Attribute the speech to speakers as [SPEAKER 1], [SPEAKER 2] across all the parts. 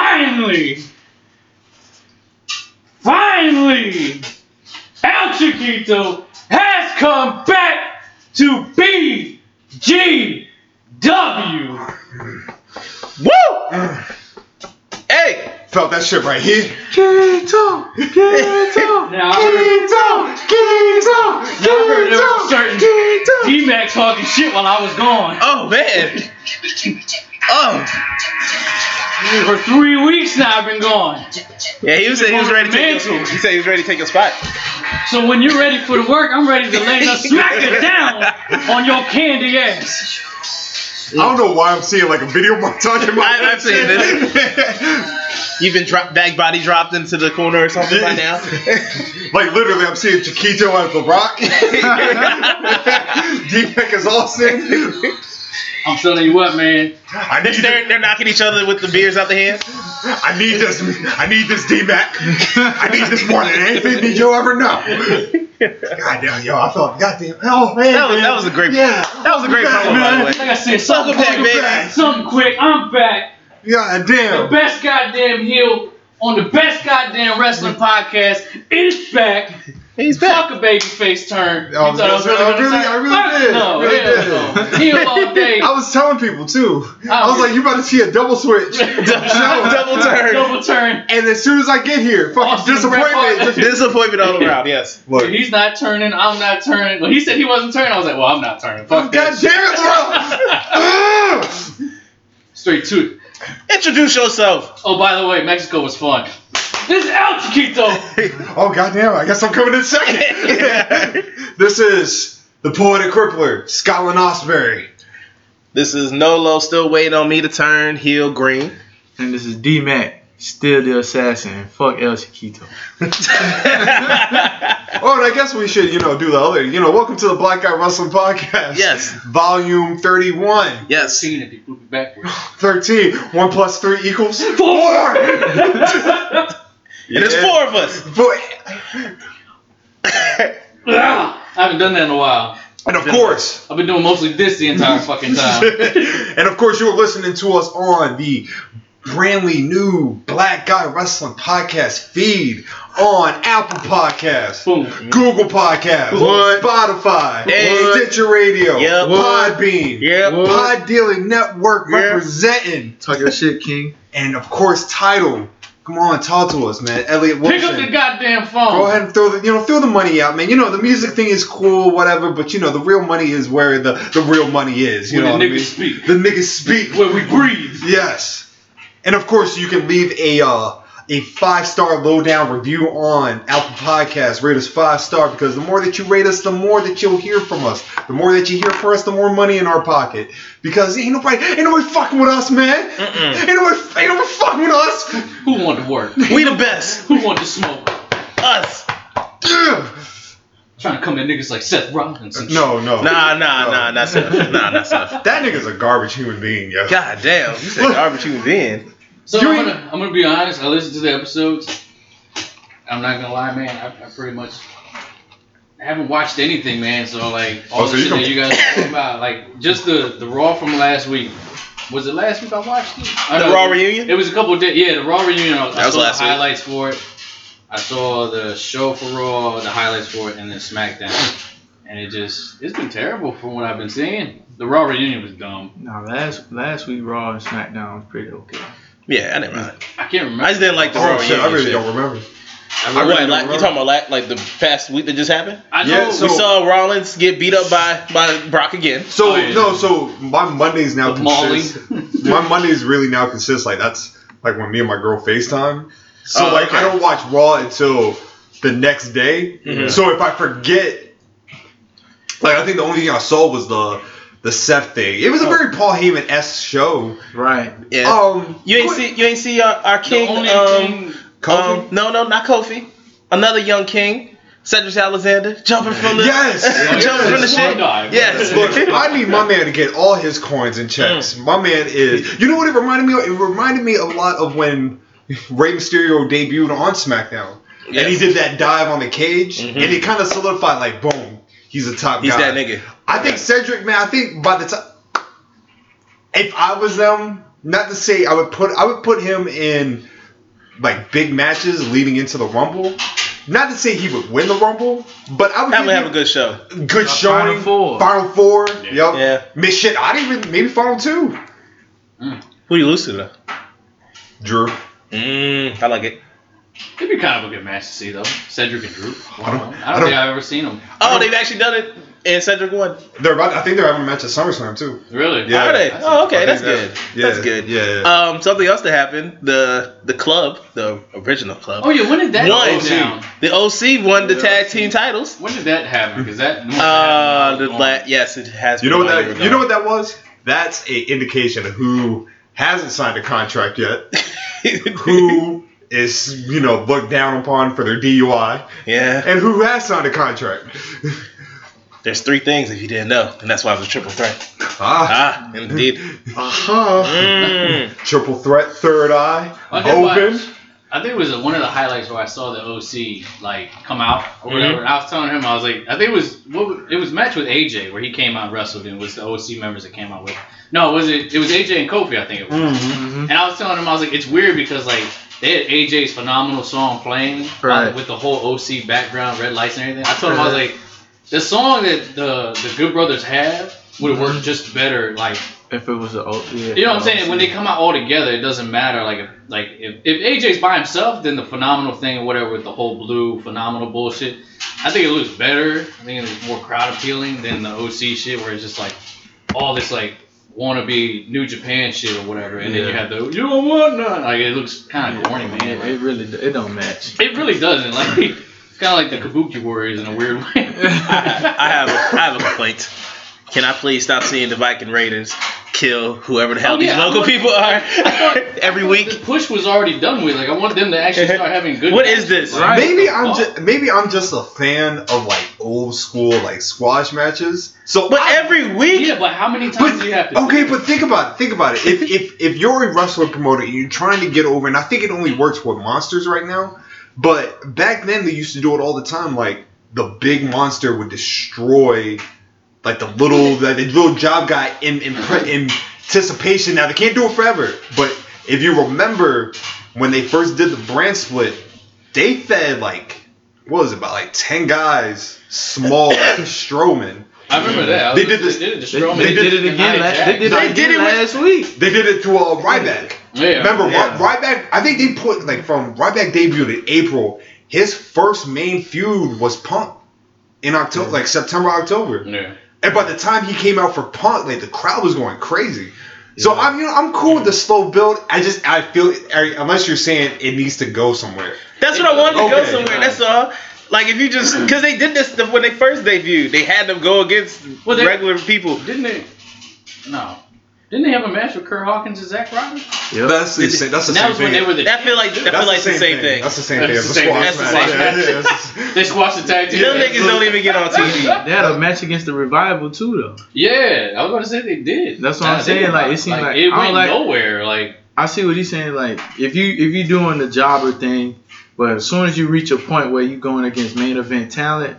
[SPEAKER 1] Finally! Finally! El Chiquito has come back to BGW!
[SPEAKER 2] Woo! Hey! Felt that shit right here.
[SPEAKER 3] Keto, keto,
[SPEAKER 1] Now, I heard
[SPEAKER 3] keto, keto,
[SPEAKER 1] heard there was a certain-
[SPEAKER 3] keto, keto.
[SPEAKER 1] D-Mac talking shit while I was gone.
[SPEAKER 2] Oh man. Oh.
[SPEAKER 1] For three weeks now, I've been gone.
[SPEAKER 2] Yeah, he was he was ready to take your,
[SPEAKER 1] Mantle.
[SPEAKER 2] he said he was ready to take your spot.
[SPEAKER 1] So when you're ready for the work, I'm ready to lay the smacker down on your candy ass.
[SPEAKER 3] I don't know why I'm seeing like a video montage in my
[SPEAKER 2] I- I've seen You've been drop, bag body dropped into the corner or something by now.
[SPEAKER 3] like literally, I'm seeing Chiquito as the Rock. D-Mac is Austin.
[SPEAKER 1] I'm telling you what, man.
[SPEAKER 3] I need
[SPEAKER 2] They're, they're knocking each other with the beers out the hand.
[SPEAKER 3] I need this. I need this D-Mac. I need this more than anything that you'll ever know. Goddamn, yo, I felt goddamn. Oh man,
[SPEAKER 2] That was-
[SPEAKER 3] man.
[SPEAKER 2] that was a great-
[SPEAKER 3] Yeah,
[SPEAKER 2] That was a great promo, by the way.
[SPEAKER 1] Like I said, something
[SPEAKER 2] Welcome back,
[SPEAKER 1] quick,
[SPEAKER 2] baby.
[SPEAKER 1] something quick. I'm back. The
[SPEAKER 3] Goddamn.
[SPEAKER 1] best goddamn heel on the best goddamn wrestling podcast is back.
[SPEAKER 2] He's back.
[SPEAKER 1] Fuck a baby face turn.
[SPEAKER 3] Oh, I was
[SPEAKER 1] you thought I was really
[SPEAKER 3] gonna
[SPEAKER 1] gonna
[SPEAKER 3] say, I
[SPEAKER 1] turn?
[SPEAKER 3] really- I really
[SPEAKER 1] Fuck
[SPEAKER 3] did.
[SPEAKER 1] No,
[SPEAKER 3] Really
[SPEAKER 1] hell no.
[SPEAKER 3] did.
[SPEAKER 1] Heel all day.
[SPEAKER 3] I was telling people too. I was like, you about to see a double switch.
[SPEAKER 2] Double, double turn.
[SPEAKER 1] double turn.
[SPEAKER 3] And as soon as I get here, fucking
[SPEAKER 1] Austin Bret
[SPEAKER 3] disappointment.
[SPEAKER 1] Hart.
[SPEAKER 2] Disappointment all around. Yes.
[SPEAKER 3] Look,
[SPEAKER 1] He's not turning. I'm not turning. Well, he said he wasn't turning. I was like, well, I'm not turning.
[SPEAKER 3] Oh,
[SPEAKER 1] Fuck that.
[SPEAKER 3] God damn it, bro.
[SPEAKER 1] Straight to it.
[SPEAKER 2] Introduce yourself.
[SPEAKER 1] Oh, by the way, Mexico was fun. This is El Chiquito.
[SPEAKER 3] oh goddamn! I guess I'm coming in second. this is the poet and crippler, Scotland Osbury.
[SPEAKER 2] This is Nolo. Still waiting on me to turn heel green.
[SPEAKER 4] And this is D Mac, still the assassin. Fuck El Chiquito.
[SPEAKER 3] Oh, and I guess we should, you know, do the other. You know, welcome to the Black Guy Wrestling Podcast.
[SPEAKER 2] Yes.
[SPEAKER 3] Volume 31,
[SPEAKER 2] yes.
[SPEAKER 1] Seen it, you group it backwards.
[SPEAKER 3] 13. 1 plus 3 equals 4.
[SPEAKER 2] And it's four of us.
[SPEAKER 3] Four.
[SPEAKER 1] I haven't done that in a while.
[SPEAKER 3] And of course,
[SPEAKER 1] I've been doing mostly this the entire fucking time.
[SPEAKER 3] and of course, you're listening to us on the brandly new Black Guy Wrestling Podcast feed on Apple Podcasts.
[SPEAKER 1] Boom.
[SPEAKER 3] Google Podcasts,
[SPEAKER 2] What?
[SPEAKER 3] Spotify,
[SPEAKER 2] Hey.
[SPEAKER 3] Stitcher Radio,
[SPEAKER 2] Yep. What?
[SPEAKER 3] Podbean,
[SPEAKER 2] Yeah.
[SPEAKER 3] Pod Dealing Network
[SPEAKER 2] Yeah.
[SPEAKER 3] representing,
[SPEAKER 4] Talk your shit, King.
[SPEAKER 3] and of course, Title. Come on, talk to us, man. Elliot
[SPEAKER 1] Pick up the
[SPEAKER 3] Wilson.
[SPEAKER 1] goddamn
[SPEAKER 3] Go
[SPEAKER 1] phone.
[SPEAKER 3] ahead and throw the you know throw the money out, man. You know the music thing is cool, whatever, but you know the real money is where the, the real money is. You
[SPEAKER 1] When
[SPEAKER 3] know
[SPEAKER 1] the
[SPEAKER 3] what I mean?
[SPEAKER 1] niggas speak.
[SPEAKER 3] The niggas speak.
[SPEAKER 1] Where we breathe.
[SPEAKER 3] Yes. And of course, you can leave a uh, a five star lowdown review on Apple Podcasts. Rate us five star because the more that you rate us, the more that you'll hear from us. The more that you hear from us, the more money in our pocket. Because ain't nobody, ain't nobody fucking with us, man. Ain't nobody, ain't nobody fucking with us.
[SPEAKER 1] Who want to work?
[SPEAKER 2] We the best.
[SPEAKER 1] Who want to smoke?
[SPEAKER 2] Us.
[SPEAKER 3] Ugh.
[SPEAKER 1] Trying to come to niggas like Seth Rollins. and
[SPEAKER 3] No, no.
[SPEAKER 2] Nah, nah, nah, not stuff. Nah, not stuff.
[SPEAKER 3] That nigga's a garbage human being, yo.
[SPEAKER 2] God damn. You said garbage human being.
[SPEAKER 1] shit. So
[SPEAKER 3] You
[SPEAKER 1] I'm
[SPEAKER 3] ain't-
[SPEAKER 1] gonna, I'm gonna be honest. I listened to the episodes. I'm not gonna lie, man. I, I pretty much haven't watched anything, man. So like all
[SPEAKER 3] Oh, so
[SPEAKER 1] the
[SPEAKER 3] you
[SPEAKER 1] shit
[SPEAKER 3] can-
[SPEAKER 1] that you guys talking about, like just the the Raw from last week. Was it last week I watched it? I
[SPEAKER 2] The
[SPEAKER 1] know-
[SPEAKER 2] Raw reunion?
[SPEAKER 1] It was a couple of days. Yeah, the Raw reunion. I,
[SPEAKER 2] That
[SPEAKER 1] I
[SPEAKER 2] was
[SPEAKER 1] saw
[SPEAKER 2] last
[SPEAKER 1] the
[SPEAKER 2] week.
[SPEAKER 1] highlights for it. I saw the show for Raw, the highlights for it, and then SmackDown. And it just it's been terrible from what I've been seeing. The Raw reunion was dumb.
[SPEAKER 4] Now last last week Raw and SmackDown was pretty okay.
[SPEAKER 2] Yeah, I didn't mind.
[SPEAKER 1] I can't remember.
[SPEAKER 2] I just didn't like the Raw
[SPEAKER 3] Oh, shit,
[SPEAKER 2] reunion.
[SPEAKER 3] I really
[SPEAKER 2] shit.
[SPEAKER 3] don't remember.
[SPEAKER 1] I
[SPEAKER 2] What,
[SPEAKER 1] really-
[SPEAKER 3] I
[SPEAKER 2] like,
[SPEAKER 3] don't
[SPEAKER 2] you
[SPEAKER 3] remember.
[SPEAKER 2] talking about like, like the past week that just happened?
[SPEAKER 1] I know.
[SPEAKER 3] Yeah,
[SPEAKER 2] We
[SPEAKER 3] so-
[SPEAKER 2] saw Rollins get beat up by, by Brock again.
[SPEAKER 3] So
[SPEAKER 1] Oh, yeah.
[SPEAKER 3] no, so my Mondays now
[SPEAKER 1] The mauling.
[SPEAKER 3] consist. my Mondays really now consist like that's like when me and my girl FaceTime. So
[SPEAKER 2] Oh,
[SPEAKER 3] like
[SPEAKER 2] okay.
[SPEAKER 3] I don't watch Raw until the next day.
[SPEAKER 2] Mhm.
[SPEAKER 3] So if I forget, like I think the only thing I saw was the the Seth thing. It was a very Paul Heyman s show.
[SPEAKER 4] Right.
[SPEAKER 2] Oh. Yeah.
[SPEAKER 3] Um,
[SPEAKER 2] you ain't
[SPEAKER 3] but-
[SPEAKER 2] see you ain't see our, our
[SPEAKER 1] the
[SPEAKER 2] king.
[SPEAKER 1] only
[SPEAKER 2] um,
[SPEAKER 1] thing
[SPEAKER 3] Kofi?
[SPEAKER 2] um, no, no, not Kofi. Another young king, Cedric Alexander, jumping from the
[SPEAKER 3] Yes!
[SPEAKER 2] jumping from the shit.
[SPEAKER 3] Yes.
[SPEAKER 1] Swan dive.
[SPEAKER 2] Yes,
[SPEAKER 3] Look, I need my man to get all his coins in checks.
[SPEAKER 2] Mm.
[SPEAKER 3] My man is. You know what it reminded me of? It reminded me a lot of when Rey Mysterio debuted on SmackDown. And he
[SPEAKER 2] Yes.
[SPEAKER 3] did that dive on the cage, and it kind of solidified, like, boom, he's a top
[SPEAKER 2] Mm-hmm. He's
[SPEAKER 3] guy.
[SPEAKER 2] that nigga.
[SPEAKER 3] I think Cedric, man, I think by the time. If I was them, not to say I would put I would put him in like big matches leading into the Rumble. Not to say he would win the Rumble, but I would
[SPEAKER 2] Probably
[SPEAKER 3] give
[SPEAKER 2] have a good show.
[SPEAKER 3] him good
[SPEAKER 4] Uh,
[SPEAKER 3] showing.
[SPEAKER 4] Final Four.
[SPEAKER 3] Final Four. Yep.
[SPEAKER 2] Yeah.
[SPEAKER 3] Miss shit. I didn't even maybe Final Two.
[SPEAKER 2] Who you lose to though?
[SPEAKER 3] Drew.
[SPEAKER 2] Mm, I like it.
[SPEAKER 1] It'd be kind of a good match to see though. Cedric and Drew. I
[SPEAKER 3] I don't-
[SPEAKER 1] don't,
[SPEAKER 3] I don't-
[SPEAKER 1] think I've ever seen them.
[SPEAKER 2] Oh, they've actually done it, and Cedric won.
[SPEAKER 3] They're about. I think they're having a match at SummerSlam too.
[SPEAKER 1] Really?
[SPEAKER 3] Yeah.
[SPEAKER 2] Are they?
[SPEAKER 1] That's-
[SPEAKER 2] Oh, okay,
[SPEAKER 3] I
[SPEAKER 2] that's
[SPEAKER 3] think
[SPEAKER 2] good.
[SPEAKER 3] that- Yeah,
[SPEAKER 2] That's good.
[SPEAKER 3] Yeah. yeah.
[SPEAKER 2] Um, something else that happened the the club, the original club,
[SPEAKER 1] Oh yeah. When did that
[SPEAKER 2] One,
[SPEAKER 1] go down?
[SPEAKER 2] the OC won the
[SPEAKER 4] Yeah.
[SPEAKER 2] tag team titles.
[SPEAKER 1] When did that happen? Because that. normally
[SPEAKER 2] Uh,
[SPEAKER 1] happens
[SPEAKER 2] the
[SPEAKER 1] on-
[SPEAKER 2] la- yes, it has.
[SPEAKER 3] You know
[SPEAKER 2] been
[SPEAKER 3] what
[SPEAKER 2] a year
[SPEAKER 3] that?
[SPEAKER 2] ago.
[SPEAKER 3] You know what that was? That's a indication of who hasn't signed a contract yet, who is you know looked down upon for their DUI,
[SPEAKER 2] yeah,
[SPEAKER 3] and who has signed a contract.
[SPEAKER 2] there's three things if you didn't know, and that's why it was a triple threat.
[SPEAKER 3] ah,
[SPEAKER 2] Ah, indeed.
[SPEAKER 3] uh-huh.
[SPEAKER 2] Mm.
[SPEAKER 3] triple threat, third eye,
[SPEAKER 1] I did
[SPEAKER 3] open.
[SPEAKER 1] watch- I think it was one of the highlights where I saw the OC like come out or
[SPEAKER 2] Mhm.
[SPEAKER 1] whatever. And I was telling him I was like, I think it was what was- it was a match with AJ where he came out and wrestled and it was the OC members that came out with. No, was it? It was AJ and Kofi. I think it was.
[SPEAKER 4] Mm-hmm.
[SPEAKER 1] And I was telling him I was like, it's weird because like they had AJ's phenomenal song playing
[SPEAKER 4] Right.
[SPEAKER 1] uh, with the whole OC background, red lights and everything. I told him I was like, the song that the the Good Brothers have would have worked just better like
[SPEAKER 4] If it was an old, yeah.
[SPEAKER 1] you know what I'm saying? When they come out all together, it doesn't matter. Like if like if, if AJ's by himself, then the phenomenal thing or whatever with the whole blue phenomenal bullshit, I think it looks better. I think it's more crowd appealing than the OC shit where it's just like all this like wannabe New Japan shit or whatever, and then you
[SPEAKER 4] Yeah.
[SPEAKER 1] have the you don't want none. Like it looks kind of corny,
[SPEAKER 4] Yeah,
[SPEAKER 1] man.
[SPEAKER 4] it really do- it don't match.
[SPEAKER 1] it really doesn't. Like it's kind of like the Kabuki Warriors in a weird way.
[SPEAKER 2] I have a, I have a complaint. Can I please stop seeing the Viking Raiders kill whoever the hell
[SPEAKER 1] Oh,
[SPEAKER 2] these
[SPEAKER 1] yeah, I
[SPEAKER 2] local
[SPEAKER 1] want-
[SPEAKER 2] people are
[SPEAKER 1] thought-
[SPEAKER 2] every
[SPEAKER 1] The
[SPEAKER 2] week?
[SPEAKER 1] push was already done with. Like I want them to actually start having good.
[SPEAKER 2] What is this?
[SPEAKER 1] Like, what
[SPEAKER 3] Maybe
[SPEAKER 1] the
[SPEAKER 3] I'm
[SPEAKER 1] fuck?
[SPEAKER 3] just maybe I'm just a fan of like old school like squash matches. So
[SPEAKER 2] But
[SPEAKER 3] I-
[SPEAKER 2] every week,
[SPEAKER 1] Yeah, but how many times
[SPEAKER 3] But-
[SPEAKER 1] do you have to?
[SPEAKER 3] Okay, but think about it. Think about it. If if if you're a wrestling promoter and you're trying to get over, and I think it only works with monsters right now, but back then they used to do it all the time. Like the big monster would destroy, like the little like, the little job guy in in, pre- in anticipation. Now they can't do it forever, but if you remember when they first did the brand split, they fed like. What was it about like ten guys, small Strowman?
[SPEAKER 1] I remember that. I
[SPEAKER 3] They
[SPEAKER 1] was-
[SPEAKER 3] did this-
[SPEAKER 1] They did it.
[SPEAKER 4] They,
[SPEAKER 1] to Strowman.
[SPEAKER 4] they did, it
[SPEAKER 1] Nia
[SPEAKER 4] again. La-
[SPEAKER 1] Jax.
[SPEAKER 4] they did,
[SPEAKER 3] They
[SPEAKER 4] it
[SPEAKER 3] did
[SPEAKER 4] again
[SPEAKER 3] it with-
[SPEAKER 4] last week.
[SPEAKER 3] They did it to uh, Ryback.
[SPEAKER 1] Yeah.
[SPEAKER 3] Remember,
[SPEAKER 4] Yeah.
[SPEAKER 3] Ry- Ryback? I think they put like from Ryback debuted in April. His first main feud was Punk in October, like September, October.
[SPEAKER 1] Yeah.
[SPEAKER 3] And by the time he came out for Punk, like the crowd was going crazy. So
[SPEAKER 4] Yeah.
[SPEAKER 3] I'm, you know, I'm cool with the slow build. I just, I feel, I- unless you're saying it needs to go somewhere.
[SPEAKER 2] that's what I wanted to go
[SPEAKER 3] Okay.
[SPEAKER 2] somewhere. That's all. Like if you just because they did this stuff when they first debuted, they had them go against
[SPEAKER 1] Well, they-
[SPEAKER 2] regular people.
[SPEAKER 1] Didn't they? No. Didn't they have a match with Kurt Hawkins and Zack Ryder?
[SPEAKER 4] Yep.
[SPEAKER 3] That's the same. That's the
[SPEAKER 1] That
[SPEAKER 3] same
[SPEAKER 1] was when
[SPEAKER 3] thing.
[SPEAKER 1] they were the.
[SPEAKER 2] I feel like I feel
[SPEAKER 3] that's
[SPEAKER 2] like the same thing.
[SPEAKER 3] That's the same
[SPEAKER 1] That's
[SPEAKER 3] thing.
[SPEAKER 1] the
[SPEAKER 3] as the
[SPEAKER 1] same- that's
[SPEAKER 3] squash
[SPEAKER 1] the same
[SPEAKER 3] match. Yeah,
[SPEAKER 1] match.
[SPEAKER 3] yeah, that's the-
[SPEAKER 1] they squashed the tag team.
[SPEAKER 2] Them niggas don't even get on TV.
[SPEAKER 4] They had a match against the revival too, though.
[SPEAKER 1] Yeah, I was going to say they did.
[SPEAKER 4] That's what I'm
[SPEAKER 1] Nah, they
[SPEAKER 4] saying,
[SPEAKER 1] were
[SPEAKER 4] like, it seemed like-
[SPEAKER 1] it
[SPEAKER 4] I don't
[SPEAKER 1] went
[SPEAKER 4] like-
[SPEAKER 1] nowhere. Like
[SPEAKER 4] I see what he's saying. Like if you if you're doing the jobber thing, but as soon as you reach a point where you're going against main event talent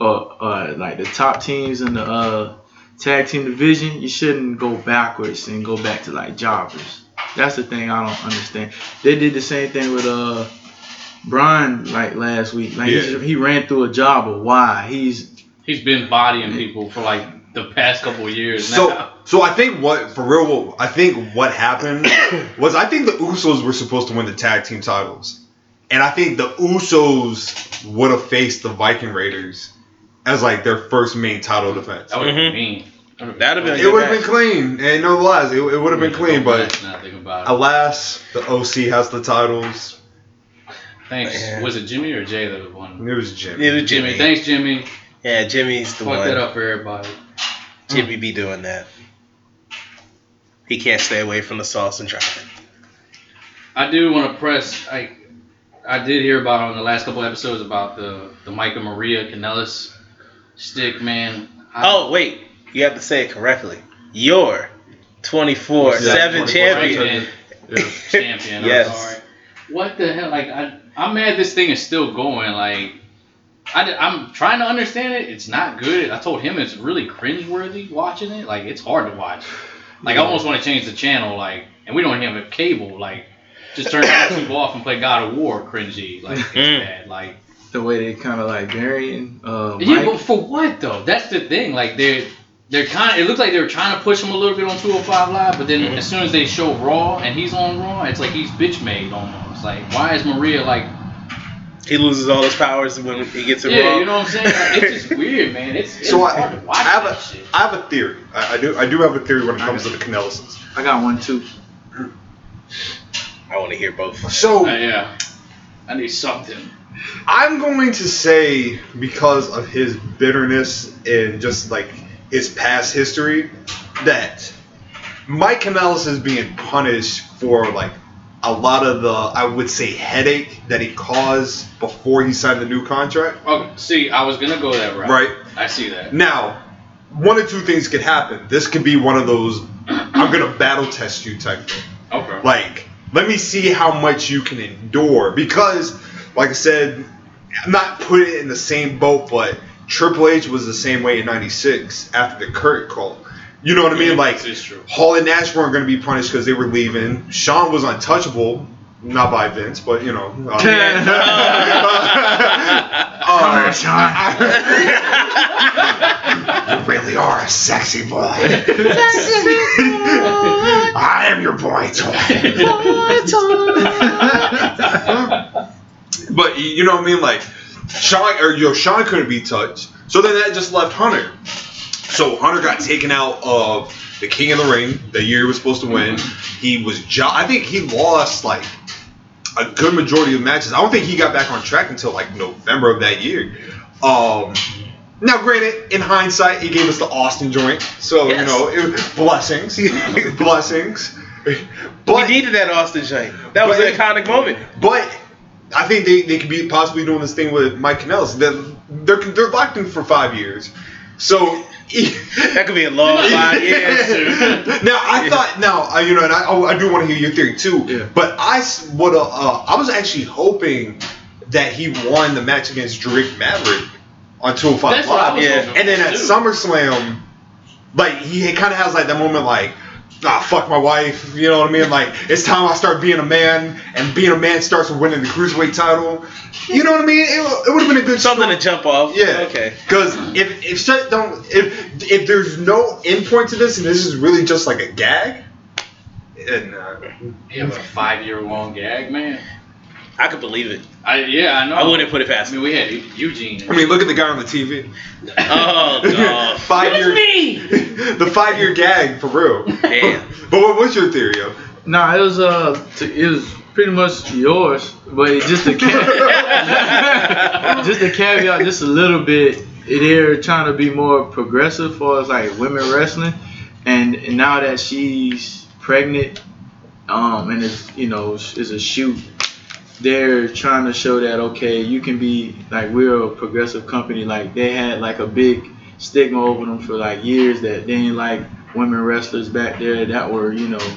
[SPEAKER 4] or uh, like the top teams in the uh, tag team division, you shouldn't go backwards and go back to like jobbers. That's the thing I don't understand. They did the same thing with uh Brian like last week. Like
[SPEAKER 3] Yeah.
[SPEAKER 4] he, he ran through a jobber. Why? He's
[SPEAKER 1] he's been bodying people for like the past couple of years
[SPEAKER 3] So,
[SPEAKER 1] now.
[SPEAKER 3] so I think what for real, I think what happened was I think the Usos were supposed to win the tag team titles, and I think the Usos would have faced the Viking Raiders as like their first main title defense.
[SPEAKER 1] That would have
[SPEAKER 2] Mhm.
[SPEAKER 1] been mean. That'd
[SPEAKER 2] That'd have
[SPEAKER 3] It would have been clean, and no lies, it, it would have been clean. But
[SPEAKER 1] now thinking about it.
[SPEAKER 3] alas, the OC has the titles.
[SPEAKER 1] Thanks.
[SPEAKER 2] Yeah.
[SPEAKER 1] Was it Jimmy or Jay that won?
[SPEAKER 3] It was Jim.
[SPEAKER 2] It was
[SPEAKER 1] Jimmy.
[SPEAKER 2] Jimmy.
[SPEAKER 1] Thanks, Jimmy.
[SPEAKER 2] Yeah, Jimmy's the
[SPEAKER 1] Fuck that
[SPEAKER 2] one.
[SPEAKER 1] up for everybody.
[SPEAKER 2] Jimmy be doing that. He can't stay away from the sauce and driving.
[SPEAKER 1] I do want to press. I I did hear about on the last couple episodes about the the Micah Maria Canellis stick man. I,
[SPEAKER 2] Oh wait, you have to say it correctly. Your 24 7
[SPEAKER 3] 24/7
[SPEAKER 2] champion.
[SPEAKER 3] Yeah.
[SPEAKER 1] champion. I'm
[SPEAKER 2] Yes.
[SPEAKER 1] sorry. What the hell? Like I I'm mad this thing is still going. Like. I, am trying to understand it. It's not good. I told him it's really cringeworthy watching it. Like it's hard to watch. Like I almost want to change the channel. Like and we don't even have cable. Like just turn YouTube off and play God of War cringy. Like, it's
[SPEAKER 2] Mm.
[SPEAKER 1] bad. Like,
[SPEAKER 4] the way they kind of like burying uh,
[SPEAKER 1] yeah,
[SPEAKER 4] Mike.
[SPEAKER 1] but for what though? That's the thing. Like they're they're kind of. It looked like they were trying to push him a little bit on 205 Live, but then
[SPEAKER 3] Mm-hmm.
[SPEAKER 2] Mhm.
[SPEAKER 1] as soon as they show Raw and he's on Raw, it's like he's bitch made almost. Like why is Maria like?
[SPEAKER 2] He loses all his powers when he gets it
[SPEAKER 1] Yeah,
[SPEAKER 2] wrong.
[SPEAKER 1] you know what I'm saying? Like, it's just weird, man. It's, it's
[SPEAKER 3] So I,
[SPEAKER 1] hard to
[SPEAKER 3] I
[SPEAKER 1] watch
[SPEAKER 3] have
[SPEAKER 1] that
[SPEAKER 3] a,
[SPEAKER 1] shit.
[SPEAKER 3] I have a theory. I, I do I do have a theory when it comes to the Canellisons.
[SPEAKER 4] I got one too.
[SPEAKER 2] I want to hear both.
[SPEAKER 1] Uh,
[SPEAKER 3] So
[SPEAKER 1] yeah, I need something.
[SPEAKER 3] I'm going to say because of his bitterness and just like his past history that Mike Canellis is being punished for like a lot of the I would say headache that he caused before he signed the new contract.
[SPEAKER 1] Okay, see, I was gonna go that route.
[SPEAKER 3] Right.
[SPEAKER 1] I see that.
[SPEAKER 3] Now, one or two things could happen. This could be one of those I'm gonna battle test you type thing.
[SPEAKER 1] Okay.
[SPEAKER 3] Like, let me see how much you can endure. Because, like I said, I'm not putting it in the same boat, but Triple H was the same way in '96 after the Kurt call. You know what I mean? Like,
[SPEAKER 1] it's true.
[SPEAKER 3] Hall and Nash weren't going to be punished because they were leaving. Sean was untouchable, not by Vince, but you know. uh,
[SPEAKER 4] Come
[SPEAKER 3] uh,
[SPEAKER 4] on, Sean.
[SPEAKER 3] you really are a sexy boy. I am your boy toy. But y- you know what I mean? Like Sean or yo, Sean couldn't be touched. So then that just left Hunter. So Hunter got taken out of the King of the Ring the year he was supposed to win. He was jo- I think he lost like a good majority of matches. I don't think he got back on track until like November of that year. Um now, granted, in hindsight, he gave us the Austin joint, so you
[SPEAKER 2] Yes.
[SPEAKER 3] know, it, blessings, blessings.
[SPEAKER 2] we needed that Austin Shane. That was
[SPEAKER 3] But-
[SPEAKER 2] an iconic moment.
[SPEAKER 3] But I think they, they could be possibly doing this thing with Mike Canellis. They're, they're, they're locked in for five years. So. e-
[SPEAKER 2] That could be a long five years.
[SPEAKER 3] now I
[SPEAKER 2] Yeah.
[SPEAKER 3] thought now uh, you know and I, oh, I do want to hear your theory too
[SPEAKER 4] Yeah.
[SPEAKER 3] but I s- would uh, uh, I was actually hoping that he won the match against Drake Maverick on 205
[SPEAKER 1] That's what I
[SPEAKER 3] Live
[SPEAKER 1] was
[SPEAKER 2] Yeah.
[SPEAKER 1] hoping
[SPEAKER 3] and then at
[SPEAKER 1] too.
[SPEAKER 3] SummerSlam like he kind of has like that moment like ah fuck my wife you know what I mean like it's time I start being a man and being a man starts with winning the cruiserweight title you know what I mean it, wa- it would have been a good
[SPEAKER 2] Something to jump off.
[SPEAKER 3] yeah.
[SPEAKER 2] Okay.
[SPEAKER 3] Because if if shit don't if if there's no end point to this and this is really just like a gag, and uh,
[SPEAKER 1] You have a five-year-long gag, man.
[SPEAKER 2] I could believe it.
[SPEAKER 1] I yeah, I know.
[SPEAKER 2] I wouldn't put it
[SPEAKER 1] I
[SPEAKER 2] past him.
[SPEAKER 1] mean, we had E, Eugene.
[SPEAKER 3] I mean, look at the guy on the TV.
[SPEAKER 2] Oh, no.
[SPEAKER 3] five year the five year gag for real.
[SPEAKER 2] Damn.
[SPEAKER 3] But what, what's your theory of?
[SPEAKER 4] Nah, it was uh, t- it was pretty much yours, but it just a caveat, just a caveat, just a little bit. They're trying to be more progressive for as like women wrestling, and, and now that she's pregnant, um, and is you know is a shoot. They're trying to show that okay, you can be like we're a progressive company. Like they had like a big stigma over them for like years that they ain't like women wrestlers back there that were you know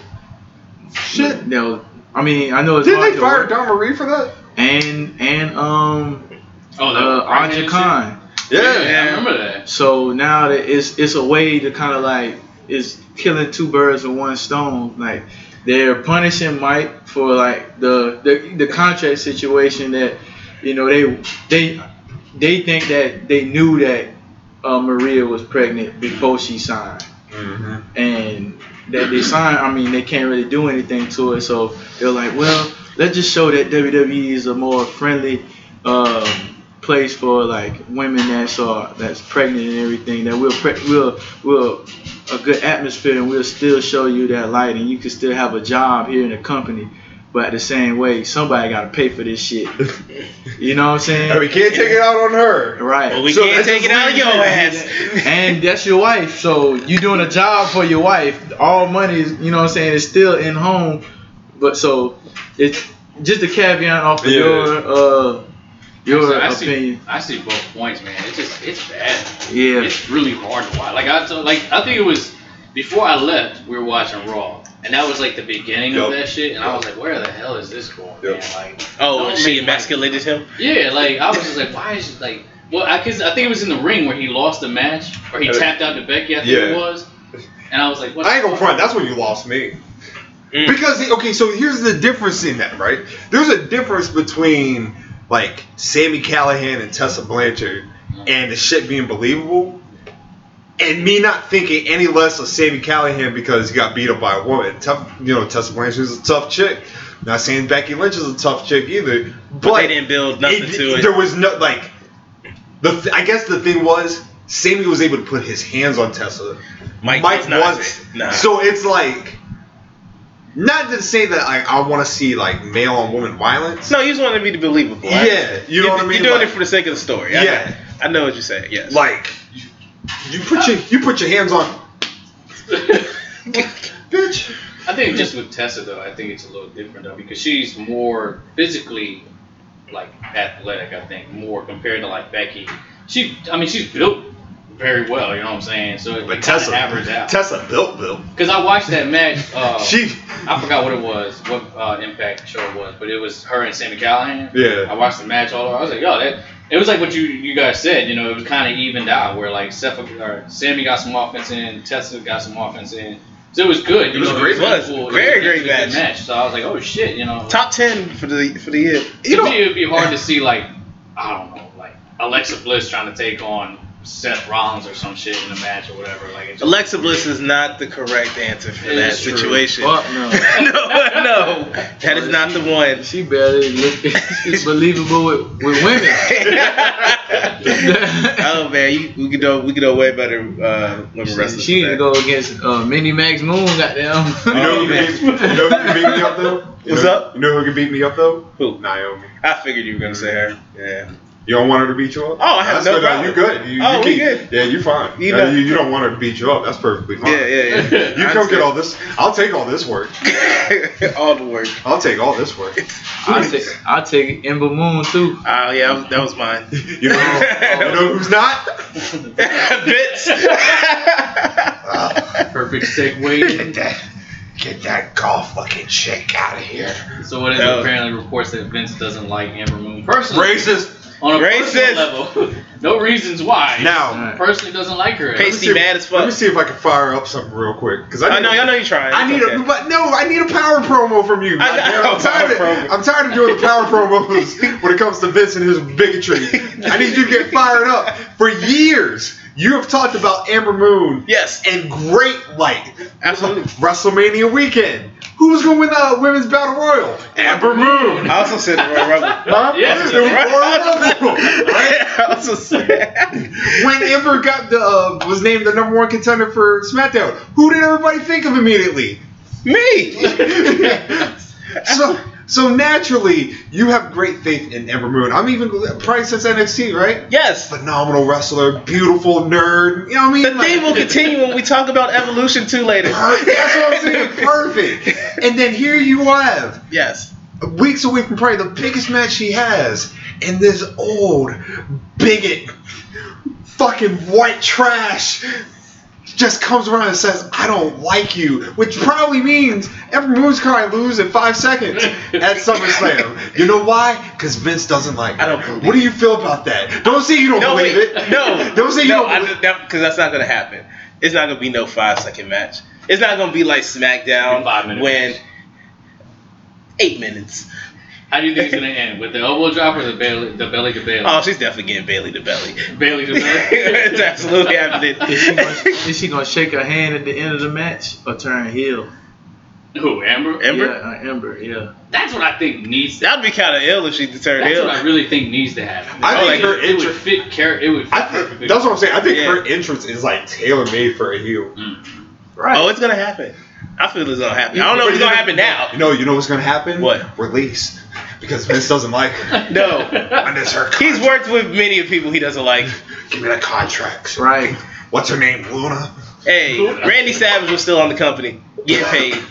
[SPEAKER 3] Shit.
[SPEAKER 4] no, I mean, I know it's
[SPEAKER 3] Didn't
[SPEAKER 4] hard
[SPEAKER 3] they
[SPEAKER 4] to
[SPEAKER 3] fire
[SPEAKER 4] work.
[SPEAKER 3] Don Marie for that?
[SPEAKER 4] and and um
[SPEAKER 1] Oh, that
[SPEAKER 4] uh,
[SPEAKER 1] Brian
[SPEAKER 4] Aja
[SPEAKER 1] shit?
[SPEAKER 4] Khan.
[SPEAKER 1] Yeah,
[SPEAKER 3] Yeah.
[SPEAKER 1] I remember that.
[SPEAKER 4] So now that it's it's a way to kind of like is killing two birds with one stone. Like they're punishing Mike for like the the, the contract situation that you know they they they think that they knew that uh, Maria was pregnant before she signed.
[SPEAKER 2] Mm-hmm.
[SPEAKER 4] and that they signed, I mean, they can't really do anything to it. So they're like, well, let's just show that WWE is a more friendly um, place for like women that's uh, that's pregnant and everything. That we'll pre- we'll we'll a good atmosphere and we'll still show you that light and you can still have a job here in the company. But at the same way, somebody got to pay for this shit. You know what I'm saying?
[SPEAKER 3] And we can't take it out on her.
[SPEAKER 4] right.
[SPEAKER 2] Well, we
[SPEAKER 3] So
[SPEAKER 2] can't
[SPEAKER 3] that's
[SPEAKER 2] take it
[SPEAKER 3] just
[SPEAKER 2] out of your ass.
[SPEAKER 4] and that's your wife. So you doing a job for your wife. All money, is, you know what I'm saying, is still in home. But so it's just a caveat off of
[SPEAKER 3] Yeah.
[SPEAKER 4] your uh your
[SPEAKER 1] I see,
[SPEAKER 4] opinion.
[SPEAKER 1] I see both points, man. It's just it's bad.
[SPEAKER 4] Yeah.
[SPEAKER 1] It's really hard to watch. Like I told, like I think it was before I left, we were watching Raw, and that was like the beginning of
[SPEAKER 3] Yup.
[SPEAKER 1] that shit. And I was like, where the hell is this going,
[SPEAKER 3] Yup.
[SPEAKER 1] man? Like,
[SPEAKER 2] Oh,
[SPEAKER 1] Don't
[SPEAKER 2] she
[SPEAKER 1] make Mike-
[SPEAKER 2] emasculated him?
[SPEAKER 1] Yeah, like I was just like, why is it like? Well, I cause I think it was in the ring where he lost the match, or he
[SPEAKER 3] Uh,
[SPEAKER 1] tapped out to Becky. I think
[SPEAKER 3] yeah.
[SPEAKER 1] it was. And I was like, what?
[SPEAKER 3] I ain't
[SPEAKER 1] the
[SPEAKER 3] gonna
[SPEAKER 1] fuck?
[SPEAKER 3] front. That's when you lost me.
[SPEAKER 2] Mm.
[SPEAKER 3] Because he- okay, so here's the difference in that, right? There's a difference between like Sammy Callahan and Tessa Blanchard and the shit being believable, and me not thinking any less of Sammy Callahan because he got beat up by a woman. Tough, you know, Tessa Blanchard's a tough chick. Not saying Becky Lynch is a tough chick either, but,
[SPEAKER 2] But they didn't build nothing
[SPEAKER 3] it-
[SPEAKER 2] to it.
[SPEAKER 3] There was no like the. Th- I guess the thing was Sammy was able to put his hands on Tessa.
[SPEAKER 2] Mike,
[SPEAKER 3] Mike
[SPEAKER 2] was not.
[SPEAKER 3] wasn't.
[SPEAKER 2] Nah.
[SPEAKER 3] So it's like, not to say that I, I want to see like male on woman violence.
[SPEAKER 2] no, you just wanted me to be believable. I-
[SPEAKER 3] Yeah, you know what I mean.
[SPEAKER 2] You're doing
[SPEAKER 3] Like-
[SPEAKER 2] it for the sake of the story. I-
[SPEAKER 3] yeah,
[SPEAKER 2] I, know what you're saying. Yes.
[SPEAKER 3] like you put your you put your hands on bitch.
[SPEAKER 1] I think just with Tessa though, I think it's a little different though because she's more physically like athletic. I think more compared to like Becky. She, I mean, she's built very well. You know what I'm saying? So it
[SPEAKER 3] But
[SPEAKER 1] like,
[SPEAKER 3] Tessa,
[SPEAKER 1] Tessa averaged out.
[SPEAKER 3] Tessa built Bill.
[SPEAKER 1] Because I watched that match. Uh,
[SPEAKER 3] She
[SPEAKER 1] I forgot what it was, what uh, Impact show it was, but it was her and Sammy Callahan.
[SPEAKER 3] yeah.
[SPEAKER 1] I watched the match all over. I was like, yo, that. It was like what you you guys said. You know, it was kind of evened out where like Seth, or Sammy got some offense in, Tessa got some offense in. So it was good.
[SPEAKER 3] It
[SPEAKER 1] You
[SPEAKER 3] was
[SPEAKER 1] know,
[SPEAKER 3] a great
[SPEAKER 2] match. Very
[SPEAKER 1] it was a
[SPEAKER 2] great
[SPEAKER 1] good
[SPEAKER 2] match.
[SPEAKER 1] So I was like, oh shit, you know.
[SPEAKER 2] Top ten for the for the year.
[SPEAKER 1] to me, it would be hard to see like I don't know, like Alexa Bliss trying to take on Seth Rollins or some shit in a match or whatever. Like it just,
[SPEAKER 2] Alexa Bliss is not the correct answer for
[SPEAKER 1] It
[SPEAKER 2] that
[SPEAKER 1] is true.
[SPEAKER 2] situation.
[SPEAKER 4] Fuck no.
[SPEAKER 2] no, no, that is not the one.
[SPEAKER 4] She better look it's believable with, with women.
[SPEAKER 2] oh man, you, we could do we could do way better uh, women
[SPEAKER 4] she
[SPEAKER 2] wrestlers.
[SPEAKER 4] she need to
[SPEAKER 2] than
[SPEAKER 4] go against uh, Minnie Max Moon, goddamn.
[SPEAKER 3] You know, who
[SPEAKER 2] man.
[SPEAKER 3] can beat, you know who can beat me up though? You
[SPEAKER 2] What's
[SPEAKER 3] know,
[SPEAKER 2] up?
[SPEAKER 3] You know who can beat me up though?
[SPEAKER 2] that. Who?
[SPEAKER 3] Naomi.
[SPEAKER 2] I figured you were gonna say her. Yeah.
[SPEAKER 3] You don't want her to beat you up?
[SPEAKER 2] Oh, I have
[SPEAKER 3] That's
[SPEAKER 2] no
[SPEAKER 3] good.
[SPEAKER 2] problem.
[SPEAKER 3] You good? You,
[SPEAKER 2] Oh,
[SPEAKER 3] you
[SPEAKER 2] we
[SPEAKER 3] keep-
[SPEAKER 2] good.
[SPEAKER 3] Yeah, you fine.
[SPEAKER 2] You
[SPEAKER 3] You,
[SPEAKER 2] know-
[SPEAKER 3] you, you don't want her to beat you up. That's perfectly fine.
[SPEAKER 2] Yeah, yeah, yeah.
[SPEAKER 3] You come get all this. I'll take all this work.
[SPEAKER 2] all all the work.
[SPEAKER 3] I'll take all this work.
[SPEAKER 4] I take I take Ember Moon too.
[SPEAKER 2] Oh yeah, that was mine.
[SPEAKER 3] You oh, know, you know who's not?
[SPEAKER 2] Bitch.
[SPEAKER 3] Ah,
[SPEAKER 1] perfect segue.
[SPEAKER 3] that, get that golf fucking chick out of here.
[SPEAKER 1] so what is
[SPEAKER 2] No.
[SPEAKER 1] apparently reports that Vince doesn't like Amber Moon personally.
[SPEAKER 3] Racist.
[SPEAKER 1] on a
[SPEAKER 2] Racist.
[SPEAKER 1] personal level. no reasons why.
[SPEAKER 3] Now,
[SPEAKER 1] personally doesn't like her.
[SPEAKER 3] let me
[SPEAKER 2] Pasty
[SPEAKER 3] see-
[SPEAKER 2] mad as
[SPEAKER 3] let me
[SPEAKER 2] fuck. Oh,
[SPEAKER 3] see if I can fire up something real quick because I
[SPEAKER 2] I
[SPEAKER 3] need,
[SPEAKER 2] know, I know you're trying.
[SPEAKER 3] I need
[SPEAKER 2] It's
[SPEAKER 3] a
[SPEAKER 2] okay.
[SPEAKER 3] but no, I need a power promo from you.
[SPEAKER 2] I know,
[SPEAKER 3] goddamn. I'm tired.
[SPEAKER 2] power
[SPEAKER 3] Of,
[SPEAKER 2] promo.
[SPEAKER 3] I'm tired of doing the power promos when it comes to Vince and his bigotry. I need you to get fired up. For years, you have talked about Amber Moon
[SPEAKER 2] Yes,
[SPEAKER 3] in great light.
[SPEAKER 2] absolutely.
[SPEAKER 3] WrestleMania weekend. Who was gonna win the women's battle royal? Amber Moon.
[SPEAKER 2] I also said the Royal Rumble.
[SPEAKER 3] Huh?
[SPEAKER 1] Yeah.
[SPEAKER 3] It was Royal Rumble.
[SPEAKER 2] I also said.
[SPEAKER 3] when Amber got the uh, was named the number one contender for SmackDown, who did everybody think of immediately?
[SPEAKER 2] Me!
[SPEAKER 3] so so naturally, you have great faith in Amber Moon. I'm even probably since NXT, right?
[SPEAKER 2] Yes!
[SPEAKER 3] Phenomenal wrestler, beautiful nerd. You know what I mean?
[SPEAKER 2] The theme will continue when we talk about evolution too later.
[SPEAKER 3] Perfect. That's what I'm saying. Perfect. And then here you have
[SPEAKER 2] Yes.
[SPEAKER 3] weeks away from probably the biggest match she has, and this old bigot, fucking white trash just comes around and says, "I don't like you," which probably means every moon's car I lose in five seconds at SummerSlam. You know why? Because Vince doesn't like.
[SPEAKER 2] I don't
[SPEAKER 3] her.
[SPEAKER 2] believe
[SPEAKER 3] What do you feel about that? Don't say you don't
[SPEAKER 2] No,
[SPEAKER 3] believe
[SPEAKER 2] wait.
[SPEAKER 3] it.
[SPEAKER 2] No.
[SPEAKER 3] Don't say you
[SPEAKER 2] no,
[SPEAKER 3] don't
[SPEAKER 2] I
[SPEAKER 3] believe-
[SPEAKER 2] don't. Because that's not going to happen. It's not going to be no five second match. It's not going to be like SmackDown
[SPEAKER 1] Five minute
[SPEAKER 2] when.
[SPEAKER 1] match.
[SPEAKER 2] Eight minutes.
[SPEAKER 1] How do you think it's gonna end? With the elbow drop or the belly, the belly to belly?
[SPEAKER 2] Oh, she's definitely getting Bailey to belly.
[SPEAKER 1] belly to belly.
[SPEAKER 2] it's absolutely happening.
[SPEAKER 4] Is she, gonna, is she gonna shake her hand at the end of the match or turn heel?
[SPEAKER 1] Who Amber?
[SPEAKER 2] Ember?
[SPEAKER 4] Yeah, uh, Ember. Yeah.
[SPEAKER 1] That's what I think needs.
[SPEAKER 2] That'd be kind of ill if she turned
[SPEAKER 1] That's what I
[SPEAKER 2] heel.
[SPEAKER 1] really think needs to happen.
[SPEAKER 3] I
[SPEAKER 1] Oh,
[SPEAKER 2] think
[SPEAKER 1] like,
[SPEAKER 3] her
[SPEAKER 1] it would
[SPEAKER 3] intro-
[SPEAKER 1] fit. Char- it would. Fit
[SPEAKER 3] I think,
[SPEAKER 1] perfectly.
[SPEAKER 3] that's what I'm saying. I think
[SPEAKER 2] Yeah.
[SPEAKER 3] her entrance is like tailor made for a heel.
[SPEAKER 1] Mm.
[SPEAKER 4] Right.
[SPEAKER 2] Oh, it's going to happen. I feel it's going to happen. I don't know if it's going to happen now.
[SPEAKER 3] You know, you know what's gonna happen?
[SPEAKER 2] What?
[SPEAKER 3] Release, because Vince doesn't like her.
[SPEAKER 2] No.
[SPEAKER 3] And it's her. Con-
[SPEAKER 2] He's worked with many of people he doesn't like.
[SPEAKER 3] Give me that contract.
[SPEAKER 4] right.
[SPEAKER 3] What's her name? Luna.
[SPEAKER 2] Hey, Randy Savage was still on the company. Getting paid.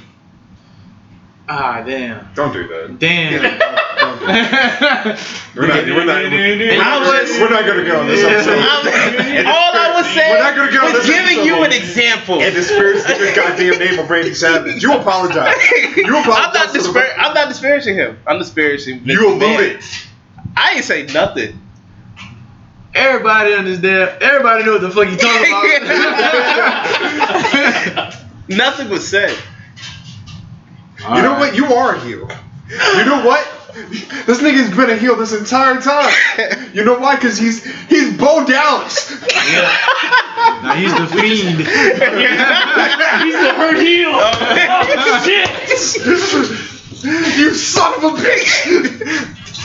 [SPEAKER 4] Ah damn.
[SPEAKER 3] Don't do that.
[SPEAKER 4] Damn.
[SPEAKER 3] Don't do that. We're not. We're not. We're
[SPEAKER 2] I
[SPEAKER 3] not,
[SPEAKER 2] was-
[SPEAKER 3] we're not gonna go on this
[SPEAKER 2] I'm-
[SPEAKER 3] episode.
[SPEAKER 2] all I was
[SPEAKER 3] We're not gonna
[SPEAKER 2] saying
[SPEAKER 3] get on
[SPEAKER 2] was
[SPEAKER 3] this
[SPEAKER 2] giving
[SPEAKER 3] episode.
[SPEAKER 2] you an example.
[SPEAKER 3] And disparage the good goddamn name of Randy Savage. You apologize. You apologize.
[SPEAKER 2] I'm not
[SPEAKER 3] to the-
[SPEAKER 2] dispar- I'm not disparaging him. I'm disparaging. Vince
[SPEAKER 3] You
[SPEAKER 2] McMahon.
[SPEAKER 3] alluded.
[SPEAKER 2] I ain't say nothing.
[SPEAKER 4] Everybody on this damn. Everybody know what the fuck you talking about.
[SPEAKER 2] Nothing was said.
[SPEAKER 3] you know what? You are a heel. You know what? This nigga's been a heel this entire time. You know why? Cause he's he's Bo Dallas.
[SPEAKER 4] Now he's the fiend.
[SPEAKER 1] He's the hurt heel. Oh, shit.
[SPEAKER 3] you son of a bitch!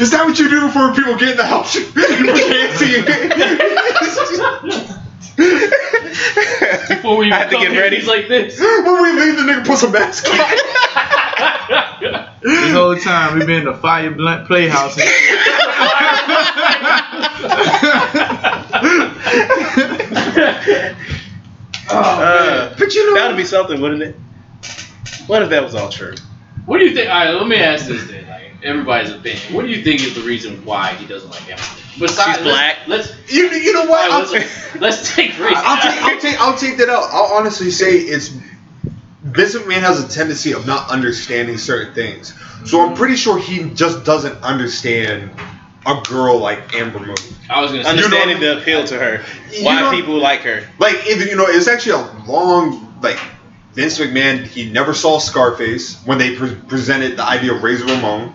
[SPEAKER 3] Is that what you do before people get in the house? You put your hands to your-
[SPEAKER 1] Before we
[SPEAKER 2] I had to
[SPEAKER 1] come
[SPEAKER 2] get
[SPEAKER 1] here,
[SPEAKER 2] ready.
[SPEAKER 1] He's like this.
[SPEAKER 3] when we leave, the nigga puts a mask on.
[SPEAKER 4] This whole time we've been in the fire blunt playhouse. And shit.
[SPEAKER 3] Oh,
[SPEAKER 2] Uh,
[SPEAKER 3] But you know,
[SPEAKER 2] that would be something, wouldn't it? What if that was all true?
[SPEAKER 1] What do you think? All right, let me ask this then. Like everybody's opinion. What do you think is the reason why he doesn't like Eminem? Besides,
[SPEAKER 2] She's
[SPEAKER 1] let's-
[SPEAKER 2] black.
[SPEAKER 1] Let's
[SPEAKER 3] you, you know what? I'll,
[SPEAKER 1] let's, let's take race.
[SPEAKER 3] I'll, take, I'll, take, I'll take that out. I'll honestly say it's Vincent Man has a tendency of not understanding certain things. So I'm pretty sure he just doesn't understand a girl like Amber Moon.
[SPEAKER 1] I was gonna say.
[SPEAKER 2] Understanding the appeal to her,
[SPEAKER 3] You
[SPEAKER 2] why
[SPEAKER 3] know-
[SPEAKER 2] people like her.
[SPEAKER 3] Like, if, you know, it's actually a long, like, Vince McMahon, he never saw Scarface when they pre- presented the idea of Razor Ramon.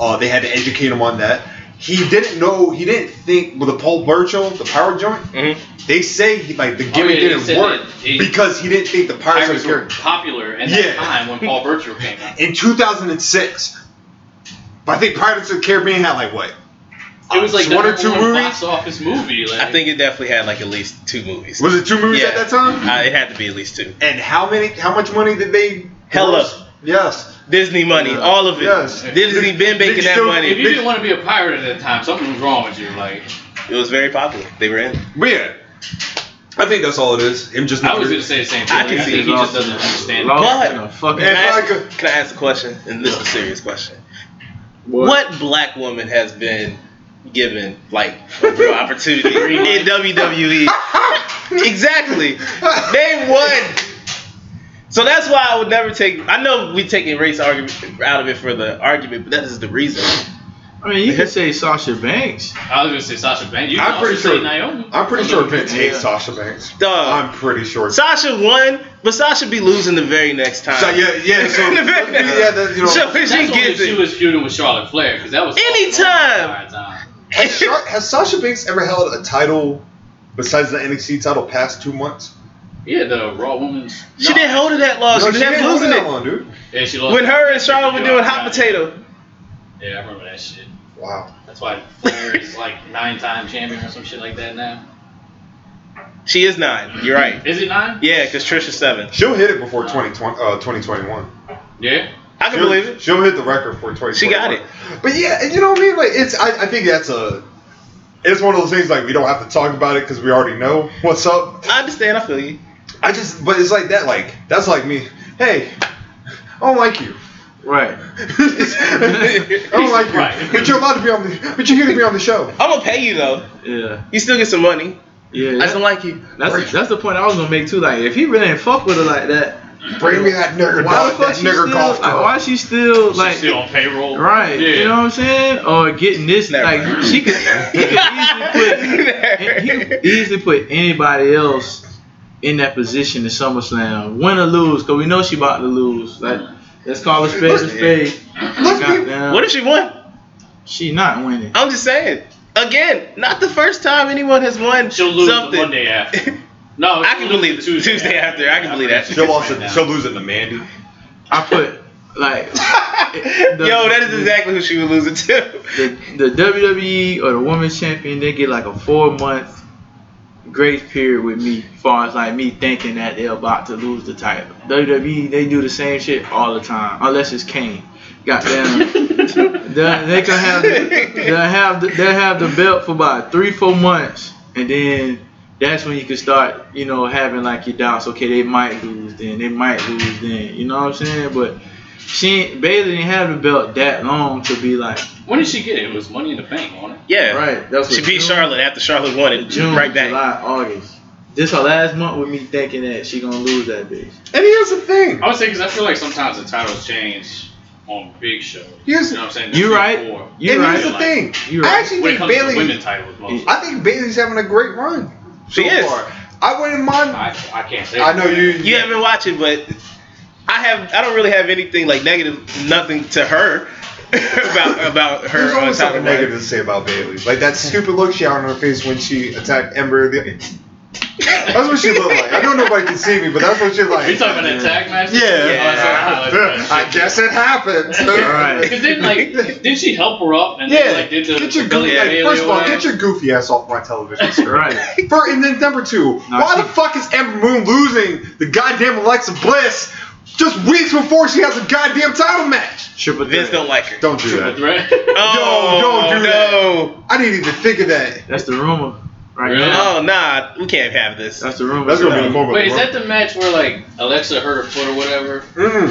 [SPEAKER 3] Uh, they had to educate him on that. He didn't know, he didn't think, with the Paul Burchill, the power joint,
[SPEAKER 2] Mhm.
[SPEAKER 3] they say, he, like, the gimmick
[SPEAKER 1] Oh, yeah, they said
[SPEAKER 3] didn't work
[SPEAKER 1] that he-
[SPEAKER 3] because he didn't think the pirates,
[SPEAKER 1] Pirates
[SPEAKER 3] were
[SPEAKER 1] were popular at
[SPEAKER 3] Yeah.
[SPEAKER 1] that time when Paul Virtual came out.
[SPEAKER 3] in 2006. But I think Pirates of the Caribbean had like what?
[SPEAKER 1] It
[SPEAKER 2] Uh,
[SPEAKER 1] was like
[SPEAKER 3] one or
[SPEAKER 1] the number
[SPEAKER 3] two
[SPEAKER 1] one
[SPEAKER 3] movies.
[SPEAKER 1] box office movie. Like,
[SPEAKER 2] I think it definitely had like at least two movies.
[SPEAKER 3] Was it two movies
[SPEAKER 2] Yeah.
[SPEAKER 3] at that time?
[SPEAKER 2] Uh, it had to be at least two.
[SPEAKER 3] And how many? How much money did they?
[SPEAKER 2] Hella.
[SPEAKER 3] gross? Yes.
[SPEAKER 2] Disney money,
[SPEAKER 3] Yeah.
[SPEAKER 2] all of it.
[SPEAKER 3] Yes.
[SPEAKER 2] Disney been making that
[SPEAKER 3] Still-
[SPEAKER 1] if
[SPEAKER 2] money.
[SPEAKER 1] you didn't want to be a pirate at that time, something was wrong with you. Like
[SPEAKER 2] It was very popular. They were in.
[SPEAKER 3] But yeah, I think that's all it is. Him just
[SPEAKER 1] I
[SPEAKER 3] not.
[SPEAKER 1] was gonna
[SPEAKER 3] really-
[SPEAKER 1] say the same thing.
[SPEAKER 2] I
[SPEAKER 1] Like,
[SPEAKER 2] can see
[SPEAKER 1] think he
[SPEAKER 4] Lost
[SPEAKER 1] just doesn't
[SPEAKER 4] in the-
[SPEAKER 1] understand.
[SPEAKER 4] Lost
[SPEAKER 2] But-
[SPEAKER 4] in the fucking
[SPEAKER 2] Can I,
[SPEAKER 3] If I
[SPEAKER 2] ask,
[SPEAKER 3] could-
[SPEAKER 2] can I ask a question? And this is a serious question.
[SPEAKER 4] What?
[SPEAKER 2] What black woman has been given like a real opportunity in WWE? exactly. They won. So that's why I would never take. I know we taking race argument out of it for the argument, but that is the reason.
[SPEAKER 4] I mean, you could say Sasha Banks.
[SPEAKER 1] I was gonna say Sasha Banks. You
[SPEAKER 3] I'm
[SPEAKER 1] can also
[SPEAKER 3] pretty
[SPEAKER 1] say
[SPEAKER 3] sure-
[SPEAKER 1] Naomi.
[SPEAKER 3] I'm pretty sure Vince hates
[SPEAKER 4] Yeah.
[SPEAKER 3] Sasha Banks.
[SPEAKER 2] Duh.
[SPEAKER 3] I'm pretty sure. So,
[SPEAKER 2] Sasha won, but Sasha be losing the very next time.
[SPEAKER 3] yeah, yeah. So
[SPEAKER 2] The very next-
[SPEAKER 3] yeah, that, you know.
[SPEAKER 2] so if
[SPEAKER 1] That's
[SPEAKER 2] she
[SPEAKER 1] only if
[SPEAKER 2] gets
[SPEAKER 1] she
[SPEAKER 2] it.
[SPEAKER 1] was feuding with Charlotte Flair because that was
[SPEAKER 2] Anytime.
[SPEAKER 1] Entire time.
[SPEAKER 3] Has, Sha- has Sasha Banks ever held a title besides the NXT title past two months?
[SPEAKER 1] Yeah, the Raw Women's.
[SPEAKER 2] She didn't hold it that long.
[SPEAKER 3] No,
[SPEAKER 2] she kept
[SPEAKER 3] didn't hold
[SPEAKER 2] Oh, losing
[SPEAKER 3] that
[SPEAKER 2] it.
[SPEAKER 3] long, dude.
[SPEAKER 1] Yeah, she lost.
[SPEAKER 2] When her and Charlotte were doing hot potato.
[SPEAKER 1] Yeah, I remember that shit.
[SPEAKER 3] Wow.
[SPEAKER 1] That's why Flair is like nine-time champion or some shit like that now.
[SPEAKER 2] She is nine. You're right.
[SPEAKER 1] Is it nine?
[SPEAKER 2] Yeah, because Trisha's seven.
[SPEAKER 3] She'll hit it before 2020, uh, 2021.
[SPEAKER 1] Yeah.
[SPEAKER 2] I can
[SPEAKER 3] She'll-
[SPEAKER 2] believe it.
[SPEAKER 3] She'll hit the record for 2021.
[SPEAKER 2] She got it.
[SPEAKER 3] But yeah, you know what I mean? Like it's I, I think that's a it's one of those things like we don't have to talk about it because we already know what's up.
[SPEAKER 2] I understand. I feel you.
[SPEAKER 3] I just but it's like that like that's like me. Hey, I don't like you.
[SPEAKER 4] Right.
[SPEAKER 3] I don't like you.
[SPEAKER 1] Right.
[SPEAKER 3] But you're allowed to be on the but you're here to be on the show.
[SPEAKER 2] I'm gonna pay you though.
[SPEAKER 4] Yeah.
[SPEAKER 2] You still get some money.
[SPEAKER 4] Yeah.
[SPEAKER 2] I just don't like you.
[SPEAKER 4] That's that's the point I was gonna make too. Like, if he really ain't fuck with her like that,
[SPEAKER 3] Bring me that nigger
[SPEAKER 4] why
[SPEAKER 3] dog,
[SPEAKER 4] the fuck
[SPEAKER 3] that
[SPEAKER 4] she still?
[SPEAKER 3] nigger golf
[SPEAKER 4] Like,
[SPEAKER 3] cart.
[SPEAKER 4] why she still like?
[SPEAKER 1] She's still on payroll.
[SPEAKER 4] Right.
[SPEAKER 1] Yeah.
[SPEAKER 4] You know what I'm saying? Or getting this
[SPEAKER 2] Never.
[SPEAKER 4] like she could, he could easily put he could easily put anybody else in that position in SummerSlam, win or lose, because we know she about to lose. Like, let's call it spade a spade.
[SPEAKER 3] Let's be-
[SPEAKER 4] Goddamn,
[SPEAKER 2] What if she won?
[SPEAKER 4] she not winning?
[SPEAKER 2] I'm just saying. Again, not the first time anyone has won
[SPEAKER 1] She'll lose the
[SPEAKER 2] something.
[SPEAKER 1] Monday after. No,
[SPEAKER 2] I can believe it. Tuesday, after. I can believe that.
[SPEAKER 3] She'll,
[SPEAKER 1] Right
[SPEAKER 3] lost it,
[SPEAKER 1] now.
[SPEAKER 3] she'll lose it to Mandy.
[SPEAKER 4] I put like the-
[SPEAKER 2] Yo, that is exactly who she would lose it to.
[SPEAKER 4] the, the WWE or the Women's Champion. They get like a four month grace period with me, far as like me thinking that they're about to lose the title. WWE they do the same shit all the time, unless it's Kane. Goddamn. They- they can have the, they have the, they have the belt for about three four months, and then that's when you can start you know having like your doubts. Okay, they might lose then, they might lose then. You know what I'm saying? But she Bailey didn't have the belt that long to be like
[SPEAKER 1] When did she get it? It was Money in the Bank, wasn't it?
[SPEAKER 2] yeah.
[SPEAKER 4] right. That's what
[SPEAKER 2] She beat
[SPEAKER 4] June-
[SPEAKER 2] Charlotte after Charlotte won it.
[SPEAKER 4] June,
[SPEAKER 2] right back.
[SPEAKER 4] July, August. This her last month with me thinking that she gonna lose that bitch.
[SPEAKER 3] And here's the thing.
[SPEAKER 1] I would say because I feel like sometimes the titles change on big shows.
[SPEAKER 3] Here's
[SPEAKER 1] You know what I'm saying?
[SPEAKER 4] You
[SPEAKER 1] The
[SPEAKER 4] right.
[SPEAKER 1] Big Four.
[SPEAKER 4] You
[SPEAKER 3] and
[SPEAKER 4] right.
[SPEAKER 3] here's the
[SPEAKER 1] like,
[SPEAKER 3] thing.
[SPEAKER 4] you
[SPEAKER 3] I
[SPEAKER 4] right.
[SPEAKER 3] actually
[SPEAKER 1] When it
[SPEAKER 3] think
[SPEAKER 1] comes to
[SPEAKER 3] Bailey
[SPEAKER 1] women titles, mostly.
[SPEAKER 3] I think Bailey's having a great run.
[SPEAKER 2] She
[SPEAKER 3] so
[SPEAKER 2] is.
[SPEAKER 3] Far. I wouldn't mind.
[SPEAKER 1] I, I can't say.
[SPEAKER 3] I know you.
[SPEAKER 2] You haven't watched it, but I have I don't really have anything like negative, nothing to her about about her.
[SPEAKER 3] There's
[SPEAKER 2] on
[SPEAKER 3] always
[SPEAKER 2] top
[SPEAKER 3] something
[SPEAKER 2] of that.
[SPEAKER 3] negative to say about Bailey. Like that stupid look she had on her face when she attacked Ember. The, that's what she looked like. I know nobody can see me, but that's what she looked
[SPEAKER 1] You
[SPEAKER 3] like.
[SPEAKER 1] talking about that tag match? Oh,
[SPEAKER 3] Yeah.
[SPEAKER 1] that's-
[SPEAKER 3] I guess it happened.
[SPEAKER 4] Right.
[SPEAKER 1] Because then, like, did she help her up? And
[SPEAKER 3] Yeah,
[SPEAKER 1] then, like, did the,
[SPEAKER 3] get your
[SPEAKER 1] the
[SPEAKER 3] goofy.
[SPEAKER 1] Billie
[SPEAKER 3] Like,
[SPEAKER 1] Bailey
[SPEAKER 3] first of
[SPEAKER 1] or
[SPEAKER 3] all,
[SPEAKER 1] whatever?
[SPEAKER 3] get your goofy ass off my television screen.
[SPEAKER 4] Right.
[SPEAKER 3] For, and then number two,
[SPEAKER 4] No,
[SPEAKER 3] why
[SPEAKER 4] she-
[SPEAKER 3] the fuck is Ember Moon losing the goddamn Alexa Bliss just weeks before she has a goddamn title match?
[SPEAKER 4] Triple
[SPEAKER 2] Vince
[SPEAKER 4] threat.
[SPEAKER 2] don't like her.
[SPEAKER 3] Don't do
[SPEAKER 1] Triple
[SPEAKER 3] that.
[SPEAKER 1] threat.
[SPEAKER 2] Oh,
[SPEAKER 3] Yo, don't do
[SPEAKER 2] no.
[SPEAKER 3] I didn't even think of that.
[SPEAKER 4] That's the rumor. Right
[SPEAKER 1] Really?
[SPEAKER 4] now.
[SPEAKER 2] Oh nah, we can't have this.
[SPEAKER 4] That's the rumor.
[SPEAKER 3] That's gonna be the
[SPEAKER 4] No.
[SPEAKER 3] moment.
[SPEAKER 1] Wait, is that the match where, like, Alexa hurt her foot or whatever?
[SPEAKER 3] Mm,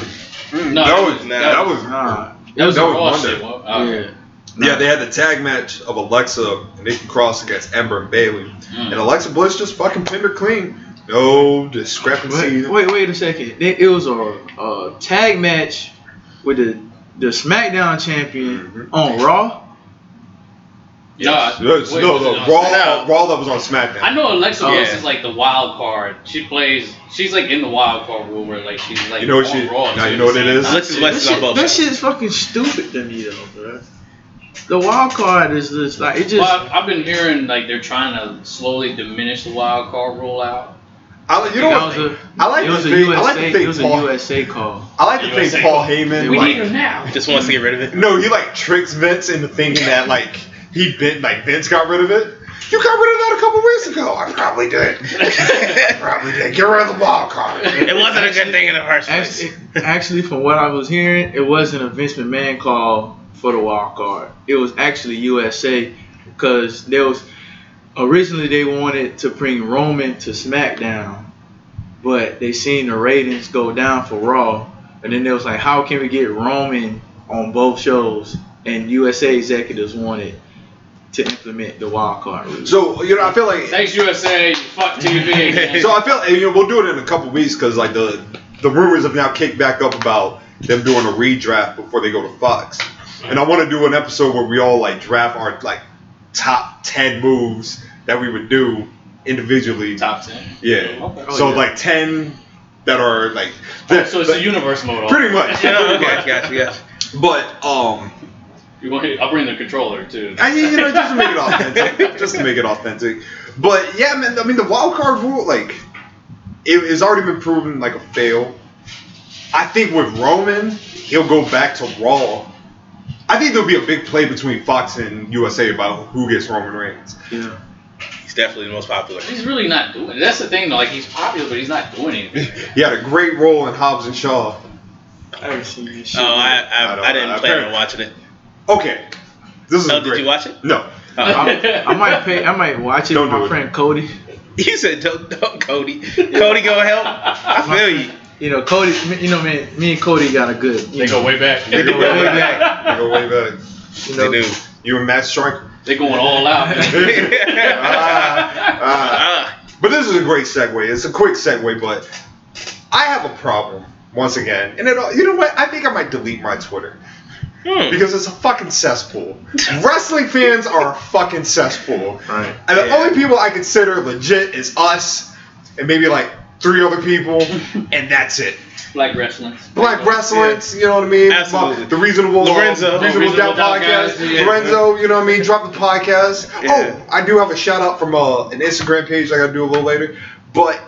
[SPEAKER 3] mm,
[SPEAKER 1] No,
[SPEAKER 3] that
[SPEAKER 1] that
[SPEAKER 3] was
[SPEAKER 1] was-
[SPEAKER 3] that was.
[SPEAKER 4] Nah. That was
[SPEAKER 3] That
[SPEAKER 4] a
[SPEAKER 3] was
[SPEAKER 1] Raw
[SPEAKER 3] Monday.
[SPEAKER 1] Oh, shit, well,
[SPEAKER 4] yeah.
[SPEAKER 1] okay.
[SPEAKER 3] Yeah, they had the tag match of Alexa and Nikki Cross against Ember and Bailey,
[SPEAKER 1] Mm.
[SPEAKER 3] and Alexa Bliss just fucking pinned her clean. No discrepancy.
[SPEAKER 4] Wait, wait, wait a second. It, it was a, a tag match with the the SmackDown champion
[SPEAKER 3] Mhm.
[SPEAKER 4] on Raw.
[SPEAKER 1] Yeah.
[SPEAKER 3] Yes,
[SPEAKER 1] Wait,
[SPEAKER 3] no,
[SPEAKER 1] was it
[SPEAKER 3] no,
[SPEAKER 1] on
[SPEAKER 3] Raw,
[SPEAKER 2] SmackDown?
[SPEAKER 3] Raw that was on SmackDown.
[SPEAKER 1] I know Alexa
[SPEAKER 4] Oh,
[SPEAKER 1] Bliss
[SPEAKER 2] yeah.
[SPEAKER 1] is like the wild card. She plays. She's like in the wild card rule where like she's like
[SPEAKER 3] You know what
[SPEAKER 1] on
[SPEAKER 3] she-
[SPEAKER 1] Raw.
[SPEAKER 3] now
[SPEAKER 1] too
[SPEAKER 3] you
[SPEAKER 1] at
[SPEAKER 3] know what
[SPEAKER 1] the
[SPEAKER 3] it
[SPEAKER 1] same
[SPEAKER 3] is?
[SPEAKER 1] time,
[SPEAKER 2] Alexa's
[SPEAKER 1] too.
[SPEAKER 2] Bliss
[SPEAKER 4] That
[SPEAKER 2] is on
[SPEAKER 4] shit,
[SPEAKER 2] both.
[SPEAKER 4] that
[SPEAKER 2] sides.
[SPEAKER 4] shit is fucking stupid to me though, bro. The wild card is just like it just.
[SPEAKER 1] Well, I've, I've been hearing like they're trying to slowly diminish the wild card rule out.
[SPEAKER 3] I, you know what?
[SPEAKER 4] that was a-
[SPEAKER 3] I like
[SPEAKER 4] it
[SPEAKER 3] to
[SPEAKER 4] was a
[SPEAKER 3] think- I
[SPEAKER 4] USA.
[SPEAKER 3] like to
[SPEAKER 4] it
[SPEAKER 3] think
[SPEAKER 4] was a
[SPEAKER 3] Paul-
[SPEAKER 4] USA call.
[SPEAKER 3] I like to think
[SPEAKER 1] USA.
[SPEAKER 3] Paul Heyman.
[SPEAKER 1] We
[SPEAKER 3] like,
[SPEAKER 1] need her now.
[SPEAKER 2] Just wants to get rid of it.
[SPEAKER 3] No, he like tricks Vince into thinking that like he bent like Vince got rid of it. You got rid of that a couple weeks ago. I probably did. probably did. Get rid of the wild card.
[SPEAKER 2] it wasn't a good thing in the first place.
[SPEAKER 4] Actually, actually, from what I was hearing, it wasn't a Vince McMahon call for the wild card. It was actually USA because there was originally they wanted to bring Roman to SmackDown, but they seen the ratings go down for Raw, and then they was like, how can we get Roman on both shows? And USA executives wanted to implement the wild card rule.
[SPEAKER 3] So you know, I feel like
[SPEAKER 1] Thanks USA. You fuck TV. again.
[SPEAKER 3] so I feel and, you know we'll do it in a couple weeks because like the the rumors have now kicked back up about them doing a redraft before they go to Fox, and I want to do an episode where we all like draft our like top ten moves that we would do individually.
[SPEAKER 1] Top ten.
[SPEAKER 3] Yeah.
[SPEAKER 1] Okay.
[SPEAKER 4] Oh,
[SPEAKER 3] so
[SPEAKER 4] yeah.
[SPEAKER 3] like ten that are like
[SPEAKER 1] Oh, so it's
[SPEAKER 3] the-
[SPEAKER 1] the universe mode. on.
[SPEAKER 3] pretty much.
[SPEAKER 2] yeah, okay, gotcha, gotcha.
[SPEAKER 3] But um,
[SPEAKER 1] You want? I'll bring the controller too.
[SPEAKER 3] I mean, you know, just to make it authentic, just to make it authentic. But yeah, man, I mean, the wild card rule, like, it has already been proven like a fail. I think with Roman, he'll go back to Raw. I think there'll be a big play between Fox and USA about who gets Roman Reigns.
[SPEAKER 4] yeah.
[SPEAKER 2] He's definitely the most popular. Oh,
[SPEAKER 1] He's really not doing. It. That's the thing though. Like he's popular, but he's not doing anything.
[SPEAKER 3] He had a great role in Hobbs and Shaw.
[SPEAKER 4] I haven't seen this shit.
[SPEAKER 2] Oh, I
[SPEAKER 3] I don't-
[SPEAKER 2] I, I
[SPEAKER 3] I-
[SPEAKER 2] didn't plan on watching it.
[SPEAKER 3] Okay, this is
[SPEAKER 2] Oh,
[SPEAKER 3] great.
[SPEAKER 2] did you watch it?
[SPEAKER 3] No,
[SPEAKER 2] Oh.
[SPEAKER 4] I, I might pay. I might watch it.
[SPEAKER 3] Don't
[SPEAKER 4] with my
[SPEAKER 3] do it.
[SPEAKER 4] friend Cody.
[SPEAKER 2] You said don't, don't Cody. Cody go help. I feel you.
[SPEAKER 4] You know, Cody. You know, man. Me and Cody got a good. You
[SPEAKER 1] They
[SPEAKER 4] know,
[SPEAKER 1] go way back.
[SPEAKER 4] They go way back.
[SPEAKER 3] you go way back.
[SPEAKER 4] You
[SPEAKER 2] They
[SPEAKER 4] know,
[SPEAKER 2] do.
[SPEAKER 3] You and Matt Striker.
[SPEAKER 1] They're going all out.
[SPEAKER 3] Ah, ah.
[SPEAKER 2] Ah,
[SPEAKER 3] But this is a great segue. It's a quick segue, but I have a problem once again. And it, all- you know what? I think I might delete my Twitter
[SPEAKER 2] hmm.
[SPEAKER 3] because it's a fucking cesspool. Wrestling fans are a fucking cesspool.
[SPEAKER 4] Right.
[SPEAKER 3] And the
[SPEAKER 2] Yeah.
[SPEAKER 3] only people I consider legit is us and maybe like three other people, and that's it.
[SPEAKER 1] Black wrestling.
[SPEAKER 3] Black wrestlers, you know what I mean?
[SPEAKER 2] Absolutely.
[SPEAKER 3] The reasonable um,
[SPEAKER 2] Lorenzo.
[SPEAKER 3] reasonable
[SPEAKER 1] Reasonable
[SPEAKER 3] doubt
[SPEAKER 1] Doubt
[SPEAKER 3] podcast.
[SPEAKER 1] guys, yeah.
[SPEAKER 3] Lorenzo, you know what I mean? Drop the podcast.
[SPEAKER 2] Yeah.
[SPEAKER 3] Oh, I do have a shout out from uh, an Instagram page I gotta do a little later. But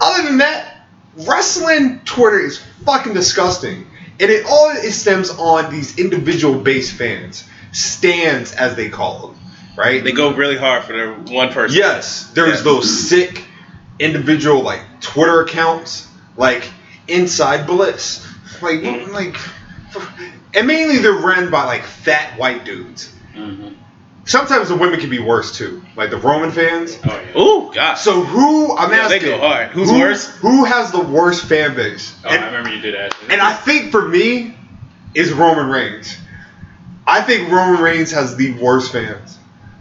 [SPEAKER 3] other than that, wrestling Twitter is fucking disgusting, and it all it stems on these individual base fans, stands as they call them, right?
[SPEAKER 2] They go really hard for their one person.
[SPEAKER 3] Yes, there's
[SPEAKER 2] Yeah.
[SPEAKER 3] those sick individual like Twitter accounts, like Inside Bliss, like
[SPEAKER 2] Mm.
[SPEAKER 3] like, and mainly they're run by like fat white dudes.
[SPEAKER 1] hmm
[SPEAKER 3] Sometimes the women can be worse too, like the Roman fans.
[SPEAKER 1] Oh yeah.
[SPEAKER 2] Ooh, gosh.
[SPEAKER 3] So who I'm
[SPEAKER 2] Yeah, they
[SPEAKER 3] asking?
[SPEAKER 2] go hard. Who's
[SPEAKER 3] who-
[SPEAKER 2] worse?
[SPEAKER 3] Who has the worst fan base?
[SPEAKER 1] Oh,
[SPEAKER 3] and,
[SPEAKER 1] I remember you did that.
[SPEAKER 3] and I think for me, is Roman Reigns. I think Roman Reigns has the worst fans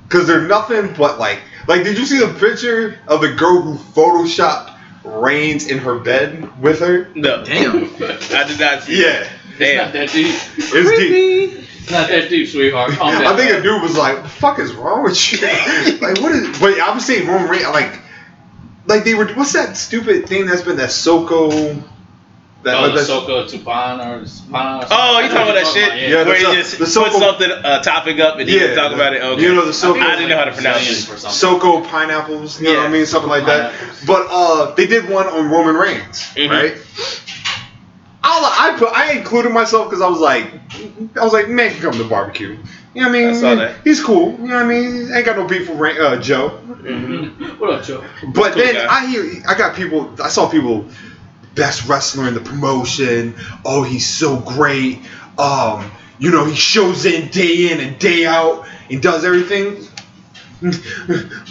[SPEAKER 3] because they're nothing but like like. Did you see the picture of the girl who photoshopped Reigns in her bed with her?
[SPEAKER 2] No,
[SPEAKER 4] Damn.
[SPEAKER 2] I did not see.
[SPEAKER 3] Yeah,
[SPEAKER 2] it.
[SPEAKER 1] It's not
[SPEAKER 2] Damn.
[SPEAKER 1] that deep.
[SPEAKER 3] it's deep.
[SPEAKER 1] It's not that deep, sweetheart. Calm down.
[SPEAKER 3] I think a dude was like, "What the fuck is wrong with you? like, what is?" But I'm saying Roman Reigns, like, like they were. What's that stupid thing that's been that Soko That,
[SPEAKER 1] oh, the
[SPEAKER 3] that's-
[SPEAKER 1] Soko Tupan or Tupan or
[SPEAKER 2] Oh, you
[SPEAKER 1] something. I know
[SPEAKER 2] talking about
[SPEAKER 1] what you're
[SPEAKER 2] that shit?
[SPEAKER 1] about,
[SPEAKER 3] Yeah,
[SPEAKER 2] where
[SPEAKER 3] the
[SPEAKER 2] you
[SPEAKER 3] so-
[SPEAKER 2] just
[SPEAKER 3] the
[SPEAKER 2] put
[SPEAKER 3] so-called-
[SPEAKER 2] something uh, topic up and then
[SPEAKER 3] Yeah,
[SPEAKER 2] you talk
[SPEAKER 3] the-
[SPEAKER 2] about it. Okay.
[SPEAKER 3] you know the
[SPEAKER 1] I think
[SPEAKER 3] Soko,
[SPEAKER 1] it
[SPEAKER 2] I
[SPEAKER 1] was
[SPEAKER 2] didn't know how to pronounce
[SPEAKER 1] Brazilian
[SPEAKER 2] it.
[SPEAKER 1] or something.
[SPEAKER 3] Soko pineapples, you know what I
[SPEAKER 2] Yeah.
[SPEAKER 3] mean, something like that.
[SPEAKER 1] Pineapples.
[SPEAKER 3] But uh, they did one on Roman Reigns,
[SPEAKER 2] Mhm.
[SPEAKER 3] right? I I put I included myself because I was like, I was like, man can come to barbecue. You know what I mean? Mm-hmm.
[SPEAKER 2] I saw that.
[SPEAKER 3] He's cool. You know what I mean? Ain't got no beef with Ra- uh, Joe.
[SPEAKER 1] What up, Joe?
[SPEAKER 3] But
[SPEAKER 2] Cool
[SPEAKER 3] then
[SPEAKER 2] guy.
[SPEAKER 3] I hear I got people I saw people best wrestler in the promotion. Oh, he's so great. Um, you know, he shows in day in and day out and does everything.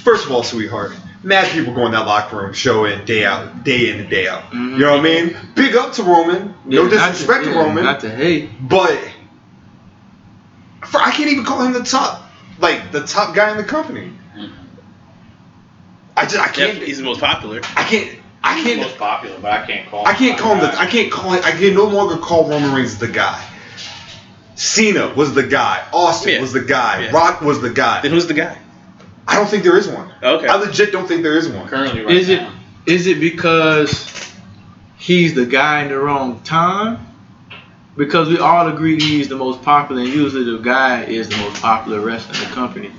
[SPEAKER 3] First of all, sweetheart, mad people go in that locker room, show in day out, day in and day out. You know what I mean? Big up to Roman. No
[SPEAKER 4] Mm-hmm. Yeah, not to-
[SPEAKER 3] disrespect to,
[SPEAKER 4] yeah,
[SPEAKER 3] Roman.
[SPEAKER 4] Not to hate.
[SPEAKER 3] But for, I can't even call him the top, like the top guy in the company. I just I
[SPEAKER 2] Yeah,
[SPEAKER 3] can't.
[SPEAKER 2] he's the most popular.
[SPEAKER 3] I can't. I
[SPEAKER 1] He's the
[SPEAKER 3] can't.
[SPEAKER 1] most popular, but I can't call.
[SPEAKER 3] I can't call him the. I can't call. it- I can no longer call Roman Reigns the guy. Cena was the guy. Austin
[SPEAKER 2] Yeah.
[SPEAKER 3] was the guy.
[SPEAKER 2] Yeah.
[SPEAKER 3] Rock was the guy.
[SPEAKER 2] Then who's the guy?
[SPEAKER 3] I don't think there is one.
[SPEAKER 2] Okay.
[SPEAKER 3] I legit don't think there is one.
[SPEAKER 1] currently right
[SPEAKER 4] Is it
[SPEAKER 1] now.
[SPEAKER 4] is it because he's the guy in the wrong time? Because we all agree he's the most popular, and usually the guy is the most popular wrestler in the company.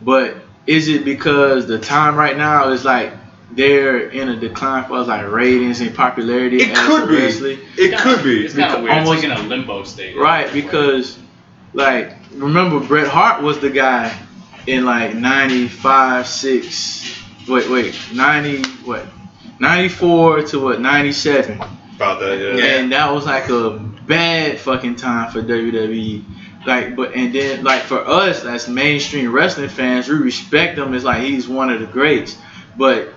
[SPEAKER 4] But is it because the time right now is like they're in a decline for us, like ratings and popularity?
[SPEAKER 3] It
[SPEAKER 4] as
[SPEAKER 3] could
[SPEAKER 4] a
[SPEAKER 3] be.
[SPEAKER 4] wrestler?
[SPEAKER 3] It could be.
[SPEAKER 1] It's kind of weird.
[SPEAKER 4] almost-
[SPEAKER 1] it's like in a limbo state.
[SPEAKER 4] Right, because like remember Bret Hart was the guy in like 95, 6, wait, wait, 90, what? 94 to what, 97.
[SPEAKER 3] About that,
[SPEAKER 2] Yeah.
[SPEAKER 4] And that was like a bad fucking time for WWE. Like, but and then like for us as mainstream wrestling fans, we respect him as like he's one of the greats. But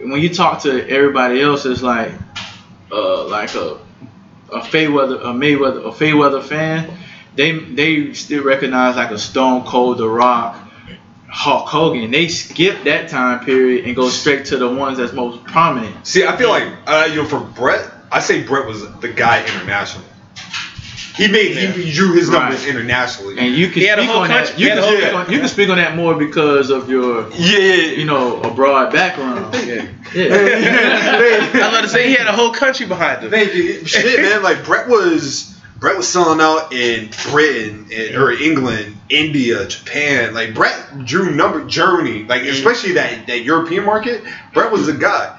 [SPEAKER 4] when you talk to everybody else, it's like, uh, like a a Fayweather, a Mayweather, a Fayweather fan, they they still recognize like a Stone Cold, The Rock, Hulk Hogan. They skip that time period and go straight to the ones that's most prominent.
[SPEAKER 3] See, I feel like uh, you know, for Brett, I say Brett was the guy international. He made he drew his numbers
[SPEAKER 4] Right.
[SPEAKER 3] internationally.
[SPEAKER 4] And you can
[SPEAKER 2] He had a
[SPEAKER 4] speak
[SPEAKER 2] whole
[SPEAKER 4] on
[SPEAKER 2] country-
[SPEAKER 4] that. You
[SPEAKER 2] he had
[SPEAKER 4] can,
[SPEAKER 2] a whole
[SPEAKER 4] speak on,
[SPEAKER 3] country.
[SPEAKER 4] you can speak on that more because of your,
[SPEAKER 3] yeah, yeah,
[SPEAKER 4] you know, a broad background.
[SPEAKER 2] Yeah.
[SPEAKER 4] Yeah.
[SPEAKER 2] I was about to say he had a whole country behind him.
[SPEAKER 3] Thank you. Shit, man. Like Brett was Brett was selling out in Britain and, or England, India, Japan. Like Brett drew number Germany, like
[SPEAKER 2] Mhm.
[SPEAKER 3] especially that that European market. Brett was the guy.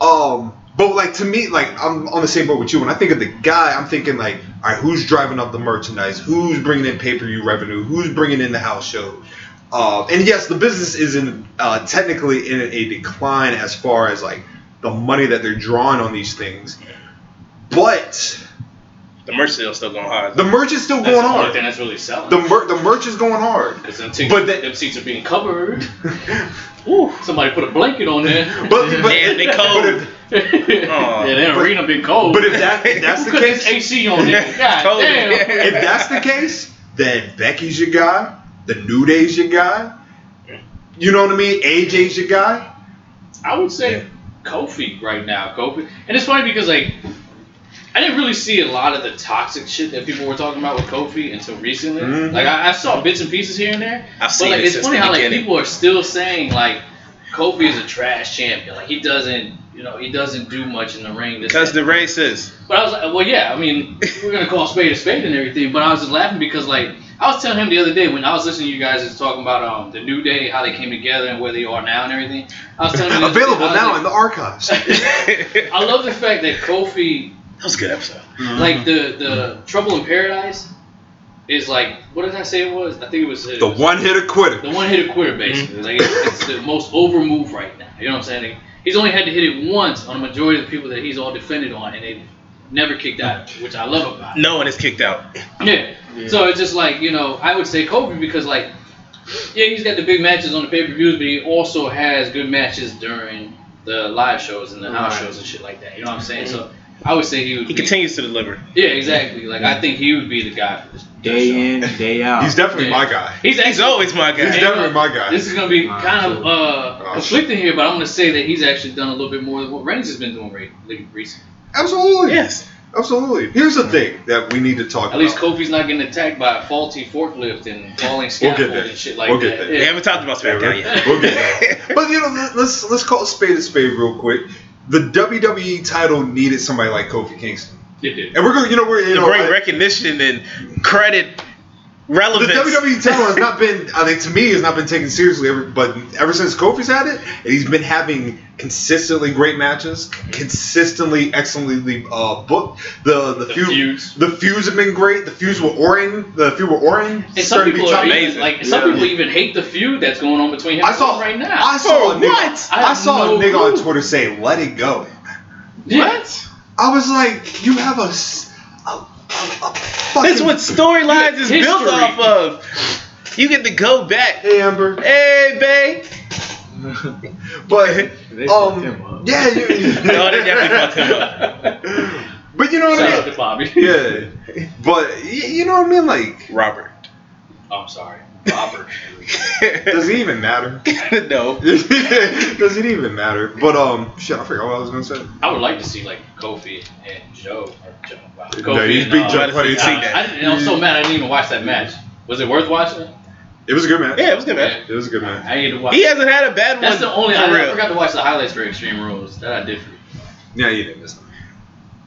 [SPEAKER 3] Um, but like to me, like I'm on the same boat with you. When I think of the guy, I'm thinking like, all right, who's driving up the merchandise? Who's bringing in pay per view revenue? Who's bringing in the house show? Uh, and yes, the business is in uh, technically in a decline as far as like the money that they're drawing on these things. But
[SPEAKER 2] The merch sale's still going hard.
[SPEAKER 3] the merch is still
[SPEAKER 1] That's
[SPEAKER 3] going
[SPEAKER 1] the only
[SPEAKER 3] hard.
[SPEAKER 1] thing that's really selling.
[SPEAKER 3] The mer- the merch is going hard.
[SPEAKER 1] Because them, seats-
[SPEAKER 3] But that-
[SPEAKER 1] them seats are being covered.
[SPEAKER 3] but
[SPEAKER 1] Ooh, somebody put a blanket on there.
[SPEAKER 3] but,
[SPEAKER 2] Damn, they cold.
[SPEAKER 3] but if,
[SPEAKER 1] yeah, that
[SPEAKER 3] but-
[SPEAKER 1] arena been cold.
[SPEAKER 3] but if that if that's
[SPEAKER 1] Who
[SPEAKER 3] the
[SPEAKER 1] put this
[SPEAKER 3] case,
[SPEAKER 1] AC on there? God
[SPEAKER 2] Cold.
[SPEAKER 1] damn.
[SPEAKER 3] if that's the case, then Becky's your guy. The New Day's your guy. You know what I mean? AJ's your guy.
[SPEAKER 1] I would say
[SPEAKER 2] Yeah.
[SPEAKER 1] Kofi right now. Kofi, and it's funny because like I didn't really see a lot of the toxic shit that people were talking about with Kofi until recently.
[SPEAKER 3] Mhm.
[SPEAKER 1] Like I, I saw bits and pieces here and there.
[SPEAKER 2] I've seen
[SPEAKER 1] but like
[SPEAKER 2] it
[SPEAKER 1] it's
[SPEAKER 2] since
[SPEAKER 1] funny
[SPEAKER 2] the
[SPEAKER 1] how like
[SPEAKER 2] beginning.
[SPEAKER 1] people are still saying like Kofi is a trash champion. Like he doesn't, you know, he doesn't do much in the ring. This,
[SPEAKER 2] Because
[SPEAKER 1] that.
[SPEAKER 2] the racist.
[SPEAKER 1] But I was like, well, yeah, I mean, we're gonna call a spade a spade and everything. But I was just laughing because, like, I was telling him the other day when I was listening to you guys just talking about um the new day, how they came together and where they are now and everything. I was telling him the other day,
[SPEAKER 3] Available
[SPEAKER 1] I was
[SPEAKER 3] now
[SPEAKER 1] like-
[SPEAKER 3] in the archives.
[SPEAKER 2] that
[SPEAKER 1] I love the fact that Kofi,
[SPEAKER 2] was a good episode.
[SPEAKER 1] like the the Trouble in Paradise, is like what did I say it was? I think it was it
[SPEAKER 3] the
[SPEAKER 1] was-
[SPEAKER 3] one hitter
[SPEAKER 1] the
[SPEAKER 3] quitter.
[SPEAKER 1] one hitter quitter basically. Like it's, it's the most over move right now. You know what I'm saying? Like, he's only had to hit it once on a majority of the people that he's all defended on, and they never kicked out, which I love about. it.
[SPEAKER 2] No one is kicked out.
[SPEAKER 1] Yeah. So it's just like you know, I would say Kobe because like, yeah, he's got the big matches on the pay per views, but he also has good matches during the live shows and the house
[SPEAKER 4] Right.
[SPEAKER 1] shows and shit like that. You know what I'm saying? So I would say he would.
[SPEAKER 2] He
[SPEAKER 1] be,
[SPEAKER 2] continues to deliver.
[SPEAKER 1] Yeah, exactly. Like I think he would be the guy for this. show.
[SPEAKER 4] Day in, day out.
[SPEAKER 3] He's definitely my guy.
[SPEAKER 1] He's
[SPEAKER 2] He's
[SPEAKER 1] actually.
[SPEAKER 2] always my
[SPEAKER 3] He's
[SPEAKER 1] Yeah.
[SPEAKER 2] guy.
[SPEAKER 3] definitely my guy.
[SPEAKER 1] This is gonna be
[SPEAKER 4] Nah,
[SPEAKER 1] kind of
[SPEAKER 4] sure.
[SPEAKER 1] uh,
[SPEAKER 3] shit.
[SPEAKER 1] conflicting here, but I'm gonna say that he's actually done a little bit more than what Reigns has been doing re- re- recently.
[SPEAKER 3] Absolutely.
[SPEAKER 2] Yes.
[SPEAKER 3] Absolutely. Here's the thing that we need to talk
[SPEAKER 1] At least
[SPEAKER 3] about.
[SPEAKER 1] Kofi's not getting attacked by a faulty forklift and falling
[SPEAKER 3] We'll get
[SPEAKER 1] scaffold
[SPEAKER 3] there.
[SPEAKER 1] and shit like
[SPEAKER 3] We'll
[SPEAKER 1] that.
[SPEAKER 3] get there.
[SPEAKER 1] Yeah.
[SPEAKER 2] We haven't talked about SmackDown
[SPEAKER 3] Yeah,
[SPEAKER 2] yet.
[SPEAKER 3] We'll get there. But you know, let- let's let's call a spade a spade real quick. the WWE title needed somebody like Kofi Kingston,
[SPEAKER 1] It did.
[SPEAKER 3] and we're going. to You know, we're you
[SPEAKER 2] to
[SPEAKER 3] know,
[SPEAKER 2] bring
[SPEAKER 3] I-
[SPEAKER 2] recognition and credit, relevance.
[SPEAKER 3] The E WWE title has not been, I mean, to me, has not been taken seriously. Ever, but ever since Kofi's had it, and he's been having consistently great matches, consistently excellently uh, booked. The the,
[SPEAKER 1] The
[SPEAKER 3] feud,
[SPEAKER 1] feuds.
[SPEAKER 3] the feuds have been great. The feuds were Orin. The feud with Orin.
[SPEAKER 1] And some people are even,
[SPEAKER 2] amazing.
[SPEAKER 1] like some
[SPEAKER 4] Yeah.
[SPEAKER 1] people even hate the feud that's going on between him
[SPEAKER 3] I
[SPEAKER 1] and
[SPEAKER 3] saw
[SPEAKER 1] right now.
[SPEAKER 3] I saw
[SPEAKER 2] Oh,
[SPEAKER 3] a nigga,
[SPEAKER 2] what?
[SPEAKER 1] I
[SPEAKER 3] I,
[SPEAKER 1] have
[SPEAKER 3] saw
[SPEAKER 1] no
[SPEAKER 3] a nigga on
[SPEAKER 1] clue.
[SPEAKER 3] Twitter say, "Let it go."
[SPEAKER 1] Yeah.
[SPEAKER 3] I was like, "You have a." s- a- a- a fucking-
[SPEAKER 2] That's what storylines is built
[SPEAKER 1] History.
[SPEAKER 2] off of. You get to go back.
[SPEAKER 3] Hey Amber,
[SPEAKER 2] Hey, babe.
[SPEAKER 3] but
[SPEAKER 4] They fucked him
[SPEAKER 3] um,
[SPEAKER 4] up.
[SPEAKER 3] yeah, you,
[SPEAKER 2] No, they definitely fucked him up.
[SPEAKER 3] But you know what I
[SPEAKER 1] Shout
[SPEAKER 3] mean.
[SPEAKER 1] out to Bobby.
[SPEAKER 3] Yeah, but y- you know what I mean. Like,
[SPEAKER 2] Robert.
[SPEAKER 1] Oh, I'm sorry, Bobber.
[SPEAKER 3] does it even matter?
[SPEAKER 2] no.
[SPEAKER 3] does it even matter? But um, shit, I forgot what I was gonna say.
[SPEAKER 1] I would like to see like Kofi and Joe. Or Joe wow.
[SPEAKER 3] No,
[SPEAKER 1] Kofi
[SPEAKER 3] he's
[SPEAKER 1] and,
[SPEAKER 3] big
[SPEAKER 1] uh,
[SPEAKER 3] Joe
[SPEAKER 1] I,
[SPEAKER 3] Funny.
[SPEAKER 1] I, I, and I'm so mad I didn't even watch that match. Was it worth watching?
[SPEAKER 3] It was a good match.
[SPEAKER 2] Yeah, it was good, man.
[SPEAKER 3] It was a good match.
[SPEAKER 1] I need to watch.
[SPEAKER 2] He hasn't had a bad one.
[SPEAKER 1] That's the only.
[SPEAKER 2] for
[SPEAKER 1] I, I
[SPEAKER 2] real.
[SPEAKER 1] forgot to watch the highlights for Extreme Rules. That I did. For
[SPEAKER 3] Yeah, you didn't miss. nothing.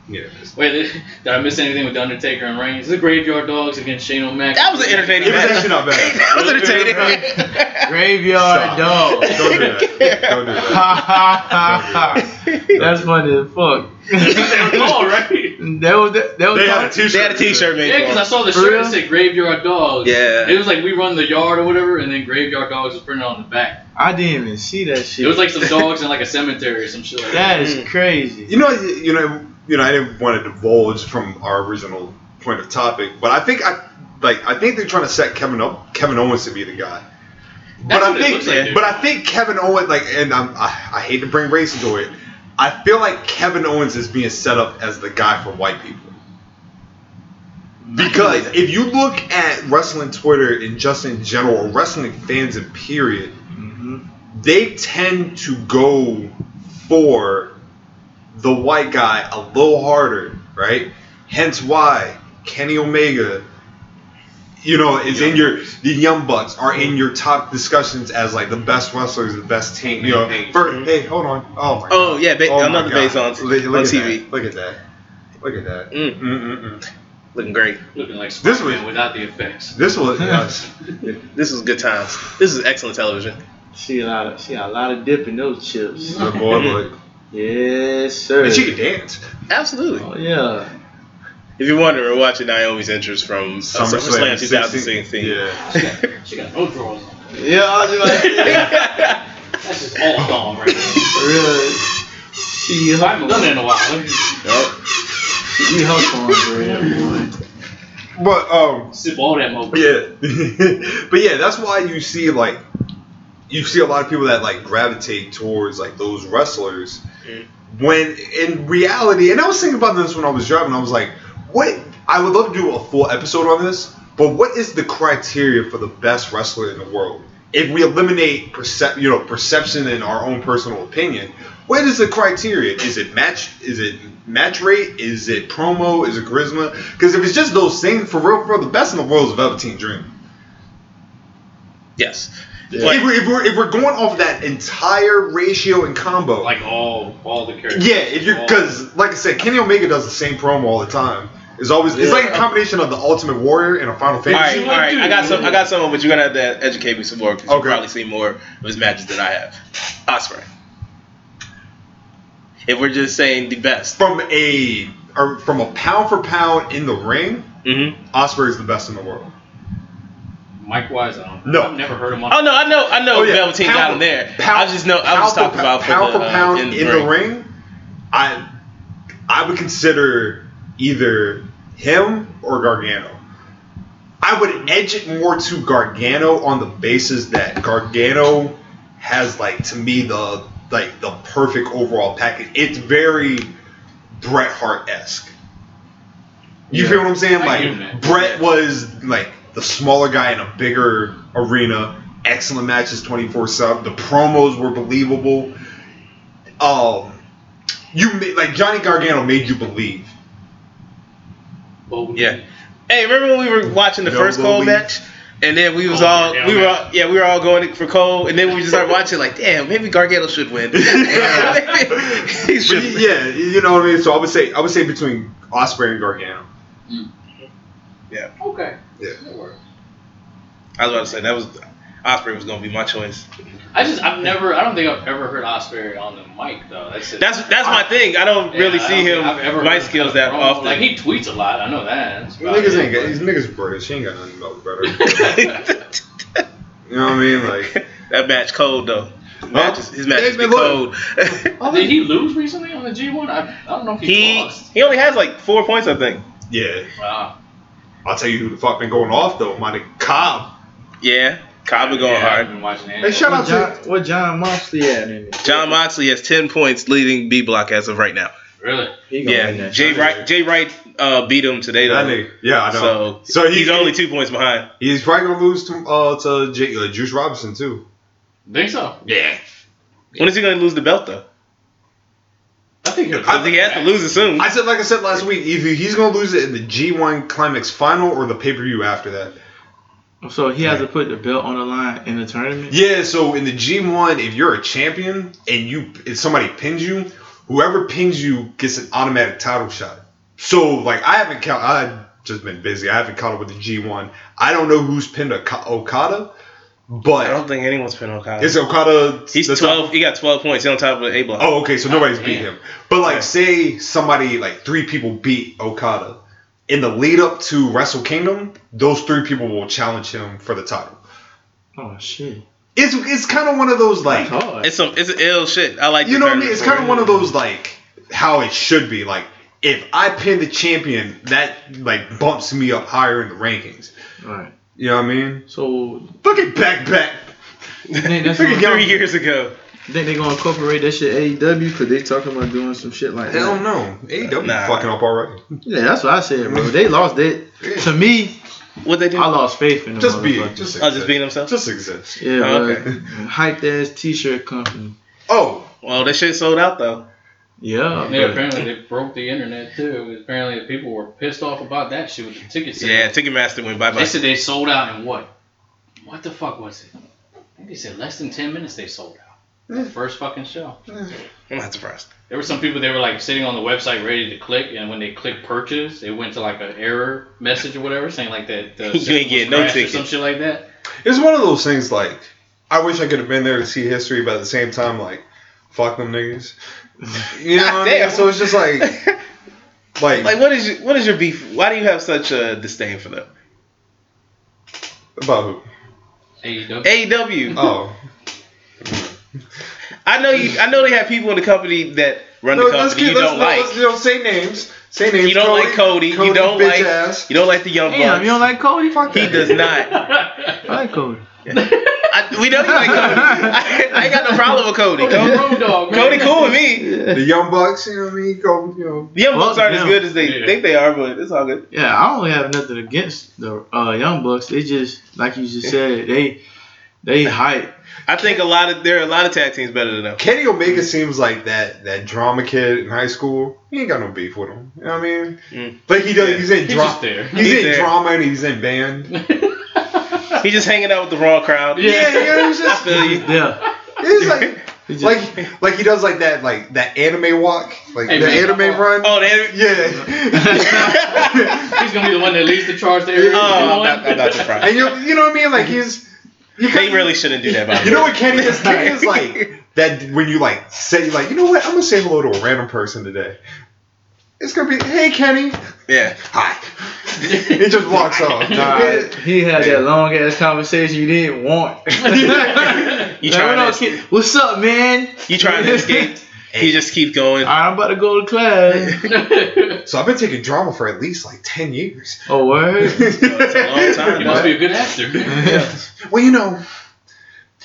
[SPEAKER 3] You didn't miss.
[SPEAKER 1] Wait, did, did I miss anything with the Undertaker and Reigns? The Graveyard Dogs against Shane O'Mac.
[SPEAKER 2] That was an entertaining
[SPEAKER 3] It was
[SPEAKER 2] match.
[SPEAKER 3] actually not bad.
[SPEAKER 2] that was
[SPEAKER 4] What? Graveyard
[SPEAKER 3] Stop.
[SPEAKER 4] dog.
[SPEAKER 3] Don't do that. Don't do that.
[SPEAKER 4] Ha ha ha ha. That's funny as fuck.
[SPEAKER 1] all right.
[SPEAKER 4] That was that, that was
[SPEAKER 3] They had a
[SPEAKER 2] They had a
[SPEAKER 3] T-shirt.
[SPEAKER 2] T-shirt made.
[SPEAKER 1] Yeah, because I
[SPEAKER 2] for
[SPEAKER 1] saw the
[SPEAKER 4] For
[SPEAKER 1] shirt
[SPEAKER 4] real?
[SPEAKER 1] that said Graveyard Dogs.
[SPEAKER 2] Yeah.
[SPEAKER 1] It was like we run the yard or whatever, and then Graveyard Dogs was printed on the back.
[SPEAKER 4] I didn't even see that shit.
[SPEAKER 1] It was like some dogs in like a cemetery or some shit like that.
[SPEAKER 4] that is crazy.
[SPEAKER 3] You know, you you know, you know. I didn't want to divulge from our original point of topic, but I think I like. I think they're trying to set Kevin Ow- Kevin Owens to be the guy. But
[SPEAKER 1] That's
[SPEAKER 3] I
[SPEAKER 1] what it
[SPEAKER 3] think,
[SPEAKER 1] looks like, dude.
[SPEAKER 3] but I think Kevin Owens, like, and I'm, I, I hate to bring race into it. I feel like Kevin Owens is being set up as the guy for white people. Because if you look at wrestling Twitter and just in general, or wrestling fans in period,
[SPEAKER 4] hmm
[SPEAKER 3] they tend to go for the white guy a little harder, right? Hence why Kenny Omega, you know, is in your the Young Bucks are in your top discussions as like the best wrestlers, the best team. You know, for, hey, hold on. Oh my.
[SPEAKER 2] Oh yeah, ba-
[SPEAKER 3] oh my
[SPEAKER 2] another
[SPEAKER 3] God.
[SPEAKER 2] base on, on
[SPEAKER 3] Look- look at
[SPEAKER 2] TV,
[SPEAKER 3] that. Look at that. Look at that.
[SPEAKER 2] Mm.
[SPEAKER 3] Mm-mm-mm.
[SPEAKER 2] looking great.
[SPEAKER 1] looking like
[SPEAKER 3] was-
[SPEAKER 1] Spider without the effects.
[SPEAKER 3] This was yes.
[SPEAKER 2] This is good times. This is excellent television.
[SPEAKER 4] She a lot of she got a lot of dip in those chips.
[SPEAKER 3] the boy look.
[SPEAKER 4] Yes, sir.
[SPEAKER 3] And she could dance.
[SPEAKER 2] Absolutely.
[SPEAKER 4] Oh yeah.
[SPEAKER 2] If you're wondering, we're watching Naomi's entrance from uh, SummerSlam, 2016.
[SPEAKER 3] Yeah.
[SPEAKER 1] She got no drawers on.
[SPEAKER 4] Yeah, I was about to say,
[SPEAKER 1] That's just all gone right now.
[SPEAKER 4] really. She
[SPEAKER 1] I
[SPEAKER 4] hot
[SPEAKER 1] haven't done it in a while.
[SPEAKER 2] Oh,
[SPEAKER 4] she hot cornbread.
[SPEAKER 3] But um.
[SPEAKER 1] Sip all that mobile.
[SPEAKER 3] Yeah. but yeah, that's why you see like you see a lot of people that like gravitate towards like those wrestlers
[SPEAKER 2] Mm.
[SPEAKER 3] when in reality and I was thinking about this when I was driving, I was like, what I would love to do a full episode on this, but what is the criteria for the best wrestler in the world? If we eliminate percep- you know, perception and our own personal opinion, what is the criteria? Is it match? Is it match rate? Is it promo? Is it charisma? Because if it's just those things, for real, for real, the best in the world is Velveteen Dream.
[SPEAKER 2] yes.
[SPEAKER 3] If,
[SPEAKER 2] Like,
[SPEAKER 3] we're, if, we're, if we're going off that entire ratio and combo,
[SPEAKER 1] Like all, all the characters.
[SPEAKER 3] yeah, if you're
[SPEAKER 1] All-
[SPEAKER 3] because like I said, Kenny Omega does the same promo all the time. It's always it's like a combination of the Ultimate Warrior and a Final
[SPEAKER 2] all right,
[SPEAKER 3] Fantasy.
[SPEAKER 2] all right. I got some. I got someone, but you're gonna have to educate me some more because you
[SPEAKER 3] Okay.
[SPEAKER 2] probably see more of his matches than I have. Osprey. If we're just saying the best.
[SPEAKER 3] From a or from a pound for pound in the ring,
[SPEAKER 2] Mm-hmm.
[SPEAKER 3] Osprey is the best in the world.
[SPEAKER 1] Mike Wise, I don't
[SPEAKER 3] No.
[SPEAKER 1] I've never heard him on.
[SPEAKER 2] Oh no, I know, I know.
[SPEAKER 3] Oh, yeah.
[SPEAKER 2] Velveteen
[SPEAKER 3] Pound-
[SPEAKER 2] got him there. I
[SPEAKER 3] pound-
[SPEAKER 2] was just know. I was just
[SPEAKER 3] pound
[SPEAKER 2] talking
[SPEAKER 3] for
[SPEAKER 2] about for
[SPEAKER 3] pound
[SPEAKER 2] the,
[SPEAKER 3] for
[SPEAKER 2] uh,
[SPEAKER 3] pound
[SPEAKER 2] in the ring.
[SPEAKER 3] I I would consider either him or Gargano. I would edge it more to Gargano on the basis that Gargano has like to me the like the perfect overall package. It's very Bret Hart esque. You
[SPEAKER 4] Yeah.
[SPEAKER 3] feel what I'm saying?
[SPEAKER 1] I get
[SPEAKER 3] Like
[SPEAKER 1] that.
[SPEAKER 3] Bret was like the smaller guy in a bigger arena. Excellent matches, 24 seven. The promos were believable. Um, you ma- like Johnny Gargano made you believe.
[SPEAKER 1] Bo-
[SPEAKER 3] Uh,
[SPEAKER 2] Yeah. Hey, remember when we were watching the
[SPEAKER 3] No
[SPEAKER 2] first Cole
[SPEAKER 3] belief.
[SPEAKER 2] match? And then we was
[SPEAKER 1] Oh,
[SPEAKER 2] all
[SPEAKER 1] yeah,
[SPEAKER 2] we were
[SPEAKER 1] man.
[SPEAKER 2] all, yeah we were all going for Cole, and then we just started watching like damn maybe Gargano should win. he
[SPEAKER 3] But
[SPEAKER 2] should.
[SPEAKER 3] y- yeah, you know what I mean. So I would say I would say between Osprey and Gargano.
[SPEAKER 1] Okay.
[SPEAKER 3] Yeah.
[SPEAKER 1] That works.
[SPEAKER 2] I was about to say that was Osprey was gonna be my choice.
[SPEAKER 1] I just I've never I don't think I've ever heard Osprey on the mic though. That's it.
[SPEAKER 2] That's that's my thing. I don't
[SPEAKER 1] Yeah,
[SPEAKER 2] really
[SPEAKER 1] I don't
[SPEAKER 2] see
[SPEAKER 1] think
[SPEAKER 2] him
[SPEAKER 1] I've ever
[SPEAKER 2] my
[SPEAKER 1] heard
[SPEAKER 2] skills
[SPEAKER 1] him
[SPEAKER 2] that
[SPEAKER 1] promo.
[SPEAKER 2] often.
[SPEAKER 1] Like he tweets a lot. I know that. That's
[SPEAKER 3] Well,
[SPEAKER 1] about
[SPEAKER 3] niggas
[SPEAKER 1] it,
[SPEAKER 3] ain't got,
[SPEAKER 1] but-
[SPEAKER 3] these niggas British. He ain't got nothing about better. You know what I mean? Like
[SPEAKER 2] that match cold though. Match is- his match
[SPEAKER 3] Hey,
[SPEAKER 2] is be
[SPEAKER 3] man, look.
[SPEAKER 2] cold.
[SPEAKER 1] Did he lose recently on the G1? I, I don't know if he,
[SPEAKER 2] he
[SPEAKER 1] lost.
[SPEAKER 2] he only has like four points I think.
[SPEAKER 3] yeah,
[SPEAKER 1] Wow.
[SPEAKER 3] I'll tell you who the fuck been going off though. My nigga Cobb.
[SPEAKER 2] Yeah, Cobb been going
[SPEAKER 1] Yeah, I've
[SPEAKER 2] hard.
[SPEAKER 1] been watching
[SPEAKER 3] Hey,
[SPEAKER 1] that.
[SPEAKER 3] shout
[SPEAKER 4] What
[SPEAKER 3] out
[SPEAKER 4] John,
[SPEAKER 3] to
[SPEAKER 4] what John Moxley at in it?
[SPEAKER 2] John Moxley has ten points, leading B Block as of right now.
[SPEAKER 1] Really?
[SPEAKER 4] He gonna win
[SPEAKER 2] Yeah,
[SPEAKER 4] that.
[SPEAKER 2] Jay Wright Jay Wright uh, beat him today
[SPEAKER 3] that
[SPEAKER 2] though.
[SPEAKER 3] nigga. Yeah, I know.
[SPEAKER 2] So,
[SPEAKER 3] So
[SPEAKER 2] he's,
[SPEAKER 3] he-
[SPEAKER 2] only two points behind.
[SPEAKER 3] He's probably gonna lose to uh to J- uh, Juice Robinson too.
[SPEAKER 1] Think so?
[SPEAKER 3] Yeah,
[SPEAKER 2] When is he going to lose the belt though?
[SPEAKER 1] I think he'll
[SPEAKER 2] I think he has to lose it soon.
[SPEAKER 3] I said like I said last week, either he's gonna lose it in the G1 Climax final or the pay per view after that.
[SPEAKER 4] So he has to put the belt on the line in the tournament.
[SPEAKER 3] Yeah, so in the G1, if you're a champion and you if somebody pins you, whoever pins you gets an automatic title shot. So like I haven't count I've just been busy. I haven't caught up with the G1. I don't know who's pinned Oka- Okada,
[SPEAKER 2] I
[SPEAKER 3] but
[SPEAKER 2] don't think anyone's pinned Okada.
[SPEAKER 3] it's Okada
[SPEAKER 2] He's
[SPEAKER 3] the top-
[SPEAKER 2] twelve. He got twelve points. He's on top of A Block.
[SPEAKER 3] Oh, okay, so nobody's beat
[SPEAKER 1] damn.
[SPEAKER 3] him. But like
[SPEAKER 2] Yeah.
[SPEAKER 3] say somebody like three people beat Okada. In the lead up to Wrestle Kingdom, those three people will challenge him for the title.
[SPEAKER 4] Oh shit.
[SPEAKER 3] It's it's kind of one of those like
[SPEAKER 4] That's hard.
[SPEAKER 2] It's some it's ill shit. I like.
[SPEAKER 3] Oh. you
[SPEAKER 2] the
[SPEAKER 3] know what I mean?
[SPEAKER 2] tournament
[SPEAKER 3] It's
[SPEAKER 2] for
[SPEAKER 3] kind of
[SPEAKER 2] it.
[SPEAKER 3] one of those like how it should be. Like if I pin the champion, that like bumps me up higher in the rankings.
[SPEAKER 4] Right.
[SPEAKER 3] You know what I mean?
[SPEAKER 4] So
[SPEAKER 3] Look at back back.
[SPEAKER 4] you think that's
[SPEAKER 3] Look at
[SPEAKER 4] gonna,
[SPEAKER 3] y'all.
[SPEAKER 2] three years ago.
[SPEAKER 4] you think they gonna incorporate that shit AEW because they talking about doing some shit like that.
[SPEAKER 3] Hell no, AEW
[SPEAKER 2] Nah.
[SPEAKER 3] fucking up already.
[SPEAKER 4] Yeah, that's what I said, bro. They lost it. To me,
[SPEAKER 2] What they do?
[SPEAKER 4] I lost faith in them.
[SPEAKER 3] Just be,
[SPEAKER 4] motherfuckers.
[SPEAKER 3] just exist.
[SPEAKER 2] Oh, just being themselves.
[SPEAKER 3] just exist.
[SPEAKER 4] yeah,
[SPEAKER 2] Oh,
[SPEAKER 4] bro.
[SPEAKER 2] okay.
[SPEAKER 4] Hyped ass T-shirt company.
[SPEAKER 3] Oh,
[SPEAKER 2] Well, that shit sold out though.
[SPEAKER 4] Yeah.
[SPEAKER 1] Yeah,
[SPEAKER 4] bro.
[SPEAKER 1] Oh, apparently they broke the internet too. Apparently the people were pissed off about that shit with the ticket sales.
[SPEAKER 2] Yeah, Ticketmaster went bye
[SPEAKER 1] They
[SPEAKER 2] bye.
[SPEAKER 1] said they sold out in what? What the fuck was it? I think they said less than 10 minutes they sold out. The first fucking show.
[SPEAKER 2] I'm not surprised.
[SPEAKER 1] There were some people that were like sitting on the website ready to click, and when they click purchase, it went to like an error message or whatever saying like that. The
[SPEAKER 2] You ain't
[SPEAKER 1] system was
[SPEAKER 2] getting no
[SPEAKER 1] crashed
[SPEAKER 2] ticket.
[SPEAKER 1] Or some shit like that.
[SPEAKER 3] it's one of those things. Like I wish I could have been there to see history, but at the same time, like fuck them niggas. You know what I mean?
[SPEAKER 2] Goddamn.
[SPEAKER 3] So it's just like, like,
[SPEAKER 2] Like, what is your, what is your beef? Why do you have such a disdain for them?
[SPEAKER 3] about who?
[SPEAKER 1] AEW.
[SPEAKER 2] AEW.
[SPEAKER 3] Oh.
[SPEAKER 2] I know you. I know they have people in the company that run the company you don't
[SPEAKER 3] let's-
[SPEAKER 2] like.
[SPEAKER 3] let's- you know, say names. Say names.
[SPEAKER 2] You don't like Cody. You don't
[SPEAKER 3] bitch
[SPEAKER 2] like.
[SPEAKER 3] Ass.
[SPEAKER 2] You don't like the young
[SPEAKER 4] Damn, you
[SPEAKER 2] bucks.
[SPEAKER 4] don't like Cody? Fuck
[SPEAKER 2] He
[SPEAKER 4] that.
[SPEAKER 2] does not.
[SPEAKER 4] I like Cody.
[SPEAKER 2] I, we know you like Cody. I, I ain't got no problem with Cody. Cody,
[SPEAKER 1] Road dog, man.
[SPEAKER 2] Cody cool with me.
[SPEAKER 3] The Young Bucks, you know what I mean? Go, you know.
[SPEAKER 2] The young bucks
[SPEAKER 4] Fuck
[SPEAKER 2] aren't as
[SPEAKER 4] them.
[SPEAKER 2] good as they
[SPEAKER 1] Yeah.
[SPEAKER 2] think they are, but it's all good.
[SPEAKER 4] Yeah, I don't have nothing against the uh, Young Bucks. They just like you just said, they they hype.
[SPEAKER 2] I think a lot of there are a lot of tag teams better than them.
[SPEAKER 3] Kenny Omega seems like that that drama kid in high school. He ain't got no beef with him. You know what I mean?
[SPEAKER 2] Mm.
[SPEAKER 3] Like he does.
[SPEAKER 2] Yeah.
[SPEAKER 3] He's in
[SPEAKER 1] He's
[SPEAKER 3] drama.
[SPEAKER 1] just there.
[SPEAKER 3] He's,
[SPEAKER 2] He's
[SPEAKER 3] in
[SPEAKER 2] there.
[SPEAKER 3] drama and he's in band.
[SPEAKER 2] He's just hanging out with the wrong crowd.
[SPEAKER 1] Yeah.
[SPEAKER 3] Yeah, you know, he's
[SPEAKER 2] I
[SPEAKER 3] just
[SPEAKER 2] feel you.
[SPEAKER 4] Yeah.
[SPEAKER 3] he's like
[SPEAKER 4] He just-
[SPEAKER 3] like like he does like that like that anime walk, like
[SPEAKER 1] Hey,
[SPEAKER 3] the
[SPEAKER 1] man.
[SPEAKER 3] anime run.
[SPEAKER 2] Oh, they,
[SPEAKER 3] Yeah.
[SPEAKER 1] He's gonna be the one that leads the charge to everyone.
[SPEAKER 2] oh I'm, not, I'm not surprised.
[SPEAKER 3] and you you know what I mean? Like he's he
[SPEAKER 2] They really shouldn't do that. By the
[SPEAKER 3] You know
[SPEAKER 2] way.
[SPEAKER 3] what Kenny is? Kenny is like that when you like say like you know what I'm gonna say hello to a random person today. It's gonna be hey Kenny,
[SPEAKER 2] Yeah.
[SPEAKER 3] hi. He just walks off.
[SPEAKER 4] Nah, he had that long ass conversation you didn't want.
[SPEAKER 2] You
[SPEAKER 4] Like,
[SPEAKER 2] trying to
[SPEAKER 4] what up,
[SPEAKER 2] escape?
[SPEAKER 4] kid? What's up, man?
[SPEAKER 2] You trying to escape? He just keeps going.
[SPEAKER 4] All right, I'm about to go to class.
[SPEAKER 3] So I've been taking drama for at least like ten years.
[SPEAKER 4] oh, word?
[SPEAKER 2] It's a long time,
[SPEAKER 1] You
[SPEAKER 2] though.
[SPEAKER 1] must be a good actor.
[SPEAKER 3] Well, you know,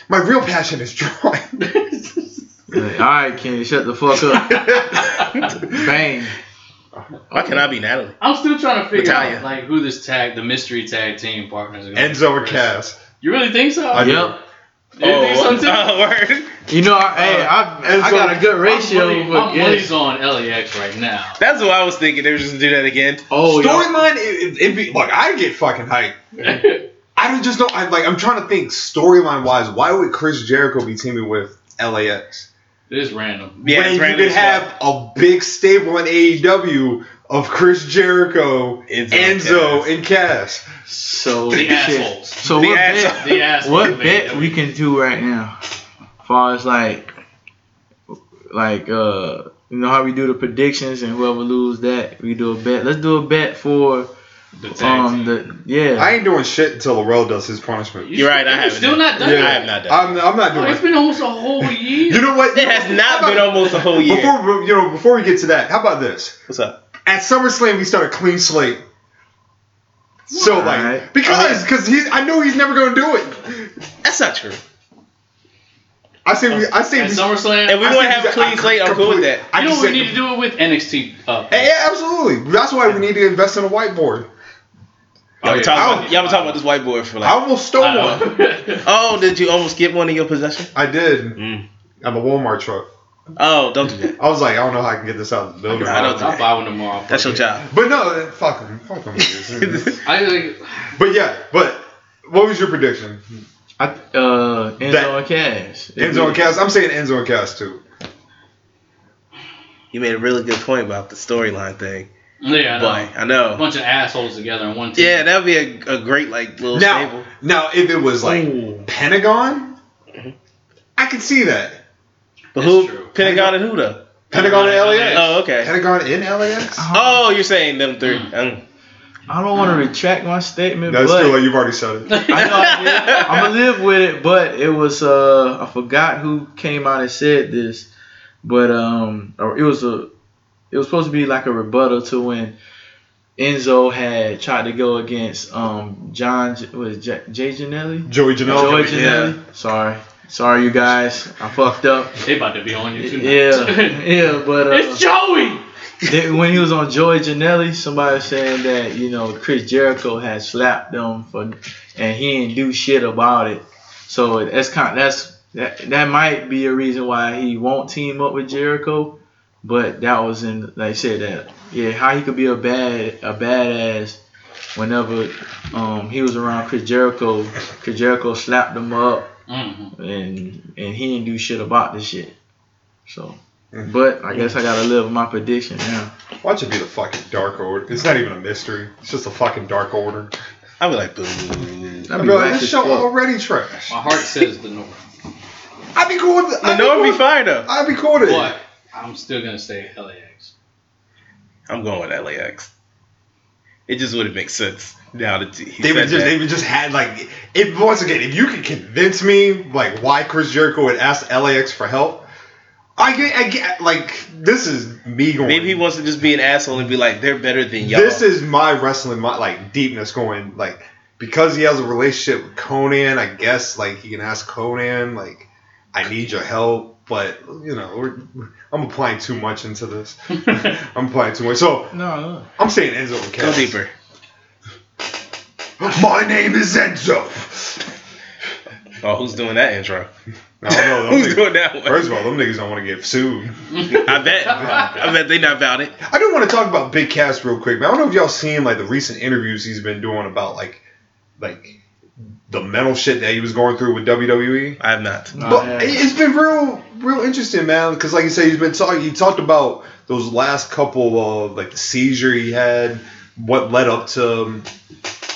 [SPEAKER 3] my real passion is drawing.
[SPEAKER 4] Like, All right, Kenny, shut the fuck up. Bang.
[SPEAKER 2] Why can I be Natalie?
[SPEAKER 1] I'm still trying to figure
[SPEAKER 2] Natalia.
[SPEAKER 1] out like who this tag, the mystery tag team partners are gonna be.
[SPEAKER 3] Enzo and Cass.
[SPEAKER 1] You really think so?
[SPEAKER 3] I-
[SPEAKER 4] Yep.
[SPEAKER 1] you think so too?
[SPEAKER 2] oh, word.
[SPEAKER 4] You know, I, hey, I,
[SPEAKER 3] and
[SPEAKER 4] I
[SPEAKER 3] so-
[SPEAKER 4] got a good ratio.
[SPEAKER 1] I'm money-
[SPEAKER 4] but
[SPEAKER 1] I'm
[SPEAKER 4] yes.
[SPEAKER 1] money's on LAX right now.
[SPEAKER 2] That's what I was Oh, thinking. They were just gonna do that again.
[SPEAKER 4] Oh, y'all-
[SPEAKER 3] Storyline, it, it, it'd be like I get fucking hyped.
[SPEAKER 1] I
[SPEAKER 3] I don't just know. I like. I'm trying to think storyline wise. Why would Chris Jericho be teaming with LAX?
[SPEAKER 1] This is random.
[SPEAKER 2] Yeah,
[SPEAKER 3] when
[SPEAKER 2] it's
[SPEAKER 3] you
[SPEAKER 2] random
[SPEAKER 3] could
[SPEAKER 2] as fuck.
[SPEAKER 3] have a big stable in AEW of Chris
[SPEAKER 2] Enzo
[SPEAKER 3] Jericho,
[SPEAKER 2] and
[SPEAKER 3] Enzo,
[SPEAKER 2] Cass.
[SPEAKER 3] and Cass.
[SPEAKER 4] So
[SPEAKER 1] The
[SPEAKER 4] shit.
[SPEAKER 1] assholes.
[SPEAKER 4] So
[SPEAKER 2] The
[SPEAKER 4] what
[SPEAKER 2] asshole.
[SPEAKER 4] bet?
[SPEAKER 1] The assholes.
[SPEAKER 4] What
[SPEAKER 1] of
[SPEAKER 4] bet
[SPEAKER 1] AEW.
[SPEAKER 4] we can do right now? Far as like, like uh, you know how we do the predictions and whoever lose that we do a bet. Let's do a bet for
[SPEAKER 1] The tag
[SPEAKER 4] um
[SPEAKER 1] team.
[SPEAKER 4] the yeah.
[SPEAKER 3] I ain't doing shit until Laurel does his punishment.
[SPEAKER 2] You're right, I
[SPEAKER 1] You
[SPEAKER 2] haven't
[SPEAKER 1] Still
[SPEAKER 2] done
[SPEAKER 1] not done
[SPEAKER 3] it.
[SPEAKER 2] I
[SPEAKER 1] that.
[SPEAKER 2] have not done.
[SPEAKER 3] I'm, I'm not
[SPEAKER 1] Oh,
[SPEAKER 3] doing
[SPEAKER 1] it's
[SPEAKER 3] it.
[SPEAKER 1] been almost a whole year.
[SPEAKER 3] You know what?
[SPEAKER 2] It has not
[SPEAKER 3] Uh, How
[SPEAKER 2] been
[SPEAKER 3] about-
[SPEAKER 2] almost a whole year.
[SPEAKER 3] Before you know, before we get to that, how about this?
[SPEAKER 2] What's up?
[SPEAKER 3] At SummerSlam, we start a clean slate. So
[SPEAKER 4] All
[SPEAKER 3] like
[SPEAKER 4] right.
[SPEAKER 3] because because he's I know he's never gonna do it.
[SPEAKER 2] That's not true.
[SPEAKER 3] I say we I say
[SPEAKER 1] At
[SPEAKER 3] we
[SPEAKER 1] SummerSomerSlam.
[SPEAKER 2] And we
[SPEAKER 3] I
[SPEAKER 2] want to
[SPEAKER 3] say
[SPEAKER 2] have
[SPEAKER 3] we-
[SPEAKER 2] a clean
[SPEAKER 3] I
[SPEAKER 2] slate. I'm cool with
[SPEAKER 3] complete-
[SPEAKER 2] that.
[SPEAKER 3] I
[SPEAKER 1] you know
[SPEAKER 3] just
[SPEAKER 1] what we
[SPEAKER 3] said-
[SPEAKER 1] need to do it with NXT. Uh,
[SPEAKER 3] Yeah, yeah, absolutely. That's why we need to invest in a whiteboard.
[SPEAKER 2] Y'all
[SPEAKER 1] Oh,
[SPEAKER 2] been
[SPEAKER 1] yeah.
[SPEAKER 2] talking
[SPEAKER 3] I-
[SPEAKER 2] about, y'all been talking about this white boy for
[SPEAKER 3] I
[SPEAKER 2] like.
[SPEAKER 3] almost stole
[SPEAKER 1] I
[SPEAKER 3] one.
[SPEAKER 1] know.
[SPEAKER 2] Oh, did you almost get one in your possession?
[SPEAKER 3] I did.
[SPEAKER 2] Mm.
[SPEAKER 3] I'm a Walmart truck.
[SPEAKER 2] Oh, don't do that.
[SPEAKER 3] I was like, I don't know how I can get this out of the building.
[SPEAKER 2] Oh, I don't
[SPEAKER 1] I'll buy one tomorrow.
[SPEAKER 2] That's your job.
[SPEAKER 3] But no, fuck them. Fuck them. niggas.
[SPEAKER 1] I like.
[SPEAKER 3] but yeah, but what was your prediction?
[SPEAKER 4] I, uh, Enzo
[SPEAKER 3] That-
[SPEAKER 4] and Cash.
[SPEAKER 3] Enzo and Cass. I'm saying Enzo and Cass too.
[SPEAKER 2] You made a really good point about the storyline thing.
[SPEAKER 1] Yeah, I know.
[SPEAKER 2] Boy, I
[SPEAKER 1] A
[SPEAKER 2] know.
[SPEAKER 1] bunch of assholes together in one team.
[SPEAKER 2] Yeah, that'd be a, a great like little
[SPEAKER 3] Now,
[SPEAKER 2] stable.
[SPEAKER 3] now, if it was like
[SPEAKER 4] Ooh.
[SPEAKER 3] Pentagon, I could see that.
[SPEAKER 2] But
[SPEAKER 1] that's
[SPEAKER 2] who?
[SPEAKER 1] true.
[SPEAKER 2] Pentagon and who though?
[SPEAKER 3] Pentagon and LAX.
[SPEAKER 4] Uh,
[SPEAKER 2] Oh, okay.
[SPEAKER 3] Pentagon in LAX.
[SPEAKER 2] Oh, you're saying them three.
[SPEAKER 1] Hmm.
[SPEAKER 2] Mm.
[SPEAKER 4] I don't want to retract my statement,
[SPEAKER 3] That's
[SPEAKER 4] but
[SPEAKER 3] true. You've already said it.
[SPEAKER 4] I know I did. I'm gonna live with it, but it was uh I forgot who came out and said this, but um or it was a it was supposed to be like a rebuttal to when Enzo had tried to go against um John J- was it J- Jay Janelli
[SPEAKER 3] Joey Janela.
[SPEAKER 4] Joey
[SPEAKER 2] yeah.
[SPEAKER 4] Janelli sorry sorry you guys I fucked up
[SPEAKER 1] They about to be on you too.
[SPEAKER 4] yeah yeah but uh,
[SPEAKER 1] it's Joey.
[SPEAKER 4] then when he was on Joy Janelli, somebody was saying that you know Chris Jericho had slapped them for, and he didn't do shit about it. So that's kind that's that that might be a reason why he won't team up with Jericho. But that was in like I said that yeah how he could be a bad a badass whenever um he was around Chris Jericho. Chris Jericho slapped him up
[SPEAKER 1] hmm
[SPEAKER 4] and and he didn't do shit about this shit. So. But I guess I gotta live with my prediction now.
[SPEAKER 3] Watch it be the fucking Dark Order. It's not even a mystery. It's just a fucking Dark Order.
[SPEAKER 2] I'd be like, boo.
[SPEAKER 4] That'd be
[SPEAKER 3] Bro,
[SPEAKER 4] whack
[SPEAKER 3] this
[SPEAKER 4] as
[SPEAKER 3] show
[SPEAKER 4] fuck.
[SPEAKER 3] already trash.
[SPEAKER 1] My heart says the North,
[SPEAKER 3] I'd be cool with
[SPEAKER 2] The
[SPEAKER 3] I'd be
[SPEAKER 2] North
[SPEAKER 3] cool
[SPEAKER 2] be
[SPEAKER 3] with-
[SPEAKER 2] fine though.
[SPEAKER 3] I'd be cool with it.
[SPEAKER 1] but I'm still gonna say LAX.
[SPEAKER 2] I'm going with LAX. It just wouldn't make sense now that he
[SPEAKER 3] They
[SPEAKER 2] said
[SPEAKER 3] would just
[SPEAKER 2] that.
[SPEAKER 3] they would just had like if once again if you could convince me like why Chris Jericho would ask LAX for help, I get I get like this is me going.
[SPEAKER 2] Maybe he wants to just be an asshole and be like, they're better than y'all.
[SPEAKER 3] this is my wrestling my like deepness going like because he has a relationship with Conan. I guess like he can ask Conan like I need your help, but you know we're, I'm applying too much into this. I'm applying too much. So
[SPEAKER 4] No, no.
[SPEAKER 3] I'm saying Enzo and Cass.
[SPEAKER 2] Go deeper.
[SPEAKER 3] My name is Enzo.
[SPEAKER 2] Oh, who's doing that intro?
[SPEAKER 3] I don't know. them
[SPEAKER 2] Who's
[SPEAKER 3] niggas-
[SPEAKER 2] doing that one?
[SPEAKER 3] First of all, them niggas don't want to get sued.
[SPEAKER 2] I bet. I bet they not about it.
[SPEAKER 3] I do want to talk about Big Cass real quick, man. I don't know if y'all seen like the recent interviews he's been doing about like, like the mental shit that he was going through with E. WWE.
[SPEAKER 2] I have not.
[SPEAKER 4] Oh,
[SPEAKER 3] but
[SPEAKER 4] yeah.
[SPEAKER 3] it- it's been real, real interesting, man. Because like you said, he's been talking. He talked about those last couple of like the seizure he had, what led up to um,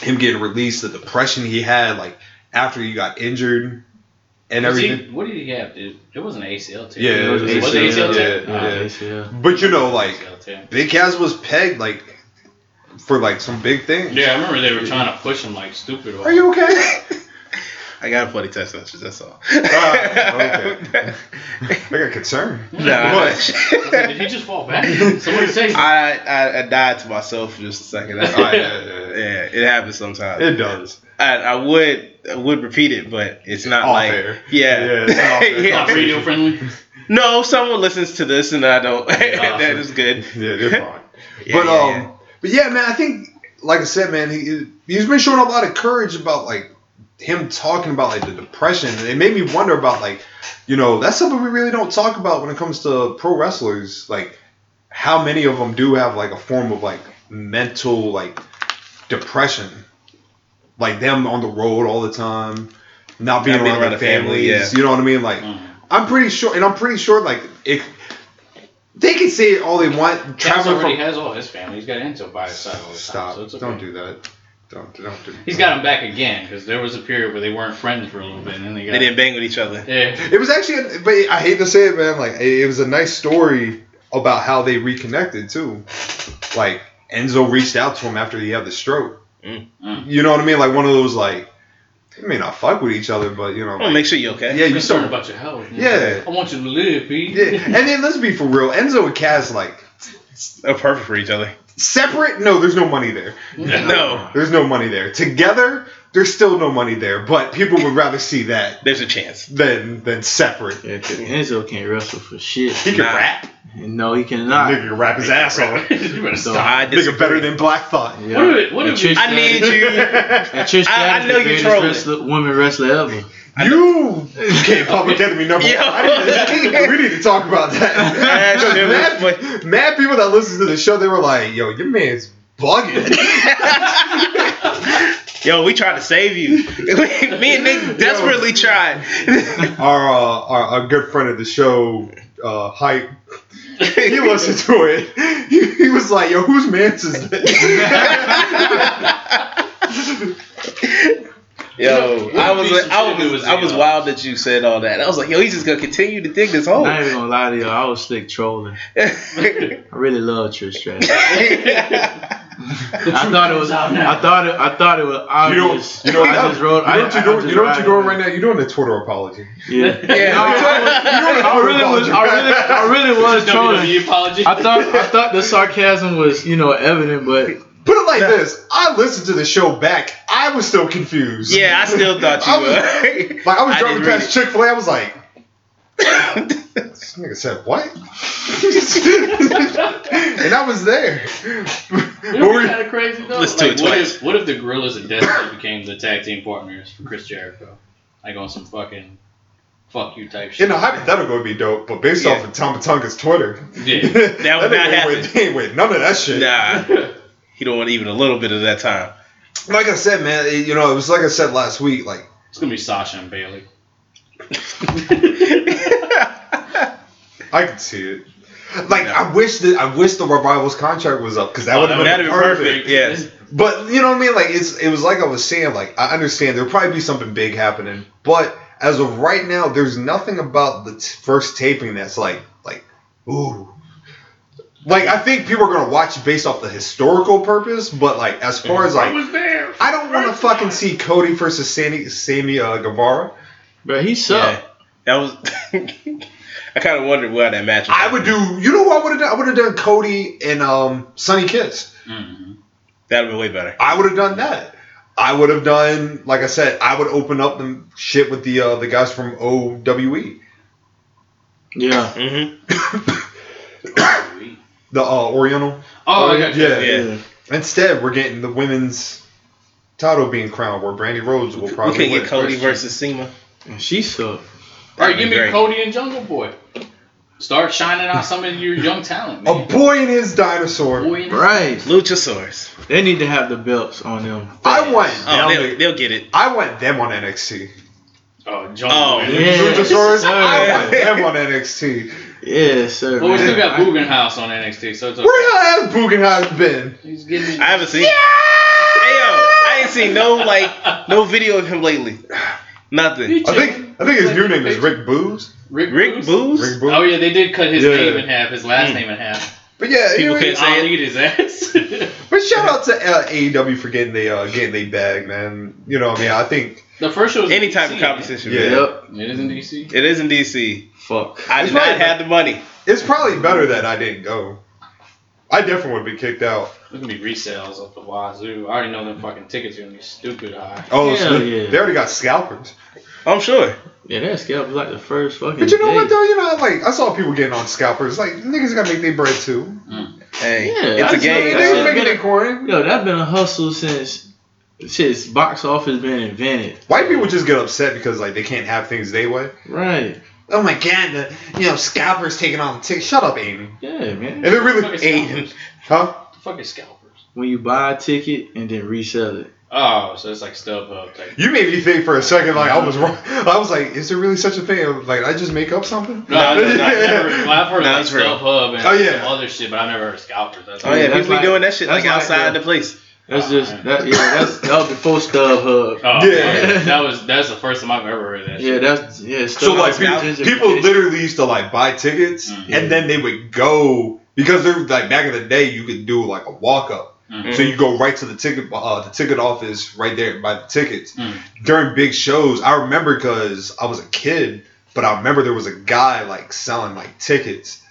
[SPEAKER 3] him getting released, the depression he had, like after he got injured, and
[SPEAKER 1] Was he-
[SPEAKER 3] everything.
[SPEAKER 1] what did he have? Dude? It was an ACL tear.
[SPEAKER 3] Yeah, it was
[SPEAKER 1] it was
[SPEAKER 3] ACL,
[SPEAKER 1] ACL tear.
[SPEAKER 3] yeah,
[SPEAKER 1] Nah,
[SPEAKER 3] yeah.
[SPEAKER 4] ACL.
[SPEAKER 3] But you know, like
[SPEAKER 1] ACL tear.
[SPEAKER 3] Big Cass was pegged like for like some big thing.
[SPEAKER 1] Yeah, I remember they were trying to push him like stupid.
[SPEAKER 3] Are you okay?
[SPEAKER 2] I got a funny test message. That's all.
[SPEAKER 3] Ah, I got concerned.
[SPEAKER 2] Nah.
[SPEAKER 1] I was like, did he just fall back? Somebody say.
[SPEAKER 2] I, I I died to myself for just a second. That's all
[SPEAKER 3] Ah,
[SPEAKER 2] right.
[SPEAKER 3] yeah, yeah, yeah.
[SPEAKER 2] yeah, it happens sometimes.
[SPEAKER 3] It does.
[SPEAKER 2] I, I would I would repeat it, but it's not
[SPEAKER 3] Off
[SPEAKER 2] like
[SPEAKER 3] air.
[SPEAKER 2] yeah.
[SPEAKER 3] Yeah, it's not off air.
[SPEAKER 2] Yeah.
[SPEAKER 1] Not radio friendly.
[SPEAKER 2] No, someone listens to this and I don't. that
[SPEAKER 1] Awesome.
[SPEAKER 2] is good.
[SPEAKER 3] Yeah, they're fine.
[SPEAKER 2] Yeah,
[SPEAKER 3] but
[SPEAKER 2] yeah,
[SPEAKER 3] um,
[SPEAKER 2] yeah.
[SPEAKER 3] but yeah, man, I think like I said, man, he he's been showing a lot of courage about like him talking about like the depression, and it made me wonder about like you know that's something we really don't talk about when it comes to pro wrestlers, like how many of them do have like a form of like mental like depression. like them on the road all the time, not being
[SPEAKER 2] Not
[SPEAKER 3] around, their families.
[SPEAKER 2] yeah. Mm.
[SPEAKER 3] You know what I mean? Like,
[SPEAKER 1] Mhm.
[SPEAKER 3] I'm pretty sure, and I'm pretty sure, like, if they can say all they want,
[SPEAKER 1] Travis
[SPEAKER 3] traveling
[SPEAKER 1] already
[SPEAKER 3] from.
[SPEAKER 1] has all his family. He's got Enzo by his side all the time.
[SPEAKER 3] Stop!
[SPEAKER 1] So it's okay.
[SPEAKER 3] Don't do that. Don't don't do.
[SPEAKER 1] He's got him back again because there was a period where they weren't friends for a little bit, and then they got.
[SPEAKER 2] They didn't bang with each other.
[SPEAKER 1] Yeah.
[SPEAKER 3] It was actually, but I hate to say it, man. Like it, it was a nice story about how they reconnected too. Like Enzo reached out to him after he had the stroke.
[SPEAKER 2] Mm.
[SPEAKER 1] Mm.
[SPEAKER 3] You know what I mean? Like one of those like they may not fuck with each other, but you know,
[SPEAKER 2] I'm gonna
[SPEAKER 3] like,
[SPEAKER 2] make sure you're okay.
[SPEAKER 3] yeah, you
[SPEAKER 1] concerned
[SPEAKER 3] start.
[SPEAKER 1] about your health. man.
[SPEAKER 3] Yeah.
[SPEAKER 1] I want you to live, B.
[SPEAKER 3] Yeah, and then let's be for real. Enzo and Cass like
[SPEAKER 2] They're perfect for each other.
[SPEAKER 3] separate. No, there's no money there.
[SPEAKER 2] No.
[SPEAKER 3] There's no money there. Together, there's still no money there. But people would rather see that
[SPEAKER 2] There's a chance.
[SPEAKER 3] than than separate.
[SPEAKER 4] Yeah, 'cause Enzo can't wrestle for shit.
[SPEAKER 3] He can
[SPEAKER 2] Nah.
[SPEAKER 3] rap.
[SPEAKER 4] No, he cannot.
[SPEAKER 3] Nigga can rap his ass off.
[SPEAKER 1] you better
[SPEAKER 4] So-
[SPEAKER 1] stop.
[SPEAKER 2] I
[SPEAKER 3] Nigga
[SPEAKER 2] disagree.
[SPEAKER 3] better than Black Thought.
[SPEAKER 4] Yeah.
[SPEAKER 1] What if- what
[SPEAKER 4] And
[SPEAKER 1] if you-
[SPEAKER 4] Trish
[SPEAKER 2] I need
[SPEAKER 4] Stratus-
[SPEAKER 2] you.
[SPEAKER 4] and Trish
[SPEAKER 2] I- I
[SPEAKER 4] Stratus
[SPEAKER 2] know
[SPEAKER 4] the
[SPEAKER 2] you
[SPEAKER 4] greatest
[SPEAKER 2] trolling.
[SPEAKER 4] wrestler, woman wrestler ever.
[SPEAKER 3] You became public enemy number
[SPEAKER 2] Yo.
[SPEAKER 3] one. I need to- we need to talk about that.
[SPEAKER 2] That's
[SPEAKER 3] Because
[SPEAKER 2] true.
[SPEAKER 3] mad, mad people that listen to the show, they were like, yo, your man's bugging.
[SPEAKER 2] Yo, we tried to save you. Me and Nick desperately tried.
[SPEAKER 3] our, uh, our, our good friend of the show, uh, Hype, he listened to it. He, he was like, yo, whose man's is this?
[SPEAKER 2] Yo, I was like, I
[SPEAKER 1] It
[SPEAKER 2] was
[SPEAKER 1] was
[SPEAKER 2] I was
[SPEAKER 1] the, uh,
[SPEAKER 2] wild that you said all that. I was like, yo, he's just gonna continue to dig
[SPEAKER 3] Oh.
[SPEAKER 2] this hole.
[SPEAKER 4] Not even gonna lie to y'all, I was slick trolling. I really love Trish Stratus. I thought it was.
[SPEAKER 1] out now.
[SPEAKER 4] I thought it. I thought it was obvious.
[SPEAKER 3] you know what
[SPEAKER 4] I
[SPEAKER 3] I'm-
[SPEAKER 4] just wrote.
[SPEAKER 3] you know what
[SPEAKER 4] I,
[SPEAKER 3] you're doing, you know what you're doing right now? You're doing a Twitter apology.
[SPEAKER 4] Yeah.
[SPEAKER 2] Yeah.
[SPEAKER 4] No, I, I really was. I really, I really was
[SPEAKER 1] WWE
[SPEAKER 3] E
[SPEAKER 4] trolling.
[SPEAKER 1] apology.
[SPEAKER 4] I thought. I thought the sarcasm was, you know, evident, but
[SPEAKER 3] Put it like this. I listened to the show back. I was still confused.
[SPEAKER 2] yeah, I still thought
[SPEAKER 3] I
[SPEAKER 2] you
[SPEAKER 3] was-
[SPEAKER 2] were.
[SPEAKER 3] Like I was
[SPEAKER 2] I
[SPEAKER 3] driving
[SPEAKER 2] didn't read
[SPEAKER 3] past Chick Fil A, I was like, "This nigga said what?" and I was there.
[SPEAKER 1] It
[SPEAKER 3] What
[SPEAKER 1] would
[SPEAKER 3] were
[SPEAKER 1] be
[SPEAKER 3] you-
[SPEAKER 1] kind of crazy though.
[SPEAKER 2] Let's do
[SPEAKER 1] Like,
[SPEAKER 2] it
[SPEAKER 1] what
[SPEAKER 2] twice.
[SPEAKER 1] if what if the Gorillas and Destiny became the tag team partners for Chris Jericho? Like on some fucking fuck you type shit.
[SPEAKER 3] in a hypothetical, it'd be dope, but based
[SPEAKER 2] Yeah.
[SPEAKER 3] off of Tom Patunka's Twitter,
[SPEAKER 1] Yeah.
[SPEAKER 2] That would
[SPEAKER 3] nigga
[SPEAKER 2] not
[SPEAKER 3] ain't
[SPEAKER 2] happen.
[SPEAKER 3] with- he ain't with none of that shit.
[SPEAKER 2] nah, he don't want even a little bit of that time.
[SPEAKER 3] Like I said, man, it- you know, it was like I said last week. Like
[SPEAKER 1] It's gonna be Sasha and Bailey.
[SPEAKER 3] I could see it. Like
[SPEAKER 2] No.
[SPEAKER 3] I wish that I wish the revivals contract was up because that
[SPEAKER 2] Oh,
[SPEAKER 3] would have
[SPEAKER 2] that'd
[SPEAKER 3] been,
[SPEAKER 2] be
[SPEAKER 3] perfect.
[SPEAKER 2] perfect. Yes.
[SPEAKER 3] But you know what I mean? Like it's it was like I was saying, like I understand there'll probably be something big happening, but as of right now, there's nothing about the t- first taping that's like like ooh. Like I think people are gonna watch based off the historical purpose, but like as far as
[SPEAKER 1] I
[SPEAKER 3] like
[SPEAKER 1] was there.
[SPEAKER 3] I don't wanna fucking see Cody versus Sammy Sammy uh, Guevara.
[SPEAKER 4] bro, he
[SPEAKER 2] Yeah.
[SPEAKER 4] sucked.
[SPEAKER 2] That was. I kind of wondered why that match. Was
[SPEAKER 3] I would do you know what I would have done? I would have done Cody and um Sonny Kiss.
[SPEAKER 1] hmm
[SPEAKER 2] That would be way better.
[SPEAKER 3] I would have done that. I would have done, like I said, I would open up the shit with the uh, the guys from E, OWE,
[SPEAKER 4] Yeah.
[SPEAKER 2] Mm-hmm.
[SPEAKER 3] the uh, Oriental.
[SPEAKER 1] Oh, I got you.
[SPEAKER 3] Yeah.
[SPEAKER 2] Yeah.
[SPEAKER 3] Instead, we're getting the women's title being crowned, where Brandy Rhodes will
[SPEAKER 2] We
[SPEAKER 3] probably
[SPEAKER 2] could
[SPEAKER 3] win.
[SPEAKER 2] get Cody
[SPEAKER 1] Christian.
[SPEAKER 2] versus Sema.
[SPEAKER 4] And she
[SPEAKER 1] All
[SPEAKER 4] sucked.
[SPEAKER 1] right,
[SPEAKER 2] That'd be
[SPEAKER 1] give me
[SPEAKER 2] great.
[SPEAKER 1] Cody and Jungle Boy. Start shining out some of your young talent.
[SPEAKER 3] A
[SPEAKER 1] Man.
[SPEAKER 3] Oh, boy and his dinosaur.
[SPEAKER 1] Boy in-
[SPEAKER 4] Right.
[SPEAKER 2] Luchasaurus.
[SPEAKER 4] They need to have the belts on them.
[SPEAKER 3] I want
[SPEAKER 2] Oh,
[SPEAKER 3] them.
[SPEAKER 2] they'll, they'll get it.
[SPEAKER 3] I want them on NXT.
[SPEAKER 1] Oh, Jungle
[SPEAKER 2] Oh,
[SPEAKER 1] Boy.
[SPEAKER 4] Yeah.
[SPEAKER 3] Luchasaurus, I
[SPEAKER 4] Yeah.
[SPEAKER 3] want them on NXT.
[SPEAKER 4] Yeah, sir.
[SPEAKER 1] Well, we still got
[SPEAKER 4] man.
[SPEAKER 1] Boogenhaus on NXT, so it's okay.
[SPEAKER 3] Where the hell has Bugenhaus been?
[SPEAKER 1] He's getting.
[SPEAKER 2] I haven't seen. Hey yo, I ain't seen no like no video of him lately. Nothing.
[SPEAKER 3] I think I think his new name is Rick Booze.
[SPEAKER 1] Rick,
[SPEAKER 2] Rick
[SPEAKER 1] Boogs?
[SPEAKER 2] Booz.
[SPEAKER 3] Rick Booze.
[SPEAKER 1] Oh yeah, they did cut his
[SPEAKER 3] Yeah. Hmm.
[SPEAKER 1] name in half, his last
[SPEAKER 2] Mm.
[SPEAKER 1] name in half.
[SPEAKER 3] But yeah,
[SPEAKER 2] People
[SPEAKER 3] anyway,
[SPEAKER 2] can't Is that
[SPEAKER 1] I'll
[SPEAKER 2] it?
[SPEAKER 1] eat his ass.
[SPEAKER 3] But shout out to uh, AEW for getting they uh, getting they bag, man. You know, what I mean, I think
[SPEAKER 1] the first show was
[SPEAKER 2] Any type
[SPEAKER 1] DC,
[SPEAKER 2] of competition.
[SPEAKER 3] Yeah.
[SPEAKER 2] man.
[SPEAKER 4] Yep.
[SPEAKER 1] man. It is in DC.
[SPEAKER 2] It is in DC.
[SPEAKER 4] Fuck.
[SPEAKER 2] I
[SPEAKER 3] It's
[SPEAKER 2] did not
[SPEAKER 3] right,
[SPEAKER 2] have the money.
[SPEAKER 3] it's probably better that I didn't go. I definitely would be kicked out.
[SPEAKER 1] There's gonna be resales up the wazoo. I already know them fucking tickets are gonna be stupid high.
[SPEAKER 3] Oh,
[SPEAKER 4] Hell
[SPEAKER 3] so
[SPEAKER 4] yeah.
[SPEAKER 3] they already got scalpers.
[SPEAKER 2] I'm sure.
[SPEAKER 4] Yeah, that scalp was like the first fucking.
[SPEAKER 3] But you know what
[SPEAKER 4] day.
[SPEAKER 3] though? You know, like I saw people getting on scalpers. Like niggas gotta make their bread too.
[SPEAKER 2] Hey,
[SPEAKER 4] Yeah,
[SPEAKER 2] it's
[SPEAKER 4] I
[SPEAKER 2] a
[SPEAKER 4] just-
[SPEAKER 3] They-
[SPEAKER 2] game.
[SPEAKER 4] Yeah,
[SPEAKER 3] they
[SPEAKER 4] yeah.
[SPEAKER 3] making their coin.
[SPEAKER 4] Yo, that's been a hustle since since box office been invented.
[SPEAKER 3] White people just get upset because like they can't have things they way.
[SPEAKER 4] Right.
[SPEAKER 3] Oh my god, the you know scalpers taking on the tick. Shut up, Aiden.
[SPEAKER 4] Yeah,
[SPEAKER 3] And
[SPEAKER 4] man.
[SPEAKER 3] they're really
[SPEAKER 1] Fucking
[SPEAKER 2] Aiden.
[SPEAKER 1] scalpers.
[SPEAKER 3] huh?
[SPEAKER 1] Fucking scalpers.
[SPEAKER 4] When you buy a ticket and then resell it.
[SPEAKER 1] Oh, so it's like StubHub type.
[SPEAKER 3] You made me think for a second, like I was wrong. I was like, is there really such a thing? Like I just make up something?
[SPEAKER 1] No, no, no, I've never, well,
[SPEAKER 3] yeah.
[SPEAKER 1] I've heard
[SPEAKER 2] No,
[SPEAKER 1] like
[SPEAKER 2] it's real.
[SPEAKER 1] StubHub and
[SPEAKER 3] Oh, yeah.
[SPEAKER 1] some other shit, but I've never heard scalpers. That's
[SPEAKER 2] Oh yeah,
[SPEAKER 4] that's
[SPEAKER 2] people
[SPEAKER 4] like-
[SPEAKER 2] be doing that shit like,
[SPEAKER 4] that's like
[SPEAKER 2] outside
[SPEAKER 4] the-
[SPEAKER 2] the place.
[SPEAKER 4] That's just that. Yeah, that's that was before
[SPEAKER 1] Oh,
[SPEAKER 4] StubHub.
[SPEAKER 3] Yeah.
[SPEAKER 1] yeah. that was that's the first time I've ever heard that.
[SPEAKER 4] Yeah,
[SPEAKER 1] shit.
[SPEAKER 4] that's yeah.
[SPEAKER 3] So
[SPEAKER 4] Stub-
[SPEAKER 3] like
[SPEAKER 4] that's
[SPEAKER 3] people,
[SPEAKER 4] gentrification.
[SPEAKER 3] people literally used to like buy tickets
[SPEAKER 1] Mhm.
[SPEAKER 3] and then they would go because they're like back in the day you could do like a walk up.
[SPEAKER 1] Mhm.
[SPEAKER 3] So you go right to the ticket uh, the ticket office right there and buy the tickets.
[SPEAKER 1] Mhm.
[SPEAKER 3] During big shows, I remember because I was a kid, but I remember there was a guy like selling like tickets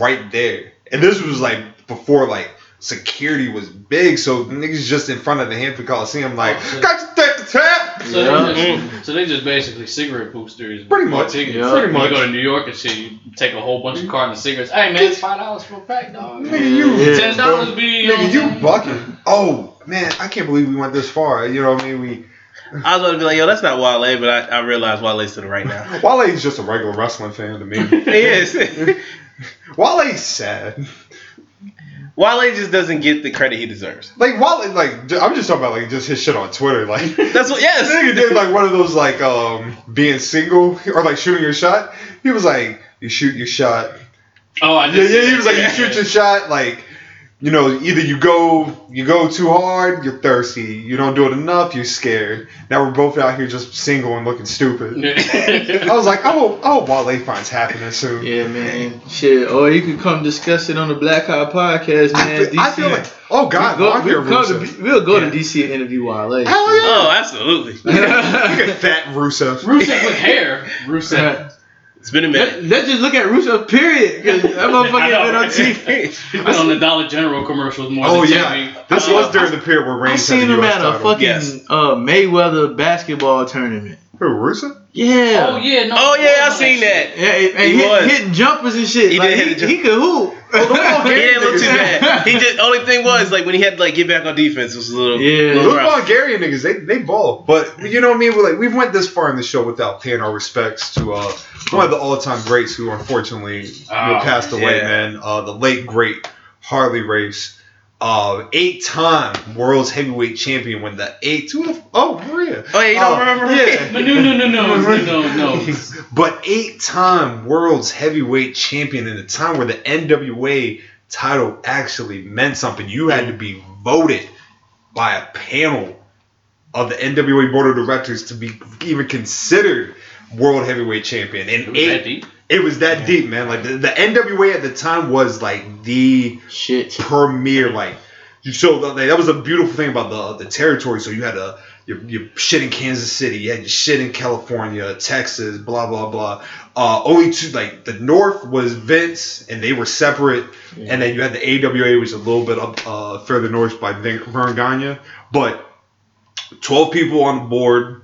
[SPEAKER 3] right there. And this was like before like security was big, so niggas just in front of the Hampton Coliseum like
[SPEAKER 1] Oh, shit.
[SPEAKER 3] got to take the tap.
[SPEAKER 1] So,
[SPEAKER 4] Yeah.
[SPEAKER 1] they just, so they just basically cigarette boosters.
[SPEAKER 3] Mm. Pretty much,
[SPEAKER 1] Tickets.
[SPEAKER 4] yeah.
[SPEAKER 3] pretty
[SPEAKER 1] You
[SPEAKER 3] much.
[SPEAKER 1] go to New York and shit, you take a whole bunch of cartons of cigarettes. Hey man, it's five dollars for a pack, dog.
[SPEAKER 3] Nigga, you
[SPEAKER 4] Yeah.
[SPEAKER 1] Ten dollars be um,
[SPEAKER 3] Nigga, you bucking. Oh man, I can't believe we went this far. You know what I mean? We
[SPEAKER 2] I was about to be like, yo, that's not Wale, but I, I realize Wale's to the right now.
[SPEAKER 3] Wale's just a regular wrestling fan to me.
[SPEAKER 2] he is.
[SPEAKER 3] Wale's sad.
[SPEAKER 2] Wale just doesn't get the credit he deserves.
[SPEAKER 3] Like Wale, like j- I'm just talking about like just his shit on Twitter. Like
[SPEAKER 2] That's what.
[SPEAKER 3] this
[SPEAKER 2] Yes.
[SPEAKER 3] nigga did like one of those like um being single or like shooting your shot. He was like, you shoot your shot.
[SPEAKER 1] Oh, I
[SPEAKER 3] Yeah,
[SPEAKER 1] just
[SPEAKER 3] yeah. He was like, you shoot your shot. Like you know, either you go you go too hard, you're thirsty. You don't do it enough, you're scared. Now we're both out here just single and looking stupid. I was like, "Oh, I hope, I hope Wale finds happiness soon.
[SPEAKER 4] Yeah, man. Shit. Or you could come discuss it on the Black Eye Podcast,
[SPEAKER 3] I,
[SPEAKER 4] man.
[SPEAKER 3] feel, I feel like, oh God,
[SPEAKER 4] we'll
[SPEAKER 3] Lock
[SPEAKER 4] go,
[SPEAKER 3] your
[SPEAKER 4] we'll come
[SPEAKER 3] Rusev.
[SPEAKER 4] to, we'll go
[SPEAKER 3] Yeah.
[SPEAKER 4] to DC and interview Wale.
[SPEAKER 3] Hell yeah.
[SPEAKER 2] Oh, absolutely.
[SPEAKER 3] Look at fat Rusev.
[SPEAKER 1] Rusev with hair. Rusev.
[SPEAKER 2] It's been a minute.
[SPEAKER 4] Let- Let's just look at Rusev, period. 'cause that
[SPEAKER 1] I
[SPEAKER 4] motherfucker
[SPEAKER 1] know,
[SPEAKER 4] been on
[SPEAKER 1] right?
[SPEAKER 4] TV.
[SPEAKER 1] He's been on the Dollar General commercials more
[SPEAKER 3] Oh
[SPEAKER 1] than
[SPEAKER 3] yeah,
[SPEAKER 1] TV.
[SPEAKER 3] this
[SPEAKER 1] Uh,
[SPEAKER 3] was during the period where Reigns
[SPEAKER 4] I
[SPEAKER 3] had
[SPEAKER 4] seen
[SPEAKER 3] the
[SPEAKER 4] him
[SPEAKER 3] US
[SPEAKER 4] at a
[SPEAKER 3] title.
[SPEAKER 4] fucking
[SPEAKER 2] Yes.
[SPEAKER 4] uh, Mayweather basketball tournament.
[SPEAKER 3] Who, Rusev?
[SPEAKER 4] Yeah.
[SPEAKER 1] Oh yeah, no.
[SPEAKER 2] Oh yeah, I
[SPEAKER 1] no,
[SPEAKER 2] seen that.
[SPEAKER 4] Yeah, and
[SPEAKER 2] He
[SPEAKER 4] and hit,
[SPEAKER 2] was.
[SPEAKER 4] hitting jumpers and shit.
[SPEAKER 2] He
[SPEAKER 4] like,
[SPEAKER 2] did hit
[SPEAKER 4] he,
[SPEAKER 2] a jump.
[SPEAKER 4] he could hoop.
[SPEAKER 3] on,
[SPEAKER 2] He
[SPEAKER 3] Gary.
[SPEAKER 2] didn't look too bad. He just only thing was like when he had to like get back on defense was a little
[SPEAKER 4] Yeah.
[SPEAKER 2] little
[SPEAKER 3] Those
[SPEAKER 2] rough.
[SPEAKER 3] Bulgarian niggas, they they ball, but you know what I mean. We're like we went this far in the show without paying our respects to uh, one of the all time greats who unfortunately you know,
[SPEAKER 1] Oh,
[SPEAKER 3] passed away,
[SPEAKER 2] yeah.
[SPEAKER 3] man. Uh, the late great Harley Race, uh, eight time world's heavyweight champion. When the eight, who the f- oh Maria,
[SPEAKER 2] Oh yeah, you don't
[SPEAKER 3] Oh,
[SPEAKER 2] remember?
[SPEAKER 3] yeah.
[SPEAKER 1] But no, no, no, no, no, no. no.
[SPEAKER 3] but eight time world's heavyweight champion in a time where the NWA title actually meant something. You had to be voted by a panel of the NWA board of directors to be even considered world heavyweight champion.
[SPEAKER 1] It
[SPEAKER 3] And
[SPEAKER 1] was that
[SPEAKER 3] eight,
[SPEAKER 1] deep.
[SPEAKER 3] it was that deep, man. Like the, the NWA at the time was like the
[SPEAKER 4] Shit.
[SPEAKER 3] premier like you so that, that was a beautiful thing about the the territory so you had a your, your shit in Kansas City you had your shit in California Texas blah blah blah uh only two like the north was Vince and they were separate and then you had the AWA which is a little bit up uh further north by Vin- Vern Gagne but 12 people on the board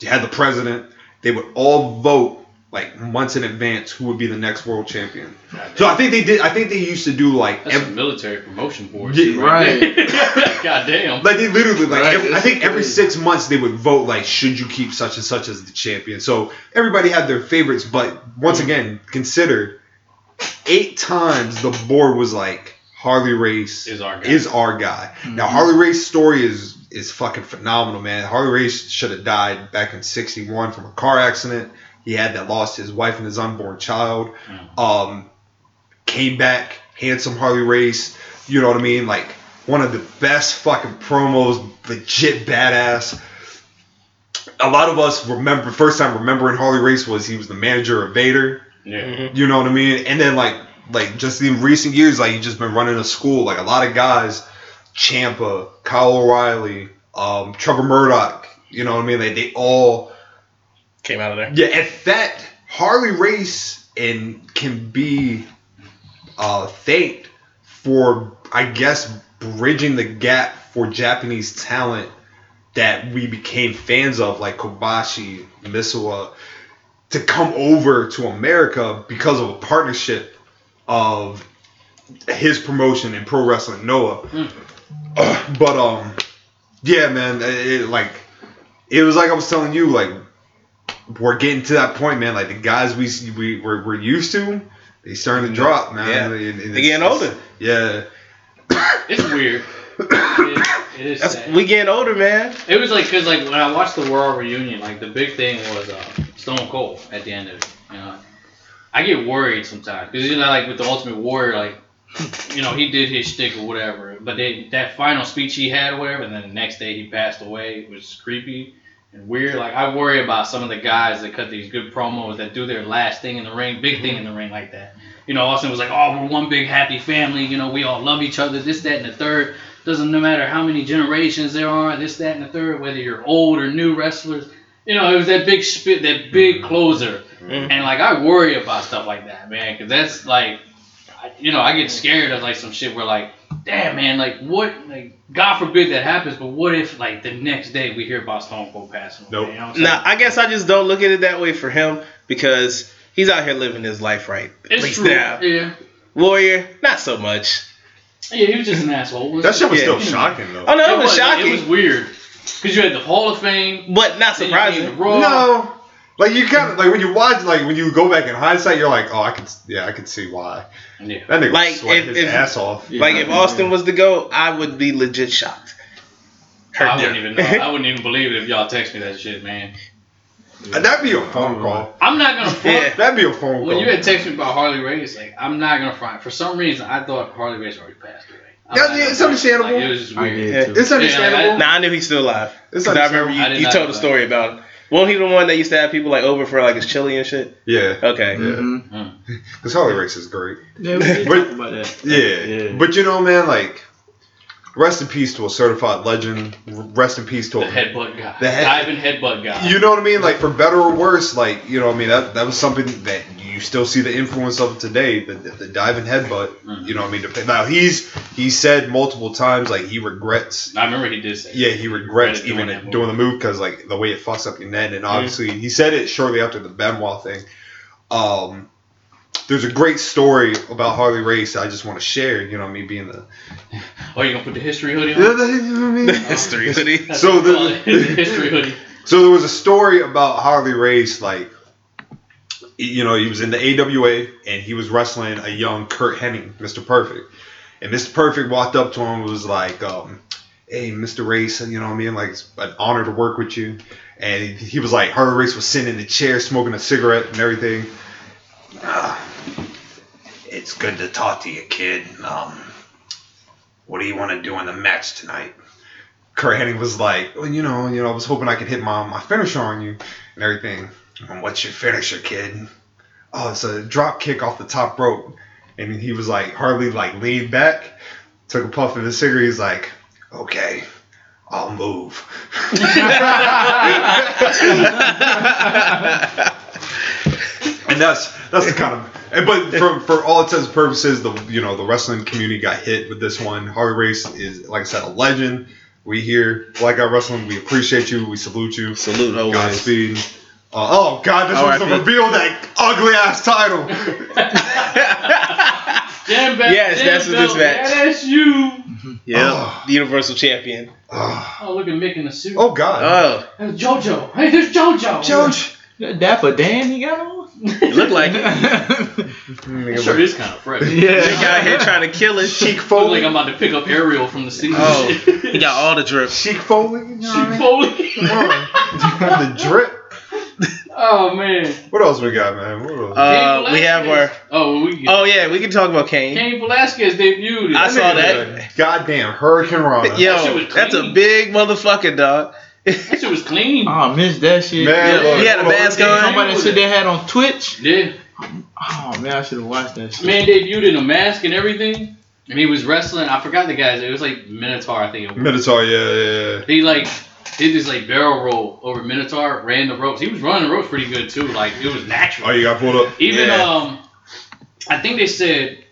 [SPEAKER 3] you had the president they would all vote like months in advance who would be the next world champion so I think they did I think they used to do like
[SPEAKER 1] That's
[SPEAKER 3] every,
[SPEAKER 1] a military promotion board.
[SPEAKER 3] Yeah,
[SPEAKER 1] shit
[SPEAKER 4] right.
[SPEAKER 1] there. God damn.
[SPEAKER 3] Like they literally like
[SPEAKER 4] Right,
[SPEAKER 3] every- I
[SPEAKER 4] that's
[SPEAKER 3] think every
[SPEAKER 4] crazy.
[SPEAKER 3] six months they would vote like should you keep such and such as the champion. So everybody had their favorites, but once
[SPEAKER 1] Mm.
[SPEAKER 3] again, consider eight times the board was like Harley Race
[SPEAKER 1] Is our guy.
[SPEAKER 3] is our guy.
[SPEAKER 4] Mm-hmm.
[SPEAKER 3] Now Harley Race's story is is fucking phenomenal, man. Harley Race should have died back in '61 from a car accident he had that lost his wife and his unborn child. Um, came back, handsome Harley Race. You know what I mean? Like one of the best fucking promos, legit badass. A lot of us remember first time remembering Harley Race was he was the manager of Vader.
[SPEAKER 1] Yeah.
[SPEAKER 3] You know what I mean? And then like like just in recent years, like you just been running a school. Like a lot of guys, Champa, Kyle O'Reilly, um, Trevor Murdoch. You know what I mean? Like they all
[SPEAKER 2] Came out of there.
[SPEAKER 3] yeah, at that Harley Race and can be uh, thanked for, I guess, bridging the gap for Japanese talent that we became fans of, like Kobashi, Misawa, to come over to America because of a partnership of his promotion in pro wrestling Noah. but um, yeah, man, it, it, like it was like I was telling you, like we're getting to that point, man. Like the guys we we we're, we're used to, they starting to drop, man.
[SPEAKER 2] Yeah.
[SPEAKER 3] And- and
[SPEAKER 2] They're getting
[SPEAKER 3] it's-
[SPEAKER 2] older.
[SPEAKER 3] Yeah.
[SPEAKER 1] It's weird. It- It is.
[SPEAKER 2] That's
[SPEAKER 1] sad.
[SPEAKER 2] we getting older, man.
[SPEAKER 1] It was like because like when I watched the World Reunion, like the big thing was uh, Stone Cold at the end of it. You know, I get worried sometimes because you know like with the Ultimate Warrior, like you know he did his shtick or whatever, but they, that final speech he had or whatever, and then the next day he passed away was creepy and weird. Like I worry about some of the guys that cut these good promos that do their last thing in the ring, big thing in the ring like that. You know, Austin was like, "Oh, we're one big happy family. You know, we all love each other. This, that, and the third doesn't no matter how many generations there are, this, that, and the third, whether you're old or new wrestlers. You know, it was that big spit, that big closer,
[SPEAKER 2] Mhm.
[SPEAKER 1] and like I worry about stuff like that, man, because that's like, I- you know, I get scared of like some shit where like, damn, man, like what, like God forbid that happens, but what if like the next day we hear about Stone Cold passing? away,
[SPEAKER 3] Nope.
[SPEAKER 1] You know what I'm
[SPEAKER 2] Now,
[SPEAKER 1] saying?
[SPEAKER 2] I guess I just don't look at it that way for him because he's out here living his life right. At
[SPEAKER 1] it's
[SPEAKER 2] least
[SPEAKER 1] true.
[SPEAKER 2] now.
[SPEAKER 1] Yeah,
[SPEAKER 2] Warrior, not so much.
[SPEAKER 1] yeah, he was just an asshole.
[SPEAKER 3] That shit was
[SPEAKER 2] Yeah.
[SPEAKER 3] still shocking though.
[SPEAKER 2] Oh no, it, was,
[SPEAKER 1] It
[SPEAKER 2] shocking,
[SPEAKER 1] was weird because you had the Hall of Fame,
[SPEAKER 2] but not
[SPEAKER 1] then you had the
[SPEAKER 2] surprising.
[SPEAKER 1] Raw.
[SPEAKER 3] No. Like you kind of like when you watch like when you go back in hindsight, you're like, oh, I can yeah, I can see why
[SPEAKER 1] Yeah.
[SPEAKER 3] that nigga
[SPEAKER 2] Like,
[SPEAKER 3] was sweating
[SPEAKER 2] if-
[SPEAKER 3] his
[SPEAKER 2] if-
[SPEAKER 3] ass off.
[SPEAKER 4] Yeah.
[SPEAKER 2] like if Austin was to go, I would be legit shocked.
[SPEAKER 1] I wouldn't even know. I wouldn't even believe it if y'all text me that shit, man.
[SPEAKER 3] That'd be a phone call.
[SPEAKER 1] I'm not gonna front.
[SPEAKER 2] Yeah.
[SPEAKER 3] That'd be a phone call.
[SPEAKER 1] When you had texted me about Harley Race, like I'm not gonna front. For some reason, I thought Harley Race already passed away. I'm
[SPEAKER 3] Yeah,
[SPEAKER 1] not
[SPEAKER 3] yeah, it's
[SPEAKER 1] gonna front.
[SPEAKER 3] understandable.
[SPEAKER 1] Like, it was just
[SPEAKER 4] I
[SPEAKER 1] weird.
[SPEAKER 4] did too.
[SPEAKER 3] it's understandable.
[SPEAKER 1] Yeah,
[SPEAKER 2] nah, I knew he's still alive.
[SPEAKER 3] It's
[SPEAKER 2] 'Cause I remember
[SPEAKER 3] understandable.
[SPEAKER 2] you,
[SPEAKER 1] I did
[SPEAKER 2] you
[SPEAKER 1] not
[SPEAKER 2] told
[SPEAKER 1] know
[SPEAKER 2] a story about. it. Wasn't he the one that used to have people like over for like his chili and shit?
[SPEAKER 3] yeah,
[SPEAKER 2] Okay.
[SPEAKER 4] Mhm.
[SPEAKER 3] because Harley Race is great.
[SPEAKER 4] Yeah, we did
[SPEAKER 3] Mm-hmm. But-
[SPEAKER 4] talk about that.
[SPEAKER 3] Yeah.
[SPEAKER 4] Yeah.
[SPEAKER 3] but you know, man, like, rest in peace to a certified legend. Rest in peace to
[SPEAKER 1] The
[SPEAKER 3] a
[SPEAKER 1] headbutt guy,
[SPEAKER 3] The head-
[SPEAKER 1] diving headbutt guy.
[SPEAKER 3] You know what I mean? Like for better or worse, like you know what I mean. That that was something that you still see the influence of today. The, the, the diving headbutt.
[SPEAKER 1] Mhm.
[SPEAKER 3] You know what I mean? Dep- Now he's he said multiple times like he regrets.
[SPEAKER 1] I remember he did say.
[SPEAKER 3] Yeah, he regrets
[SPEAKER 1] Regretted
[SPEAKER 3] even
[SPEAKER 1] doing that
[SPEAKER 3] doing the move because like the way it fucks up your net, and obviously he said it shortly after the Benoit thing. Um, there's a great story about Harley Race. I just want to share. You know what I mean? Being the
[SPEAKER 1] Oh, you gonna put the history hoodie on?
[SPEAKER 2] The
[SPEAKER 3] Yeah,
[SPEAKER 2] history hoodie.
[SPEAKER 1] That's
[SPEAKER 3] So
[SPEAKER 1] what
[SPEAKER 3] the-
[SPEAKER 1] we call it, history hoodie.
[SPEAKER 3] So there was a story about Harley Race, like you know, he was in the AWA and he was wrestling a young Kurt Hennig, Mr. Perfect. And Mr. Perfect walked up to him and was like, um, hey, Mr. Race, you know what I mean? Like it's an honor to work with you. And he he was like, Harley Race was sitting in the chair smoking a cigarette and everything. "Ah, it's good to talk to you, kid. Um, what do you want to do in the match tonight? Kurt Hennig was like, well, you know, you know, I was hoping I could hit my, my finisher on you and everything. And what's your finisher, kid? Oh, it's a drop kick off the top rope. And he was like, hardly like leaned back, took a puff of his cigarette. He's like, okay, I'll move. and that's that's the kind of and, but for, for all intents and purposes the you know the wrestling community got hit with this one harley race is like i said a legend we here black guy wrestling we appreciate you we salute you
[SPEAKER 2] Salute always.
[SPEAKER 3] godspeed uh, oh god this was to
[SPEAKER 2] R.I.P.
[SPEAKER 3] reveal that ugly ass title
[SPEAKER 1] Jam belt,
[SPEAKER 2] Yes,
[SPEAKER 1] jam
[SPEAKER 2] that's what this
[SPEAKER 1] belt,
[SPEAKER 2] match-
[SPEAKER 1] Yeah, that's you.
[SPEAKER 2] Yeah.
[SPEAKER 3] Oh.
[SPEAKER 2] The Universal Champion.
[SPEAKER 3] Ah.
[SPEAKER 1] Oh, look at Mick in the suit.
[SPEAKER 3] oh god
[SPEAKER 2] Oh,
[SPEAKER 1] That's JoJo. Hey, there's JoJo.
[SPEAKER 3] Josh.
[SPEAKER 4] That Dapper Dan he got on?
[SPEAKER 2] it looked like it.
[SPEAKER 4] yeah.
[SPEAKER 1] Sure, is kind of fresh.
[SPEAKER 2] They got here trying to kill us.
[SPEAKER 3] Chic
[SPEAKER 1] Look like
[SPEAKER 3] Foley.
[SPEAKER 1] I'm about to pick up Ariel from the sea.
[SPEAKER 2] Oh, he got all the drips.
[SPEAKER 3] Chic Foley. You know what I mean?
[SPEAKER 1] Foley.
[SPEAKER 3] Come on. the drip.
[SPEAKER 1] Oh man.
[SPEAKER 3] What else we got, man? What else?
[SPEAKER 2] Uh, we have our.
[SPEAKER 1] Oh, we get,
[SPEAKER 2] Oh yeah, we can talk about Kane.
[SPEAKER 1] Cain Velasquez debuted.
[SPEAKER 2] I
[SPEAKER 1] That
[SPEAKER 2] saw
[SPEAKER 1] nigga-
[SPEAKER 2] that.
[SPEAKER 3] Goddamn, Hurricane Rana.
[SPEAKER 1] That shit
[SPEAKER 2] Yo,
[SPEAKER 1] was
[SPEAKER 2] that's a
[SPEAKER 1] clean.
[SPEAKER 2] big motherfucker, dog.
[SPEAKER 1] That shit was clean.
[SPEAKER 4] Oh, I missed that shit.
[SPEAKER 3] Man,
[SPEAKER 1] Yeah,
[SPEAKER 3] look,
[SPEAKER 1] he
[SPEAKER 2] had a
[SPEAKER 3] hold on.
[SPEAKER 2] mask
[SPEAKER 4] Talking
[SPEAKER 2] on.
[SPEAKER 4] about that shit they had on Twitch.
[SPEAKER 1] Yeah.
[SPEAKER 4] Oh man, I should have watched that shit.
[SPEAKER 1] Man debuted in a mask and everything, and he was wrestling. I forgot the guys. It was like Minotaur, I think. It was.
[SPEAKER 3] Minotaur, yeah, yeah, yeah.
[SPEAKER 1] He like did this like barrel roll over Minotaur, ran the ropes. He was running the ropes pretty good too. Like it was natural.
[SPEAKER 3] Oh, you got pulled up.
[SPEAKER 1] Even
[SPEAKER 2] Yeah.
[SPEAKER 1] um, I think they said,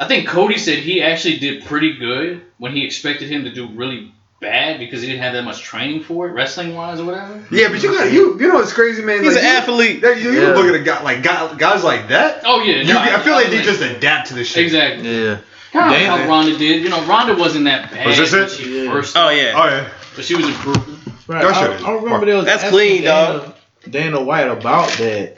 [SPEAKER 1] I think Cody said he actually did pretty good when he expected him to do really bad because he didn't have that much training for it, wrestling wise or whatever.
[SPEAKER 3] Yeah, but you got you. You know what's crazy, man?
[SPEAKER 2] He's
[SPEAKER 3] like,
[SPEAKER 2] an
[SPEAKER 3] you-
[SPEAKER 2] athlete.
[SPEAKER 3] that- You, you
[SPEAKER 4] Yeah.
[SPEAKER 3] look at a guy like guy, guys like that.
[SPEAKER 1] Oh yeah,
[SPEAKER 3] you,
[SPEAKER 1] no,
[SPEAKER 3] I, feel like they
[SPEAKER 1] was
[SPEAKER 3] just adapt to this shit.
[SPEAKER 1] exactly.
[SPEAKER 4] Yeah.
[SPEAKER 1] Kind of
[SPEAKER 4] Damn.
[SPEAKER 1] how Ronda did. You know, Ronda wasn't that bad
[SPEAKER 3] Was this
[SPEAKER 1] when
[SPEAKER 3] it?
[SPEAKER 1] she
[SPEAKER 4] Yeah.
[SPEAKER 1] first,
[SPEAKER 2] Oh yeah.
[SPEAKER 3] Oh yeah,
[SPEAKER 1] but she was improving.
[SPEAKER 4] Right.
[SPEAKER 3] That
[SPEAKER 4] I,
[SPEAKER 3] shit
[SPEAKER 4] I
[SPEAKER 3] is-
[SPEAKER 4] remember there was
[SPEAKER 2] That's
[SPEAKER 4] asking
[SPEAKER 2] clean,
[SPEAKER 4] Dana,
[SPEAKER 2] dog.
[SPEAKER 4] Dana White about that.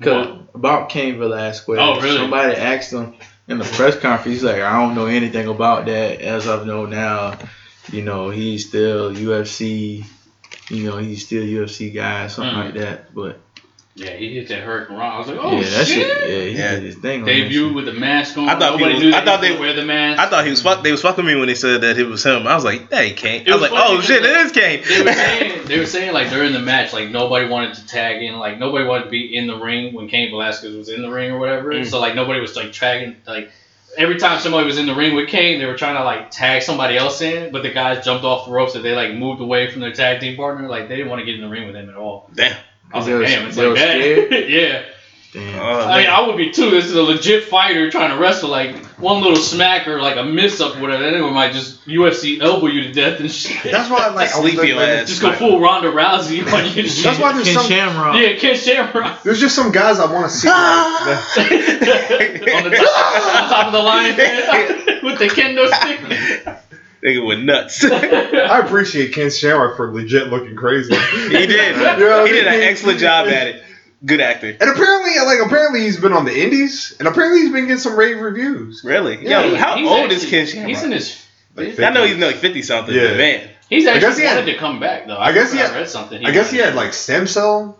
[SPEAKER 4] 'Cause-
[SPEAKER 1] What?
[SPEAKER 4] about Cain Velasquez.
[SPEAKER 1] Oh, really?
[SPEAKER 4] Somebody asked him in the press conference. He's like, I don't know anything about that as of know now. you know, he's still UFC. You know, he's still UFC guy, something
[SPEAKER 1] Mm.
[SPEAKER 4] like that. But
[SPEAKER 1] Yeah, he hit that Hurricane Ron. I was like, oh
[SPEAKER 4] yeah, that
[SPEAKER 1] shit.
[SPEAKER 4] shit, yeah, he
[SPEAKER 2] Yeah.
[SPEAKER 4] did his thing. on that
[SPEAKER 1] Debut
[SPEAKER 4] shit.
[SPEAKER 1] with the mask on.
[SPEAKER 2] I thought
[SPEAKER 1] Nobody
[SPEAKER 2] people-
[SPEAKER 1] knew
[SPEAKER 2] I
[SPEAKER 1] they
[SPEAKER 2] thought
[SPEAKER 1] could
[SPEAKER 2] they-
[SPEAKER 1] wear the mask.
[SPEAKER 2] I thought he was fuck. They was fucking me when they said that it was him. I was like, that ain't Kane.
[SPEAKER 1] It
[SPEAKER 2] I was
[SPEAKER 1] was
[SPEAKER 2] like,
[SPEAKER 1] funny
[SPEAKER 2] oh shit, it
[SPEAKER 1] because
[SPEAKER 2] is
[SPEAKER 1] they
[SPEAKER 2] Kane.
[SPEAKER 1] were saying they were saying like during the match, like nobody wanted to tag in, like nobody wanted to be in the ring when Cain Velasquez was in the ring or whatever.
[SPEAKER 2] Mm.
[SPEAKER 1] So like nobody was like tagging like every time somebody was in the ring with Kane, they were trying to like tag somebody else in, but the guys jumped off the ropes and they like moved away from their tag team partner. Like they didn't want to get in the ring with him at all.
[SPEAKER 2] Damn.
[SPEAKER 1] I was
[SPEAKER 4] They
[SPEAKER 1] like,
[SPEAKER 4] were-
[SPEAKER 1] damn, it's
[SPEAKER 4] they
[SPEAKER 1] like
[SPEAKER 4] were
[SPEAKER 1] that. yeah.
[SPEAKER 4] Damn.
[SPEAKER 3] Uh,
[SPEAKER 2] Oh,
[SPEAKER 1] I mean,
[SPEAKER 2] man.
[SPEAKER 1] I would be too. This is a legit fighter trying to wrestle. Like one little smack or like a miss up, whatever. That nigga might just UFC elbow you to death and shit.
[SPEAKER 3] That's why, like, I was
[SPEAKER 2] Sleepy
[SPEAKER 3] like, man,
[SPEAKER 2] ass.
[SPEAKER 1] just go full Ronda Rousey on your shit.
[SPEAKER 3] That's why there's
[SPEAKER 4] Ken
[SPEAKER 3] some-
[SPEAKER 4] Shamrock.
[SPEAKER 1] Yeah, Ken Shamrock
[SPEAKER 3] there's just some guys I want to see. like,
[SPEAKER 1] on, the top, on top of the line man, with the kendo stick.
[SPEAKER 2] Nigga went nuts. he
[SPEAKER 3] that- I appreciate Ken Shamrock for legit looking crazy.
[SPEAKER 2] did.
[SPEAKER 3] You know what I
[SPEAKER 2] He did an
[SPEAKER 3] mean?
[SPEAKER 2] excellent job at it. Good acting.
[SPEAKER 3] And apparently, like, apparently he's been on the Indies, and apparently he's been getting some rave reviews.
[SPEAKER 2] Really?
[SPEAKER 3] Yeah,
[SPEAKER 2] Yo,
[SPEAKER 1] He's-
[SPEAKER 2] how
[SPEAKER 1] he's
[SPEAKER 2] old is
[SPEAKER 1] actually-
[SPEAKER 2] Ken
[SPEAKER 1] He's
[SPEAKER 2] Shamrock?
[SPEAKER 1] in his.
[SPEAKER 3] Like,
[SPEAKER 2] I know he's like fifty something.
[SPEAKER 3] Yeah.
[SPEAKER 2] but Man,
[SPEAKER 1] He's
[SPEAKER 3] I guess
[SPEAKER 1] actually
[SPEAKER 3] he had-
[SPEAKER 1] wanted to come back though.
[SPEAKER 3] I guess he
[SPEAKER 1] forgot,
[SPEAKER 3] had-
[SPEAKER 1] I read something.
[SPEAKER 3] I guess he had like stem cell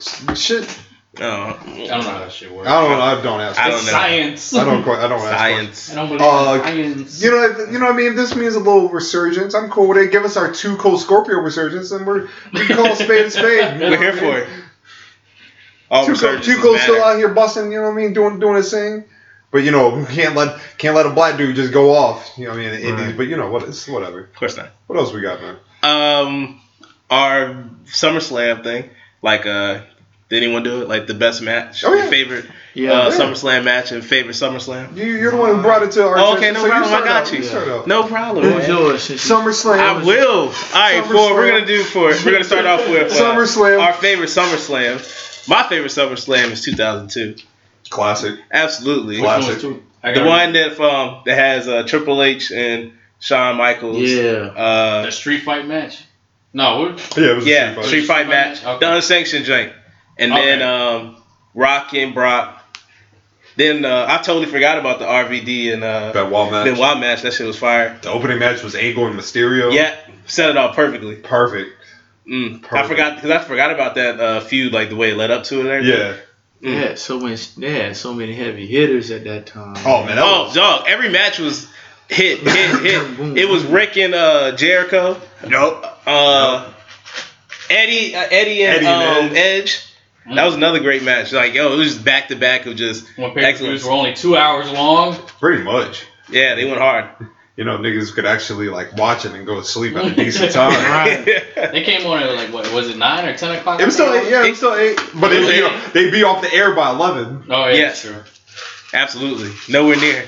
[SPEAKER 3] s- shit.
[SPEAKER 1] I
[SPEAKER 2] oh,
[SPEAKER 1] don't know how that shit
[SPEAKER 3] I
[SPEAKER 1] works.
[SPEAKER 3] don't know. I don't ask.
[SPEAKER 2] I
[SPEAKER 3] I
[SPEAKER 2] don't
[SPEAKER 3] don't,
[SPEAKER 1] It's
[SPEAKER 2] know.
[SPEAKER 1] Science.
[SPEAKER 3] I don't. Quite, I don't ask.
[SPEAKER 2] science.
[SPEAKER 1] I don't believe
[SPEAKER 3] Uh,
[SPEAKER 1] in science.
[SPEAKER 3] You know, if- you know what I mean. If this means a little resurgence, I'm cool with it. Give us our two cold Scorpio resurgence, and we're we can call a spade a spade.
[SPEAKER 2] We're here for it. All
[SPEAKER 3] Two,
[SPEAKER 2] resurgences
[SPEAKER 3] two cold's still
[SPEAKER 2] matter.
[SPEAKER 3] out here busting. You know what I mean, doing doing his thing. But you know, we can't let can't let a black dude just go off. You know what I mean, in the Indies.
[SPEAKER 4] Right.
[SPEAKER 3] But you know what? It's whatever.
[SPEAKER 2] Of course not.
[SPEAKER 3] What else we got, man?
[SPEAKER 2] Um, our SummerSlam thing. Like, uh, did anyone do it? Like the best match,
[SPEAKER 3] Oh, yeah.
[SPEAKER 2] your favorite
[SPEAKER 4] Yeah.
[SPEAKER 2] uh,
[SPEAKER 3] yeah.
[SPEAKER 2] SummerSlam match, and favorite SummerSlam.
[SPEAKER 3] You, you're the one who brought it to our.
[SPEAKER 2] Oh, okay,
[SPEAKER 3] attention,
[SPEAKER 2] no
[SPEAKER 3] so you
[SPEAKER 2] problem, I
[SPEAKER 3] start
[SPEAKER 2] got
[SPEAKER 3] out.
[SPEAKER 2] you.
[SPEAKER 3] start out.
[SPEAKER 2] No problem.
[SPEAKER 4] What was
[SPEAKER 2] man.
[SPEAKER 4] yours? since you-
[SPEAKER 3] SummerSlam.
[SPEAKER 2] I will. All right, for we're gonna do for we're gonna start off with uh,
[SPEAKER 3] SummerSlam.
[SPEAKER 2] Our favorite SummerSlam. My favorite SummerSlam is 2002.
[SPEAKER 3] Classic.
[SPEAKER 2] Absolutely,
[SPEAKER 1] Which one was
[SPEAKER 3] classic.
[SPEAKER 1] too- I
[SPEAKER 2] the
[SPEAKER 1] got
[SPEAKER 2] one that um that has uh, Triple H and Shawn Michaels.
[SPEAKER 4] Yeah.
[SPEAKER 2] Uh,
[SPEAKER 1] the street fight match. No, we're-
[SPEAKER 3] Yeah, it was a
[SPEAKER 2] Yeah,
[SPEAKER 3] street fight.
[SPEAKER 2] street fight match,
[SPEAKER 1] Okay.
[SPEAKER 2] the unsanctioned joint, and
[SPEAKER 1] Okay.
[SPEAKER 2] then um, Rock and Brock. Then uh, I totally forgot about the RVD and uh,
[SPEAKER 3] That wall match.
[SPEAKER 2] Benoit match. That shit was fire.
[SPEAKER 3] The opening match was Angle and Mysterio.
[SPEAKER 2] Yeah, set it all perfectly.
[SPEAKER 3] Perfect.
[SPEAKER 2] Mm. I
[SPEAKER 3] Perfect.
[SPEAKER 2] forgot because I forgot about that uh, feud, like the way it led up to it. And everything.
[SPEAKER 3] Yeah.
[SPEAKER 4] They
[SPEAKER 1] Mm.
[SPEAKER 4] had so much. They had so many heavy hitters at that time.
[SPEAKER 3] Oh man, that
[SPEAKER 2] Oh,
[SPEAKER 3] was
[SPEAKER 2] dog! Every match was hit, hit, hit. it was Rick and uh, Jericho,
[SPEAKER 3] nope.
[SPEAKER 2] uh, Eddie, uh, Eddie and,
[SPEAKER 3] Eddie and
[SPEAKER 2] um, Edge. That was another great match. Like yo, it was just back to back of just
[SPEAKER 1] when
[SPEAKER 2] excellence.
[SPEAKER 1] pay-per-views were only two hours long.
[SPEAKER 3] Pretty much.
[SPEAKER 2] Yeah, they went hard.
[SPEAKER 3] You know, niggas could actually like watch it and go to sleep at a decent time.
[SPEAKER 4] Right.
[SPEAKER 1] They came on at like what was it nine or ten o'clock?
[SPEAKER 3] It was still eight, yeah, it was still eight, but they,
[SPEAKER 2] It was
[SPEAKER 3] you know, they be off the air by eleven.
[SPEAKER 1] Oh yeah,
[SPEAKER 2] Yes.
[SPEAKER 1] sure.
[SPEAKER 2] Absolutely. Nowhere near.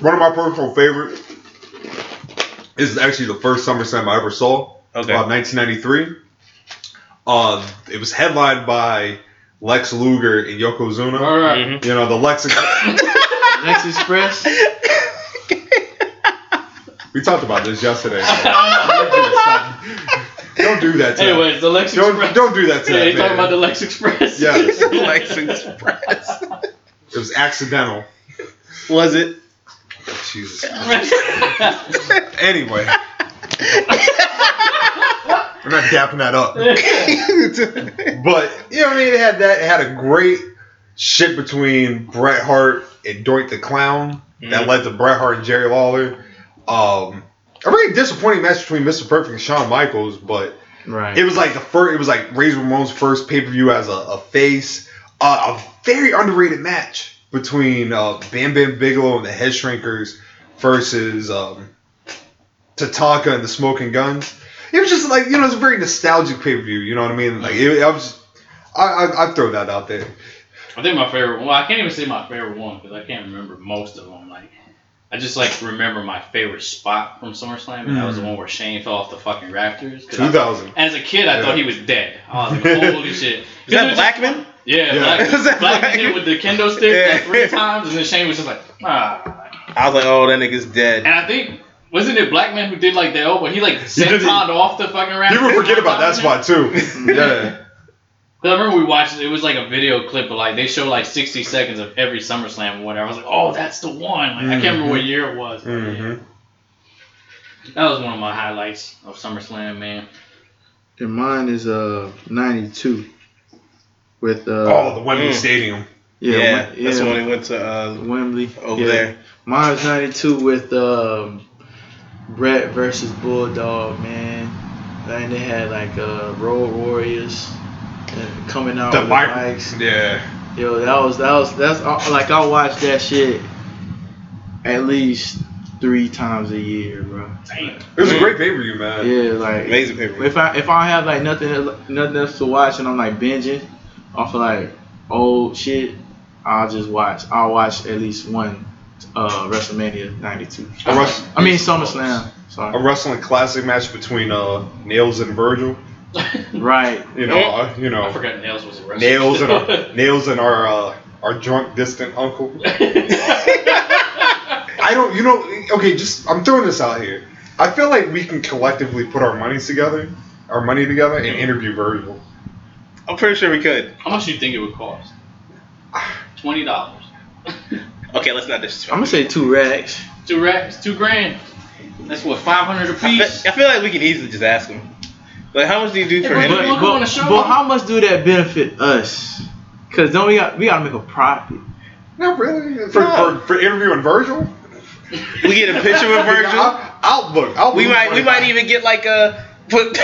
[SPEAKER 3] One of my personal favorite is actually the first SummerSlam I ever saw,
[SPEAKER 2] Okay.
[SPEAKER 3] about 1993. Uh, it was headlined by Lex Luger and Yokozuna.
[SPEAKER 1] All right.
[SPEAKER 2] Mhm.
[SPEAKER 3] You know the Lex.
[SPEAKER 4] Lex Express.
[SPEAKER 3] we talked about this yesterday. Don't do that to
[SPEAKER 1] Anyways, the Lex
[SPEAKER 3] that. Don't
[SPEAKER 1] Express.
[SPEAKER 3] don't do that to
[SPEAKER 1] yeah,
[SPEAKER 3] that
[SPEAKER 1] you talking
[SPEAKER 3] man.
[SPEAKER 1] about the Lex Express?
[SPEAKER 3] Yes.
[SPEAKER 4] Mm-hmm.
[SPEAKER 2] Lex Express.
[SPEAKER 3] It was accidental.
[SPEAKER 2] Was it?
[SPEAKER 3] Jesus. Anyway. We're not dapping that up. But you know what I mean? It had that it had a great shit between Bret Hart and Doink the Clown that
[SPEAKER 2] Mhm.
[SPEAKER 3] led to Bret Hart and Jerry Lawler. Um a really disappointing match between Mr. Perfect and Shawn Michaels, but
[SPEAKER 4] Right.
[SPEAKER 3] it was like the first. It was like Razor Ramon's first pay per view as a, a face. Uh, a very underrated match between uh, Bam Bam Bigelow and the Head Shrinkers versus um, Tatanka and the Smoking Guns. It was just like you know, it's a very nostalgic pay per view. You know what I mean? Like it, I was, I, I I throw that out there.
[SPEAKER 1] I think my favorite. Well, I can't even say my favorite one because I can't remember most of them. Like, I just like remember my favorite spot from SummerSlam, and that was
[SPEAKER 3] Mm.
[SPEAKER 1] the one where Shane fell off the fucking rafters. 'Cause I-
[SPEAKER 3] Two thousand.
[SPEAKER 1] as a kid, I
[SPEAKER 3] Yeah.
[SPEAKER 1] thought he was dead. I was like, holy shit.
[SPEAKER 2] Is that Blackman?
[SPEAKER 1] Yeah,
[SPEAKER 3] Yeah.
[SPEAKER 1] Black,
[SPEAKER 2] Is that
[SPEAKER 1] Black
[SPEAKER 2] Black-
[SPEAKER 1] hit with the kendo stick
[SPEAKER 2] Yeah.
[SPEAKER 1] like three times, and then Shane was just like, ah.
[SPEAKER 2] I was like, oh, that nigga's
[SPEAKER 1] And
[SPEAKER 2] dead.
[SPEAKER 1] I think wasn't it Black Man who did like that elbow? He like
[SPEAKER 3] did
[SPEAKER 1] senton
[SPEAKER 3] it.
[SPEAKER 1] off the fucking rafters.
[SPEAKER 3] People forget about that
[SPEAKER 1] spot.
[SPEAKER 3] spot too. Yeah.
[SPEAKER 1] Because I remember we watched it. It was like a video clip, but like they show like 60 seconds of every SummerSlam or whatever. I was like, oh, that's the one. Like I can't remember what year it was.
[SPEAKER 3] Mhm.
[SPEAKER 1] That was one of my highlights of SummerSlam, man.
[SPEAKER 4] And mine is uh '92 with uh
[SPEAKER 3] oh, the Wembley
[SPEAKER 2] Mm.
[SPEAKER 3] Stadium.
[SPEAKER 2] Yeah,
[SPEAKER 4] yeah, Wem-
[SPEAKER 2] that's
[SPEAKER 4] yeah,
[SPEAKER 2] when he went to uh,
[SPEAKER 4] Wembley
[SPEAKER 2] over
[SPEAKER 4] yeah.
[SPEAKER 2] there.
[SPEAKER 4] Mine's 92 with um, Brett versus Bulldog, man. Then they had like uh, Road Warriors uh, coming out
[SPEAKER 3] The
[SPEAKER 4] with
[SPEAKER 3] Mark-
[SPEAKER 4] bikes.
[SPEAKER 3] Yeah.
[SPEAKER 4] Yo, that was that was that's all- like I watched that shit at least three times a year, bro.
[SPEAKER 3] It was a
[SPEAKER 2] Mm.
[SPEAKER 3] great pay per view, man.
[SPEAKER 4] Yeah, like
[SPEAKER 2] Amazing paper.
[SPEAKER 4] if I if I have like nothing else- nothing else to watch and I'm like binging off of like old shit, I'll just watch. I'll watch at least one uh, WrestleMania '92.
[SPEAKER 3] A, wrest-
[SPEAKER 4] I mean SummerSlam.
[SPEAKER 3] a
[SPEAKER 4] Sorry.
[SPEAKER 3] wrestling classic match between uh, Nails and Virgil.
[SPEAKER 1] I
[SPEAKER 4] Right.
[SPEAKER 3] You know, uh, you know,
[SPEAKER 1] forgot Nails was a wrestler.
[SPEAKER 3] Nails and our Nails and our uh, our drunk distant uncle. I don't, you know, okay, just I'm throwing this out here. I feel like we can collectively put our money together, our money together, and interview Virgil.
[SPEAKER 2] I'm pretty sure we could.
[SPEAKER 1] How much do you think it would cost? Twenty dollars.
[SPEAKER 2] Okay, let's not
[SPEAKER 4] I'm
[SPEAKER 2] disrespect.
[SPEAKER 4] gonna say two racks.
[SPEAKER 1] Two racks, two grand. That's what five hundred
[SPEAKER 2] I
[SPEAKER 1] apiece.
[SPEAKER 2] feel, I feel like we could easily just ask him. Like, how much do you do for
[SPEAKER 1] Hey,
[SPEAKER 4] But,
[SPEAKER 1] Hey,
[SPEAKER 2] interview?
[SPEAKER 1] look on the
[SPEAKER 4] but,
[SPEAKER 1] show.
[SPEAKER 4] but how much do that benefit us? Cause don't we got we gotta make a profit.
[SPEAKER 3] Not really. For,
[SPEAKER 2] No.
[SPEAKER 3] for, for interviewing Virgil?
[SPEAKER 2] We get a picture with Virgil.
[SPEAKER 3] I'll, I'll look. I'll
[SPEAKER 2] We
[SPEAKER 3] lose
[SPEAKER 2] might we
[SPEAKER 3] money.
[SPEAKER 2] might even get like a put.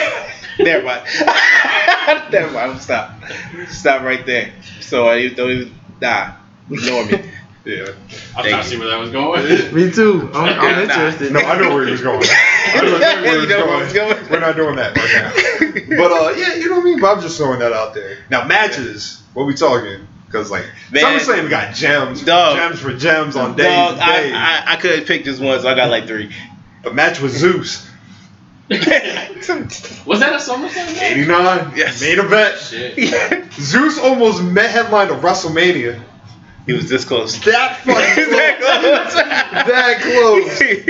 [SPEAKER 2] Never mind. Never mind. Stop. Stop right there. So I don't even nah. Ignore me.
[SPEAKER 1] I'm
[SPEAKER 3] Yeah.
[SPEAKER 1] trying
[SPEAKER 2] Thank
[SPEAKER 1] to
[SPEAKER 2] you.
[SPEAKER 1] see where that was going.
[SPEAKER 4] Me too. I'm,
[SPEAKER 2] Nah, nah.
[SPEAKER 4] I'm interested.
[SPEAKER 3] No, I know where he was going. I know exactly where he
[SPEAKER 2] You
[SPEAKER 3] was
[SPEAKER 2] know where
[SPEAKER 3] going.
[SPEAKER 2] I was going.
[SPEAKER 3] We're not doing that right now. But uh, yeah, you know what I mean. But I'm just throwing that out there. Now matches. What we talking? Because like
[SPEAKER 2] Man.
[SPEAKER 3] SummerSlam we got gems,
[SPEAKER 2] Dog.
[SPEAKER 3] gems for gems on days.
[SPEAKER 2] Dog,
[SPEAKER 3] and
[SPEAKER 2] I,
[SPEAKER 3] days.
[SPEAKER 2] I I couldn't pick just one, so I got like three.
[SPEAKER 3] the match with Zeus,
[SPEAKER 1] was that a SummerSlam? match?
[SPEAKER 3] '89,
[SPEAKER 2] Yes.
[SPEAKER 3] main event.
[SPEAKER 1] Shit.
[SPEAKER 2] he
[SPEAKER 3] Zeus almost met headline of WrestleMania.
[SPEAKER 2] was this close.
[SPEAKER 3] That fucking
[SPEAKER 2] That
[SPEAKER 3] close.
[SPEAKER 2] close.
[SPEAKER 3] that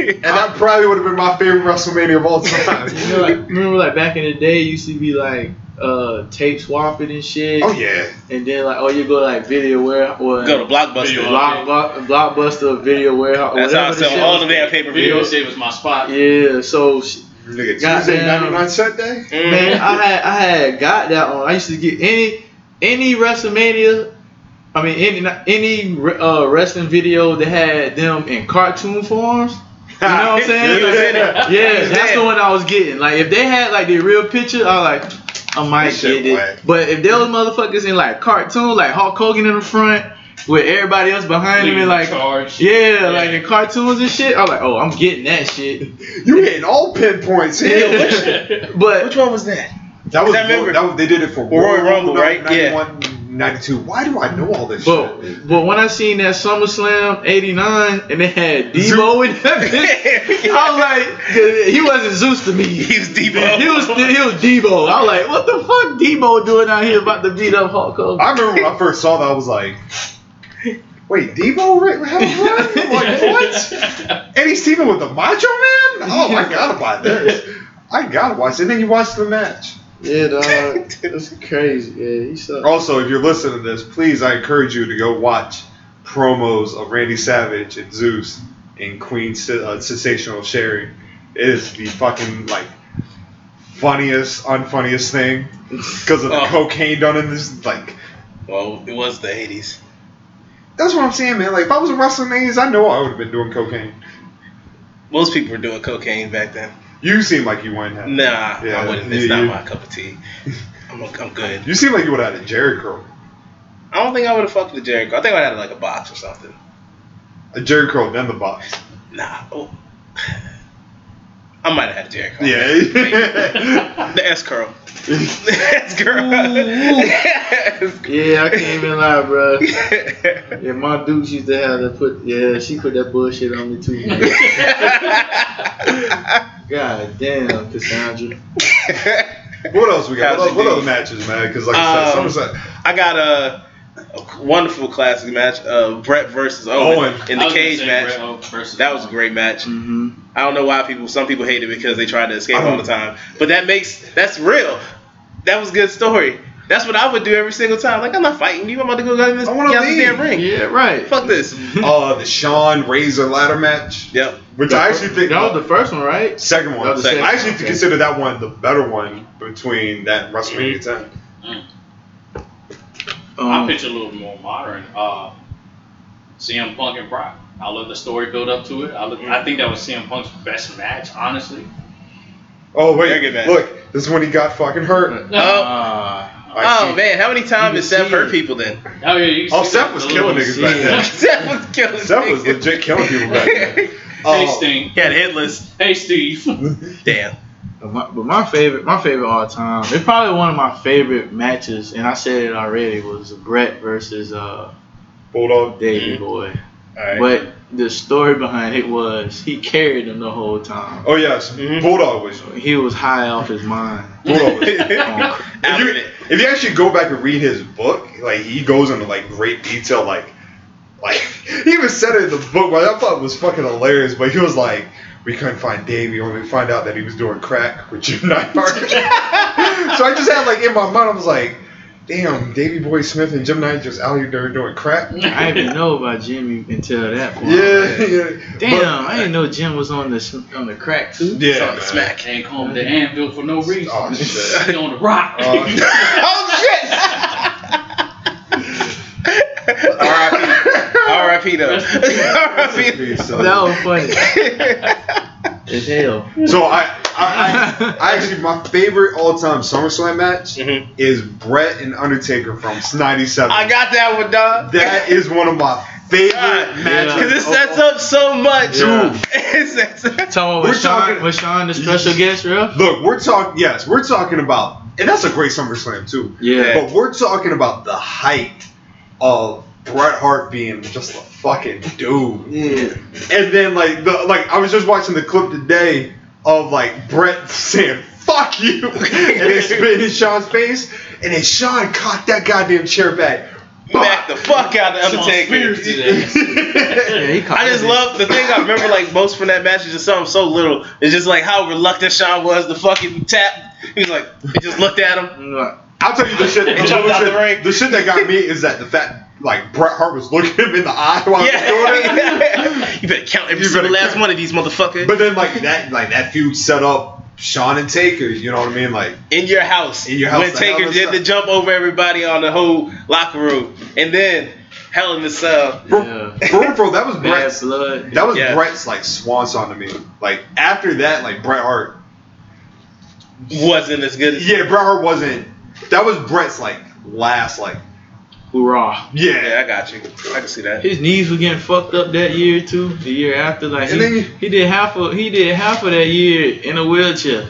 [SPEAKER 3] close. And that probably would have been my favorite WrestleMania of all time.
[SPEAKER 4] You know, like, remember like back in the day, it used to be like uh tape swapping and shit.
[SPEAKER 3] oh yeah.
[SPEAKER 4] And then like oh you go to, like video warehouse or
[SPEAKER 2] Go to
[SPEAKER 1] Video
[SPEAKER 2] Blockbuster.
[SPEAKER 4] block, block, blockbuster video warehouse.
[SPEAKER 2] That's how I
[SPEAKER 4] whatever the
[SPEAKER 2] sell
[SPEAKER 4] shit
[SPEAKER 2] all
[SPEAKER 4] was.
[SPEAKER 2] the damn pay per
[SPEAKER 1] Video
[SPEAKER 2] views.
[SPEAKER 1] save was my spot.
[SPEAKER 4] Yeah. So sh-
[SPEAKER 3] Nigga, Tuesday
[SPEAKER 4] Goddamn.
[SPEAKER 3] '99 set day.
[SPEAKER 2] Mm.
[SPEAKER 4] man, I had I had got that on. I used to get any any WrestleMania. I mean, any any uh, wrestling video that had them in cartoon forms. You know what I'm saying?
[SPEAKER 2] You was in it.
[SPEAKER 4] Like,
[SPEAKER 2] You
[SPEAKER 4] yeah,
[SPEAKER 2] was
[SPEAKER 4] that's
[SPEAKER 2] in it.
[SPEAKER 4] the one I was getting. Like, if they had like the real picture, I was like, I might
[SPEAKER 3] That shit
[SPEAKER 4] get it.
[SPEAKER 3] whack.
[SPEAKER 4] But if those motherfuckers in like cartoon, like Hulk Hogan in the front with everybody else behind him,
[SPEAKER 1] Leading
[SPEAKER 4] and like,
[SPEAKER 1] charge.
[SPEAKER 4] yeah, like in cartoons and shit, I'm like, oh, I'm getting that shit.
[SPEAKER 3] You hitting all pinpoints here.
[SPEAKER 4] But
[SPEAKER 2] Which one was that?
[SPEAKER 3] That was,
[SPEAKER 2] I remember-
[SPEAKER 3] that was they did it for
[SPEAKER 2] Royal Rumble, right? Yeah.
[SPEAKER 3] 91, 92. Why do I know all this
[SPEAKER 4] But
[SPEAKER 3] shit?
[SPEAKER 4] but when I seen that SummerSlam '89 and they had Debo in that bitch, I was like, 'cause he wasn't Zeus to me.
[SPEAKER 2] He was deep.
[SPEAKER 4] He was he was Debo. I was like, what the fuck, Debo doing out here about to beat up Hulk Hogan?
[SPEAKER 3] I remember when I first saw that, I was like, "Wait, Debo? Right? How, what? Like, what? And he's teaming with the Macho Man? Oh, I gotta buy this. I gotta watch. it. And then you watch the match.
[SPEAKER 4] Yeah, dog, was crazy. Yeah, he sucked.
[SPEAKER 3] Also, if you're listening to this, please, I encourage you to go watch promos of Randy Savage and Zeus and Queen Se- uh, Sensational Sherry. It is the fucking like funniest, unfunniest thing because of the
[SPEAKER 2] Oh.
[SPEAKER 3] cocaine done in this. Like,
[SPEAKER 2] Well, it was the eighties.
[SPEAKER 3] that's what I'm saying, man. Like, if I was a wrestling manias, I know I would have been doing cocaine.
[SPEAKER 2] Most people were doing cocaine back then.
[SPEAKER 3] You seem like you wouldn't have.
[SPEAKER 2] Nah,
[SPEAKER 3] Yeah,
[SPEAKER 2] I wouldn't. It's
[SPEAKER 3] you-
[SPEAKER 2] not
[SPEAKER 3] you-
[SPEAKER 2] my cup of tea. I'm, I'm good.
[SPEAKER 3] You seem like you would have had a Jerry curl.
[SPEAKER 2] I don't think I would have fucked with Jericho. I think I had like a box or something.
[SPEAKER 3] A Jerry curl, then the box.
[SPEAKER 2] Nah. Oh. I might have had a Jericho.
[SPEAKER 3] Yeah.
[SPEAKER 2] The S curl. The S curl. S
[SPEAKER 4] Yeah, I can't even lie, bro.
[SPEAKER 2] curl.
[SPEAKER 4] Yeah, my dudes used to have to put. Yeah, she put that bullshit on me too. man. God damn, Cassandra.
[SPEAKER 3] what else we got?
[SPEAKER 2] How's
[SPEAKER 3] What,
[SPEAKER 2] it
[SPEAKER 3] what
[SPEAKER 2] do?
[SPEAKER 3] other matches, man? Because like I said,
[SPEAKER 2] Um,
[SPEAKER 3] SummerSlam.
[SPEAKER 2] I got a, a wonderful classic match. Uh, Brett versus
[SPEAKER 1] I
[SPEAKER 2] Owen, in
[SPEAKER 3] Owen.
[SPEAKER 2] the
[SPEAKER 1] was gonna
[SPEAKER 2] cage
[SPEAKER 1] say
[SPEAKER 2] match.
[SPEAKER 1] Bret Hart versus-
[SPEAKER 2] That was a great match.
[SPEAKER 4] Mm-hmm.
[SPEAKER 2] I don't know why people. Some people hate it because they tried to escape
[SPEAKER 3] I
[SPEAKER 2] all
[SPEAKER 3] don't-
[SPEAKER 2] the time. But that makes that's real. That was a good story. That's what I would do every single time. Like I'm not fighting you. I'm about to go get in this,
[SPEAKER 3] I wanna
[SPEAKER 2] get out this
[SPEAKER 3] leave.
[SPEAKER 2] damn ring.
[SPEAKER 3] "Oh,
[SPEAKER 4] Yeah, right.
[SPEAKER 2] Fuck this.
[SPEAKER 3] Uh, the Shawn Razor ladder match.
[SPEAKER 2] Yep.
[SPEAKER 3] Which I actually think
[SPEAKER 4] that was the first one, right?
[SPEAKER 3] second
[SPEAKER 4] That
[SPEAKER 3] one.
[SPEAKER 4] was the second
[SPEAKER 3] I actually
[SPEAKER 4] one, okay.
[SPEAKER 3] consider that one the better one between that and WrestleMania
[SPEAKER 4] Mm-hmm.
[SPEAKER 3] 10.
[SPEAKER 1] I
[SPEAKER 4] Um,
[SPEAKER 1] picture a little more modern. Uh, CM Punk and Brock. I love the story build up to it. I, look, I think that was CM Punk's best match, honestly.
[SPEAKER 3] Oh
[SPEAKER 2] Yeah, I
[SPEAKER 3] wait,
[SPEAKER 2] get that.
[SPEAKER 3] look, this is when he got fucking hurt.
[SPEAKER 4] uh,
[SPEAKER 2] Oh
[SPEAKER 3] I see.
[SPEAKER 2] man, how many times
[SPEAKER 4] You
[SPEAKER 2] has Seth
[SPEAKER 4] see
[SPEAKER 2] hurt
[SPEAKER 4] it.
[SPEAKER 2] people then?
[SPEAKER 1] Oh, yeah, you can
[SPEAKER 3] Oh,
[SPEAKER 1] see
[SPEAKER 3] Seth
[SPEAKER 1] the-
[SPEAKER 3] was
[SPEAKER 1] the
[SPEAKER 3] killing
[SPEAKER 1] little-
[SPEAKER 3] niggas back then.
[SPEAKER 2] Seth was killing.
[SPEAKER 3] Seth was
[SPEAKER 2] niggas.
[SPEAKER 3] legit killing people back then.
[SPEAKER 1] Hey,
[SPEAKER 3] Oh,
[SPEAKER 1] Sting.
[SPEAKER 2] He had hitless.
[SPEAKER 1] Hey, Steve.
[SPEAKER 2] Damn.
[SPEAKER 4] But my, but my favorite, my favorite all time, it's probably one of my favorite matches, and I said it already was Brett versus uh
[SPEAKER 3] Bulldog.
[SPEAKER 4] Davey
[SPEAKER 2] Mhm.
[SPEAKER 4] Boy.
[SPEAKER 2] All right.
[SPEAKER 4] But the story behind it was he carried him the whole time.
[SPEAKER 3] Oh yes,
[SPEAKER 4] Mm-hmm.
[SPEAKER 2] Mhm.
[SPEAKER 3] Bulldog was.
[SPEAKER 4] He was high off his mind.
[SPEAKER 3] Bulldog was.
[SPEAKER 2] Oh,
[SPEAKER 4] On cr-
[SPEAKER 3] If you, if you actually go back and read his book, like he goes into like great detail, like like he even said it in the book, which I thought was fucking hilarious. But he was like, we couldn't find Davey when we find out that he was doing crack with Jim Park. so I just had like in my mind, I was like, damn, Davey Boy Smith and Jim Knight just out here there doing crack.
[SPEAKER 4] I didn't even know about Jimmy until that point.
[SPEAKER 3] Yeah, yeah.
[SPEAKER 4] Damn, I didn't know Jim was on the s- on the crack too.
[SPEAKER 3] But- yeah.
[SPEAKER 2] Saw the
[SPEAKER 3] man.
[SPEAKER 2] smack.
[SPEAKER 1] Can't call him the anvil for no reason.
[SPEAKER 3] Oh
[SPEAKER 1] He
[SPEAKER 3] shit.
[SPEAKER 1] on the rock.
[SPEAKER 3] Oh,
[SPEAKER 2] R.I.P. though. R.I.P.
[SPEAKER 4] That was funny as hell.
[SPEAKER 3] So I, I, I, I actually my favorite all-time SummerSlam match
[SPEAKER 2] Mhm.
[SPEAKER 3] is Brett and Undertaker from '97.
[SPEAKER 2] I got that one, dog.
[SPEAKER 3] that is one of my favorite
[SPEAKER 2] God,
[SPEAKER 3] matches.
[SPEAKER 2] Because it
[SPEAKER 3] of
[SPEAKER 2] sets
[SPEAKER 3] all-
[SPEAKER 2] up so much.
[SPEAKER 4] Yeah.
[SPEAKER 2] It sets up-
[SPEAKER 4] Talking
[SPEAKER 3] We're
[SPEAKER 4] with Sean,
[SPEAKER 3] talking-
[SPEAKER 4] was Sean the special guest, real?
[SPEAKER 3] Look, we're talking. Yes, we're talking about, and that's a great SummerSlam too.
[SPEAKER 4] Yeah.
[SPEAKER 3] But we're talking about the height of Bret Hart being just a fucking dude.
[SPEAKER 4] Yeah.
[SPEAKER 3] And then like the like I was just watching the clip today of like Brett saying "fuck you" and it spit in Sean's face, and then Sean caught that goddamn chair back.
[SPEAKER 2] Back the fuck out of
[SPEAKER 1] Sean
[SPEAKER 2] Undertaker.
[SPEAKER 1] Spears did that.
[SPEAKER 4] Yeah, he caught
[SPEAKER 2] I just
[SPEAKER 4] it.
[SPEAKER 2] love the thing I remember like most from that match is just something so little. It's just like how reluctant Sean was to fucking tap. He was like, he just looked at him.
[SPEAKER 3] I'll tell you the shit. The,
[SPEAKER 2] He jumped out the
[SPEAKER 3] little
[SPEAKER 2] ring.
[SPEAKER 3] shit, the shit that got me is that the fact like Bret Hart was looking him in the eye while he was doing it.
[SPEAKER 2] Yeah. you better count every
[SPEAKER 3] You better
[SPEAKER 2] single last
[SPEAKER 3] count.
[SPEAKER 2] one of these motherfuckers.
[SPEAKER 3] But then like that like that feud set up Sean and Taker. You know what I mean? Like
[SPEAKER 2] in your house.
[SPEAKER 3] In your house,
[SPEAKER 2] When
[SPEAKER 3] the Hell in
[SPEAKER 2] Taker
[SPEAKER 3] a
[SPEAKER 2] did
[SPEAKER 3] Cell.
[SPEAKER 2] the jump over everybody on the whole locker room. And then Hell in the Cell.
[SPEAKER 3] bro,
[SPEAKER 4] Yeah.
[SPEAKER 3] bro, bro, that was
[SPEAKER 4] Bad
[SPEAKER 3] Bret's.
[SPEAKER 4] blood.
[SPEAKER 3] That was
[SPEAKER 2] Yeah.
[SPEAKER 3] Bret's like swan song to me. Like after that, like Bret Hart
[SPEAKER 2] wasn't as good as
[SPEAKER 3] Yeah, Bret Hart wasn't. That was Bret's like last like.
[SPEAKER 4] Hoorah.
[SPEAKER 2] Yeah,
[SPEAKER 3] Yeah.
[SPEAKER 2] I got you. I can see that.
[SPEAKER 4] His knees were getting fucked up that year too. The year after, like
[SPEAKER 3] And
[SPEAKER 4] he,
[SPEAKER 3] then-
[SPEAKER 4] he did half of he did half of that year in a wheelchair.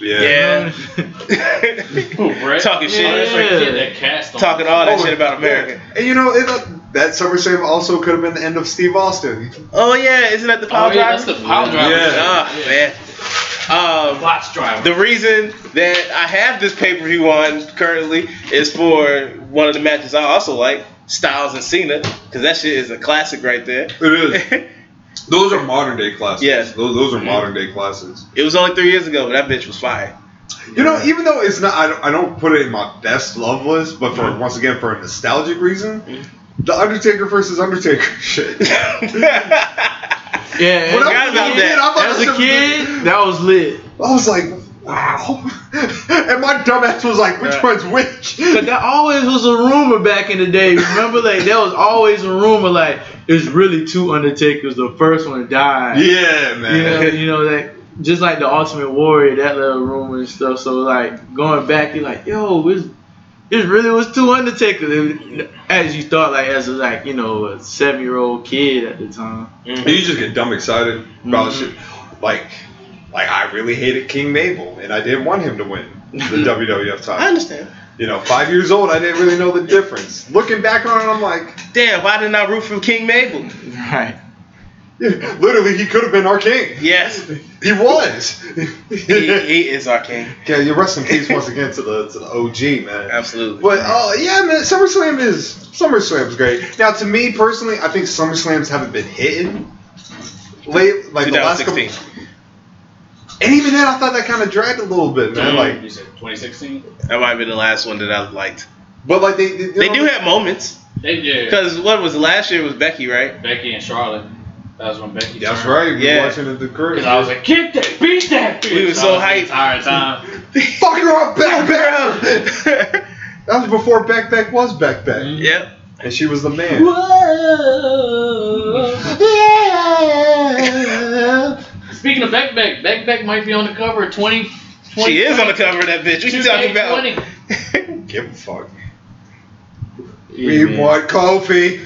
[SPEAKER 2] Yeah.
[SPEAKER 1] Who, Brett?
[SPEAKER 2] Talking shit.
[SPEAKER 1] Oh, that's right. He had that cast on.
[SPEAKER 2] Talking all that
[SPEAKER 3] Oh,
[SPEAKER 2] shit about
[SPEAKER 3] yeah.
[SPEAKER 2] America.
[SPEAKER 3] And you know it, uh, that SummerSlam also could have been the end of Steve Austin.
[SPEAKER 2] Oh yeah, isn't that the power
[SPEAKER 1] Oh, yeah, that's
[SPEAKER 2] driver?
[SPEAKER 1] the power driver.
[SPEAKER 3] Yeah.
[SPEAKER 2] Ah,
[SPEAKER 1] Yeah.
[SPEAKER 2] man. Um,
[SPEAKER 1] Box driver.
[SPEAKER 2] The reason that I have this pay per view on currently is for one of the matches I also like, Styles and Cena, because that shit is a classic right there.
[SPEAKER 3] It
[SPEAKER 2] it
[SPEAKER 3] is. Those are modern day classes.
[SPEAKER 2] Yes.
[SPEAKER 3] Those, those are
[SPEAKER 2] Mhm.
[SPEAKER 3] modern day classes.
[SPEAKER 2] was only three years ago, but that bitch was fire.
[SPEAKER 3] You know, even though it's not, I don't, I don't put it in my best love list, but for once again for a nostalgic reason,
[SPEAKER 4] Mm.
[SPEAKER 2] Mhm.
[SPEAKER 3] the Undertaker versus Undertaker shit.
[SPEAKER 2] yeah,
[SPEAKER 1] Mm-hmm.
[SPEAKER 4] Yeah.
[SPEAKER 3] When
[SPEAKER 4] and
[SPEAKER 2] forgot
[SPEAKER 3] I was
[SPEAKER 2] about that.
[SPEAKER 3] a kid, I thought this
[SPEAKER 4] As a
[SPEAKER 3] shit was-
[SPEAKER 4] kid, that was lit.
[SPEAKER 3] I was like, wow. and my dumbass was like, which
[SPEAKER 2] Yeah.
[SPEAKER 3] one's which?
[SPEAKER 4] But that always was a rumor back in the day. Remember, like that was always a rumor. Like it's really two Undertakers. The first one died.
[SPEAKER 3] yeah, man.
[SPEAKER 4] You know, you know that just like the Ultimate Warrior, that little rumor and stuff. So like going back, you're like, yo, it's, it really was two Undertakers. It- As you thought, like as a, like you know a seven year old kid at the time.
[SPEAKER 3] And you just get dumb excited about shit. Like, like I really hated King Mabel, and I didn't want him to win the WWF
[SPEAKER 2] I
[SPEAKER 3] title.
[SPEAKER 2] understand.
[SPEAKER 3] You know, five years old, I didn't really know the difference. Looking back on it, I'm like,
[SPEAKER 2] Damn, why didn't I root for King Mabel?
[SPEAKER 4] Right.
[SPEAKER 3] yeah, literally, he could have been our king.
[SPEAKER 2] Yes,
[SPEAKER 3] He was.
[SPEAKER 2] he,
[SPEAKER 3] yeah,
[SPEAKER 2] he is our king.
[SPEAKER 3] you rest in peace once again to the to the OG man.
[SPEAKER 2] Absolutely.
[SPEAKER 3] But oh yeah, man, SummerSlam is SummerSlam's great. Now, to me personally, I think SummerSlams haven't been hitting late, like the last couple.
[SPEAKER 2] 2016.
[SPEAKER 3] And even then, I thought that kind of dragged a little bit, man. Like,
[SPEAKER 1] you said 2016.
[SPEAKER 2] That might have been the last one that I liked.
[SPEAKER 3] But like they, they, you
[SPEAKER 2] They
[SPEAKER 3] know,
[SPEAKER 2] do have moments.
[SPEAKER 1] They yeah.
[SPEAKER 2] Because what was it? last year was Becky, right?
[SPEAKER 1] Becky and Charlotte. That was when Becky.
[SPEAKER 3] That's
[SPEAKER 1] turned.
[SPEAKER 3] right. We
[SPEAKER 2] Yeah.
[SPEAKER 3] yeah. watching it the crib.
[SPEAKER 1] Because I was like, kick that, beat that bitch.
[SPEAKER 2] We was so
[SPEAKER 1] I like,
[SPEAKER 2] hyped.
[SPEAKER 1] Entire time.
[SPEAKER 3] Fuck her up, back, back.
[SPEAKER 2] Girl.
[SPEAKER 3] That was before Backpack was Backpack,
[SPEAKER 1] Mhm.
[SPEAKER 2] yep.
[SPEAKER 3] and she was the man.
[SPEAKER 1] Whoa. Speaking of Beckbeck, Beckbeck might be on the cover of 20.
[SPEAKER 2] She is on the cover of that bitch. What you talking about?
[SPEAKER 1] 20.
[SPEAKER 3] Give a fuck.
[SPEAKER 4] Yeah,
[SPEAKER 3] we
[SPEAKER 4] man.
[SPEAKER 3] want Kofi.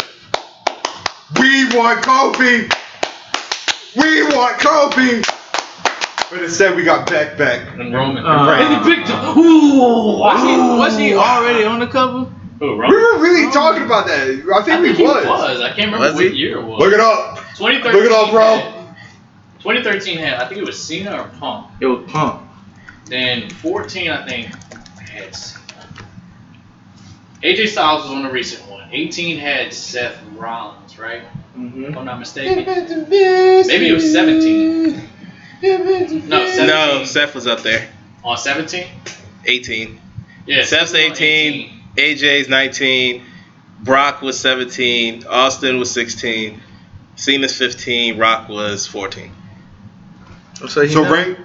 [SPEAKER 3] We want Kofi. We want Kofi. But instead, we got Backpack.
[SPEAKER 1] And Roman.
[SPEAKER 4] Uh,
[SPEAKER 1] and the big. Ooh.
[SPEAKER 4] Was he, was he already on the cover?
[SPEAKER 1] Ooh,
[SPEAKER 3] We
[SPEAKER 1] Roman.
[SPEAKER 3] were really talking about that. I think
[SPEAKER 1] I
[SPEAKER 3] we
[SPEAKER 1] think he was.
[SPEAKER 3] was.
[SPEAKER 1] I can't remember
[SPEAKER 2] Was
[SPEAKER 1] what
[SPEAKER 2] he?
[SPEAKER 1] year it was.
[SPEAKER 3] Look it up.
[SPEAKER 1] 2013.
[SPEAKER 3] Look it up, bro.
[SPEAKER 1] had- 2013 had, I think it was Cena or Punk.
[SPEAKER 4] It was Punk.
[SPEAKER 1] Then 14, I think, had Cena. AJ Styles was on the recent one. 18 had Seth Rollins, right?
[SPEAKER 4] Mm-hmm.
[SPEAKER 1] If I'm not mistaken. Maybe it was 17. No, 17.
[SPEAKER 2] No, Seth was up there.
[SPEAKER 1] On 17?
[SPEAKER 2] 18.
[SPEAKER 1] Yeah.
[SPEAKER 2] Seth's
[SPEAKER 1] Seth was on
[SPEAKER 2] 18. AJ's 19. Brock was 17. Austin was 16. Cena's 15. Rock was 14.
[SPEAKER 4] So, he
[SPEAKER 3] So
[SPEAKER 4] not-
[SPEAKER 3] Ray,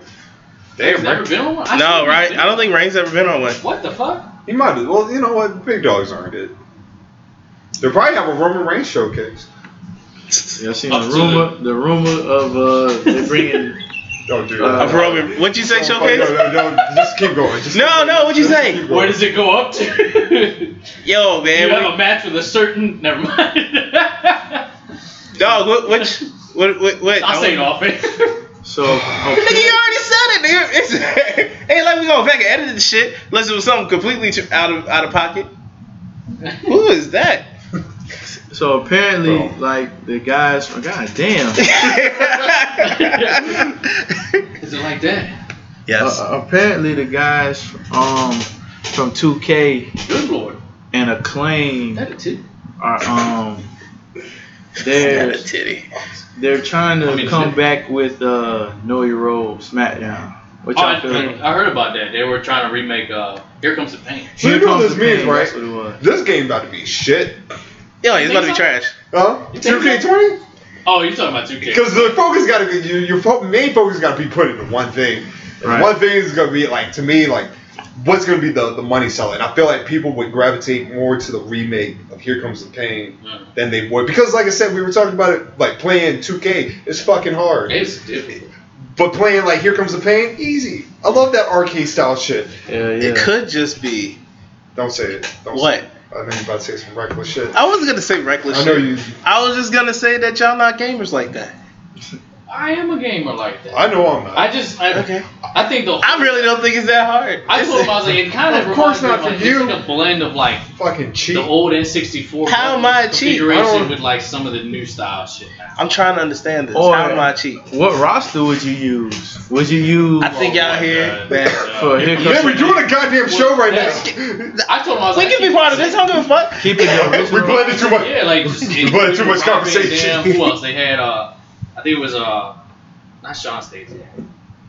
[SPEAKER 1] He's never been on one? I
[SPEAKER 2] no,
[SPEAKER 1] swear
[SPEAKER 2] right?
[SPEAKER 1] he's
[SPEAKER 2] I don't think Reigns ever been on one.
[SPEAKER 1] been- What the fuck?
[SPEAKER 3] he might. Have, well, you know what? Big dogs aren't it. They probably have a Roman Reigns showcase.
[SPEAKER 4] Yeah, I seen
[SPEAKER 3] Oh,
[SPEAKER 1] Up
[SPEAKER 4] the
[SPEAKER 1] to
[SPEAKER 4] rumor, the rumor of uh, they bringing
[SPEAKER 3] Don't do
[SPEAKER 4] Uh,
[SPEAKER 3] that.
[SPEAKER 2] Of Roman. What'd you say,
[SPEAKER 3] Don't- No,
[SPEAKER 2] Showcase?
[SPEAKER 3] no, no. Just keep going. Just
[SPEAKER 2] No,
[SPEAKER 3] keep going.
[SPEAKER 2] no, what'd you
[SPEAKER 3] Just
[SPEAKER 2] say?
[SPEAKER 3] keep going.
[SPEAKER 1] Where does it go up to?
[SPEAKER 2] Yo,
[SPEAKER 1] you
[SPEAKER 2] man.
[SPEAKER 1] have a match with a certain. Never mind.
[SPEAKER 2] What, dog, what, what, what, what, what?
[SPEAKER 1] I'll say it off it.
[SPEAKER 4] so okay.
[SPEAKER 2] Nigga, you already said it, nigga. It's, ain't like we going back and edit this shit unless it was something completely tr- out of out of pocket. Who is that?
[SPEAKER 4] So apparently,
[SPEAKER 3] Bro.
[SPEAKER 4] like the guys, oh, god damn.
[SPEAKER 1] Is it like that?
[SPEAKER 2] yes.
[SPEAKER 4] Uh, apparently, the guys um from 2K
[SPEAKER 1] Good lord.
[SPEAKER 4] and Acclaim
[SPEAKER 1] That a titty.
[SPEAKER 4] are um
[SPEAKER 2] Got
[SPEAKER 4] they're
[SPEAKER 2] a titty.
[SPEAKER 4] they're trying
[SPEAKER 1] I
[SPEAKER 4] to
[SPEAKER 1] mean,
[SPEAKER 4] come
[SPEAKER 1] shit.
[SPEAKER 4] back with uh Know Your Role SmackDown. What
[SPEAKER 1] Oh,
[SPEAKER 4] y'all
[SPEAKER 1] I,
[SPEAKER 4] feel?
[SPEAKER 1] I heard about that. They were trying to remake uh, Here Comes the Pain.
[SPEAKER 3] So you
[SPEAKER 4] Here
[SPEAKER 3] know what
[SPEAKER 4] comes
[SPEAKER 3] this
[SPEAKER 4] the
[SPEAKER 3] means,
[SPEAKER 4] pain,
[SPEAKER 3] right?
[SPEAKER 4] that's what it was.
[SPEAKER 3] This game about to be shit.
[SPEAKER 2] Yo, it's about to be
[SPEAKER 1] think so?
[SPEAKER 2] trash.
[SPEAKER 3] Huh?
[SPEAKER 1] You
[SPEAKER 3] Two
[SPEAKER 1] think
[SPEAKER 3] K
[SPEAKER 1] so?
[SPEAKER 3] twenty?
[SPEAKER 1] Oh, you're talking about 2K.
[SPEAKER 3] Because the focus got to be your, your fo- main focus got to be put into one thing. And
[SPEAKER 4] Right.
[SPEAKER 3] One thing is going to be like to me like what's going to be the the money selling. I feel like people would gravitate more to the remake of Here Comes the Pain
[SPEAKER 1] Mm.
[SPEAKER 3] than they would because like I said we were talking about it like playing 2K is fucking hard.
[SPEAKER 1] It's difficult.
[SPEAKER 3] But playing like Here Comes the Pain easy. I love that arcade style shit.
[SPEAKER 4] Yeah, yeah.
[SPEAKER 2] It could just be
[SPEAKER 3] Don't say it. Don't say
[SPEAKER 2] what?
[SPEAKER 3] it. I know you about to say some reckless shit.
[SPEAKER 2] I wasn't gonna say reckless.
[SPEAKER 3] I know
[SPEAKER 2] shit.
[SPEAKER 3] you.
[SPEAKER 2] I was just gonna say that y'all not gamers like that.
[SPEAKER 1] I am a gamer like that.
[SPEAKER 3] I know I'm not.
[SPEAKER 1] I just, I,
[SPEAKER 2] Okay.
[SPEAKER 1] I think the.
[SPEAKER 2] I really don't think it's that hard.
[SPEAKER 1] I told him I was like, it kind of,
[SPEAKER 3] Of
[SPEAKER 1] reminds
[SPEAKER 3] course
[SPEAKER 1] me
[SPEAKER 3] not
[SPEAKER 1] of,
[SPEAKER 3] for
[SPEAKER 1] like,
[SPEAKER 3] you.
[SPEAKER 1] It's like a blend of like
[SPEAKER 3] fucking cheap.
[SPEAKER 1] the old N64
[SPEAKER 2] How am I a cheat?
[SPEAKER 1] configuration
[SPEAKER 2] I don't-
[SPEAKER 1] with like some of the new style shit now.
[SPEAKER 2] I'm trying to understand this.
[SPEAKER 4] Or-
[SPEAKER 2] How am I cheap?
[SPEAKER 4] What roster would you use? Would you use?
[SPEAKER 2] I think
[SPEAKER 1] Oh
[SPEAKER 2] y'all here.
[SPEAKER 4] For Here Comes
[SPEAKER 3] Yeah, we're doing a goddamn show right
[SPEAKER 1] That's-
[SPEAKER 3] now.
[SPEAKER 1] I told him I was
[SPEAKER 2] We
[SPEAKER 1] like,
[SPEAKER 2] can be part of this. I don't give a fuck.
[SPEAKER 4] keep it the
[SPEAKER 3] we
[SPEAKER 4] original.
[SPEAKER 3] blended too much.
[SPEAKER 1] Yeah, like just-
[SPEAKER 3] We had too
[SPEAKER 1] Rob
[SPEAKER 3] much
[SPEAKER 1] Van
[SPEAKER 3] conversation.
[SPEAKER 1] Dam, Who else? They had uh, I think it was uh, not Sean Stacey.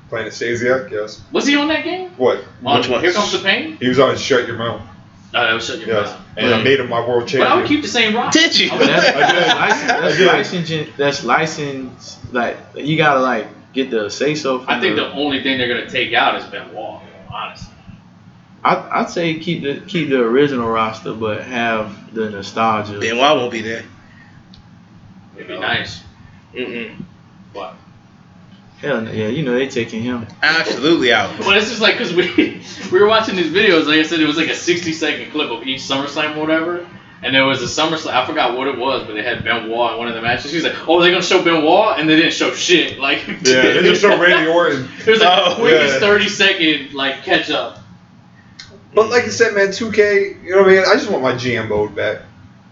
[SPEAKER 3] Playing Stasiak, yes.
[SPEAKER 1] Was he on that game?
[SPEAKER 3] What?
[SPEAKER 1] On
[SPEAKER 2] Which one?
[SPEAKER 1] Here Comes the Pain.
[SPEAKER 3] He was on Shut Your Mouth.
[SPEAKER 1] No, Oh, that was Shut Your
[SPEAKER 3] Yes.
[SPEAKER 1] Mouth.
[SPEAKER 3] And I made him my world
[SPEAKER 1] But I would
[SPEAKER 3] champion.
[SPEAKER 1] keep the same rock.
[SPEAKER 2] Did you?
[SPEAKER 1] I would-
[SPEAKER 4] That's, that's,
[SPEAKER 3] I
[SPEAKER 4] license,
[SPEAKER 3] did.
[SPEAKER 4] that's
[SPEAKER 3] I did.
[SPEAKER 4] licensing. That's license. Like you gotta like get the say so.
[SPEAKER 1] I think the only thing they're gonna take out is Ben Wall. Honestly,
[SPEAKER 4] I, I'd say keep the keep the original roster, but have the nostalgia.
[SPEAKER 2] Then why won't be there?
[SPEAKER 1] it'd
[SPEAKER 3] Oh.
[SPEAKER 1] be nice,
[SPEAKER 2] Mm-mm.
[SPEAKER 1] but
[SPEAKER 4] Hell no, yeah, you know they taking him.
[SPEAKER 2] Absolutely out.
[SPEAKER 1] Well, it's just like because we we were watching these videos. Like I said, it was like a sixty second clip of each SummerSlam or whatever. And there was a SummerSlam. I forgot what it was, but they had Ben Wall in one of the matches. She's like, "Oh, they're gonna show Ben Wall," and they didn't show shit. Like
[SPEAKER 3] Yeah, they just showed Randy Orton.
[SPEAKER 1] It was like
[SPEAKER 2] Oh,
[SPEAKER 1] the quickest
[SPEAKER 3] yeah.
[SPEAKER 1] thirty second like catch up.
[SPEAKER 3] But like I said, man, 2K, you know what I mean? I just want my GM mode back.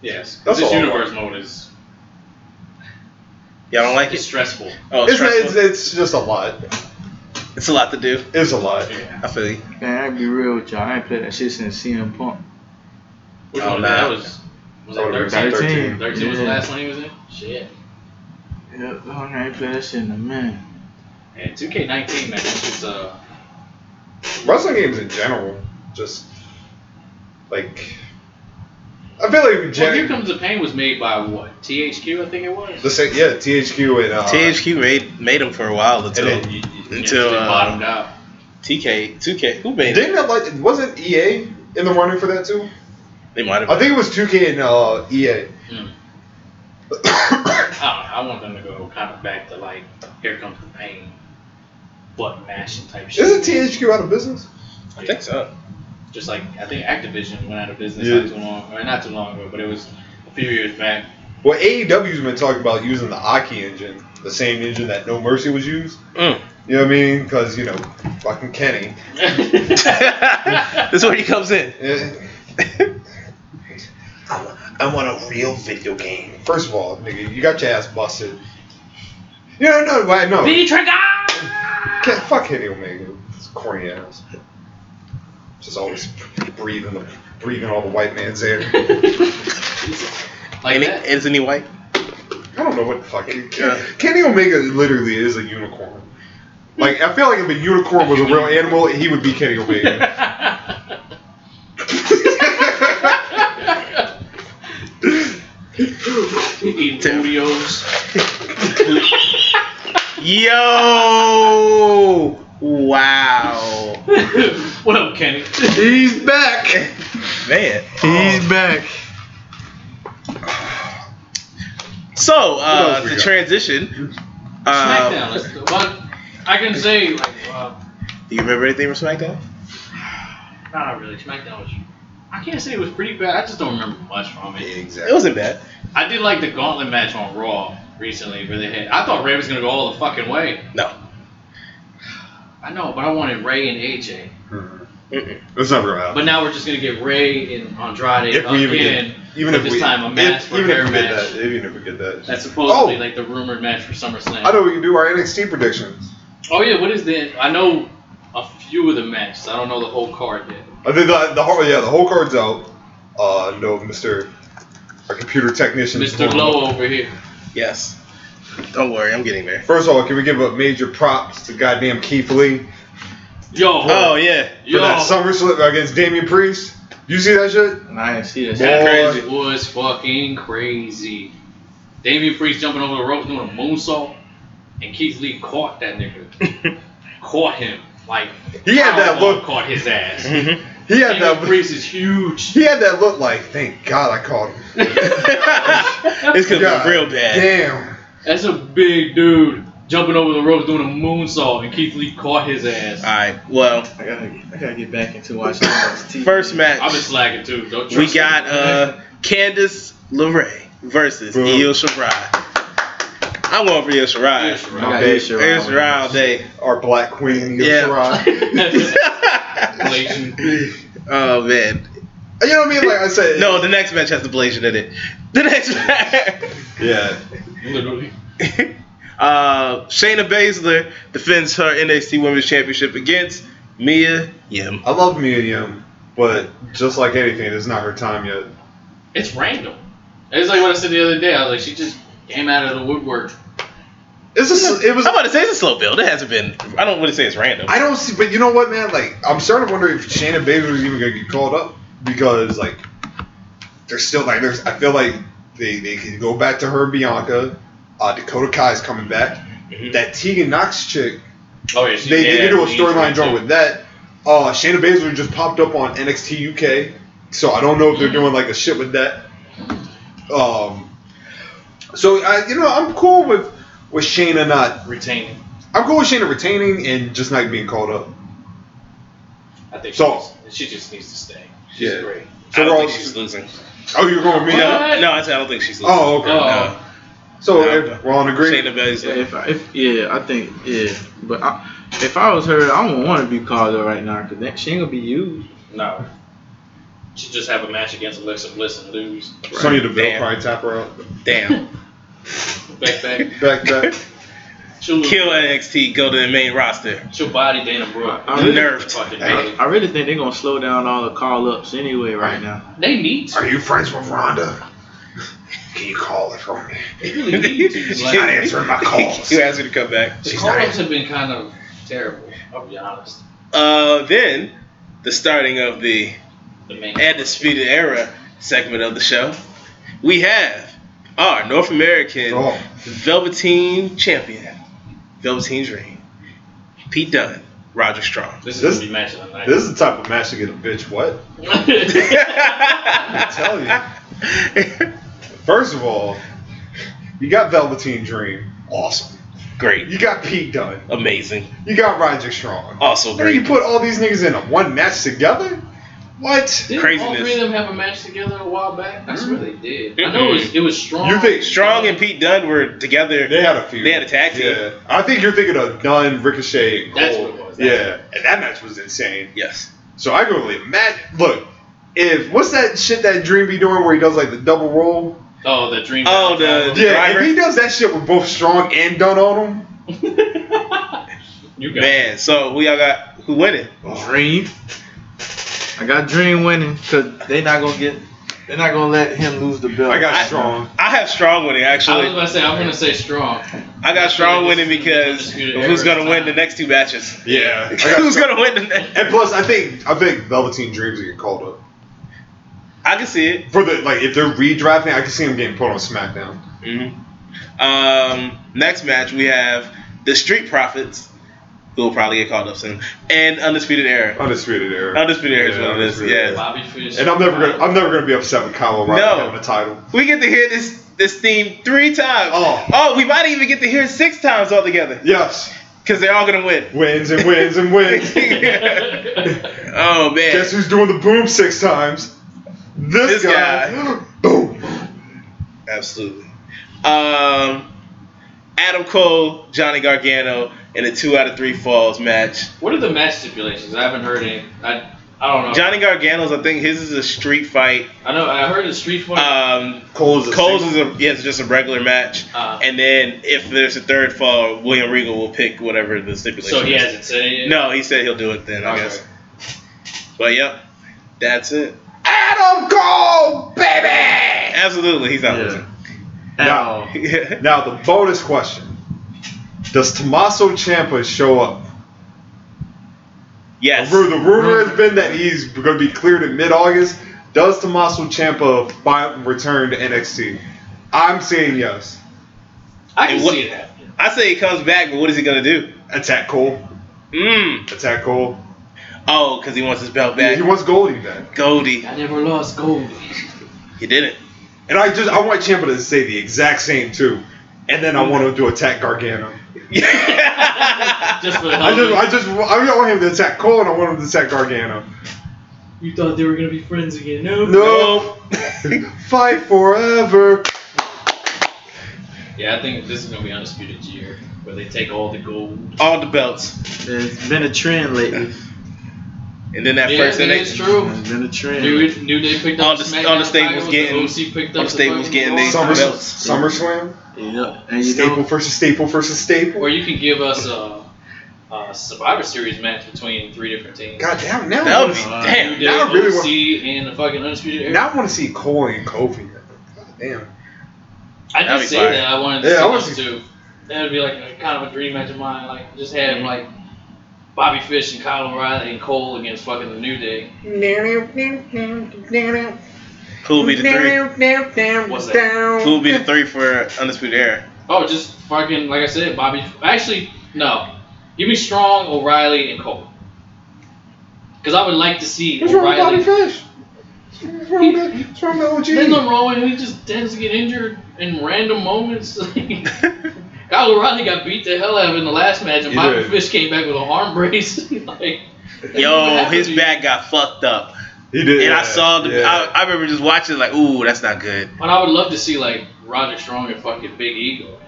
[SPEAKER 1] Yes,
[SPEAKER 3] That's
[SPEAKER 1] this
[SPEAKER 3] all I
[SPEAKER 1] universe mode is
[SPEAKER 2] Y'all don't like
[SPEAKER 1] it's
[SPEAKER 2] it?
[SPEAKER 1] stressful.
[SPEAKER 2] Oh,
[SPEAKER 3] It's,
[SPEAKER 2] it's,
[SPEAKER 3] not, it's,
[SPEAKER 2] stressful.
[SPEAKER 3] it's just a lot.
[SPEAKER 2] It's a lot to do.
[SPEAKER 3] It's a lot.
[SPEAKER 1] Yeah.
[SPEAKER 2] I feel you.
[SPEAKER 4] Man, I'd be real with y'all. I ain't played that shit since CM Punk.
[SPEAKER 1] Which
[SPEAKER 2] Oh,
[SPEAKER 1] one?
[SPEAKER 2] nah.
[SPEAKER 1] That was was
[SPEAKER 3] That
[SPEAKER 1] that
[SPEAKER 2] Oh,
[SPEAKER 3] would've been
[SPEAKER 1] thirteen?
[SPEAKER 3] 13.
[SPEAKER 1] Thirteen was the
[SPEAKER 4] Yeah.
[SPEAKER 1] last one he was in. Shit.
[SPEAKER 4] Yep, I ain't played that shit in a minute.
[SPEAKER 1] And two K nineteen man, this is uh
[SPEAKER 3] Wrestling games in general, just like I feel like
[SPEAKER 1] Well, Here
[SPEAKER 3] Jerry.
[SPEAKER 1] Comes the Pain was made by what? THQ, I think it was.
[SPEAKER 3] Let's say yeah, THQ and uh,
[SPEAKER 2] THQ made made him for a while until
[SPEAKER 3] And then-
[SPEAKER 1] You- you- you-
[SPEAKER 2] Until,
[SPEAKER 1] they
[SPEAKER 2] uh,
[SPEAKER 1] bottomed out.
[SPEAKER 2] TK 2K. Who made it?
[SPEAKER 3] Didn't that like wasn't EA in the running for that too?
[SPEAKER 2] They might have.
[SPEAKER 3] I think it was 2K and uh, EA.
[SPEAKER 1] Mm. I don't know. I want them to go kind of back to like Here Comes the Pain, butt mashing type shit.
[SPEAKER 3] Isn't THQ out of business?
[SPEAKER 2] I think so.
[SPEAKER 1] Just like I think Activision went out of business
[SPEAKER 3] Yeah.
[SPEAKER 1] not too long, or not too long ago, but it was a few years back.
[SPEAKER 3] Well, AEW's been talking about using the Aki engine, the same engine that No Mercy was used.
[SPEAKER 2] Mm.
[SPEAKER 3] You know what I mean? Because you know, fucking Kenny.
[SPEAKER 2] That's where he comes in.
[SPEAKER 3] Eh.
[SPEAKER 2] I want a real video game.
[SPEAKER 3] First of all, nigga, you got your ass busted. You know, no, why no.
[SPEAKER 1] V trigger.
[SPEAKER 3] Ken-
[SPEAKER 1] ah!
[SPEAKER 3] fuck Kenny Omega. It's corny ass. Just always breathing, the, breathing all the white man's air.
[SPEAKER 1] Like
[SPEAKER 2] Ain't
[SPEAKER 1] that.
[SPEAKER 2] he, isn't he white?
[SPEAKER 3] I don't know what the fuck. It,
[SPEAKER 2] Yeah.
[SPEAKER 3] Kenny Omega literally is a unicorn. Like I feel like if a unicorn was a real animal, he would be Kenny Omega.
[SPEAKER 1] You need bootios.
[SPEAKER 2] Yo! Wow.
[SPEAKER 1] what up, Kenny?
[SPEAKER 4] He's back.
[SPEAKER 2] Man. Oh.
[SPEAKER 4] He's back.
[SPEAKER 2] So, uh,
[SPEAKER 3] else we
[SPEAKER 2] to
[SPEAKER 3] got?
[SPEAKER 2] transition, uh,
[SPEAKER 1] SmackDown. Let's, well, I can say, like, well,
[SPEAKER 2] do you remember anything from SmackDown?
[SPEAKER 1] not really. SmackDown was. I can't say it was pretty bad. I just don't remember much from it.
[SPEAKER 2] It
[SPEAKER 3] exactly.
[SPEAKER 2] wasn't bad.
[SPEAKER 1] I did like the gauntlet match on Raw recently where they had. I thought Ray was going to go all the fucking way.
[SPEAKER 2] No.
[SPEAKER 1] I know, but I wanted Ray and AJ.
[SPEAKER 3] Mhm.
[SPEAKER 2] Mm-mm.
[SPEAKER 3] That's never gonna happen.
[SPEAKER 1] But now we're just going to get Ray and Andrade
[SPEAKER 3] If we even
[SPEAKER 1] again.
[SPEAKER 3] get, even
[SPEAKER 1] but
[SPEAKER 3] if
[SPEAKER 1] this
[SPEAKER 3] we,
[SPEAKER 1] time a
[SPEAKER 3] if-
[SPEAKER 1] match for
[SPEAKER 3] even if we
[SPEAKER 1] their
[SPEAKER 3] get
[SPEAKER 1] match.
[SPEAKER 3] that, even if we get that,
[SPEAKER 1] That's supposedly
[SPEAKER 3] Oh.
[SPEAKER 1] like the rumored match for SummerSlam.
[SPEAKER 3] I know we can do our NXT predictions.
[SPEAKER 1] Oh yeah, what is the? I know a few of the matches. I don't know the whole card yet.
[SPEAKER 3] I think the the whole yeah the whole card's out. Uh, no, Mister, our computer technician.
[SPEAKER 1] Mr. Glow over here.
[SPEAKER 2] Yes. Don't worry, I'm getting there.
[SPEAKER 3] First of all, can we give up major props to goddamn Keith Lee?
[SPEAKER 1] Yo,
[SPEAKER 2] Oh, yeah.
[SPEAKER 3] For
[SPEAKER 1] yo,
[SPEAKER 3] that summer slip against Damian Priest. You see that shit?
[SPEAKER 4] And I didn't see that.
[SPEAKER 1] that
[SPEAKER 2] Boy.
[SPEAKER 1] crazy. was fucking crazy. Damian Priest jumping over the ropes doing a moonsault, and Keith Lee caught that nigga,
[SPEAKER 2] Mm-hmm.
[SPEAKER 1] caught him like
[SPEAKER 3] He had that
[SPEAKER 1] Powerbomb
[SPEAKER 3] look.
[SPEAKER 1] caught his ass.
[SPEAKER 2] Mhm.
[SPEAKER 3] He had
[SPEAKER 1] Damian
[SPEAKER 3] that.
[SPEAKER 1] Priest is huge.
[SPEAKER 3] He had that look like, thank God I caught him.
[SPEAKER 2] this could have
[SPEAKER 3] God
[SPEAKER 2] been real bad.
[SPEAKER 3] Damn.
[SPEAKER 1] That's a big dude jumping over the ropes doing a moonsault, and Keith Lee caught his ass.
[SPEAKER 2] Alright, well,
[SPEAKER 4] I gotta, I gotta get back into watching NXT.
[SPEAKER 2] first
[SPEAKER 1] I've been
[SPEAKER 2] match,
[SPEAKER 1] slacking too. Don't trust
[SPEAKER 2] we
[SPEAKER 1] me.
[SPEAKER 2] got uh, Candice LeRae versus
[SPEAKER 3] Bro.
[SPEAKER 2] Io Shirai. I'm going for Io
[SPEAKER 1] Yeah,
[SPEAKER 2] Shirai.
[SPEAKER 4] I
[SPEAKER 1] sure.
[SPEAKER 4] gotta
[SPEAKER 3] Babe,
[SPEAKER 4] get Shirai.
[SPEAKER 2] Io Shirai all day.
[SPEAKER 3] Our black queen. Io
[SPEAKER 2] Yeah.
[SPEAKER 3] Shirai.
[SPEAKER 1] Blazing.
[SPEAKER 2] oh man.
[SPEAKER 3] You know what I mean? Like I said.
[SPEAKER 2] No, the next match has the blazing in it. The next match.
[SPEAKER 3] Yeah.
[SPEAKER 1] Literally.
[SPEAKER 2] uh, Shayna Baszler defends her NXT Women's Championship against Mia Yim.
[SPEAKER 3] I love Medium, but just like anything, it's not her time yet.
[SPEAKER 1] It's random. It's like what I said the other day. I was like, she just came out of the woodwork.
[SPEAKER 3] It's a, s- it was.
[SPEAKER 2] I'm about to say it's a slow build. It hasn't been. I don't want to say it's random.
[SPEAKER 3] I don't see, but you know what, man? Like I'm starting to wonder if Shannon Baszler is even gonna get called up because like they're still like there's. I feel like they they can go back to her and Bianca. Uh, Dakota Kai's coming back.
[SPEAKER 2] Mhm.
[SPEAKER 3] That Tegan Knox chick
[SPEAKER 1] Mm-hmm. Oh yeah, she
[SPEAKER 3] They they
[SPEAKER 1] yeah,
[SPEAKER 3] did do a
[SPEAKER 1] she-
[SPEAKER 3] storyline
[SPEAKER 1] she-
[SPEAKER 3] drawn with that. Uh, Shayna Baszler just popped up on NXT UK, so I don't know if they're doing like a shit with that. Um, so I, you know, I'm cool with with Shayna not.
[SPEAKER 1] retaining.
[SPEAKER 3] I'm cool with Shayna retaining and just not being called up.
[SPEAKER 1] I think
[SPEAKER 3] So-
[SPEAKER 1] so, she, just needs to stay. She's
[SPEAKER 3] Yeah.
[SPEAKER 1] great.
[SPEAKER 2] I
[SPEAKER 3] we're
[SPEAKER 2] don't think
[SPEAKER 3] all-
[SPEAKER 2] she's losing.
[SPEAKER 3] Oh, you're going with me?
[SPEAKER 1] What?
[SPEAKER 2] No, no, I said I don't think she's losing.
[SPEAKER 3] Oh, okay.
[SPEAKER 1] Oh.
[SPEAKER 2] No.
[SPEAKER 3] So
[SPEAKER 2] No.
[SPEAKER 3] if we're on
[SPEAKER 2] Shayna
[SPEAKER 3] agreement.
[SPEAKER 4] Yeah,
[SPEAKER 2] Baszler.
[SPEAKER 4] if I, if yeah, I think yeah, but I, if I was her, I wouldn't want to be called up right now because she ain't gonna be used.
[SPEAKER 1] No. She just have a match against Alexa Bliss and lose.
[SPEAKER 3] Sonya Deville
[SPEAKER 2] Damn.
[SPEAKER 3] probably tap her out.
[SPEAKER 2] Damn.
[SPEAKER 1] Back back.
[SPEAKER 3] Back back.
[SPEAKER 1] She'll lose.
[SPEAKER 2] Kill NXT. Go to the main roster.
[SPEAKER 1] She'll body Dana Brooke.
[SPEAKER 4] I really-
[SPEAKER 2] Nerfed.
[SPEAKER 1] Fucking
[SPEAKER 4] I,
[SPEAKER 1] day.
[SPEAKER 4] I really think they're gonna slow down all the call ups anyway right now.
[SPEAKER 1] They need to.
[SPEAKER 3] Are you friends with Rhonda? Can you call her for me?
[SPEAKER 1] They really need to.
[SPEAKER 3] She's
[SPEAKER 1] Like,
[SPEAKER 3] not answering my calls.
[SPEAKER 2] you asked her to come back.
[SPEAKER 1] the
[SPEAKER 3] She's
[SPEAKER 1] call
[SPEAKER 3] not
[SPEAKER 1] ups
[SPEAKER 3] answering.
[SPEAKER 1] have been kind of terrible. I'll be honest.
[SPEAKER 2] Uh, then the starting of the
[SPEAKER 1] The main.
[SPEAKER 2] Undisputed Era segment of the show, we have our North American
[SPEAKER 3] Oh.
[SPEAKER 2] Velveteen Champion, Velveteen's Dream, Pete Dunne, Roger Strong.
[SPEAKER 1] This is
[SPEAKER 3] This-
[SPEAKER 1] gonna be match of the night.
[SPEAKER 3] This is the type of match to get a bitch wet.
[SPEAKER 2] I'm
[SPEAKER 3] telling First of all, you got Velveteen Dream. Awesome.
[SPEAKER 2] Great.
[SPEAKER 3] You got Pete Dunne.
[SPEAKER 2] Amazing.
[SPEAKER 3] You got Roger Strong.
[SPEAKER 2] Also
[SPEAKER 3] Then you
[SPEAKER 2] great.
[SPEAKER 3] put all these niggas in a one match together? What?
[SPEAKER 1] Didn't all
[SPEAKER 2] Craziness.
[SPEAKER 1] three of them have a match together a while back? I swear they did. I
[SPEAKER 2] Mhm.
[SPEAKER 1] know it was, it was strong.
[SPEAKER 3] You think-
[SPEAKER 2] Strong and Pete Dunne were together.
[SPEAKER 3] They had a few.
[SPEAKER 2] They had a tag team.
[SPEAKER 3] Yeah. I think you're thinking of Dunn, Ricochet, and Cole.
[SPEAKER 1] That's what it was. That's
[SPEAKER 3] yeah. And that match was insane.
[SPEAKER 2] Yes.
[SPEAKER 3] So I can only imagine. Look, if what's that shit that Dream be doing where he does like the double roll?
[SPEAKER 1] Oh, the dream.
[SPEAKER 2] Oh, the-
[SPEAKER 3] Yeah,
[SPEAKER 2] Driver.
[SPEAKER 3] if he does that shit with both Strong and Dunn on him,
[SPEAKER 1] you got it.
[SPEAKER 2] Man, so who y'all got who winning?
[SPEAKER 4] Dream. I got Dream winning because they not gonna get. They're not gonna let him lose the belt.
[SPEAKER 3] I got
[SPEAKER 2] I-
[SPEAKER 3] Strong.
[SPEAKER 2] I have Strong winning
[SPEAKER 1] I was
[SPEAKER 2] actually.
[SPEAKER 1] about to say I'm gonna say strong.
[SPEAKER 2] I got Strong winning because
[SPEAKER 1] Undisputed
[SPEAKER 2] of who's
[SPEAKER 1] era
[SPEAKER 2] gonna win
[SPEAKER 1] time.
[SPEAKER 2] the next two matches?
[SPEAKER 3] Yeah. I got
[SPEAKER 2] Who's
[SPEAKER 3] Strong.
[SPEAKER 2] gonna win the next?
[SPEAKER 3] And plus, I think I think Velveteen Dreams will get called up.
[SPEAKER 2] I can see it.
[SPEAKER 3] For the like, if they're redrafting, I can see him getting put on SmackDown.
[SPEAKER 2] Um, next match we have the Street Profits, who will probably get called up soon, and Undisputed Era.
[SPEAKER 3] Undisputed era.
[SPEAKER 2] Undisputed Era is
[SPEAKER 3] Yeah,
[SPEAKER 2] what it is.
[SPEAKER 3] Undisputed Era.
[SPEAKER 2] Yeah.
[SPEAKER 1] Bobby Fish.
[SPEAKER 3] And I'm never gonna, I'm never gonna be upset with Kyle O'Reilly
[SPEAKER 2] No.
[SPEAKER 3] having a title.
[SPEAKER 2] We get to hear this this theme three times.
[SPEAKER 3] Oh.
[SPEAKER 2] oh, we might even get to hear it six times altogether
[SPEAKER 3] Yes,
[SPEAKER 2] because they're all gonna win.
[SPEAKER 3] wins and wins and wins.
[SPEAKER 2] oh man.
[SPEAKER 3] Guess who's doing the boom six times?
[SPEAKER 2] This
[SPEAKER 3] This, guy. Boom.
[SPEAKER 2] Absolutely. Um, Adam Cole, Johnny Gargano, in a two out of three falls match.
[SPEAKER 1] what are the match stipulations? I haven't heard any. I I don't know.
[SPEAKER 2] Johnny Gargano's, I think his is a street fight.
[SPEAKER 1] I know I heard the street fight.
[SPEAKER 2] Um,
[SPEAKER 3] Cole's a
[SPEAKER 2] Cole's
[SPEAKER 3] six-
[SPEAKER 2] is a, yeah, it's just a regular match.
[SPEAKER 1] Uh,
[SPEAKER 2] And then if there's a third fall, William Regal will pick whatever the stipulation
[SPEAKER 1] so he
[SPEAKER 2] is.
[SPEAKER 1] hasn't said it. yet?
[SPEAKER 2] No, he said he'll do it then, I
[SPEAKER 3] Okay.
[SPEAKER 2] guess. But yep, that's it.
[SPEAKER 3] Adam Cole, baby.
[SPEAKER 2] Absolutely, he's not
[SPEAKER 4] Yeah.
[SPEAKER 2] losing.
[SPEAKER 4] Now,
[SPEAKER 2] Yeah.
[SPEAKER 3] Now the bonus question: Does Tommaso Ciampa show up?
[SPEAKER 2] yes.
[SPEAKER 3] Ru- The rumor has been that he's going to be cleared in mid-August. Does Tommaso Ciampa fi- return to NXT? I'm saying yes.
[SPEAKER 1] I can
[SPEAKER 2] And what-
[SPEAKER 1] see it happening.
[SPEAKER 2] I say he comes back, but what is he going to do?
[SPEAKER 3] Attack Cole.
[SPEAKER 2] Mm.
[SPEAKER 3] Attack Cole.
[SPEAKER 2] Oh, because he wants his belt
[SPEAKER 3] Yeah,
[SPEAKER 2] back.
[SPEAKER 3] he wants Goldie back.
[SPEAKER 2] Goldie.
[SPEAKER 1] I never lost gold.
[SPEAKER 2] He didn't.
[SPEAKER 3] And I just I want Ciampa to say the exact same too. And then I want him to attack Gargano.
[SPEAKER 1] Just for the hell
[SPEAKER 3] I
[SPEAKER 1] of
[SPEAKER 3] just
[SPEAKER 1] it.
[SPEAKER 3] I just I don't want him to attack Cole and I want him to attack Gargano.
[SPEAKER 1] you thought they were gonna be friends again? No.
[SPEAKER 3] No. Fight forever.
[SPEAKER 1] Yeah, I think this is gonna be undisputed year where they take all the gold.
[SPEAKER 2] All the belts.
[SPEAKER 4] it's been a trend lately.
[SPEAKER 2] And then that
[SPEAKER 1] yeah,
[SPEAKER 2] first
[SPEAKER 1] that
[SPEAKER 2] and
[SPEAKER 1] is true.
[SPEAKER 4] It's been a trend.
[SPEAKER 1] New, New Day picked up
[SPEAKER 2] All the-
[SPEAKER 1] SmackDown
[SPEAKER 2] all the stables
[SPEAKER 1] titles,
[SPEAKER 2] getting-
[SPEAKER 1] the OC picked
[SPEAKER 2] all
[SPEAKER 1] up
[SPEAKER 2] the stables
[SPEAKER 1] fucking
[SPEAKER 2] getting
[SPEAKER 1] gold.
[SPEAKER 2] they-
[SPEAKER 3] Summer,
[SPEAKER 2] belts.
[SPEAKER 3] SummerSlam.
[SPEAKER 4] You know, and you
[SPEAKER 3] Staple
[SPEAKER 4] know,
[SPEAKER 3] versus staple versus staple.
[SPEAKER 1] Or you can give us a, a Survivor Series match between three different teams.
[SPEAKER 3] God damn, now
[SPEAKER 2] That
[SPEAKER 3] I
[SPEAKER 2] would
[SPEAKER 3] wanna
[SPEAKER 2] be
[SPEAKER 3] see-
[SPEAKER 1] Uh,
[SPEAKER 2] damn.
[SPEAKER 1] New Day,
[SPEAKER 3] now I really want-
[SPEAKER 1] OC, and the fucking Undisputed Era.
[SPEAKER 3] now I want to see Cole and Kofi. God damn.
[SPEAKER 1] I
[SPEAKER 2] That'd be
[SPEAKER 1] did say
[SPEAKER 2] fire.
[SPEAKER 1] that I wanted to
[SPEAKER 3] Yeah, I wanna
[SPEAKER 1] see those
[SPEAKER 3] see-
[SPEAKER 1] two. That would be like a, kind of a dream match of mine. Like just have
[SPEAKER 2] Mm-hmm.
[SPEAKER 1] like Bobby Fish and Kyle O'Reilly and Cole against fucking the New Day.
[SPEAKER 2] Who will be the three?
[SPEAKER 1] What's that?
[SPEAKER 2] Who will be the three for Undisputed Era?
[SPEAKER 1] Oh, just fucking like I said, Bobby. Actually, no. Give me Strong, O'Reilly, and Cole. Because I would like to see
[SPEAKER 3] What's wrong with Bobby
[SPEAKER 1] O'Reilly.
[SPEAKER 3] Fish? What's wrong with that- what's wrong with OG?
[SPEAKER 1] There's nothing wrong with him. He just tends to get injured in random moments. Kyle O'Reilly got beat the hell out of in the last match, and
[SPEAKER 3] He
[SPEAKER 1] Bobby
[SPEAKER 3] did.
[SPEAKER 1] Fish came back with a arm brace. like,
[SPEAKER 2] Yo, his
[SPEAKER 1] back.
[SPEAKER 2] back got fucked up.
[SPEAKER 3] He did.
[SPEAKER 2] and I saw the.
[SPEAKER 3] yeah.
[SPEAKER 2] I, I remember just watching like, ooh, that's not good.
[SPEAKER 1] But I would love to see like Roger Strong and fucking Big Ego.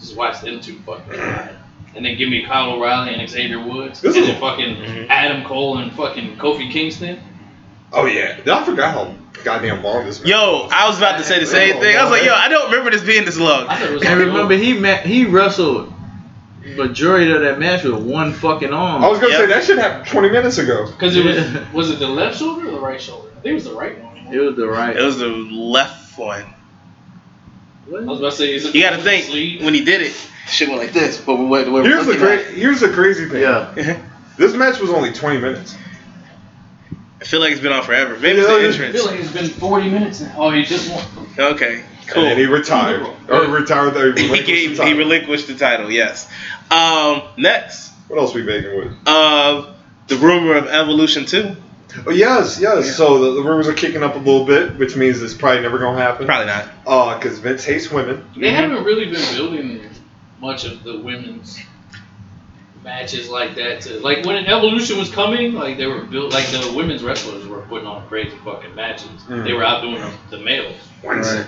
[SPEAKER 1] Just watch them two fucking ride. And then give me Kyle O'Reilly and Xavier Woods.
[SPEAKER 3] This
[SPEAKER 1] and
[SPEAKER 3] is-
[SPEAKER 1] then fucking
[SPEAKER 2] Mhm.
[SPEAKER 1] Adam Cole and fucking Kofi Kingston.
[SPEAKER 3] Oh yeah, I forgot how goddamn long this.
[SPEAKER 2] Yo, I was about to say the same thing. I was like, yo, I don't remember this being this long.
[SPEAKER 1] I thought it was
[SPEAKER 4] and
[SPEAKER 1] like,
[SPEAKER 4] remember he ma- he wrestled majority of that match with one fucking arm.
[SPEAKER 3] I was gonna say
[SPEAKER 2] Yep.
[SPEAKER 3] that shit happened 20 minutes ago.
[SPEAKER 1] Because it
[SPEAKER 4] Yeah.
[SPEAKER 1] was was it the left shoulder or the right shoulder? I think it was the right one.
[SPEAKER 4] it was the right.
[SPEAKER 2] It was the left one.
[SPEAKER 1] I
[SPEAKER 4] What?
[SPEAKER 1] was about to say, is it
[SPEAKER 2] You gotta think
[SPEAKER 1] Sleeve?
[SPEAKER 2] when he did it, shit went like this. But we went. went
[SPEAKER 3] Here's the cra- here's the crazy thing.
[SPEAKER 4] yeah.
[SPEAKER 2] crazy.
[SPEAKER 3] This match was only 20 minutes.
[SPEAKER 2] I feel like it's been on forever. Maybe it's
[SPEAKER 3] Yeah,
[SPEAKER 2] the
[SPEAKER 3] yeah.
[SPEAKER 1] I feel
[SPEAKER 2] entrance.
[SPEAKER 1] like it's been 40 minutes now. Oh, he just won.
[SPEAKER 2] Okay,
[SPEAKER 3] And then he
[SPEAKER 2] cool.
[SPEAKER 3] retired. Or retired. Or
[SPEAKER 2] He,
[SPEAKER 3] relinquished
[SPEAKER 2] gave,
[SPEAKER 3] the title.
[SPEAKER 2] he relinquished the title. Yes. Um, next,
[SPEAKER 3] what else we making with?
[SPEAKER 2] uh, the rumor of Evolution Two.
[SPEAKER 3] Oh, yes, yes.
[SPEAKER 2] Yeah.
[SPEAKER 3] So the, the rumors are kicking up a little bit, which means it's probably never gonna happen.
[SPEAKER 2] Probably not.
[SPEAKER 3] because Vince hates women.
[SPEAKER 1] They
[SPEAKER 2] Mm-hmm.
[SPEAKER 1] haven't really been building much of the women's matches like that. To, like when Evolution was coming, like they were built, like the women's wrestlers were putting on crazy fucking matches.
[SPEAKER 3] Mm.
[SPEAKER 1] They were outdoing the, the males.
[SPEAKER 3] Wednesday.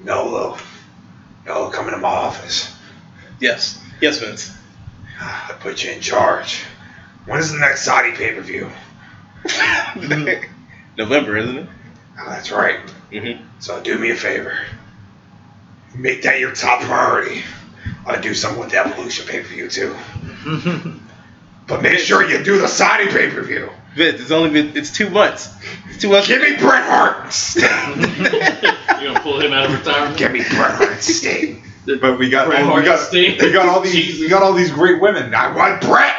[SPEAKER 3] Nolo. Nolo, come into my office.
[SPEAKER 2] Yes. Yes, Vince.
[SPEAKER 3] I put you in charge. When is the next Saudi pay per view? Mm-hmm.
[SPEAKER 2] November, isn't it?
[SPEAKER 3] Oh, that's right.
[SPEAKER 2] Mhm.
[SPEAKER 3] So do me a favor. Make that your top priority. I'll do something with the Evolution pay per view too. But make sure you do the Saudi pay per view.
[SPEAKER 2] Vince, it's only been it's two months. It's two months.
[SPEAKER 3] Give me Bret Hart instead.
[SPEAKER 1] You're gonna pull him out of retirement.
[SPEAKER 3] Give me Bret Hart instead. But we got,
[SPEAKER 1] Bret
[SPEAKER 3] all, we
[SPEAKER 1] Hart
[SPEAKER 3] got,
[SPEAKER 1] instead.
[SPEAKER 3] we got all these,
[SPEAKER 1] Jesus.
[SPEAKER 3] we got all these great women. I want Bret.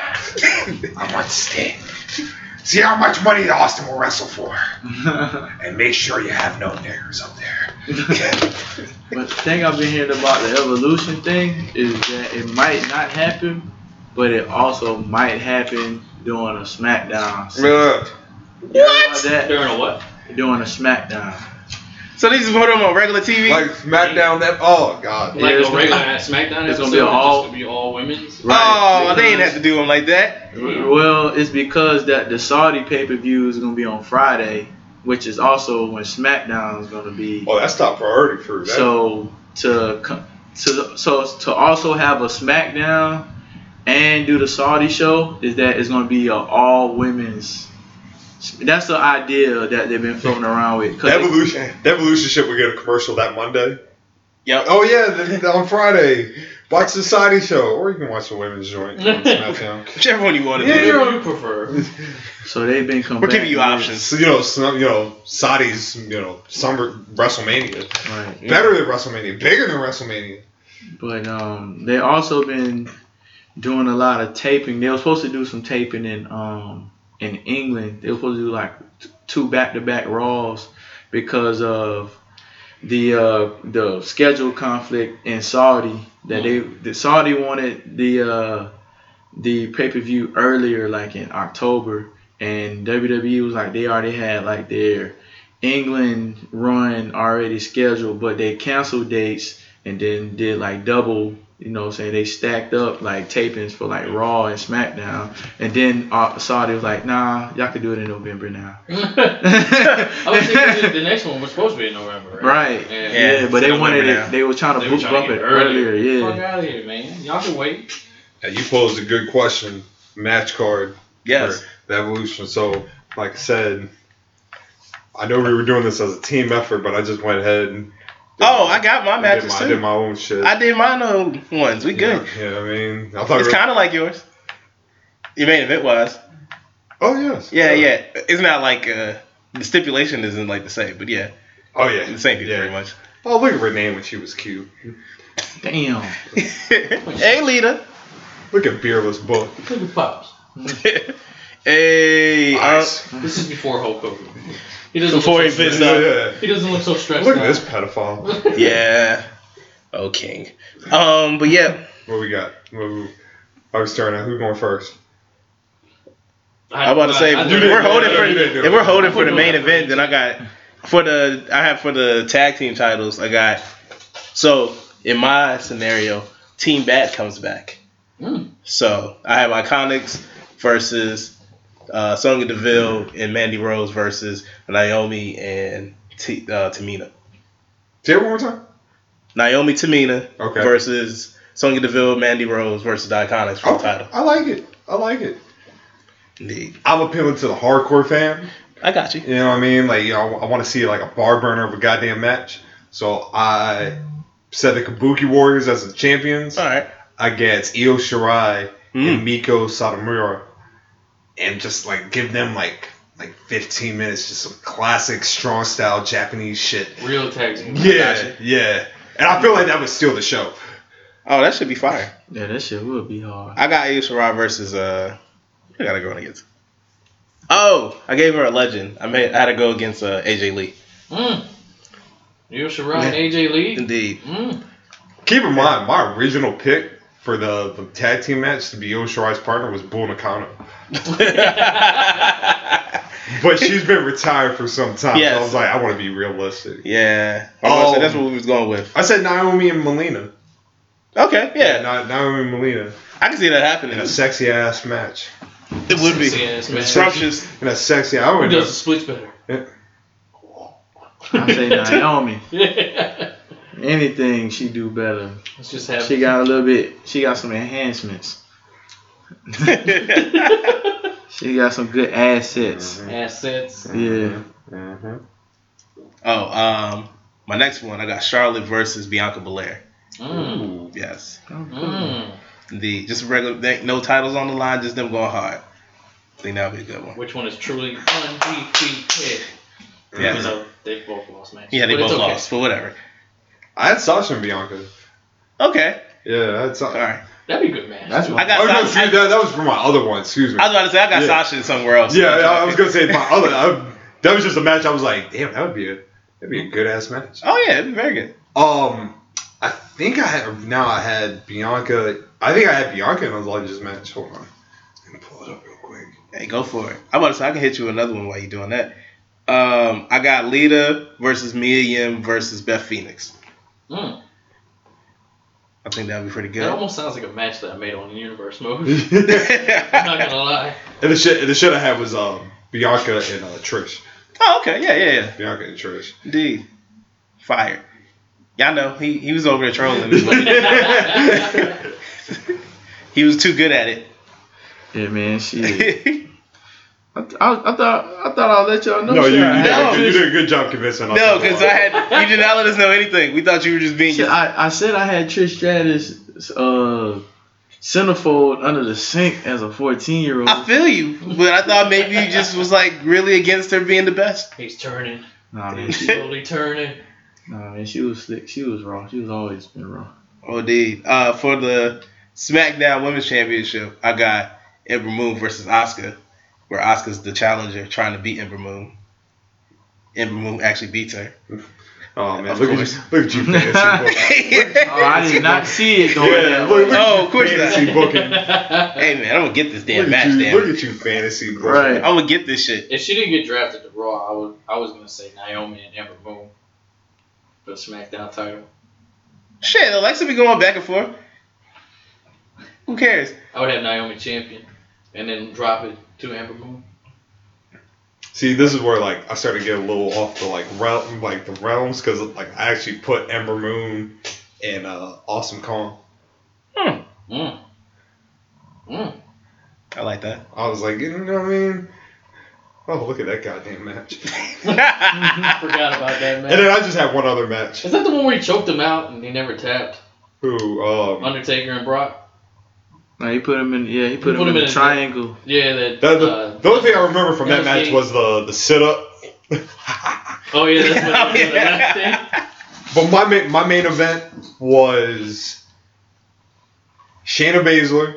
[SPEAKER 3] I want Sting. See how much money Austin will wrestle for, and make sure you have no niggers up there.
[SPEAKER 4] But the thing I've been hearing about the evolution thing is that it might not happen, but it also might happen during a SmackDown. You
[SPEAKER 3] Look,
[SPEAKER 4] heard about
[SPEAKER 2] What?
[SPEAKER 4] that?
[SPEAKER 1] During a what?
[SPEAKER 4] During a SmackDown.
[SPEAKER 2] So they just put him on regular TV.
[SPEAKER 3] SmackDown, that oh god,
[SPEAKER 1] Like
[SPEAKER 4] it's
[SPEAKER 1] a
[SPEAKER 4] gonna-
[SPEAKER 1] regular ass SmackDown episode.
[SPEAKER 4] it's gonna be all-
[SPEAKER 1] It's gonna be all women's.
[SPEAKER 2] Oh, they ain't
[SPEAKER 4] because-
[SPEAKER 2] have to do him like that.
[SPEAKER 4] Well, it's because that the Saudi pay per view is gonna be on Friday, which is also when SmackDown is gonna be.
[SPEAKER 3] oh that's top priority for that.
[SPEAKER 4] So to co- to so to also have a SmackDown and do the Saudi show is that it's gonna be a all women's. That's the idea that they've been floating around with. 'cause-
[SPEAKER 3] Evolution, Evolution ship. We get a commercial that Monday.
[SPEAKER 2] Yep.
[SPEAKER 3] Oh yeah, the, the- on Friday, watch the Saudi show, or you can watch the women's joint on SmackDown.
[SPEAKER 2] Whichever one you want to
[SPEAKER 3] Yeah,
[SPEAKER 2] do.
[SPEAKER 3] you're-
[SPEAKER 1] Whatever you prefer.
[SPEAKER 4] so they've been coming.
[SPEAKER 2] We're giving you options.
[SPEAKER 3] So you know, some, you know, Saudi's you know summer WrestleMania,
[SPEAKER 4] Right.
[SPEAKER 3] better than WrestleMania, bigger than WrestleMania.
[SPEAKER 4] But um, they also been doing a lot of taping. They were supposed to do some taping in um in England. They were supposed to do like t- two back to back Raws because of the uh the schedule conflict in Saudi that they the Saudi wanted the uh the pay per view earlier like in October and WWE was like they already had like their England run already scheduled but they canceled dates and then did like double, you know what I'm saying? They stacked up like tapings for like Raw and SmackDown. And then uh, Saudi was like, nah, y'all could do it in November now.
[SPEAKER 1] I was thinking the- the next one was supposed to be in November. Right.
[SPEAKER 4] right.
[SPEAKER 1] Yeah.
[SPEAKER 4] Yeah,
[SPEAKER 2] Yeah,
[SPEAKER 4] but they
[SPEAKER 2] November
[SPEAKER 4] wanted
[SPEAKER 2] now.
[SPEAKER 4] it. They were trying to
[SPEAKER 1] They were
[SPEAKER 4] book
[SPEAKER 1] trying
[SPEAKER 4] up
[SPEAKER 1] to
[SPEAKER 4] it
[SPEAKER 1] get earlier.
[SPEAKER 4] earlier.
[SPEAKER 1] Fuck
[SPEAKER 4] Yeah.
[SPEAKER 1] out of here, man. Y'all can wait.
[SPEAKER 3] Now, you posed a good question, match card
[SPEAKER 2] Yes.
[SPEAKER 3] for the Evolution. So like I said, I know we were doing this as a team effort, but I just went ahead and
[SPEAKER 2] Oh, I got my
[SPEAKER 3] I did
[SPEAKER 2] matches
[SPEAKER 3] my, I did
[SPEAKER 2] too.
[SPEAKER 3] my own shit.
[SPEAKER 2] I did mine own ones. We good.
[SPEAKER 3] Yeah, yeah, I mean, I thought.
[SPEAKER 2] It's
[SPEAKER 3] it was-
[SPEAKER 2] kind of like yours. Your main event was.
[SPEAKER 3] oh yes.
[SPEAKER 5] Uh,
[SPEAKER 2] Yeah, yeah. It's not like uh, the stipulation isn't like the same, but yeah,
[SPEAKER 3] Oh yeah.
[SPEAKER 2] the same people
[SPEAKER 3] Yeah.
[SPEAKER 2] pretty much.
[SPEAKER 3] Oh look at Renee when she was cute.
[SPEAKER 4] Damn.
[SPEAKER 2] hey, Lita.
[SPEAKER 3] Look at Beerless Book.
[SPEAKER 1] Look at Pops.
[SPEAKER 2] hey. uh,
[SPEAKER 3] Ice.
[SPEAKER 1] This is before Hulk Hogan. He doesn't
[SPEAKER 2] Before
[SPEAKER 1] look
[SPEAKER 2] he
[SPEAKER 1] so
[SPEAKER 2] pissed
[SPEAKER 1] stressed.
[SPEAKER 2] off.
[SPEAKER 3] Yeah, yeah.
[SPEAKER 1] He doesn't look so stressed.
[SPEAKER 3] Look
[SPEAKER 1] out.
[SPEAKER 2] uh,
[SPEAKER 3] at this pedophile.
[SPEAKER 2] yeah. Oh, King. Um, but yeah.
[SPEAKER 3] What we got? What we- oh, I was turning. Who's going first?
[SPEAKER 2] I'm about to say
[SPEAKER 1] I- I
[SPEAKER 2] if
[SPEAKER 1] think-
[SPEAKER 2] we're holding for
[SPEAKER 3] you didn't do
[SPEAKER 2] if we're
[SPEAKER 3] it.
[SPEAKER 2] holding for the main event, then I got for the I have for the tag team titles. I got so in my scenario, Team Bat comes back. Hmm.
[SPEAKER 1] Mm.
[SPEAKER 2] So I have Iconics versus uh, Sonya Deville and Mandy Rose versus Naomi and T, uh, Tamina.
[SPEAKER 3] Say it one more time.
[SPEAKER 2] Naomi Tamina
[SPEAKER 3] Okay.
[SPEAKER 2] versus Sonya Deville, Mandy Rose versus the Iconics for the
[SPEAKER 3] Oh,
[SPEAKER 2] title.
[SPEAKER 3] I like it. I like it.
[SPEAKER 2] Indeed.
[SPEAKER 3] I'm appealing to the hardcore fan.
[SPEAKER 2] I got you.
[SPEAKER 3] You know what I mean? Like, you know, I want to see like a bar burner of a goddamn match. So I set the Kabuki Warriors as the champions
[SPEAKER 2] All right.
[SPEAKER 3] against Io Shirai
[SPEAKER 2] Mm.
[SPEAKER 3] and Miko Satomura, and just like give them like like 15 minutes, just some classic strong style Japanese shit.
[SPEAKER 1] Real tags. Yeah.
[SPEAKER 3] Yeah, yeah. And I feel like that would steal the show.
[SPEAKER 2] Oh, that should be fire.
[SPEAKER 4] Yeah, that shit would be hard.
[SPEAKER 2] I got Io Shirai versus uh. I gotta go against. Oh, I gave her a legend. I made I had to go against uh, AJ Lee.
[SPEAKER 1] Mm. You should ride
[SPEAKER 2] Yeah.
[SPEAKER 1] AJ Lee.
[SPEAKER 2] Indeed.
[SPEAKER 1] Mm.
[SPEAKER 5] Keep in mind, my original pick for the, the tag team match to be Io Shirai's partner was Bull Nakano. But she's been retired for some time. So
[SPEAKER 2] Yes.
[SPEAKER 5] I was like, I want to be realistic.
[SPEAKER 2] yeah. Oh,
[SPEAKER 5] Oh.
[SPEAKER 2] so that's what we was going with.
[SPEAKER 5] I said Naomi and Melina.
[SPEAKER 2] Okay, yeah.
[SPEAKER 5] Na- Naomi and Melina.
[SPEAKER 2] I can see that happening.
[SPEAKER 5] In a sexy ass match.
[SPEAKER 2] It would be.
[SPEAKER 1] Yes, man.
[SPEAKER 2] Scrumptious.
[SPEAKER 5] In a sexy. I
[SPEAKER 1] Who
[SPEAKER 5] would.
[SPEAKER 1] does the splits better?
[SPEAKER 5] Yeah.
[SPEAKER 4] I say Naomi.
[SPEAKER 1] Yeah.
[SPEAKER 4] Anything she do better.
[SPEAKER 1] Let's just have.
[SPEAKER 4] She got a little bit. She got some enhancements. She got some good assets.
[SPEAKER 1] Assets.
[SPEAKER 4] Yeah.
[SPEAKER 5] hmm
[SPEAKER 2] oh, um, my next one, I got Charlotte versus Bianca Belair.
[SPEAKER 1] Mm.
[SPEAKER 2] Yes.
[SPEAKER 1] Mm.
[SPEAKER 2] Indeed. Just regular, they- no titles on the line, just them going hard. I think that would be a good one.
[SPEAKER 1] Which one is truly undefeated?
[SPEAKER 2] Yeah.
[SPEAKER 1] Even though they both lost matches.
[SPEAKER 2] Yeah, they
[SPEAKER 1] But it's
[SPEAKER 2] both
[SPEAKER 1] okay.
[SPEAKER 2] lost, but whatever.
[SPEAKER 5] I had Sasha and Bianca.
[SPEAKER 2] Okay.
[SPEAKER 5] Yeah, I had
[SPEAKER 2] All
[SPEAKER 5] Sasha.
[SPEAKER 2] right.
[SPEAKER 1] That'd be a good match.
[SPEAKER 4] That's
[SPEAKER 1] too.
[SPEAKER 4] what-
[SPEAKER 2] I got
[SPEAKER 5] oh, no,
[SPEAKER 2] Sasha.
[SPEAKER 5] shoot, that, that was for my other one. Excuse me.
[SPEAKER 2] I was about to say I got
[SPEAKER 5] Yeah.
[SPEAKER 2] Sasha somewhere else.
[SPEAKER 5] yeah, yeah, I was gonna say my other. I, that was just a match. I was like, damn, that would be a that'd be a good ass match.
[SPEAKER 2] Oh yeah, it'd be very good.
[SPEAKER 5] Um, I think I had now I had Bianca. I think I had Bianca in the largest match. Hold on, let me pull it up real quick.
[SPEAKER 2] Hey, go for it. I'm about to say I can hit you with another one while you're doing that. Um, I got Lita versus Mia Yim versus Beth Phoenix.
[SPEAKER 1] Mm.
[SPEAKER 2] I think that'd be pretty
[SPEAKER 1] That
[SPEAKER 2] good.
[SPEAKER 1] almost sounds like a match that I made on Universe mode.
[SPEAKER 5] and
[SPEAKER 1] I'm not gonna lie.
[SPEAKER 5] the shit, and the shit I had was um Bianca and uh, Trish.
[SPEAKER 2] oh, okay. Yeah, yeah, yeah.
[SPEAKER 5] Bianca and Trish.
[SPEAKER 2] Indeed. Fire. Y'all know he, he was over there trolling. me. he was too good at
[SPEAKER 4] Yeah, man. She.
[SPEAKER 2] it.
[SPEAKER 4] I, I, I thought I thought I'll let y'all know.
[SPEAKER 5] No, you, you,
[SPEAKER 4] shit, I,
[SPEAKER 5] did,
[SPEAKER 2] No.
[SPEAKER 5] a good- you did a good job convincing us.
[SPEAKER 2] no, because I had you did not let us know anything. We thought you were just being.
[SPEAKER 4] Shit, I, I said I had Trish Stratus uh, centerfold under the sink as a fourteen year old.
[SPEAKER 2] I feel you, but I thought maybe you just was like really against her being the best.
[SPEAKER 1] He's turning,
[SPEAKER 4] Nah, man.
[SPEAKER 1] he's
[SPEAKER 4] She,
[SPEAKER 1] slowly turning.
[SPEAKER 4] nah, man. She was slick. She was raw. She was always been raw.
[SPEAKER 2] Oh, dude. Uh, for the SmackDown Women's Championship, I got Ember Moon versus Oscar, where Oscar's the challenger trying to beat Ember Moon. Ember Moon actually beats her.
[SPEAKER 5] Oh man,
[SPEAKER 2] Of
[SPEAKER 5] look
[SPEAKER 2] course.
[SPEAKER 5] at, you, look at you, fantasy
[SPEAKER 4] Oh, I did not see it going
[SPEAKER 5] Yeah,
[SPEAKER 4] that
[SPEAKER 5] look-
[SPEAKER 4] way.
[SPEAKER 5] look-
[SPEAKER 2] oh, of course not.
[SPEAKER 5] fantasy booking.
[SPEAKER 2] Hey man, I'm gonna get this damn
[SPEAKER 5] look
[SPEAKER 2] match,
[SPEAKER 5] at you,
[SPEAKER 2] damn.
[SPEAKER 5] look at you, fantasy booking.
[SPEAKER 4] Right.
[SPEAKER 2] I'm gonna get this shit.
[SPEAKER 1] If she didn't get drafted to Raw, I would I was gonna say Naomi and Ember Moon for the SmackDown title.
[SPEAKER 2] Shit, Alexa be going back and forth. Who cares?
[SPEAKER 1] I would have Oh, Naomi champion, and then drop it to Ember Moon.
[SPEAKER 5] See, this is where like I started getting a little off the like realm, like the realms, because like I actually put Ember Moon and uh, Awesome Kong.
[SPEAKER 1] Mm. Mm.
[SPEAKER 2] I like that.
[SPEAKER 5] I was like, you know what I mean? Oh, look at that goddamn match.
[SPEAKER 1] I forgot about that
[SPEAKER 5] And then
[SPEAKER 1] match.
[SPEAKER 5] I just had one other match.
[SPEAKER 1] Is that the one where he choked him out and he never tapped?
[SPEAKER 5] Who? Um,
[SPEAKER 1] Undertaker and Brock.
[SPEAKER 4] Nah, he put him in. Yeah, he put, him, in a
[SPEAKER 1] the-
[SPEAKER 4] triangle.
[SPEAKER 1] Yeah, that.
[SPEAKER 5] that, the,
[SPEAKER 1] uh,
[SPEAKER 5] the only thing I remember from that
[SPEAKER 1] that was
[SPEAKER 5] match
[SPEAKER 1] the-
[SPEAKER 5] was the the sit up.
[SPEAKER 1] Oh yeah, that's what
[SPEAKER 2] Oh,
[SPEAKER 1] it was.
[SPEAKER 2] yeah.
[SPEAKER 5] But my main, my main event was Shayna Baszler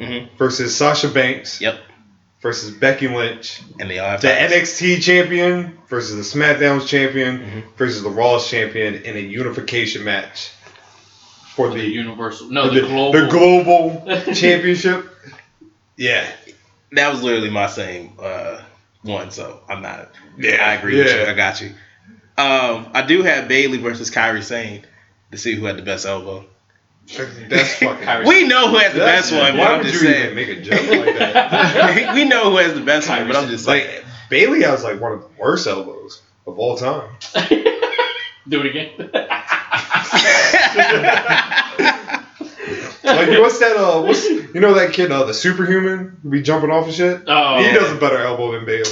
[SPEAKER 2] Mhm.
[SPEAKER 5] versus Sasha Banks
[SPEAKER 2] Yep.
[SPEAKER 5] versus Becky Lynch.
[SPEAKER 2] And they all have
[SPEAKER 5] the
[SPEAKER 2] titles.
[SPEAKER 5] NXT champion versus the SmackDown champion
[SPEAKER 2] Mhm.
[SPEAKER 5] versus the Raw champion in a unification match for
[SPEAKER 1] the,
[SPEAKER 5] the
[SPEAKER 1] universal,
[SPEAKER 5] for
[SPEAKER 1] no,
[SPEAKER 5] the,
[SPEAKER 1] the,
[SPEAKER 5] the
[SPEAKER 1] global.
[SPEAKER 5] global, championship. Yeah,
[SPEAKER 2] That was literally my same uh, one, so I'm not.
[SPEAKER 5] Yeah,
[SPEAKER 2] I agree with
[SPEAKER 5] yeah.
[SPEAKER 2] you. I got you. Um, I do have Bailey versus Kyrie Sane to see who had the best elbow.
[SPEAKER 5] that's fucking.
[SPEAKER 2] We know who has the
[SPEAKER 5] that's-
[SPEAKER 2] best one, but
[SPEAKER 5] Why
[SPEAKER 2] I'm
[SPEAKER 5] would you
[SPEAKER 2] just
[SPEAKER 5] even
[SPEAKER 2] saying.
[SPEAKER 5] make a joke like that?
[SPEAKER 2] we know who has the best one, but I'm just saying.
[SPEAKER 5] like Bailey has like one of the worst elbows of all time.
[SPEAKER 1] Do it again.
[SPEAKER 5] Like what's that? Uh, what's you know that kid? Uh, the superhuman who be jumping off and shit.
[SPEAKER 1] Oh,
[SPEAKER 5] He
[SPEAKER 2] Yeah.
[SPEAKER 5] does a better elbow than Bailey.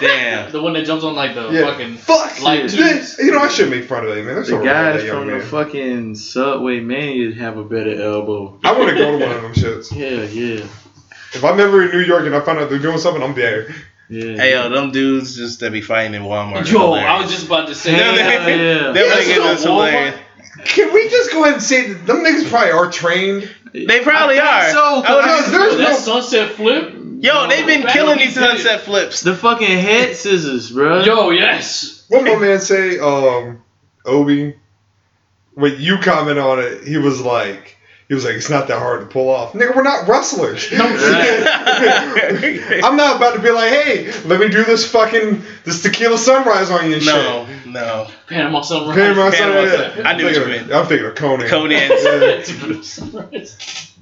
[SPEAKER 2] Damn.
[SPEAKER 1] the one that jumps on like the
[SPEAKER 5] Yeah.
[SPEAKER 1] fucking.
[SPEAKER 5] Fuck
[SPEAKER 1] Like
[SPEAKER 5] this. You know I should make fun of that man. That's
[SPEAKER 4] The
[SPEAKER 5] all right with
[SPEAKER 4] guys
[SPEAKER 5] that young
[SPEAKER 4] from the
[SPEAKER 5] man.
[SPEAKER 4] fucking Subway Mania have a better elbow.
[SPEAKER 5] I want to go to one of them shits.
[SPEAKER 4] Yeah, yeah,
[SPEAKER 5] If I'm ever in New York and I find out they're doing something, I'm there.
[SPEAKER 4] yeah.
[SPEAKER 2] Hey, uh, yo, them dudes just that be fighting in Walmart. are
[SPEAKER 1] Yo, I
[SPEAKER 2] hilarious.
[SPEAKER 1] was just about to say.
[SPEAKER 2] Hell
[SPEAKER 1] that.
[SPEAKER 4] Hell yeah.
[SPEAKER 2] Them
[SPEAKER 5] Yeah,
[SPEAKER 2] niggas
[SPEAKER 5] so
[SPEAKER 2] is hilarious.
[SPEAKER 5] Can we just go ahead and say that them niggas probably are trained?
[SPEAKER 2] They probably
[SPEAKER 4] I
[SPEAKER 2] are.
[SPEAKER 4] think so,
[SPEAKER 2] I would-
[SPEAKER 5] Because there's
[SPEAKER 1] that
[SPEAKER 5] no.
[SPEAKER 1] sunset flip.
[SPEAKER 2] Yo, they've been
[SPEAKER 1] Back
[SPEAKER 2] killing
[SPEAKER 1] when
[SPEAKER 2] these
[SPEAKER 1] we did it.
[SPEAKER 2] sunset flips.
[SPEAKER 4] The fucking head scissors, bro.
[SPEAKER 1] Yo, yes.
[SPEAKER 5] What my man say, um, Obi? When you comment on it, he was like, he was like, it's not that hard to pull off. Nigga, we're not wrestlers. I'm not about to be like, hey, let me do this fucking this tequila sunrise on you and
[SPEAKER 2] no, no.
[SPEAKER 1] Panama Sunrise.
[SPEAKER 5] shit. Panama
[SPEAKER 2] Panama
[SPEAKER 5] Sunrise.
[SPEAKER 2] Sunrise. I knew what you meant.
[SPEAKER 5] I'm thinking of Conan.
[SPEAKER 2] Conan's.
[SPEAKER 5] Yeah.
[SPEAKER 1] Panama Sunrise.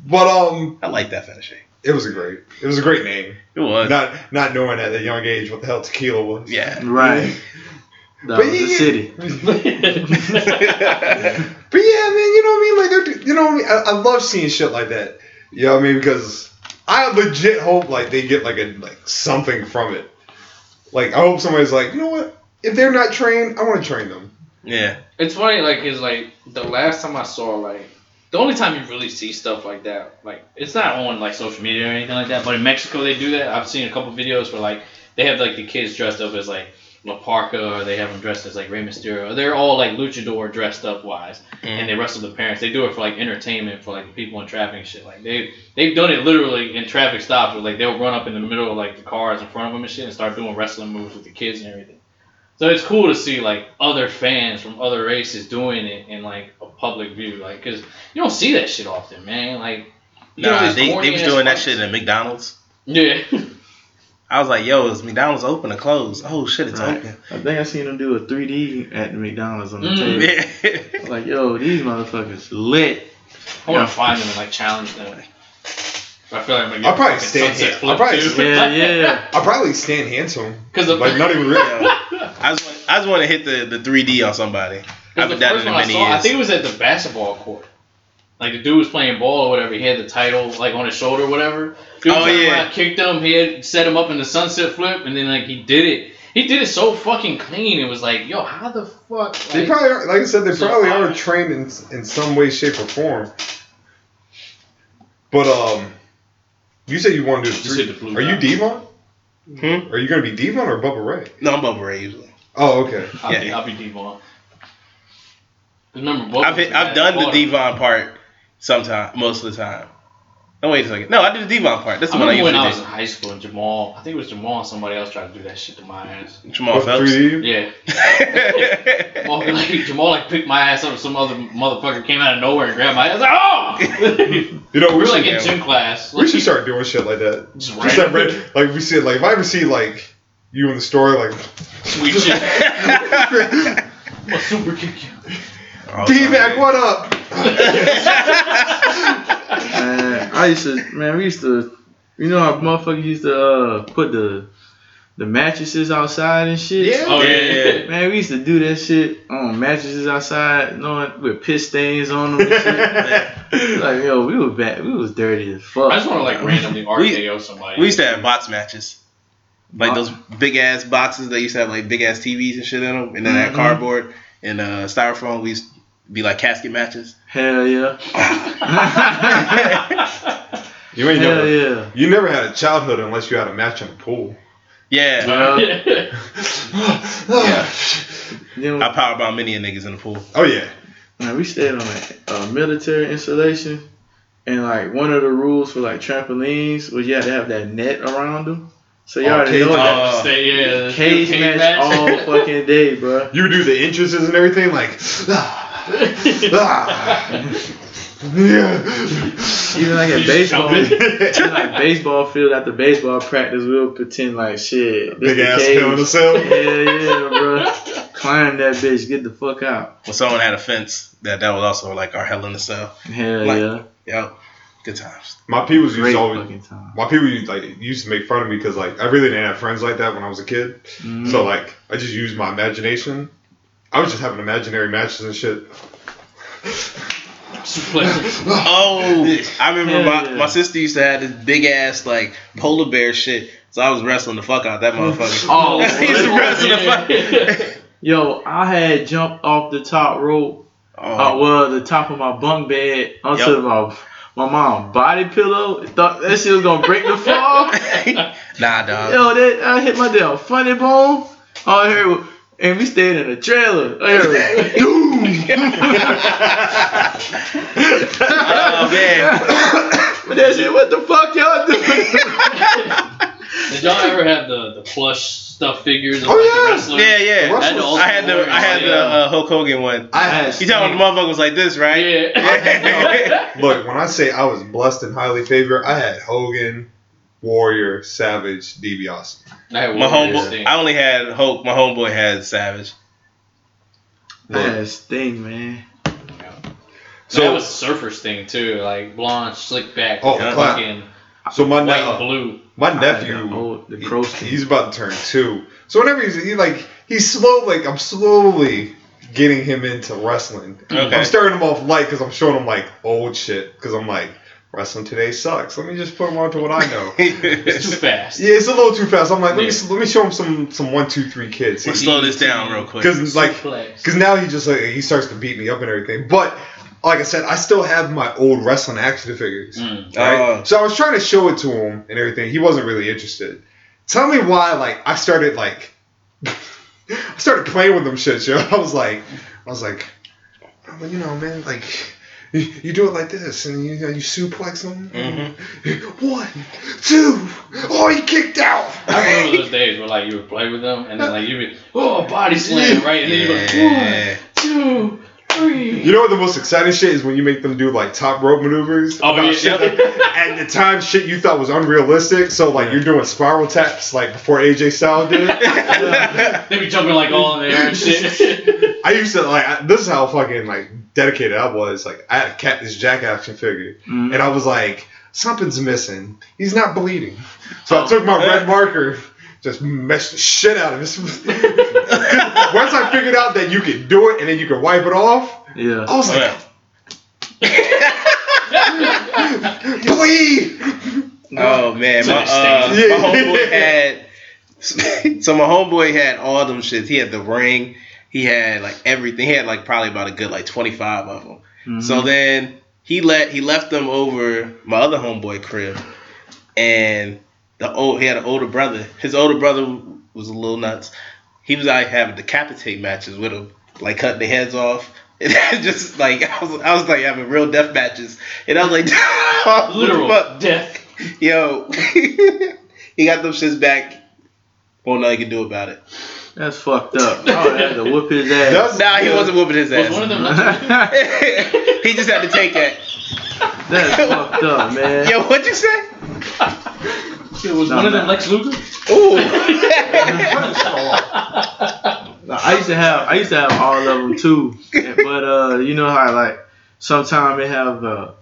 [SPEAKER 5] But um,
[SPEAKER 2] I like that fetish.
[SPEAKER 5] it was a great, it was a great name.
[SPEAKER 2] It was.
[SPEAKER 5] Not not knowing at a young age what the hell tequila was.
[SPEAKER 2] Yeah.
[SPEAKER 4] Right. That
[SPEAKER 5] But
[SPEAKER 4] was
[SPEAKER 5] yeah.
[SPEAKER 4] the city.
[SPEAKER 5] But yeah, man, you know what I mean? Like, they're- you know what I mean? I, I love seeing shit like that. You know what I mean? Because I legit hope like they get like a like something from it. Like, I hope somebody's like, you know what? If they're not trained, I want to train them.
[SPEAKER 2] yeah.
[SPEAKER 1] it's funny, like, is like the last time I saw, like, the only time you really see stuff like that, like, it's not on like social media or anything like that. But in Mexico, they do that. I've seen a couple videos where like they have like the kids dressed up as like La Parca, or they have them dressed as like Rey Mysterio. They're all like luchador dressed up wise,
[SPEAKER 2] Mm.
[SPEAKER 1] and they wrestle the parents. They do it for like entertainment for like the people in traffic and shit. Like they they've done it literally in traffic stops where like they'll run up in the middle of like the cars in front of them and shit and start doing wrestling moves with the kids and everything. So it's cool to see like other fans from other races doing it in like a public view, like because you don't see that shit often, man. Like you know,
[SPEAKER 2] Nah,
[SPEAKER 1] these
[SPEAKER 2] they, they was
[SPEAKER 1] corny-ass
[SPEAKER 2] doing that
[SPEAKER 1] fights.
[SPEAKER 2] shit at McDonald's.
[SPEAKER 1] Yeah,
[SPEAKER 2] I was like, yo, is McDonald's open or closed? Oh shit, it's
[SPEAKER 4] Right.
[SPEAKER 2] open.
[SPEAKER 4] I think I seen them do a 3D at the McDonald's on the
[SPEAKER 1] Mm.
[SPEAKER 4] table.
[SPEAKER 2] Yeah.
[SPEAKER 4] Like, yo, these motherfuckers lit.
[SPEAKER 1] I want to find them and like challenge them. I feel like I'm gonna get
[SPEAKER 5] I'll probably
[SPEAKER 1] a fucking
[SPEAKER 5] stay
[SPEAKER 1] sunset
[SPEAKER 5] here.
[SPEAKER 1] flip,
[SPEAKER 5] I'll probably
[SPEAKER 1] too.
[SPEAKER 5] stay-
[SPEAKER 4] Yeah, yeah.
[SPEAKER 5] I probably stand handsome.
[SPEAKER 1] 'Cause the-
[SPEAKER 5] Like, not even really.
[SPEAKER 2] I just want, I just want to hit the, the 3D on somebody.
[SPEAKER 1] the
[SPEAKER 2] I've been down
[SPEAKER 1] first
[SPEAKER 2] in
[SPEAKER 1] one I
[SPEAKER 2] many
[SPEAKER 1] saw, I
[SPEAKER 2] years.
[SPEAKER 1] think it was at the basketball court. Like the dude was playing ball or whatever. He had the title like on his shoulder, or whatever. Dude
[SPEAKER 2] Oh,
[SPEAKER 1] turned
[SPEAKER 2] yeah.
[SPEAKER 1] around, kicked him. He had set him up in the sunset flip, and then like he did it. He did it so fucking clean. It was like, yo, how the fuck?
[SPEAKER 5] They
[SPEAKER 1] like-
[SPEAKER 5] probably, are, like I said, they
[SPEAKER 1] So
[SPEAKER 5] probably are
[SPEAKER 1] hot.
[SPEAKER 5] trained in, in some way, shape, or form. But um, you said you want to do.
[SPEAKER 1] Just hit the blue
[SPEAKER 5] Are you
[SPEAKER 1] dot.
[SPEAKER 5] Devon?
[SPEAKER 2] Hmm?
[SPEAKER 5] Are you gonna be Devon or Bubba Ray?
[SPEAKER 2] No, I'm Bubba Ray usually.
[SPEAKER 5] Oh, okay.
[SPEAKER 1] I'll, be,
[SPEAKER 2] Yeah.
[SPEAKER 1] I'll be Devon. Remember,
[SPEAKER 2] I've hit, I've done the Devon part sometime, most of the time. No, wait a second. No, I did the Devon part. That's
[SPEAKER 1] I
[SPEAKER 2] the one I
[SPEAKER 1] remember
[SPEAKER 2] usually
[SPEAKER 1] when I was in
[SPEAKER 2] do.
[SPEAKER 1] high school and Jamal, I think it was Jamal and somebody else tried to do that shit to my ass.
[SPEAKER 2] Jamal
[SPEAKER 5] What,
[SPEAKER 2] Phelps.
[SPEAKER 5] 3D?
[SPEAKER 1] Yeah. Jamal, be like, Jamal like picked my ass up and some other motherfucker came out of nowhere and grabbed my ass. I was like, oh!
[SPEAKER 5] You know, we,
[SPEAKER 1] We were
[SPEAKER 5] should,
[SPEAKER 1] like in
[SPEAKER 2] Yeah.
[SPEAKER 1] gym class.
[SPEAKER 5] we should start doing shit like that.
[SPEAKER 1] Just
[SPEAKER 5] Just that
[SPEAKER 1] random
[SPEAKER 5] red, like we see, like if I ever see like you in the store, like
[SPEAKER 1] sweet shit. I'll super kick Oh,
[SPEAKER 2] Oh,
[SPEAKER 5] D
[SPEAKER 2] sorry.
[SPEAKER 5] Mac, what up?
[SPEAKER 4] Man, I used to, man, we used to, you know how motherfuckers used to uh, put the the mattresses outside and shit?
[SPEAKER 5] Yeah.
[SPEAKER 1] Oh, yeah, yeah. yeah.
[SPEAKER 4] Man, we used to do that shit on mattresses outside, knowing with piss stains on them and shit. like, yo, we was bad. We was dirty as fuck.
[SPEAKER 1] I just want to like randomly RKO somebody.
[SPEAKER 2] We used to have box matches. Like
[SPEAKER 4] Box-
[SPEAKER 2] those big ass boxes that used to have like big ass TVs and shit in them, and then that
[SPEAKER 4] Mhm.
[SPEAKER 2] cardboard and uh, styrofoam. We used to be like casket matches.
[SPEAKER 4] Hell yeah.
[SPEAKER 5] You ain't
[SPEAKER 4] Hell
[SPEAKER 5] never,
[SPEAKER 4] yeah.
[SPEAKER 5] you never had a childhood unless you had a match in the pool.
[SPEAKER 2] Yeah,
[SPEAKER 5] yeah.
[SPEAKER 4] Then,
[SPEAKER 2] I power bomb many of niggas in the pool.
[SPEAKER 5] Oh yeah.
[SPEAKER 4] man, we stayed on a, a military installation, and like one of the rules for like trampolines was you had to have that net around them. So you
[SPEAKER 5] Oh,
[SPEAKER 4] already
[SPEAKER 5] cage
[SPEAKER 4] know
[SPEAKER 2] match.
[SPEAKER 4] that.
[SPEAKER 2] Uh,
[SPEAKER 1] Stay, yeah,
[SPEAKER 4] Cage match all fucking day, bro.
[SPEAKER 5] You do the entrances and everything, like. ah. yeah.
[SPEAKER 4] Even like at
[SPEAKER 1] You just
[SPEAKER 4] baseball,
[SPEAKER 1] jump
[SPEAKER 4] even, like baseball field after baseball practice, we'll pretend like shit. This
[SPEAKER 5] Big
[SPEAKER 4] the
[SPEAKER 5] ass
[SPEAKER 4] cage.
[SPEAKER 5] pill in the cell.
[SPEAKER 4] Hell yeah, bro. Climb that bitch, get the fuck out.
[SPEAKER 2] When someone had a fence, that that was also like our hell in the cell.
[SPEAKER 4] Hell
[SPEAKER 2] Like-
[SPEAKER 4] yeah,
[SPEAKER 2] Yo, good times.
[SPEAKER 5] My peoples used
[SPEAKER 4] great
[SPEAKER 5] to always
[SPEAKER 4] fucking time.
[SPEAKER 5] my people used, like used to make fun of me because like I really didn't have friends like that when I was a kid.
[SPEAKER 4] Mm.
[SPEAKER 5] So like I just used my imagination. I was just having imaginary matches and shit.
[SPEAKER 2] Oh, I remember
[SPEAKER 4] Hell
[SPEAKER 2] my,
[SPEAKER 4] yeah.
[SPEAKER 2] my sister used to have this big ass like polar bear shit. So I was wrestling the fuck out that motherfucker.
[SPEAKER 1] Oh,
[SPEAKER 2] I used to wrestle the fuck.
[SPEAKER 4] Mm-hmm. Yo, I had jumped off the top rope, uh,
[SPEAKER 2] Oh,
[SPEAKER 4] well, the top of my bunk bed onto
[SPEAKER 2] Yup.
[SPEAKER 4] my my mom body pillow. Thought that shit was gonna break the fall.
[SPEAKER 2] nah, dog.
[SPEAKER 4] Yo, that I hit my damn funny bone. All I heard Oh, was and we stayed in a trailer. Like,
[SPEAKER 2] Oh man.
[SPEAKER 4] but that shit, what the fuck y'all doing?
[SPEAKER 1] Did y'all ever have the, the plush stuff figures? Of,
[SPEAKER 5] Oh,
[SPEAKER 1] like,
[SPEAKER 5] yeah.
[SPEAKER 1] The wrestlers?
[SPEAKER 2] Yeah, yeah.
[SPEAKER 1] I had the old
[SPEAKER 2] I had the I had the uh, Hulk Hogan one.
[SPEAKER 5] I
[SPEAKER 2] You talking about the motherfucker was like this, right?
[SPEAKER 1] Yeah.
[SPEAKER 5] Look, when I say I was blessed and highly favored, I had Hogan, Warrior, Savage, DiBiase.
[SPEAKER 1] I had
[SPEAKER 2] My
[SPEAKER 1] one of those
[SPEAKER 2] homeboy.
[SPEAKER 1] things.
[SPEAKER 2] I only had Hulk. My homeboy had Savage.
[SPEAKER 4] I had a sting, man.
[SPEAKER 1] So
[SPEAKER 5] So-
[SPEAKER 1] that was a surfer's thing too, like blonde, slick back,
[SPEAKER 5] Oh,
[SPEAKER 1] fucking
[SPEAKER 5] clap. Uh, So my
[SPEAKER 1] white and
[SPEAKER 5] ne-
[SPEAKER 1] blue.
[SPEAKER 4] I
[SPEAKER 5] my
[SPEAKER 4] had the
[SPEAKER 5] nephew,
[SPEAKER 4] old- the
[SPEAKER 5] he-
[SPEAKER 4] pro sting.
[SPEAKER 5] he's about to turn two. So whenever he's he like he's slow, like I'm slowly getting him into wrestling.
[SPEAKER 2] Okay.
[SPEAKER 5] I'm starting him off light because I'm showing him like old shit because I'm like wrestling today sucks. Let me just put him on to what I know.
[SPEAKER 1] It's too fast.
[SPEAKER 5] yeah, it's a little too fast. I'm like let
[SPEAKER 1] Yeah.
[SPEAKER 5] me let me show him some some one two three kids
[SPEAKER 2] Let's slow this down real quick.
[SPEAKER 5] because like
[SPEAKER 1] Suplex.
[SPEAKER 5] Because now he just like he starts to beat me up and everything. But like I said, I still have my old wrestling action figures.
[SPEAKER 1] Mm.
[SPEAKER 5] Right?
[SPEAKER 2] Oh.
[SPEAKER 5] so I was trying to show it to him and everything. He wasn't really interested. Tell me why like I started like I started playing with them shit, yo. I was like I was like "Oh, well, you know, man, like you, you do it like this, and you you, know, you suplex them.
[SPEAKER 1] Mm-hmm.
[SPEAKER 5] One, two, oh, he kicked out.
[SPEAKER 1] I remember those days where like you would play with them and then like you'd be oh body slam right and then
[SPEAKER 2] Yeah.
[SPEAKER 1] you'd be like one, two, three.
[SPEAKER 5] You know what the most exciting shit is when you make them do like top rope maneuvers.
[SPEAKER 1] Oh,
[SPEAKER 5] about
[SPEAKER 1] yeah.
[SPEAKER 5] shit that- at the time, shit you thought was unrealistic. So like you're doing spiral taps like before AJ Styles did it.
[SPEAKER 1] They'd be jumping like all in the air and shit.
[SPEAKER 5] I used to like I, this is how fucking like dedicated I was. Like I had a Cactus Jack action figure,
[SPEAKER 4] Mhm.
[SPEAKER 5] and I was like, something's missing. He's not bleeding. So I took my red marker. Just messed the shit out of his. Once I figured out that you could do it and then you could wipe it off,
[SPEAKER 4] Yeah.
[SPEAKER 5] I was like,
[SPEAKER 2] Yeah.
[SPEAKER 5] Oh, bleed!
[SPEAKER 4] Mm-hmm.
[SPEAKER 2] Oh man,
[SPEAKER 1] To
[SPEAKER 2] my,
[SPEAKER 1] the
[SPEAKER 2] uh,
[SPEAKER 1] stage.
[SPEAKER 2] my homeboy had. So my homeboy had all them shits. He had the ring. He had like everything. He had like probably about a good like twenty five of them. So
[SPEAKER 1] Mm-hmm.
[SPEAKER 2] then he let he left them over my other homeboy crib, and the old he had an older brother. His older brother was a little nuts. He was out having decapitate matches with him, like cutting their heads off. And just like I was, I was like having real death matches, and I was like, what the fuck?
[SPEAKER 1] Literal death.
[SPEAKER 2] Yo, he got them shits back. Won't know he can do about it.
[SPEAKER 4] That's fucked up. I had to whoop his ass.
[SPEAKER 5] That's-
[SPEAKER 2] Nah, he wasn't whooping his
[SPEAKER 1] Was
[SPEAKER 2] ass.
[SPEAKER 1] one of them not
[SPEAKER 4] That's
[SPEAKER 2] he just had to take that.
[SPEAKER 4] fucked up, man.
[SPEAKER 2] Yo, what'd you say?
[SPEAKER 1] was
[SPEAKER 4] No,
[SPEAKER 1] one of
[SPEAKER 4] no.
[SPEAKER 1] them Lex Luger?
[SPEAKER 2] Ooh.
[SPEAKER 4] Like, I used to have I used to have all of them too, but uh, you know how like sometimes they have a,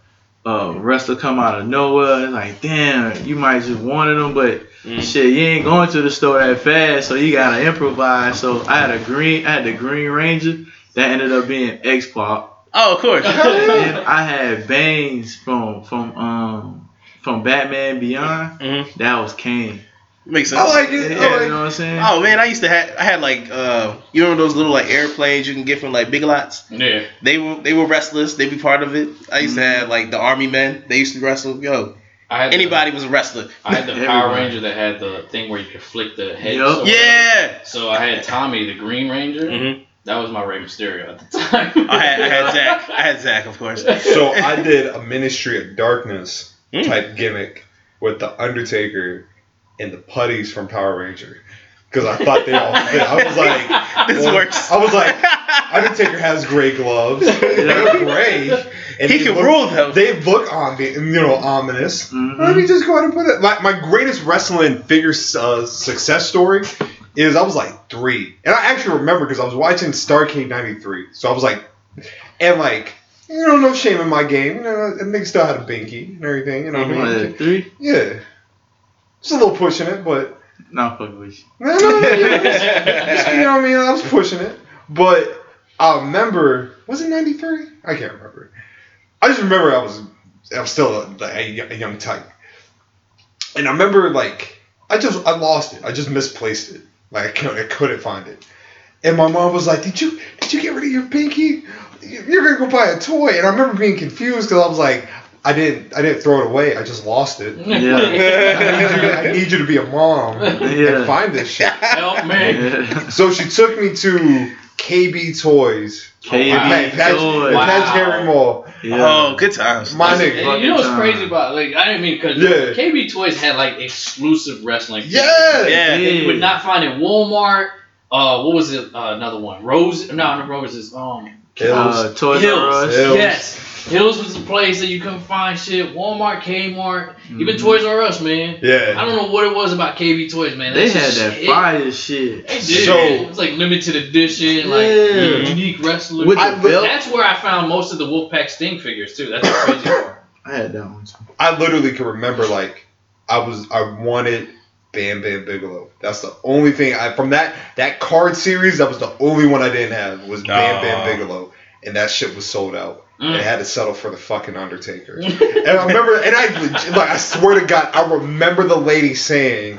[SPEAKER 4] a wrestler come out of nowhere and like damn you might just wanted them, but
[SPEAKER 2] Mm.
[SPEAKER 4] shit you ain't going to the store that fast, so you gotta improvise. So I had a green I had the Green Ranger that ended up being X Pac.
[SPEAKER 2] oh, of course.
[SPEAKER 4] Then I had Banes from from um from Batman Beyond.
[SPEAKER 2] Mhm.
[SPEAKER 4] That was Kane.
[SPEAKER 2] Makes sense.
[SPEAKER 5] I like it.
[SPEAKER 4] Yeah, you
[SPEAKER 5] I
[SPEAKER 4] know
[SPEAKER 5] like
[SPEAKER 4] what I'm saying?
[SPEAKER 2] Oh man, I used to have I had like uh you remember those little like airplanes you can get from like Big Lots?
[SPEAKER 1] Yeah.
[SPEAKER 2] They were they were wrestlers, they be part of it. I used to have like the army men, they used to wrestle. Yo,
[SPEAKER 1] I had the-
[SPEAKER 2] anybody was a wrestler.
[SPEAKER 1] I had the Power
[SPEAKER 4] Everyone.
[SPEAKER 1] Ranger that had the thing where you could flick the head.
[SPEAKER 4] Yup.
[SPEAKER 1] so-
[SPEAKER 2] Yeah.
[SPEAKER 1] So I had Tommy, the Green Ranger.
[SPEAKER 2] Mhm.
[SPEAKER 1] That was my Rey Mysterio at the time.
[SPEAKER 2] I had I had Zach. I had Zach, of course.
[SPEAKER 5] it. So I did a Ministry of Darkness
[SPEAKER 2] Mm.
[SPEAKER 5] type gimmick with the Undertaker and the putties from Power Ranger because I thought they all fit. I was like,
[SPEAKER 2] This
[SPEAKER 5] well,
[SPEAKER 2] works.
[SPEAKER 5] I was like, Undertaker has gray gloves. They're gray. And
[SPEAKER 2] He
[SPEAKER 5] they
[SPEAKER 2] can
[SPEAKER 5] look-
[SPEAKER 2] rule them.
[SPEAKER 5] They look on the you know ominous.
[SPEAKER 4] Mhm.
[SPEAKER 5] Let me just go ahead and put it. My, my greatest wrestling figure uh, success story is I was like three, and I actually remember because I was watching Starcade '93, so I was like, and like. You know, no shame in my game. You know, and they still had a binky and everything. You know what I
[SPEAKER 4] One,
[SPEAKER 5] mean?
[SPEAKER 4] two, three.
[SPEAKER 5] Yeah, just a little pushing it, but
[SPEAKER 4] Not fucking with you.
[SPEAKER 5] no, no, no, you know, just- you know what I mean? I was pushing it. But I remember, was it 93? I can't remember. I just remember I was, I was still a, like, a, y- a young type. And I remember, like, I just, I lost it. I just misplaced it. Like, I couldn't, I couldn't find it. And my mom was like, did you, did you get rid of your pinky? You- You're going to go buy a toy. And I remember being confused because I was like, I didn't. I didn't throw it away. I just lost it. I need you, I
[SPEAKER 1] Yeah.
[SPEAKER 5] need you to be a mom and
[SPEAKER 4] Yeah.
[SPEAKER 5] find this shit.
[SPEAKER 1] Help me.
[SPEAKER 4] Yeah.
[SPEAKER 5] So she took me to KB Toys,
[SPEAKER 1] Wow.
[SPEAKER 5] Man,
[SPEAKER 4] KB
[SPEAKER 5] Patch,
[SPEAKER 4] Toys.
[SPEAKER 1] Wow.
[SPEAKER 5] Patch Henry Mall.
[SPEAKER 2] Oh, good times.
[SPEAKER 5] My
[SPEAKER 1] And
[SPEAKER 5] nigga.
[SPEAKER 1] you know what's
[SPEAKER 4] Fucking
[SPEAKER 1] crazy
[SPEAKER 4] time.
[SPEAKER 1] about like I didn't mean because
[SPEAKER 5] Yeah.
[SPEAKER 1] KB Toys had like exclusive wrestling.
[SPEAKER 5] Yeah.
[SPEAKER 2] yeah.
[SPEAKER 1] that you would not find at Walmart. Uh, what was it? Uh, another one. Rose? No, not Roses. Um,
[SPEAKER 5] Kills.
[SPEAKER 4] Uh, Toys R
[SPEAKER 1] Hills.
[SPEAKER 4] Us.
[SPEAKER 5] Hills.
[SPEAKER 1] Yes, Hills was the place that you couldn't find shit. Walmart, Kmart, even
[SPEAKER 4] Mhm.
[SPEAKER 1] Toys R Us, man. I
[SPEAKER 5] yeah.
[SPEAKER 1] don't know what it was about KB Toys, man.
[SPEAKER 4] They
[SPEAKER 1] That
[SPEAKER 4] had
[SPEAKER 1] shit-
[SPEAKER 4] that
[SPEAKER 1] it-
[SPEAKER 4] fire shit.
[SPEAKER 1] They did.
[SPEAKER 5] So-
[SPEAKER 1] it was like limited edition, like
[SPEAKER 4] Yeah.
[SPEAKER 1] unique wrestlers.
[SPEAKER 4] With the
[SPEAKER 5] I-
[SPEAKER 4] belt.
[SPEAKER 1] That's where I found most of the Wolfpack Sting figures too. That's the crazy part.
[SPEAKER 4] I had that one too.
[SPEAKER 5] I literally can remember like I was I wanted Bam Bam Bigelow. That's the only thing I from that that card series. That was the only one I didn't have was Bam
[SPEAKER 2] Aw.
[SPEAKER 5] Bam Bigelow, and that shit was sold out. They
[SPEAKER 1] Mm.
[SPEAKER 5] had to settle for the fucking Undertaker. And I remember, and I legit- like, I swear to God, I remember the lady saying,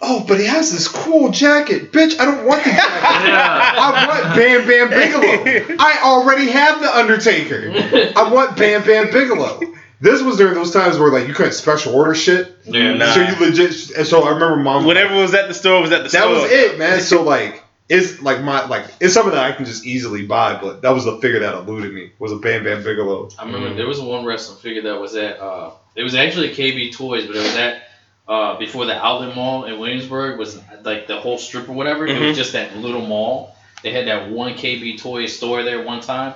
[SPEAKER 5] "Oh, but he has this cool jacket, bitch. I don't want the jacket. I want Bam Bam Bigelow. I already have the Undertaker.
[SPEAKER 1] Mm.
[SPEAKER 5] I want Bam Bam Bigelow." This was during those times where like you couldn't special order shit,
[SPEAKER 1] Yeah.
[SPEAKER 2] Nah.
[SPEAKER 5] so you legit. And so I remember mom.
[SPEAKER 2] Whatever was at the store was at the
[SPEAKER 5] That
[SPEAKER 2] store.
[SPEAKER 5] was it, man. So like. It's like my like it's something that I can just easily buy, but that was the figure that eluded me was a Bam Bam Bigelow.
[SPEAKER 1] I remember
[SPEAKER 2] Mm.
[SPEAKER 1] there was one wrestling figure that was at uh it was actually KB Toys, but it was at uh before the outlet mall in Williamsburg was like the whole strip or whatever. It
[SPEAKER 2] Mhm.
[SPEAKER 1] was just that little mall. They had that one KB Toys store there one time.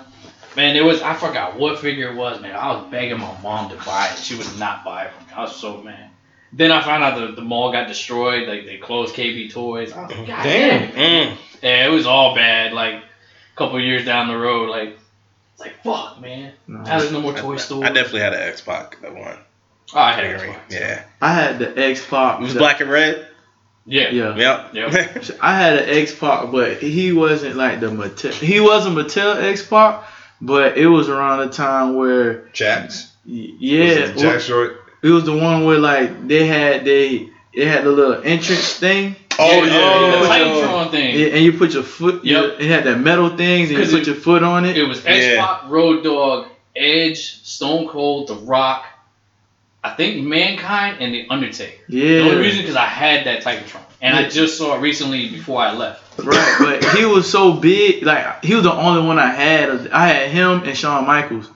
[SPEAKER 1] Man, it was I forgot what figure it was, man. I was begging my mom to buy it. She would not buy it for me. I was so mad. Then I found out the, the mall got destroyed, like they closed KB Toys. I was like, God damn.
[SPEAKER 5] Damn.
[SPEAKER 2] Mm.
[SPEAKER 1] Yeah, it was all bad, like a couple years down the road, like it's like fuck man. Now
[SPEAKER 4] Nah.
[SPEAKER 1] there's no more toy store.
[SPEAKER 2] I definitely had an X Pac that one.
[SPEAKER 1] Oh, I had
[SPEAKER 2] Figurine.
[SPEAKER 1] it.
[SPEAKER 2] Yeah.
[SPEAKER 4] I had the X Pac.
[SPEAKER 2] It was black and red.
[SPEAKER 1] Yeah.
[SPEAKER 4] Yeah.
[SPEAKER 2] Yep.
[SPEAKER 1] Yep.
[SPEAKER 4] I had an X Pac, but he wasn't like the Mattel. He wasn't Mattel X Pac, but it was around the time where,
[SPEAKER 5] Jax.
[SPEAKER 4] y-
[SPEAKER 5] Was
[SPEAKER 4] yeah,
[SPEAKER 5] it Jax Short.
[SPEAKER 4] it was the one where like they had they it had the little entrance thing,
[SPEAKER 1] Oh,
[SPEAKER 2] yeah,
[SPEAKER 1] The
[SPEAKER 2] yeah.
[SPEAKER 1] Titantron thing.
[SPEAKER 4] and and you put your foot.
[SPEAKER 1] Yep.
[SPEAKER 4] It had that metal things, and you
[SPEAKER 1] 'Cause
[SPEAKER 4] put
[SPEAKER 1] it-
[SPEAKER 4] your foot on it.
[SPEAKER 1] It was X Pac, Road Dog, Edge, Stone Cold, The Rock, I think Mankind, and The Undertaker.
[SPEAKER 4] yeah.
[SPEAKER 1] The only reason because I had that Titantron, and I
[SPEAKER 4] Yeah.
[SPEAKER 1] just saw it recently before I left.
[SPEAKER 4] Right, but he was so big. Like he was the only one I had. I had him and Shawn Michaels,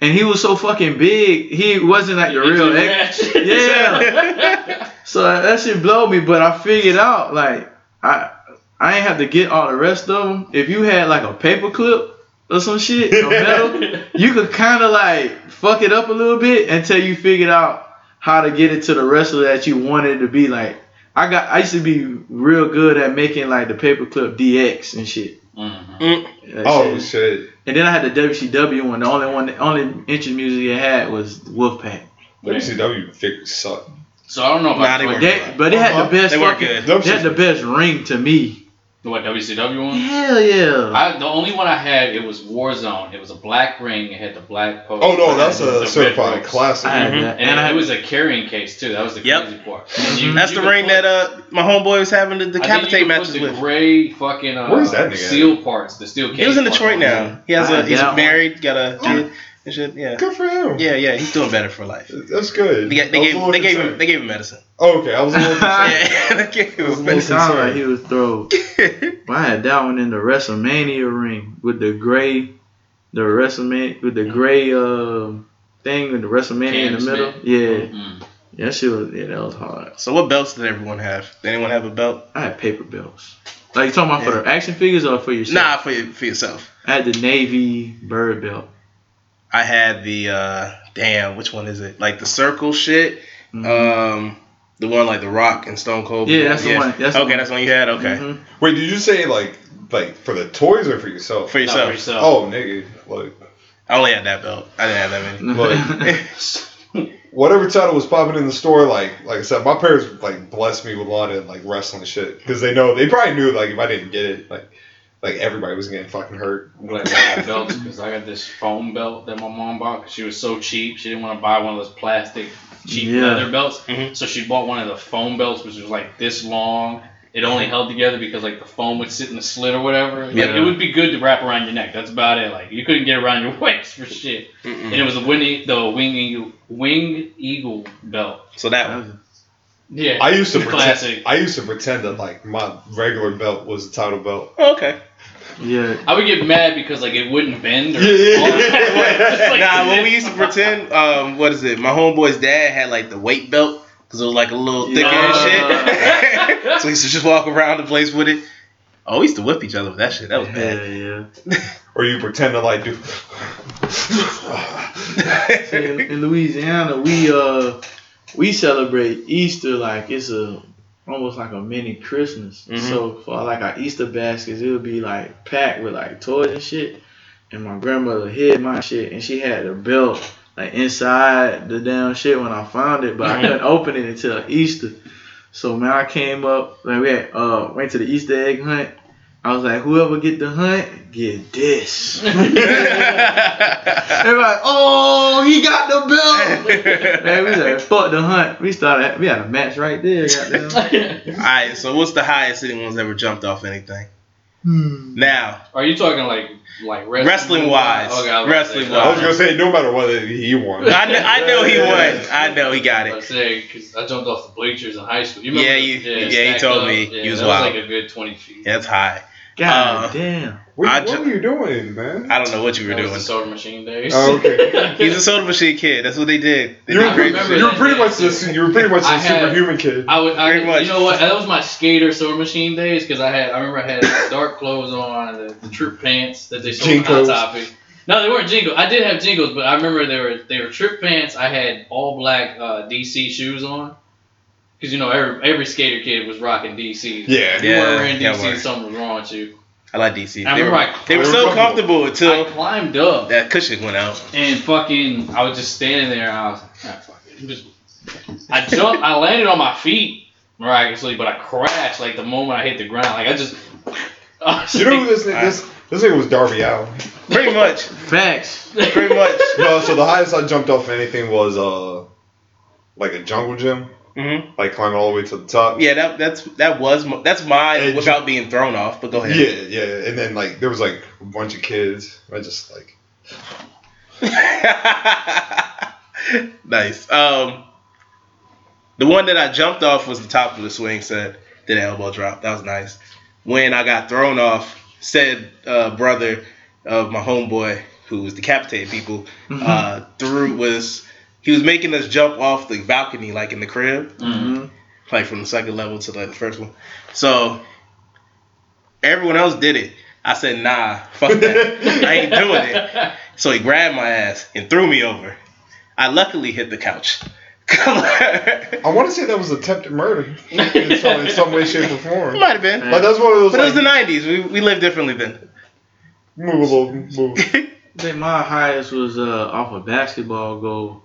[SPEAKER 4] and he was so fucking big. He wasn't like the real. X.
[SPEAKER 1] Yeah.
[SPEAKER 4] So that shit blow me. But I figured out like I I ain't have to get all the rest of them. If you had like a paper clip or some shit, or metal, you could kind of like fuck it up a little bit until you figured out how to get it to the wrestler that you wanted to be like. I got I used to be real good at making like the paperclip DX and shit.
[SPEAKER 1] Mhm.
[SPEAKER 4] That
[SPEAKER 5] Oh
[SPEAKER 4] shit.
[SPEAKER 5] shit!
[SPEAKER 4] And then I had the WCW one. The only one, the only entrance music I had was Wolfpack.
[SPEAKER 5] E WCW figures suck.
[SPEAKER 1] So I don't know
[SPEAKER 2] Nah,
[SPEAKER 1] about
[SPEAKER 2] they
[SPEAKER 1] what-
[SPEAKER 2] weren't
[SPEAKER 4] That, but it had
[SPEAKER 5] Uh-huh.
[SPEAKER 4] the best.
[SPEAKER 2] They weren't
[SPEAKER 4] fucking-
[SPEAKER 2] good.
[SPEAKER 4] They had the best ring to me.
[SPEAKER 1] what WCW one.
[SPEAKER 4] Hell yeah.
[SPEAKER 1] I, the only one I had it was Warzone. It was a black ring. It had the black post.
[SPEAKER 5] Oh no, that's
[SPEAKER 1] It was
[SPEAKER 5] a
[SPEAKER 1] the red
[SPEAKER 5] certified
[SPEAKER 1] ropes.
[SPEAKER 4] I
[SPEAKER 5] classic.
[SPEAKER 4] had
[SPEAKER 2] Mhm.
[SPEAKER 4] that.
[SPEAKER 1] And,
[SPEAKER 4] And I
[SPEAKER 1] it
[SPEAKER 4] had Mm-hmm.
[SPEAKER 1] was a carrying case too. That was the
[SPEAKER 2] Yep.
[SPEAKER 1] crazy part.
[SPEAKER 2] That's the ring that uh my homeboy was having the decapitate matches
[SPEAKER 1] the
[SPEAKER 2] with.
[SPEAKER 1] Gray fucking uh,
[SPEAKER 5] Where's that nigga at?
[SPEAKER 1] steel parts. The steel case.
[SPEAKER 2] He was in
[SPEAKER 1] parts.
[SPEAKER 2] Detroit now. He has
[SPEAKER 4] Ah,
[SPEAKER 2] a he's
[SPEAKER 4] that one.
[SPEAKER 2] married, got a
[SPEAKER 5] Oh.
[SPEAKER 2] kid and shit. Yeah.
[SPEAKER 5] Good for him.
[SPEAKER 2] Yeah, yeah, he's doing better for life.
[SPEAKER 5] that's good.
[SPEAKER 2] They, got,
[SPEAKER 5] I
[SPEAKER 2] they
[SPEAKER 5] was a
[SPEAKER 2] gave
[SPEAKER 5] little
[SPEAKER 2] they gave him
[SPEAKER 5] concerned.
[SPEAKER 2] they gave him medicine.
[SPEAKER 5] Oh, okay, I was a little.
[SPEAKER 4] Ah.
[SPEAKER 5] concerned.
[SPEAKER 2] Yeah, they gave him
[SPEAKER 4] it
[SPEAKER 2] medicine.
[SPEAKER 4] sounded like he was throw. But I had that one in the WrestleMania ring with the gray, the WrestleMania with the
[SPEAKER 2] Mm-hmm.
[SPEAKER 4] gray um thing with the WrestleMania in
[SPEAKER 1] Canvas
[SPEAKER 4] the middle.
[SPEAKER 1] man.
[SPEAKER 2] Mm-hmm.
[SPEAKER 4] Yeah,
[SPEAKER 1] Mm.
[SPEAKER 4] yeah, that shit was yeah, that was hard.
[SPEAKER 2] So what belts did everyone have? Did anyone have a belt?
[SPEAKER 4] I had paper bills. Like you talking about for the action figures or for yourself?
[SPEAKER 2] Nah, for your, for yourself.
[SPEAKER 4] I had the navy bird belt.
[SPEAKER 2] I had the uh damn, which one is it? Like the circle shit.
[SPEAKER 4] Mhm.
[SPEAKER 2] Um the one like the rock and Stone Cold.
[SPEAKER 4] Yeah, that's the one. That's the
[SPEAKER 2] okay,
[SPEAKER 4] one.
[SPEAKER 2] that's the one you had, okay.
[SPEAKER 4] Mhm.
[SPEAKER 5] Wait, did you say like like for the toys or for yourself?
[SPEAKER 2] For
[SPEAKER 1] Not for
[SPEAKER 2] yourself.
[SPEAKER 1] yourself.
[SPEAKER 5] Oh, nigga, like
[SPEAKER 2] I only had that belt. I didn't have that many.
[SPEAKER 4] Mm-hmm.
[SPEAKER 5] Look. whatever title was popping in the store, like like I said, my parents like blessed me with a lot of like wrestling shit because they know they probably knew like if I didn't get it, like like everybody was getting fucking hurt.
[SPEAKER 1] I'm glad I got belts because I got this foam belt that my mom bought. 'cause she was so cheap, she didn't want to buy one of those plastic cheap
[SPEAKER 4] Yeah.
[SPEAKER 1] leather belts.
[SPEAKER 5] Mm-hmm.
[SPEAKER 2] Mhm.
[SPEAKER 1] So she bought one of the foam belts, which was like this long. it only
[SPEAKER 5] Mm-hmm.
[SPEAKER 1] held together because like the foam would sit in the slit or whatever. Like,
[SPEAKER 4] Yeah.
[SPEAKER 1] It would be good to wrap around your neck. That's about it. Like you couldn't get around your waist for shit. And it was the wing, the wing eagle, wing eagle belt.
[SPEAKER 2] So that one.
[SPEAKER 4] That was-
[SPEAKER 1] Yeah,
[SPEAKER 5] I used to
[SPEAKER 1] The
[SPEAKER 5] pretend.
[SPEAKER 1] classic.
[SPEAKER 5] I used to pretend that like my regular belt was the title belt.
[SPEAKER 2] Okay.
[SPEAKER 4] yeah.
[SPEAKER 1] I would get mad because like it wouldn't bend. Or
[SPEAKER 5] Yeah, yeah, yeah.
[SPEAKER 1] It's like-
[SPEAKER 2] nah, when we used to pretend, um, what is it? My homeboy's dad had like the weight belt because it was like a little thicker and shit. so we used to just walk around the place with it. Oh, we used to whip each other with that shit. That was bad.
[SPEAKER 4] Yeah, yeah.
[SPEAKER 5] Or you pretend to like do.
[SPEAKER 4] See, in, in Louisiana, we uh we celebrate Easter like it's a almost like a mini Christmas.
[SPEAKER 2] Mhm.
[SPEAKER 4] So for like our Easter baskets, it would be like packed with like toys and shit. And my grandmother hid my shit, and she had a belt like inside the damn shit when I found it, but I couldn't open it until Easter. So man, I came up like we had, uh went to the Easter egg hunt. I was like, whoever get the hunt, get this. Everybody, oh, he got the belt. Man, we like fuck the hunt. We started. We had a match right there. Goddamn.
[SPEAKER 2] All right, so what's the highest anyone's ever jumped off anything?
[SPEAKER 4] Hmm.
[SPEAKER 2] Now,
[SPEAKER 1] Are you talking like like wrestling,
[SPEAKER 2] Wrestling-wise.
[SPEAKER 1] Okay, I was about to say,
[SPEAKER 2] Wrestling-wise.
[SPEAKER 5] I was gonna say no matter whether he won.
[SPEAKER 2] I, kn- I know he won. I know he got
[SPEAKER 1] I
[SPEAKER 2] it.
[SPEAKER 1] was saying because I jumped off the bleachers in high school. You
[SPEAKER 2] Yeah,
[SPEAKER 1] remember?
[SPEAKER 2] you- yeah, you
[SPEAKER 1] stacked
[SPEAKER 2] told
[SPEAKER 1] up.
[SPEAKER 2] me.
[SPEAKER 1] Yeah,
[SPEAKER 2] You was
[SPEAKER 1] that
[SPEAKER 2] wild.
[SPEAKER 1] was like a good twenty feet.
[SPEAKER 2] That's high.
[SPEAKER 4] God
[SPEAKER 2] Uh,
[SPEAKER 4] damn.
[SPEAKER 5] What,
[SPEAKER 2] I
[SPEAKER 5] what
[SPEAKER 2] ju-
[SPEAKER 5] were you doing, man?
[SPEAKER 2] I don't know what you were
[SPEAKER 1] that was
[SPEAKER 2] doing.
[SPEAKER 1] the soda machine days.
[SPEAKER 5] Oh, okay.
[SPEAKER 2] He's a soda machine kid. That's what they did. They
[SPEAKER 5] You
[SPEAKER 2] did
[SPEAKER 5] were,
[SPEAKER 2] crazy
[SPEAKER 1] remember
[SPEAKER 2] shit.
[SPEAKER 5] you were pretty much
[SPEAKER 1] Yeah.
[SPEAKER 5] just you were pretty much
[SPEAKER 1] I
[SPEAKER 5] a
[SPEAKER 1] had-
[SPEAKER 5] superhuman kid.
[SPEAKER 1] I would, I,
[SPEAKER 2] Pretty much.
[SPEAKER 1] you know what? That was my skater soda machine days because I had, I remember I had like, dark clothes on and the, the troop pants that they sold on
[SPEAKER 5] Jinkos.
[SPEAKER 1] topic. No, they weren't jingles. I did have jingles, but I remember they were they were trip pants. I had all black uh, DC shoes on because you know every every skater kid was rocking DCs.
[SPEAKER 5] Yeah.
[SPEAKER 1] If you weren't
[SPEAKER 2] Yeah,
[SPEAKER 1] wearing
[SPEAKER 2] yeah,
[SPEAKER 1] DCs,
[SPEAKER 2] word.
[SPEAKER 1] something was wrong with you.
[SPEAKER 2] I like DC.
[SPEAKER 1] I
[SPEAKER 2] They
[SPEAKER 1] remember
[SPEAKER 2] were,
[SPEAKER 1] I,
[SPEAKER 2] they were
[SPEAKER 5] They were
[SPEAKER 2] so
[SPEAKER 5] comfortable.
[SPEAKER 2] comfortable until
[SPEAKER 1] I climbed up
[SPEAKER 2] that cushion went out.
[SPEAKER 1] and fucking I was just standing there. And I was like, ah, fuck it. Just- I jumped. I landed on my feet miraculously, but I crashed like the moment I hit the ground. Like I just. I was
[SPEAKER 5] You know who
[SPEAKER 1] like-
[SPEAKER 5] this nigga this this nigga was Darby Allen.
[SPEAKER 2] Pretty much.
[SPEAKER 4] Facts.
[SPEAKER 2] Pretty much.
[SPEAKER 5] No, so the highest I jumped off anything was uh like a jungle gym,
[SPEAKER 2] hmm
[SPEAKER 5] like climbing all the way to the top.
[SPEAKER 2] Yeah, that that's that was m- that's mine
[SPEAKER 5] And
[SPEAKER 2] without being thrown off. But go
[SPEAKER 5] Yeah,
[SPEAKER 2] ahead.
[SPEAKER 5] yeah. And then like there was like a bunch of kids. I just like
[SPEAKER 2] nice. Um, the one that I jumped off was the top of the swing set. Did an elbow drop. That was nice. When I got thrown off, said uh, brother of my homeboy who was decapitating people
[SPEAKER 4] Mm-hmm.
[SPEAKER 2] uh, threw was he was making us jump off the balcony like in the crib.
[SPEAKER 1] Mm-hmm.
[SPEAKER 4] Mhm.
[SPEAKER 2] like from the second level to like the first one. So everyone else did it. I said, nah, fuck that. I ain't doing it. So he grabbed my ass and threw me over. I luckily hit the couch. Might
[SPEAKER 5] I want to say that was attempted murder in some, in some way, shape, or form.
[SPEAKER 2] have been.
[SPEAKER 5] Like that's one of those.
[SPEAKER 2] But it was the
[SPEAKER 5] like,
[SPEAKER 2] 90s. We, we lived differently then.
[SPEAKER 5] move a little, move.
[SPEAKER 4] I think my highest was uh off a basketball goal,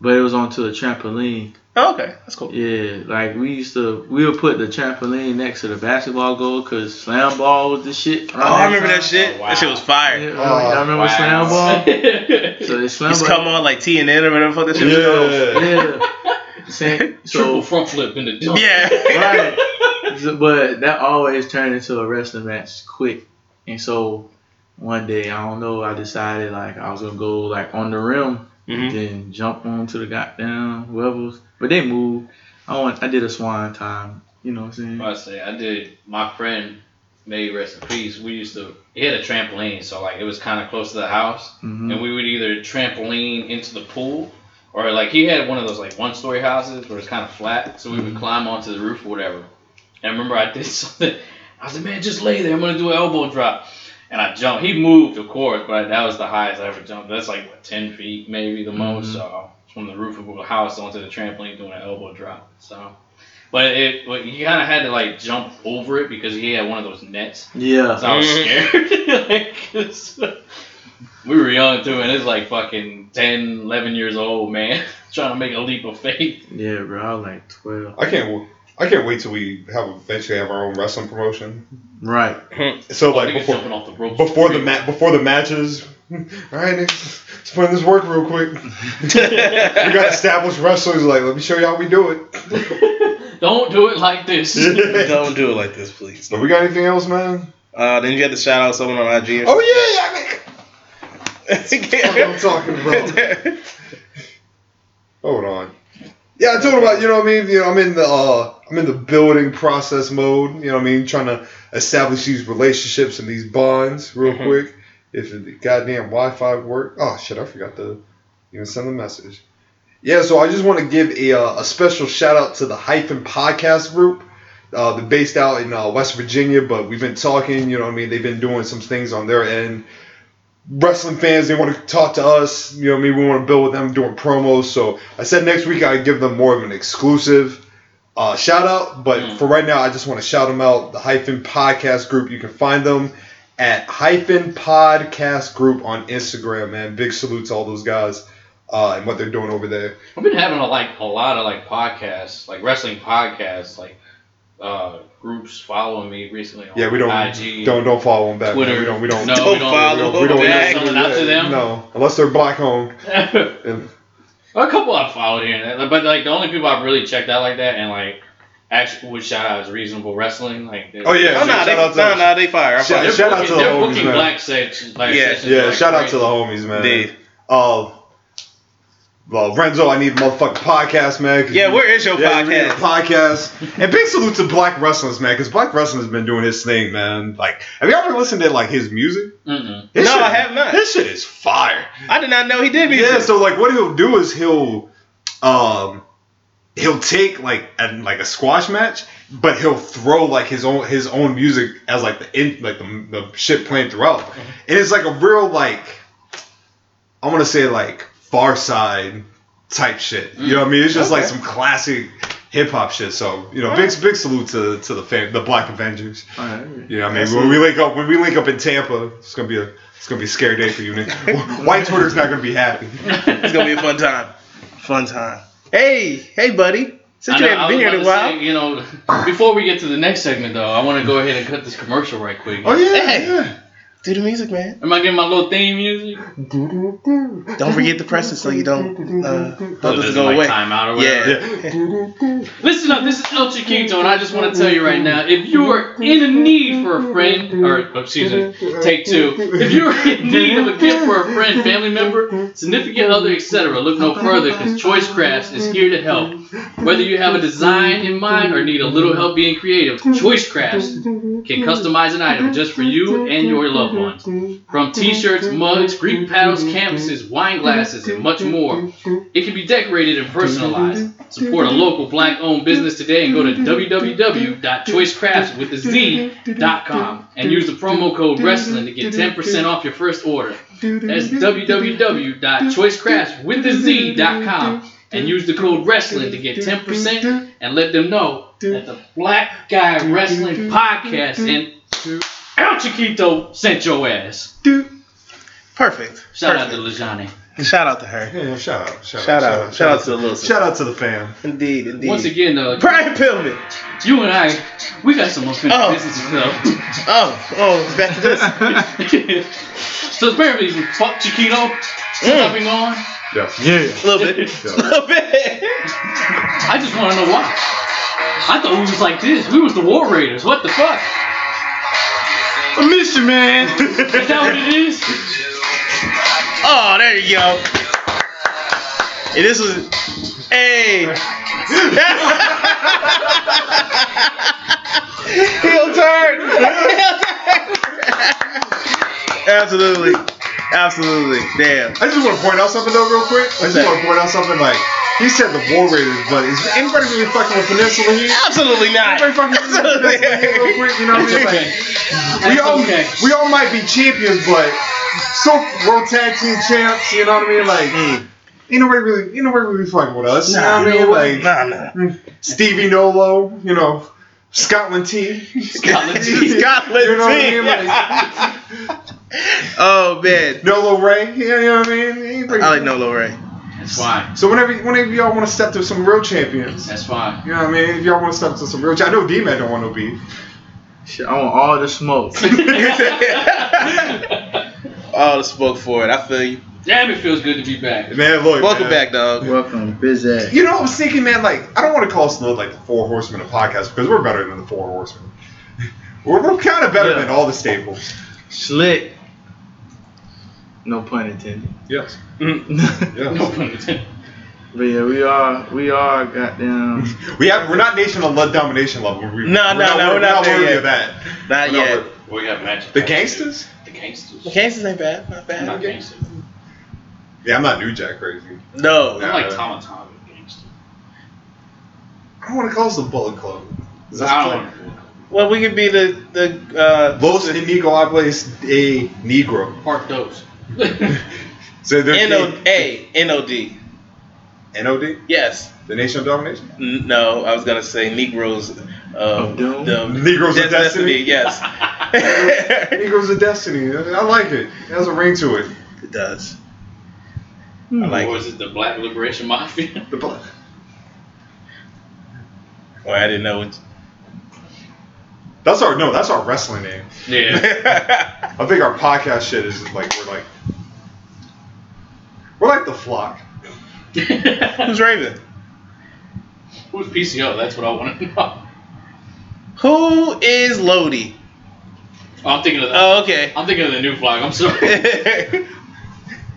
[SPEAKER 4] but it was onto a trampoline.
[SPEAKER 2] Oh, okay, that's cool.
[SPEAKER 4] Yeah, like we used to, we would put the trampoline next to the basketball goal because slam ball was the shit.
[SPEAKER 2] Oh, I remember that shit.
[SPEAKER 1] Oh, wow.
[SPEAKER 2] That shit was fire.
[SPEAKER 4] Yeah,
[SPEAKER 2] He's
[SPEAKER 4] I remember
[SPEAKER 1] Wow.
[SPEAKER 4] slam ball. So the slam
[SPEAKER 2] Used to
[SPEAKER 4] ball.
[SPEAKER 2] come on like TNN or whatever the fuck that shit
[SPEAKER 5] Yeah.
[SPEAKER 4] Yeah. Same-
[SPEAKER 1] Triple
[SPEAKER 4] so
[SPEAKER 1] front flip in the
[SPEAKER 2] was.
[SPEAKER 1] dunk.
[SPEAKER 2] Yeah.
[SPEAKER 4] right. So- but that always turned into a wrestling match quick. And so one day, I don't know, I decided like I was gonna go like on the rim,
[SPEAKER 2] Mhm.
[SPEAKER 1] Mm-hmm.
[SPEAKER 4] then jump onto the goddamn whoever's. But they moved. I went, I did a swan time. You know what I'm saying?
[SPEAKER 1] I say I did. My friend, may he rest in peace. We used to. He had a trampoline, so like it was kind of close to the house,
[SPEAKER 4] Mhm.
[SPEAKER 1] and we would either trampoline into the pool, or like he had one of those like one-story houses where it's kind of flat, so we would climb onto the roof or whatever. And I remember I did something. I was like, man, just lay there. I'm gonna do an elbow drop. And I jumped. He moved, of course, but that was the highest I ever jumped. That's like what ten feet, maybe the most.
[SPEAKER 4] Mhm.
[SPEAKER 1] So from the roof of a house onto the trampoline doing an elbow drop. So, but it, but you kind of had to like jump over it because he had one of those nets.
[SPEAKER 4] Yeah.
[SPEAKER 1] So I was
[SPEAKER 2] Mhm.
[SPEAKER 1] scared. Like, 'cause we were young too, and it's like fucking 10, 11 years old, man, trying to make a leap of faith.
[SPEAKER 4] Yeah, bro. I was like 12.
[SPEAKER 5] I can't. w- I can't wait till we have eventually have our own wrestling promotion.
[SPEAKER 4] Right.
[SPEAKER 5] So
[SPEAKER 1] Nigga
[SPEAKER 5] like before
[SPEAKER 1] jumping off the ropes.
[SPEAKER 5] before the mat before the matches. All right, niggas, let's put in this work real
[SPEAKER 2] Mm-hmm.
[SPEAKER 5] quick. We got established wrestlers. Like, let me show you how we do it.
[SPEAKER 1] the Don't do it like this.
[SPEAKER 2] Don't do it like this, please.
[SPEAKER 6] So we got anything else, man?
[SPEAKER 2] Uh, then you had to shout out someone on IG.
[SPEAKER 6] Oh yeah, yeah. I mean,
[SPEAKER 2] that's
[SPEAKER 5] That's what I'm talking about.
[SPEAKER 6] hold on.
[SPEAKER 5] Yeah, I told him about you know what I mean. You know, I'm in the uh, I'm in the building process mode. You know what I mean, trying to establish these relationships and these bonds real
[SPEAKER 2] Mhm.
[SPEAKER 5] quick. If the goddamn Wi-Fi work, oh shit, I forgot to even send a message. Yeah, so I just want to give a, uh, a special shout out to the Hyphen Podcast Group. Uh, they're based out in uh, West Virginia, but we've been talking. You know what I mean? They've been doing some things on their end. Wrestling fans, they want to talk to us. You know what I mean? We want to build with them doing promos. So I said next week I give them more of an exclusive uh, shout out, but
[SPEAKER 1] Mm.
[SPEAKER 5] for right now I just want to shout them out. The hyphen podcast group, you can find them at hyphen podcast group on Instagram. Man, big salute to all those guys uh, and what they're doing over there.
[SPEAKER 1] I've been having a, like a lot of like podcasts, like wrestling podcasts, like uh, groups following me recently. On
[SPEAKER 5] Yeah, we don't
[SPEAKER 1] IG.
[SPEAKER 5] don't don't follow them back. man.
[SPEAKER 1] Twitter.
[SPEAKER 5] We don't we don't.
[SPEAKER 1] No,
[SPEAKER 2] Don't
[SPEAKER 1] we don't
[SPEAKER 2] follow
[SPEAKER 1] We don't, we
[SPEAKER 2] back.
[SPEAKER 1] don't something out to them.
[SPEAKER 5] No, unless they're black owned. And-
[SPEAKER 1] a couple I've followed here, and there, but like the only people I've really checked out like that and like actually would shout out is Reasonable Wrestling. Like, they're-
[SPEAKER 5] Oh yeah,
[SPEAKER 2] No, no,
[SPEAKER 5] shout
[SPEAKER 2] they,
[SPEAKER 5] out to
[SPEAKER 2] no, no, they fire. I
[SPEAKER 5] Shout-
[SPEAKER 2] fire.
[SPEAKER 1] they're
[SPEAKER 5] shout out
[SPEAKER 1] booking,
[SPEAKER 5] to the
[SPEAKER 1] they're
[SPEAKER 5] homies,
[SPEAKER 1] booking
[SPEAKER 5] man.
[SPEAKER 1] black sections. Like,
[SPEAKER 2] Yeah,
[SPEAKER 1] sections
[SPEAKER 5] yeah.
[SPEAKER 1] like
[SPEAKER 5] shout out
[SPEAKER 1] crazy.
[SPEAKER 5] to the homies, man.
[SPEAKER 2] Indeed.
[SPEAKER 5] Uh, well, Renzo, I need a motherfucking podcast, man. 'cause
[SPEAKER 2] Yeah,
[SPEAKER 5] you-
[SPEAKER 2] where is your
[SPEAKER 5] Yeah, we need a
[SPEAKER 2] podcast?
[SPEAKER 5] podcast. And big salute to Black Wrestlers, man, because Black Wrestling has been doing his thing, man. Like, have y'all ever listened to like his music?
[SPEAKER 1] Mm-mm.
[SPEAKER 5] His
[SPEAKER 2] No,
[SPEAKER 5] shit-
[SPEAKER 2] I have not.
[SPEAKER 5] His shit is fire.
[SPEAKER 2] I did not know he did music.
[SPEAKER 5] Yeah, so like, what he'll do is he'll, um, he'll take like a, like a squash match, but he'll throw like his own his own music as like the in, like the, the shit playing throughout, and it's like a real like, I want to say like Far Side type shit. You know what I mean? It's just like
[SPEAKER 2] Okay.
[SPEAKER 5] some classic hip hop shit. So you know, big big salute to to the fan, the Black Avengers.
[SPEAKER 4] All right.
[SPEAKER 5] Yeah, I mean, when we link up, when we link up in Tampa, it's gonna be a, it's gonna be a scary day for you. Nick. White Twitter's not gonna be happy.
[SPEAKER 2] It's gonna be a fun time. Fun time. Hey, hey, buddy. Since
[SPEAKER 1] I know,
[SPEAKER 2] you
[SPEAKER 1] I
[SPEAKER 2] haven't
[SPEAKER 1] was
[SPEAKER 2] been here in
[SPEAKER 1] about
[SPEAKER 2] a
[SPEAKER 1] to
[SPEAKER 2] while,
[SPEAKER 1] say, you know, before we get to the next segment, though, I want to go ahead and cut this commercial right quick.
[SPEAKER 5] Oh yeah,
[SPEAKER 2] Hey.
[SPEAKER 5] yeah.
[SPEAKER 2] do the music, man.
[SPEAKER 1] Am I getting my little theme music?
[SPEAKER 2] Don't forget to press it so you don't uh, don't
[SPEAKER 1] Oh,
[SPEAKER 2] let
[SPEAKER 1] this
[SPEAKER 2] it
[SPEAKER 1] is
[SPEAKER 2] go
[SPEAKER 1] like
[SPEAKER 2] away.
[SPEAKER 1] time out or whatever.
[SPEAKER 2] Yeah.
[SPEAKER 1] Listen up, this is El Chiquito, and I just want to tell you right now, if you are in a need for a friend, or excuse me, take two, if you are in need of a gift for a friend, family member, significant other, etc., look no further, because Choice Crafts is here to help. Whether you have a design in mind or need a little help being creative, Choice Crafts can customize an item just for you and your loved ones. From t-shirts, mugs, Greek paddles, canvases, wine glasses, and much more. It can be decorated and personalized. Support a local black-owned business today and go to www.choicecraftswithaz.com and use the promo code wrestling to get 10% off your first order. That's
[SPEAKER 4] Mm-hmm.
[SPEAKER 1] www.choicecraftswithaz.com and use the code wrestling to get 10% and let them know that the Black Guy Wrestling Podcast and El Chiquito sent your ass.
[SPEAKER 2] Perfect.
[SPEAKER 1] Shout
[SPEAKER 2] Perfect.
[SPEAKER 1] out to Lejani.
[SPEAKER 2] Shout out to her.
[SPEAKER 5] Yeah, shout out, shout,
[SPEAKER 2] Shout
[SPEAKER 5] out,
[SPEAKER 2] out. Shout out to the little.
[SPEAKER 5] shout out to the fam.
[SPEAKER 2] Indeed, indeed.
[SPEAKER 1] Once again, uh,
[SPEAKER 2] Brian Pillman.
[SPEAKER 1] you and I, we got some unfinished
[SPEAKER 2] Oh.
[SPEAKER 1] business stuff.
[SPEAKER 2] Oh, oh, it's back to this.
[SPEAKER 1] so apparently, fuck Chiquito,
[SPEAKER 2] Mm,
[SPEAKER 1] stepping on.
[SPEAKER 6] Yes.
[SPEAKER 4] yeah.
[SPEAKER 2] a little bit. A little bit.
[SPEAKER 1] I just want to know why. I thought we was like this. We was the War Raiders. What the fuck?
[SPEAKER 4] I miss you, man.
[SPEAKER 1] Is that what it is?
[SPEAKER 2] Oh, there you go. And this was. Hey. Heel turn. Heel turn. Absolutely. Absolutely. Damn.
[SPEAKER 5] I just want to point out something though, real quick. I just
[SPEAKER 2] that?
[SPEAKER 5] want to point out something like he said the War Raiders, but is anybody really fucking with Peninsula here?
[SPEAKER 2] Absolutely not.
[SPEAKER 5] Anybody fucking with Peninsula here real quick? You know what I mean? Like, we
[SPEAKER 1] That's
[SPEAKER 5] all
[SPEAKER 1] okay.
[SPEAKER 5] we all might be champions, but so world tag team champs. You know what I mean? Like,
[SPEAKER 2] Mm.
[SPEAKER 5] ain't nobody really, ain't nobody really fucking with us.
[SPEAKER 2] Hmm. Nah,
[SPEAKER 5] you know what I mean?
[SPEAKER 2] nah,
[SPEAKER 5] Like
[SPEAKER 2] nah.
[SPEAKER 5] Stevie Nolo, you know, Scotland T.
[SPEAKER 1] Scotland T.
[SPEAKER 2] Scotland
[SPEAKER 5] You know what I
[SPEAKER 2] team.
[SPEAKER 5] mean? Like,
[SPEAKER 2] oh man.
[SPEAKER 5] Nolo Ray. Yeah, you know what I mean? He ain't pretty-
[SPEAKER 2] I like Nolo Ray.
[SPEAKER 1] That's fine.
[SPEAKER 5] So whenever whenever y'all want to step to some real champions,
[SPEAKER 1] That's fine.
[SPEAKER 5] you know what I mean? If y'all want to step to some real, champions, I know D-Man don't want no beef.
[SPEAKER 4] Shit, I want all the smoke.
[SPEAKER 2] All the smoke for it. I feel you.
[SPEAKER 1] Damn, it feels good to be back.
[SPEAKER 5] Man, look.
[SPEAKER 2] Welcome
[SPEAKER 5] man.
[SPEAKER 2] back, dog.
[SPEAKER 4] Welcome, biz ass.
[SPEAKER 5] You know, I was thinking, man, like, I don't want to call Snow like the Four Horsemen of podcasts because we're better than the Four Horsemen. We're, we're kind of better
[SPEAKER 4] Yeah.
[SPEAKER 5] than all the staples.
[SPEAKER 4] Slick. No pun intended.
[SPEAKER 5] Yes.
[SPEAKER 1] No
[SPEAKER 4] Mm.
[SPEAKER 5] Yes.
[SPEAKER 1] pun intended.
[SPEAKER 4] But yeah, we are we are goddamn
[SPEAKER 5] we have, we're not nation on lead domination level. We-
[SPEAKER 2] No, no, no, we're not there
[SPEAKER 5] worthy
[SPEAKER 2] yet.
[SPEAKER 5] of that.
[SPEAKER 2] Not
[SPEAKER 5] We're
[SPEAKER 2] yet.
[SPEAKER 5] worthy.
[SPEAKER 1] We got magic.
[SPEAKER 5] The gangsters?
[SPEAKER 1] The gangsters.
[SPEAKER 2] The Kansas ain't bad. Not
[SPEAKER 1] I'm not
[SPEAKER 2] bad.
[SPEAKER 1] gangster.
[SPEAKER 5] Yeah, I'm not New Jack crazy.
[SPEAKER 2] No.
[SPEAKER 1] I'm like Tama Tama gangster.
[SPEAKER 5] I don't want to call us the Bullet Club. Is that
[SPEAKER 1] I don't
[SPEAKER 5] fun?
[SPEAKER 1] want to.
[SPEAKER 2] Well, we could be the the uh,
[SPEAKER 5] Los
[SPEAKER 2] the-
[SPEAKER 5] Inigoables de Negro.
[SPEAKER 1] Park those.
[SPEAKER 5] So there's
[SPEAKER 2] N O A N O D.
[SPEAKER 5] the NOD,
[SPEAKER 2] Yes.
[SPEAKER 5] the Nation of Domination.
[SPEAKER 2] N- No, I was gonna say Negroes um,
[SPEAKER 4] Of
[SPEAKER 2] of
[SPEAKER 4] doom?
[SPEAKER 5] Negroes of destiny.
[SPEAKER 2] Yes.
[SPEAKER 5] Negroes of Destiny. I like it. It has a ring to it.
[SPEAKER 2] it does.
[SPEAKER 4] I
[SPEAKER 2] like
[SPEAKER 1] or is it the Black Liberation Mafia?
[SPEAKER 5] The black.
[SPEAKER 2] Well, I didn't know. It.
[SPEAKER 5] That's our no. That's our wrestling name.
[SPEAKER 1] yeah.
[SPEAKER 5] I think our podcast shit is just like we're like we're like the flock.
[SPEAKER 2] Who's Raven?
[SPEAKER 1] Who's PCO? That's what I want to know.
[SPEAKER 2] Who is Lodi?
[SPEAKER 1] Oh, I'm thinking of the,
[SPEAKER 2] Oh, okay.
[SPEAKER 1] I'm thinking of the new vlog. I'm sorry.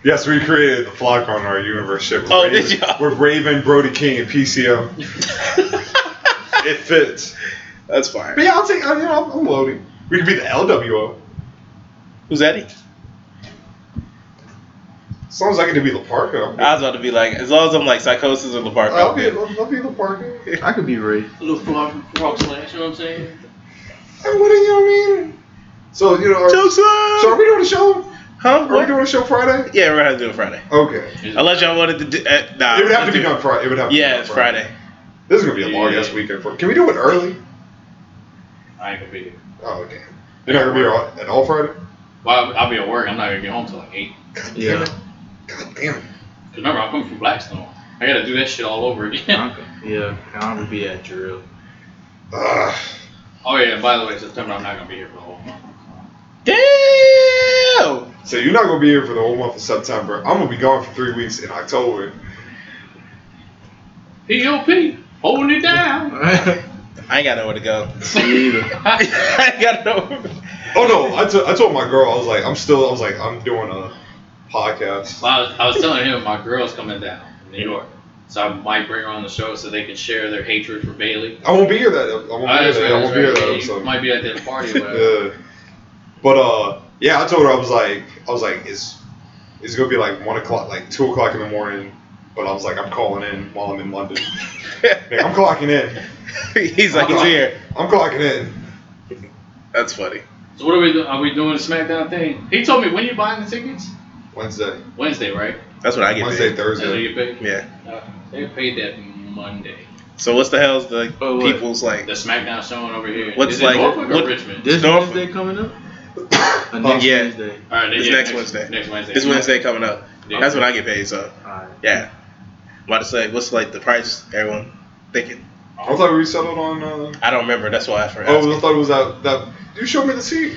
[SPEAKER 5] Yes, we created the flock on our universe shit. We're
[SPEAKER 2] Oh,
[SPEAKER 5] Raven,
[SPEAKER 2] did y'all?
[SPEAKER 5] We're Raven, Brody King, and PCO. it fits.
[SPEAKER 2] That's fire.
[SPEAKER 5] But yeah, I'll take. I mean, I'm, I'm loading. We could be the LWO.
[SPEAKER 2] Who's Eddie?
[SPEAKER 5] As long as I get to be the Parker, I'm
[SPEAKER 2] I was about to be like, as long as I'm like psychosis or LeBarco.
[SPEAKER 5] I'll be, I'll be the Parker.
[SPEAKER 4] could be Ray.
[SPEAKER 1] little frog, frog slash, you know what I'm saying?
[SPEAKER 5] And what do you mean? So you know, are, so are
[SPEAKER 2] Joseph!
[SPEAKER 5] we doing a show?
[SPEAKER 2] Huh?
[SPEAKER 5] Are we
[SPEAKER 2] What?
[SPEAKER 5] doing a show Friday?
[SPEAKER 2] Yeah, we're gonna do it Friday.
[SPEAKER 5] Okay.
[SPEAKER 2] Unless y'all wanted to do uh, nah.
[SPEAKER 5] it would have to
[SPEAKER 2] let's
[SPEAKER 5] be
[SPEAKER 2] do it.
[SPEAKER 5] done Friday. It would have. To be
[SPEAKER 2] Yeah,
[SPEAKER 5] done
[SPEAKER 2] it's Friday.
[SPEAKER 5] This is gonna be a long ass
[SPEAKER 1] Yeah.
[SPEAKER 5] weekend. For, can we do it early?
[SPEAKER 1] I ain't gonna be here.
[SPEAKER 5] Oh, okay. You're not gonna be here all- at all Friday.
[SPEAKER 1] Well, I'll, I'll be at work. I'm not gonna get home till like eight.
[SPEAKER 4] Yeah.
[SPEAKER 5] God damn it.
[SPEAKER 1] Cause remember, I'm coming from Blackstone. I gotta do that shit all over again.
[SPEAKER 4] Uncle. Yeah, I'm gonna be at drill.
[SPEAKER 5] Ugh.
[SPEAKER 1] oh yeah. and By the way, September, I'm not gonna be here for the whole month.
[SPEAKER 2] Damn!
[SPEAKER 5] So you're not gonna be here for the whole month of September. I'm gonna be gone for three weeks in October.
[SPEAKER 1] P.O.P. Holding it down.
[SPEAKER 2] I ain't got nowhere to go.
[SPEAKER 4] either.
[SPEAKER 2] I ain't got nowhere.
[SPEAKER 5] Oh no! I to- I told my girl I was like I'm still I was like I'm doing a podcast.
[SPEAKER 1] Well, I, was, I was telling him my girl's coming down from New York, so I might bring her on the show so they can share their hatred for Bailey.
[SPEAKER 5] I won't be here that I won't be here
[SPEAKER 1] that's
[SPEAKER 5] that,
[SPEAKER 1] right,
[SPEAKER 5] I
[SPEAKER 1] that's
[SPEAKER 5] won't be here
[SPEAKER 1] right.
[SPEAKER 5] that
[SPEAKER 1] Yeah, you
[SPEAKER 5] episode.
[SPEAKER 1] might be at that party or whatever.
[SPEAKER 5] Yeah. But uh, yeah, I told her I was like, I was like, it's it's gonna be like one o'clock, like two o'clock in the morning. But I was like, I'm calling in while I'm in London. Like, I'm clocking in.
[SPEAKER 2] He's like, he's here.
[SPEAKER 5] I'm clocking in.
[SPEAKER 2] That's funny.
[SPEAKER 1] So what are we doing? Are we doing a SmackDown thing? He told me when you buying the tickets?
[SPEAKER 5] Wednesday,
[SPEAKER 1] Wednesday, right?
[SPEAKER 2] That's what I get.
[SPEAKER 5] Wednesday,
[SPEAKER 2] Wednesday.
[SPEAKER 1] That's what
[SPEAKER 5] Thursday.
[SPEAKER 1] you paid.
[SPEAKER 2] Yeah.
[SPEAKER 1] Uh, they paid that Monday.
[SPEAKER 2] So what's the hell's the
[SPEAKER 4] Oh, what?
[SPEAKER 2] people's like?
[SPEAKER 1] The SmackDown showing over here.
[SPEAKER 2] What's
[SPEAKER 1] Is it
[SPEAKER 2] like-
[SPEAKER 1] Norfolk or
[SPEAKER 2] what-
[SPEAKER 1] Richmond?
[SPEAKER 4] This
[SPEAKER 2] Norfolk.
[SPEAKER 4] Wednesday coming up? Or next
[SPEAKER 2] yeah.
[SPEAKER 4] Wednesday.
[SPEAKER 1] All right,
[SPEAKER 2] It's
[SPEAKER 1] yeah,
[SPEAKER 2] next Wednesday.
[SPEAKER 1] Next Wednesday.
[SPEAKER 2] It's Wednesday coming up.
[SPEAKER 1] Yeah.
[SPEAKER 2] That's when I get paid. So
[SPEAKER 4] Alright.
[SPEAKER 2] yeah. I'm about to say, what's like the price? Everyone thinking.
[SPEAKER 5] I thought we settled on. Uh,
[SPEAKER 2] I don't remember. That's why I forgot.
[SPEAKER 5] oh, I thought it was that that you showed me the seat.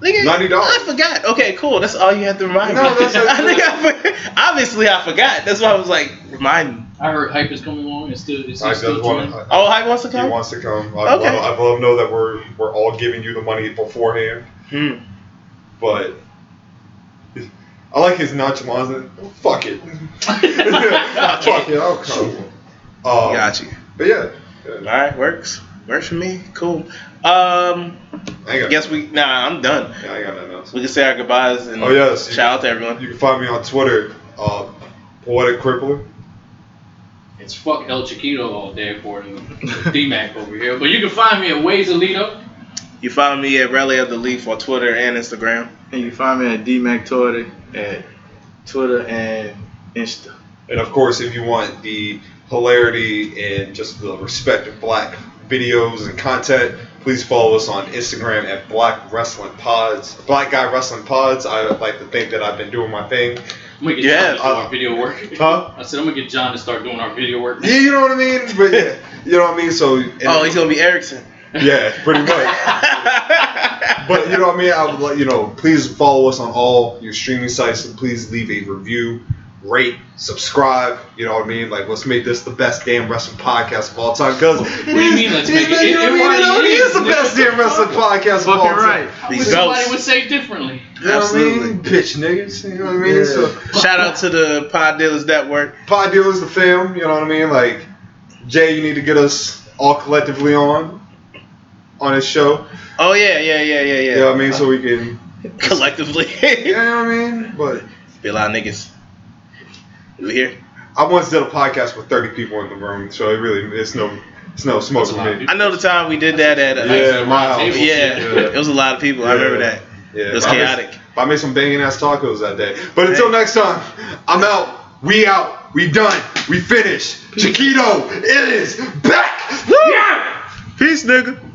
[SPEAKER 2] Nigga,
[SPEAKER 5] $90.
[SPEAKER 2] I forgot. Okay, cool. That's all you had to remind
[SPEAKER 5] No,
[SPEAKER 2] me.
[SPEAKER 5] that's-
[SPEAKER 2] I think I for- obviously I forgot. That's why I was like reminding.
[SPEAKER 1] I heard hype is coming along. It's still it's
[SPEAKER 5] I just
[SPEAKER 1] still
[SPEAKER 5] want.
[SPEAKER 1] touring.
[SPEAKER 5] I,
[SPEAKER 2] Oh, I wants to
[SPEAKER 5] he
[SPEAKER 2] come.
[SPEAKER 5] wants to come. I,
[SPEAKER 2] Okay.
[SPEAKER 5] I, I let him know that we're we're all giving you the money beforehand.
[SPEAKER 2] Hmm.
[SPEAKER 5] But I like his nonchalance. Fuck it. Fuck it. I'll come. Um,
[SPEAKER 2] Got you.
[SPEAKER 5] But yeah,
[SPEAKER 2] All
[SPEAKER 5] yeah
[SPEAKER 2] right, works. Works for me. Cool. Um,
[SPEAKER 5] I ain't
[SPEAKER 2] I
[SPEAKER 5] got,
[SPEAKER 2] guess we. Nah, I'm done.
[SPEAKER 5] yeah, I ain't got nothing else.
[SPEAKER 2] We can say our goodbyes and
[SPEAKER 5] Oh yes,
[SPEAKER 2] shout out to everyone.
[SPEAKER 5] You can find me on Twitter, uh, poetic crippler.
[SPEAKER 1] It's fuck El Chiquito all day according to D-Mac over here. But you can find me at Ways Alito.
[SPEAKER 2] You follow me at Rally of the Leaf on Twitter and Instagram.
[SPEAKER 4] And you find me at DMacTorty at Twitter and Insta.
[SPEAKER 5] And of course, if you want the hilarity and just the respect of black videos and content, please follow us on Instagram at Black Wrestling Pods, Black Guy Wrestling Pods. I would like to think that I've been doing my thing.
[SPEAKER 1] I'm gonna get John
[SPEAKER 2] Yeah,
[SPEAKER 1] to do
[SPEAKER 5] uh,
[SPEAKER 1] our video work.
[SPEAKER 5] Huh?
[SPEAKER 1] I said I'm gonna get John to start doing our video work.
[SPEAKER 5] Yeah, you know what I mean. But yeah, you know what I mean. So
[SPEAKER 2] Oh, he's gonna be Erickson.
[SPEAKER 5] yeah, pretty much. but you know what I mean. I would let you know. Please follow us on all your streaming sites. And please leave a review, rate, subscribe. You know what I mean. Like let's make this the best damn wrestling podcast of all time. Because
[SPEAKER 1] What do you mean, let's make it?
[SPEAKER 5] You know
[SPEAKER 1] It-
[SPEAKER 5] what I
[SPEAKER 1] it
[SPEAKER 5] mean? It
[SPEAKER 1] already
[SPEAKER 5] already
[SPEAKER 1] is.
[SPEAKER 5] is the best damn wrestling podcast of all
[SPEAKER 4] Fucking
[SPEAKER 5] time.
[SPEAKER 4] right.
[SPEAKER 1] Wish
[SPEAKER 2] These
[SPEAKER 1] somebody
[SPEAKER 2] goats.
[SPEAKER 1] would say differently.
[SPEAKER 5] You know what I
[SPEAKER 4] Absolutely.
[SPEAKER 5] mean? Bitch niggas. You know what I mean? So,
[SPEAKER 2] Shout out to the Pod Dealers Network.
[SPEAKER 5] Pod Dealers, the fam, you know what I mean? Like, Jay, you need to get us all collectively on on his show.
[SPEAKER 2] Oh yeah, yeah, yeah, yeah, yeah.
[SPEAKER 5] You know what I mean? So we can,
[SPEAKER 2] collectively,
[SPEAKER 5] you know what I mean? But
[SPEAKER 2] be a lot of niggas. We here.
[SPEAKER 5] I once did a podcast with 30 people in the room, so it really, it's no, it's no smoke
[SPEAKER 1] That's a
[SPEAKER 5] for
[SPEAKER 1] lot of
[SPEAKER 5] me.
[SPEAKER 1] people.
[SPEAKER 2] I know the time we did that at. Uh,
[SPEAKER 5] Yeah, my
[SPEAKER 1] Round
[SPEAKER 5] house.
[SPEAKER 1] table.
[SPEAKER 2] yeah, it was a lot of people. I remember
[SPEAKER 5] Yeah.
[SPEAKER 2] that.
[SPEAKER 5] Yeah,
[SPEAKER 2] It was
[SPEAKER 5] but I made-
[SPEAKER 2] chaotic.
[SPEAKER 5] but I made some banging ass tacos that day. But until
[SPEAKER 2] Hey.
[SPEAKER 5] next time, I'm out. We out. We done. We finished. Chiquito, it is back.
[SPEAKER 2] Peace, nigga.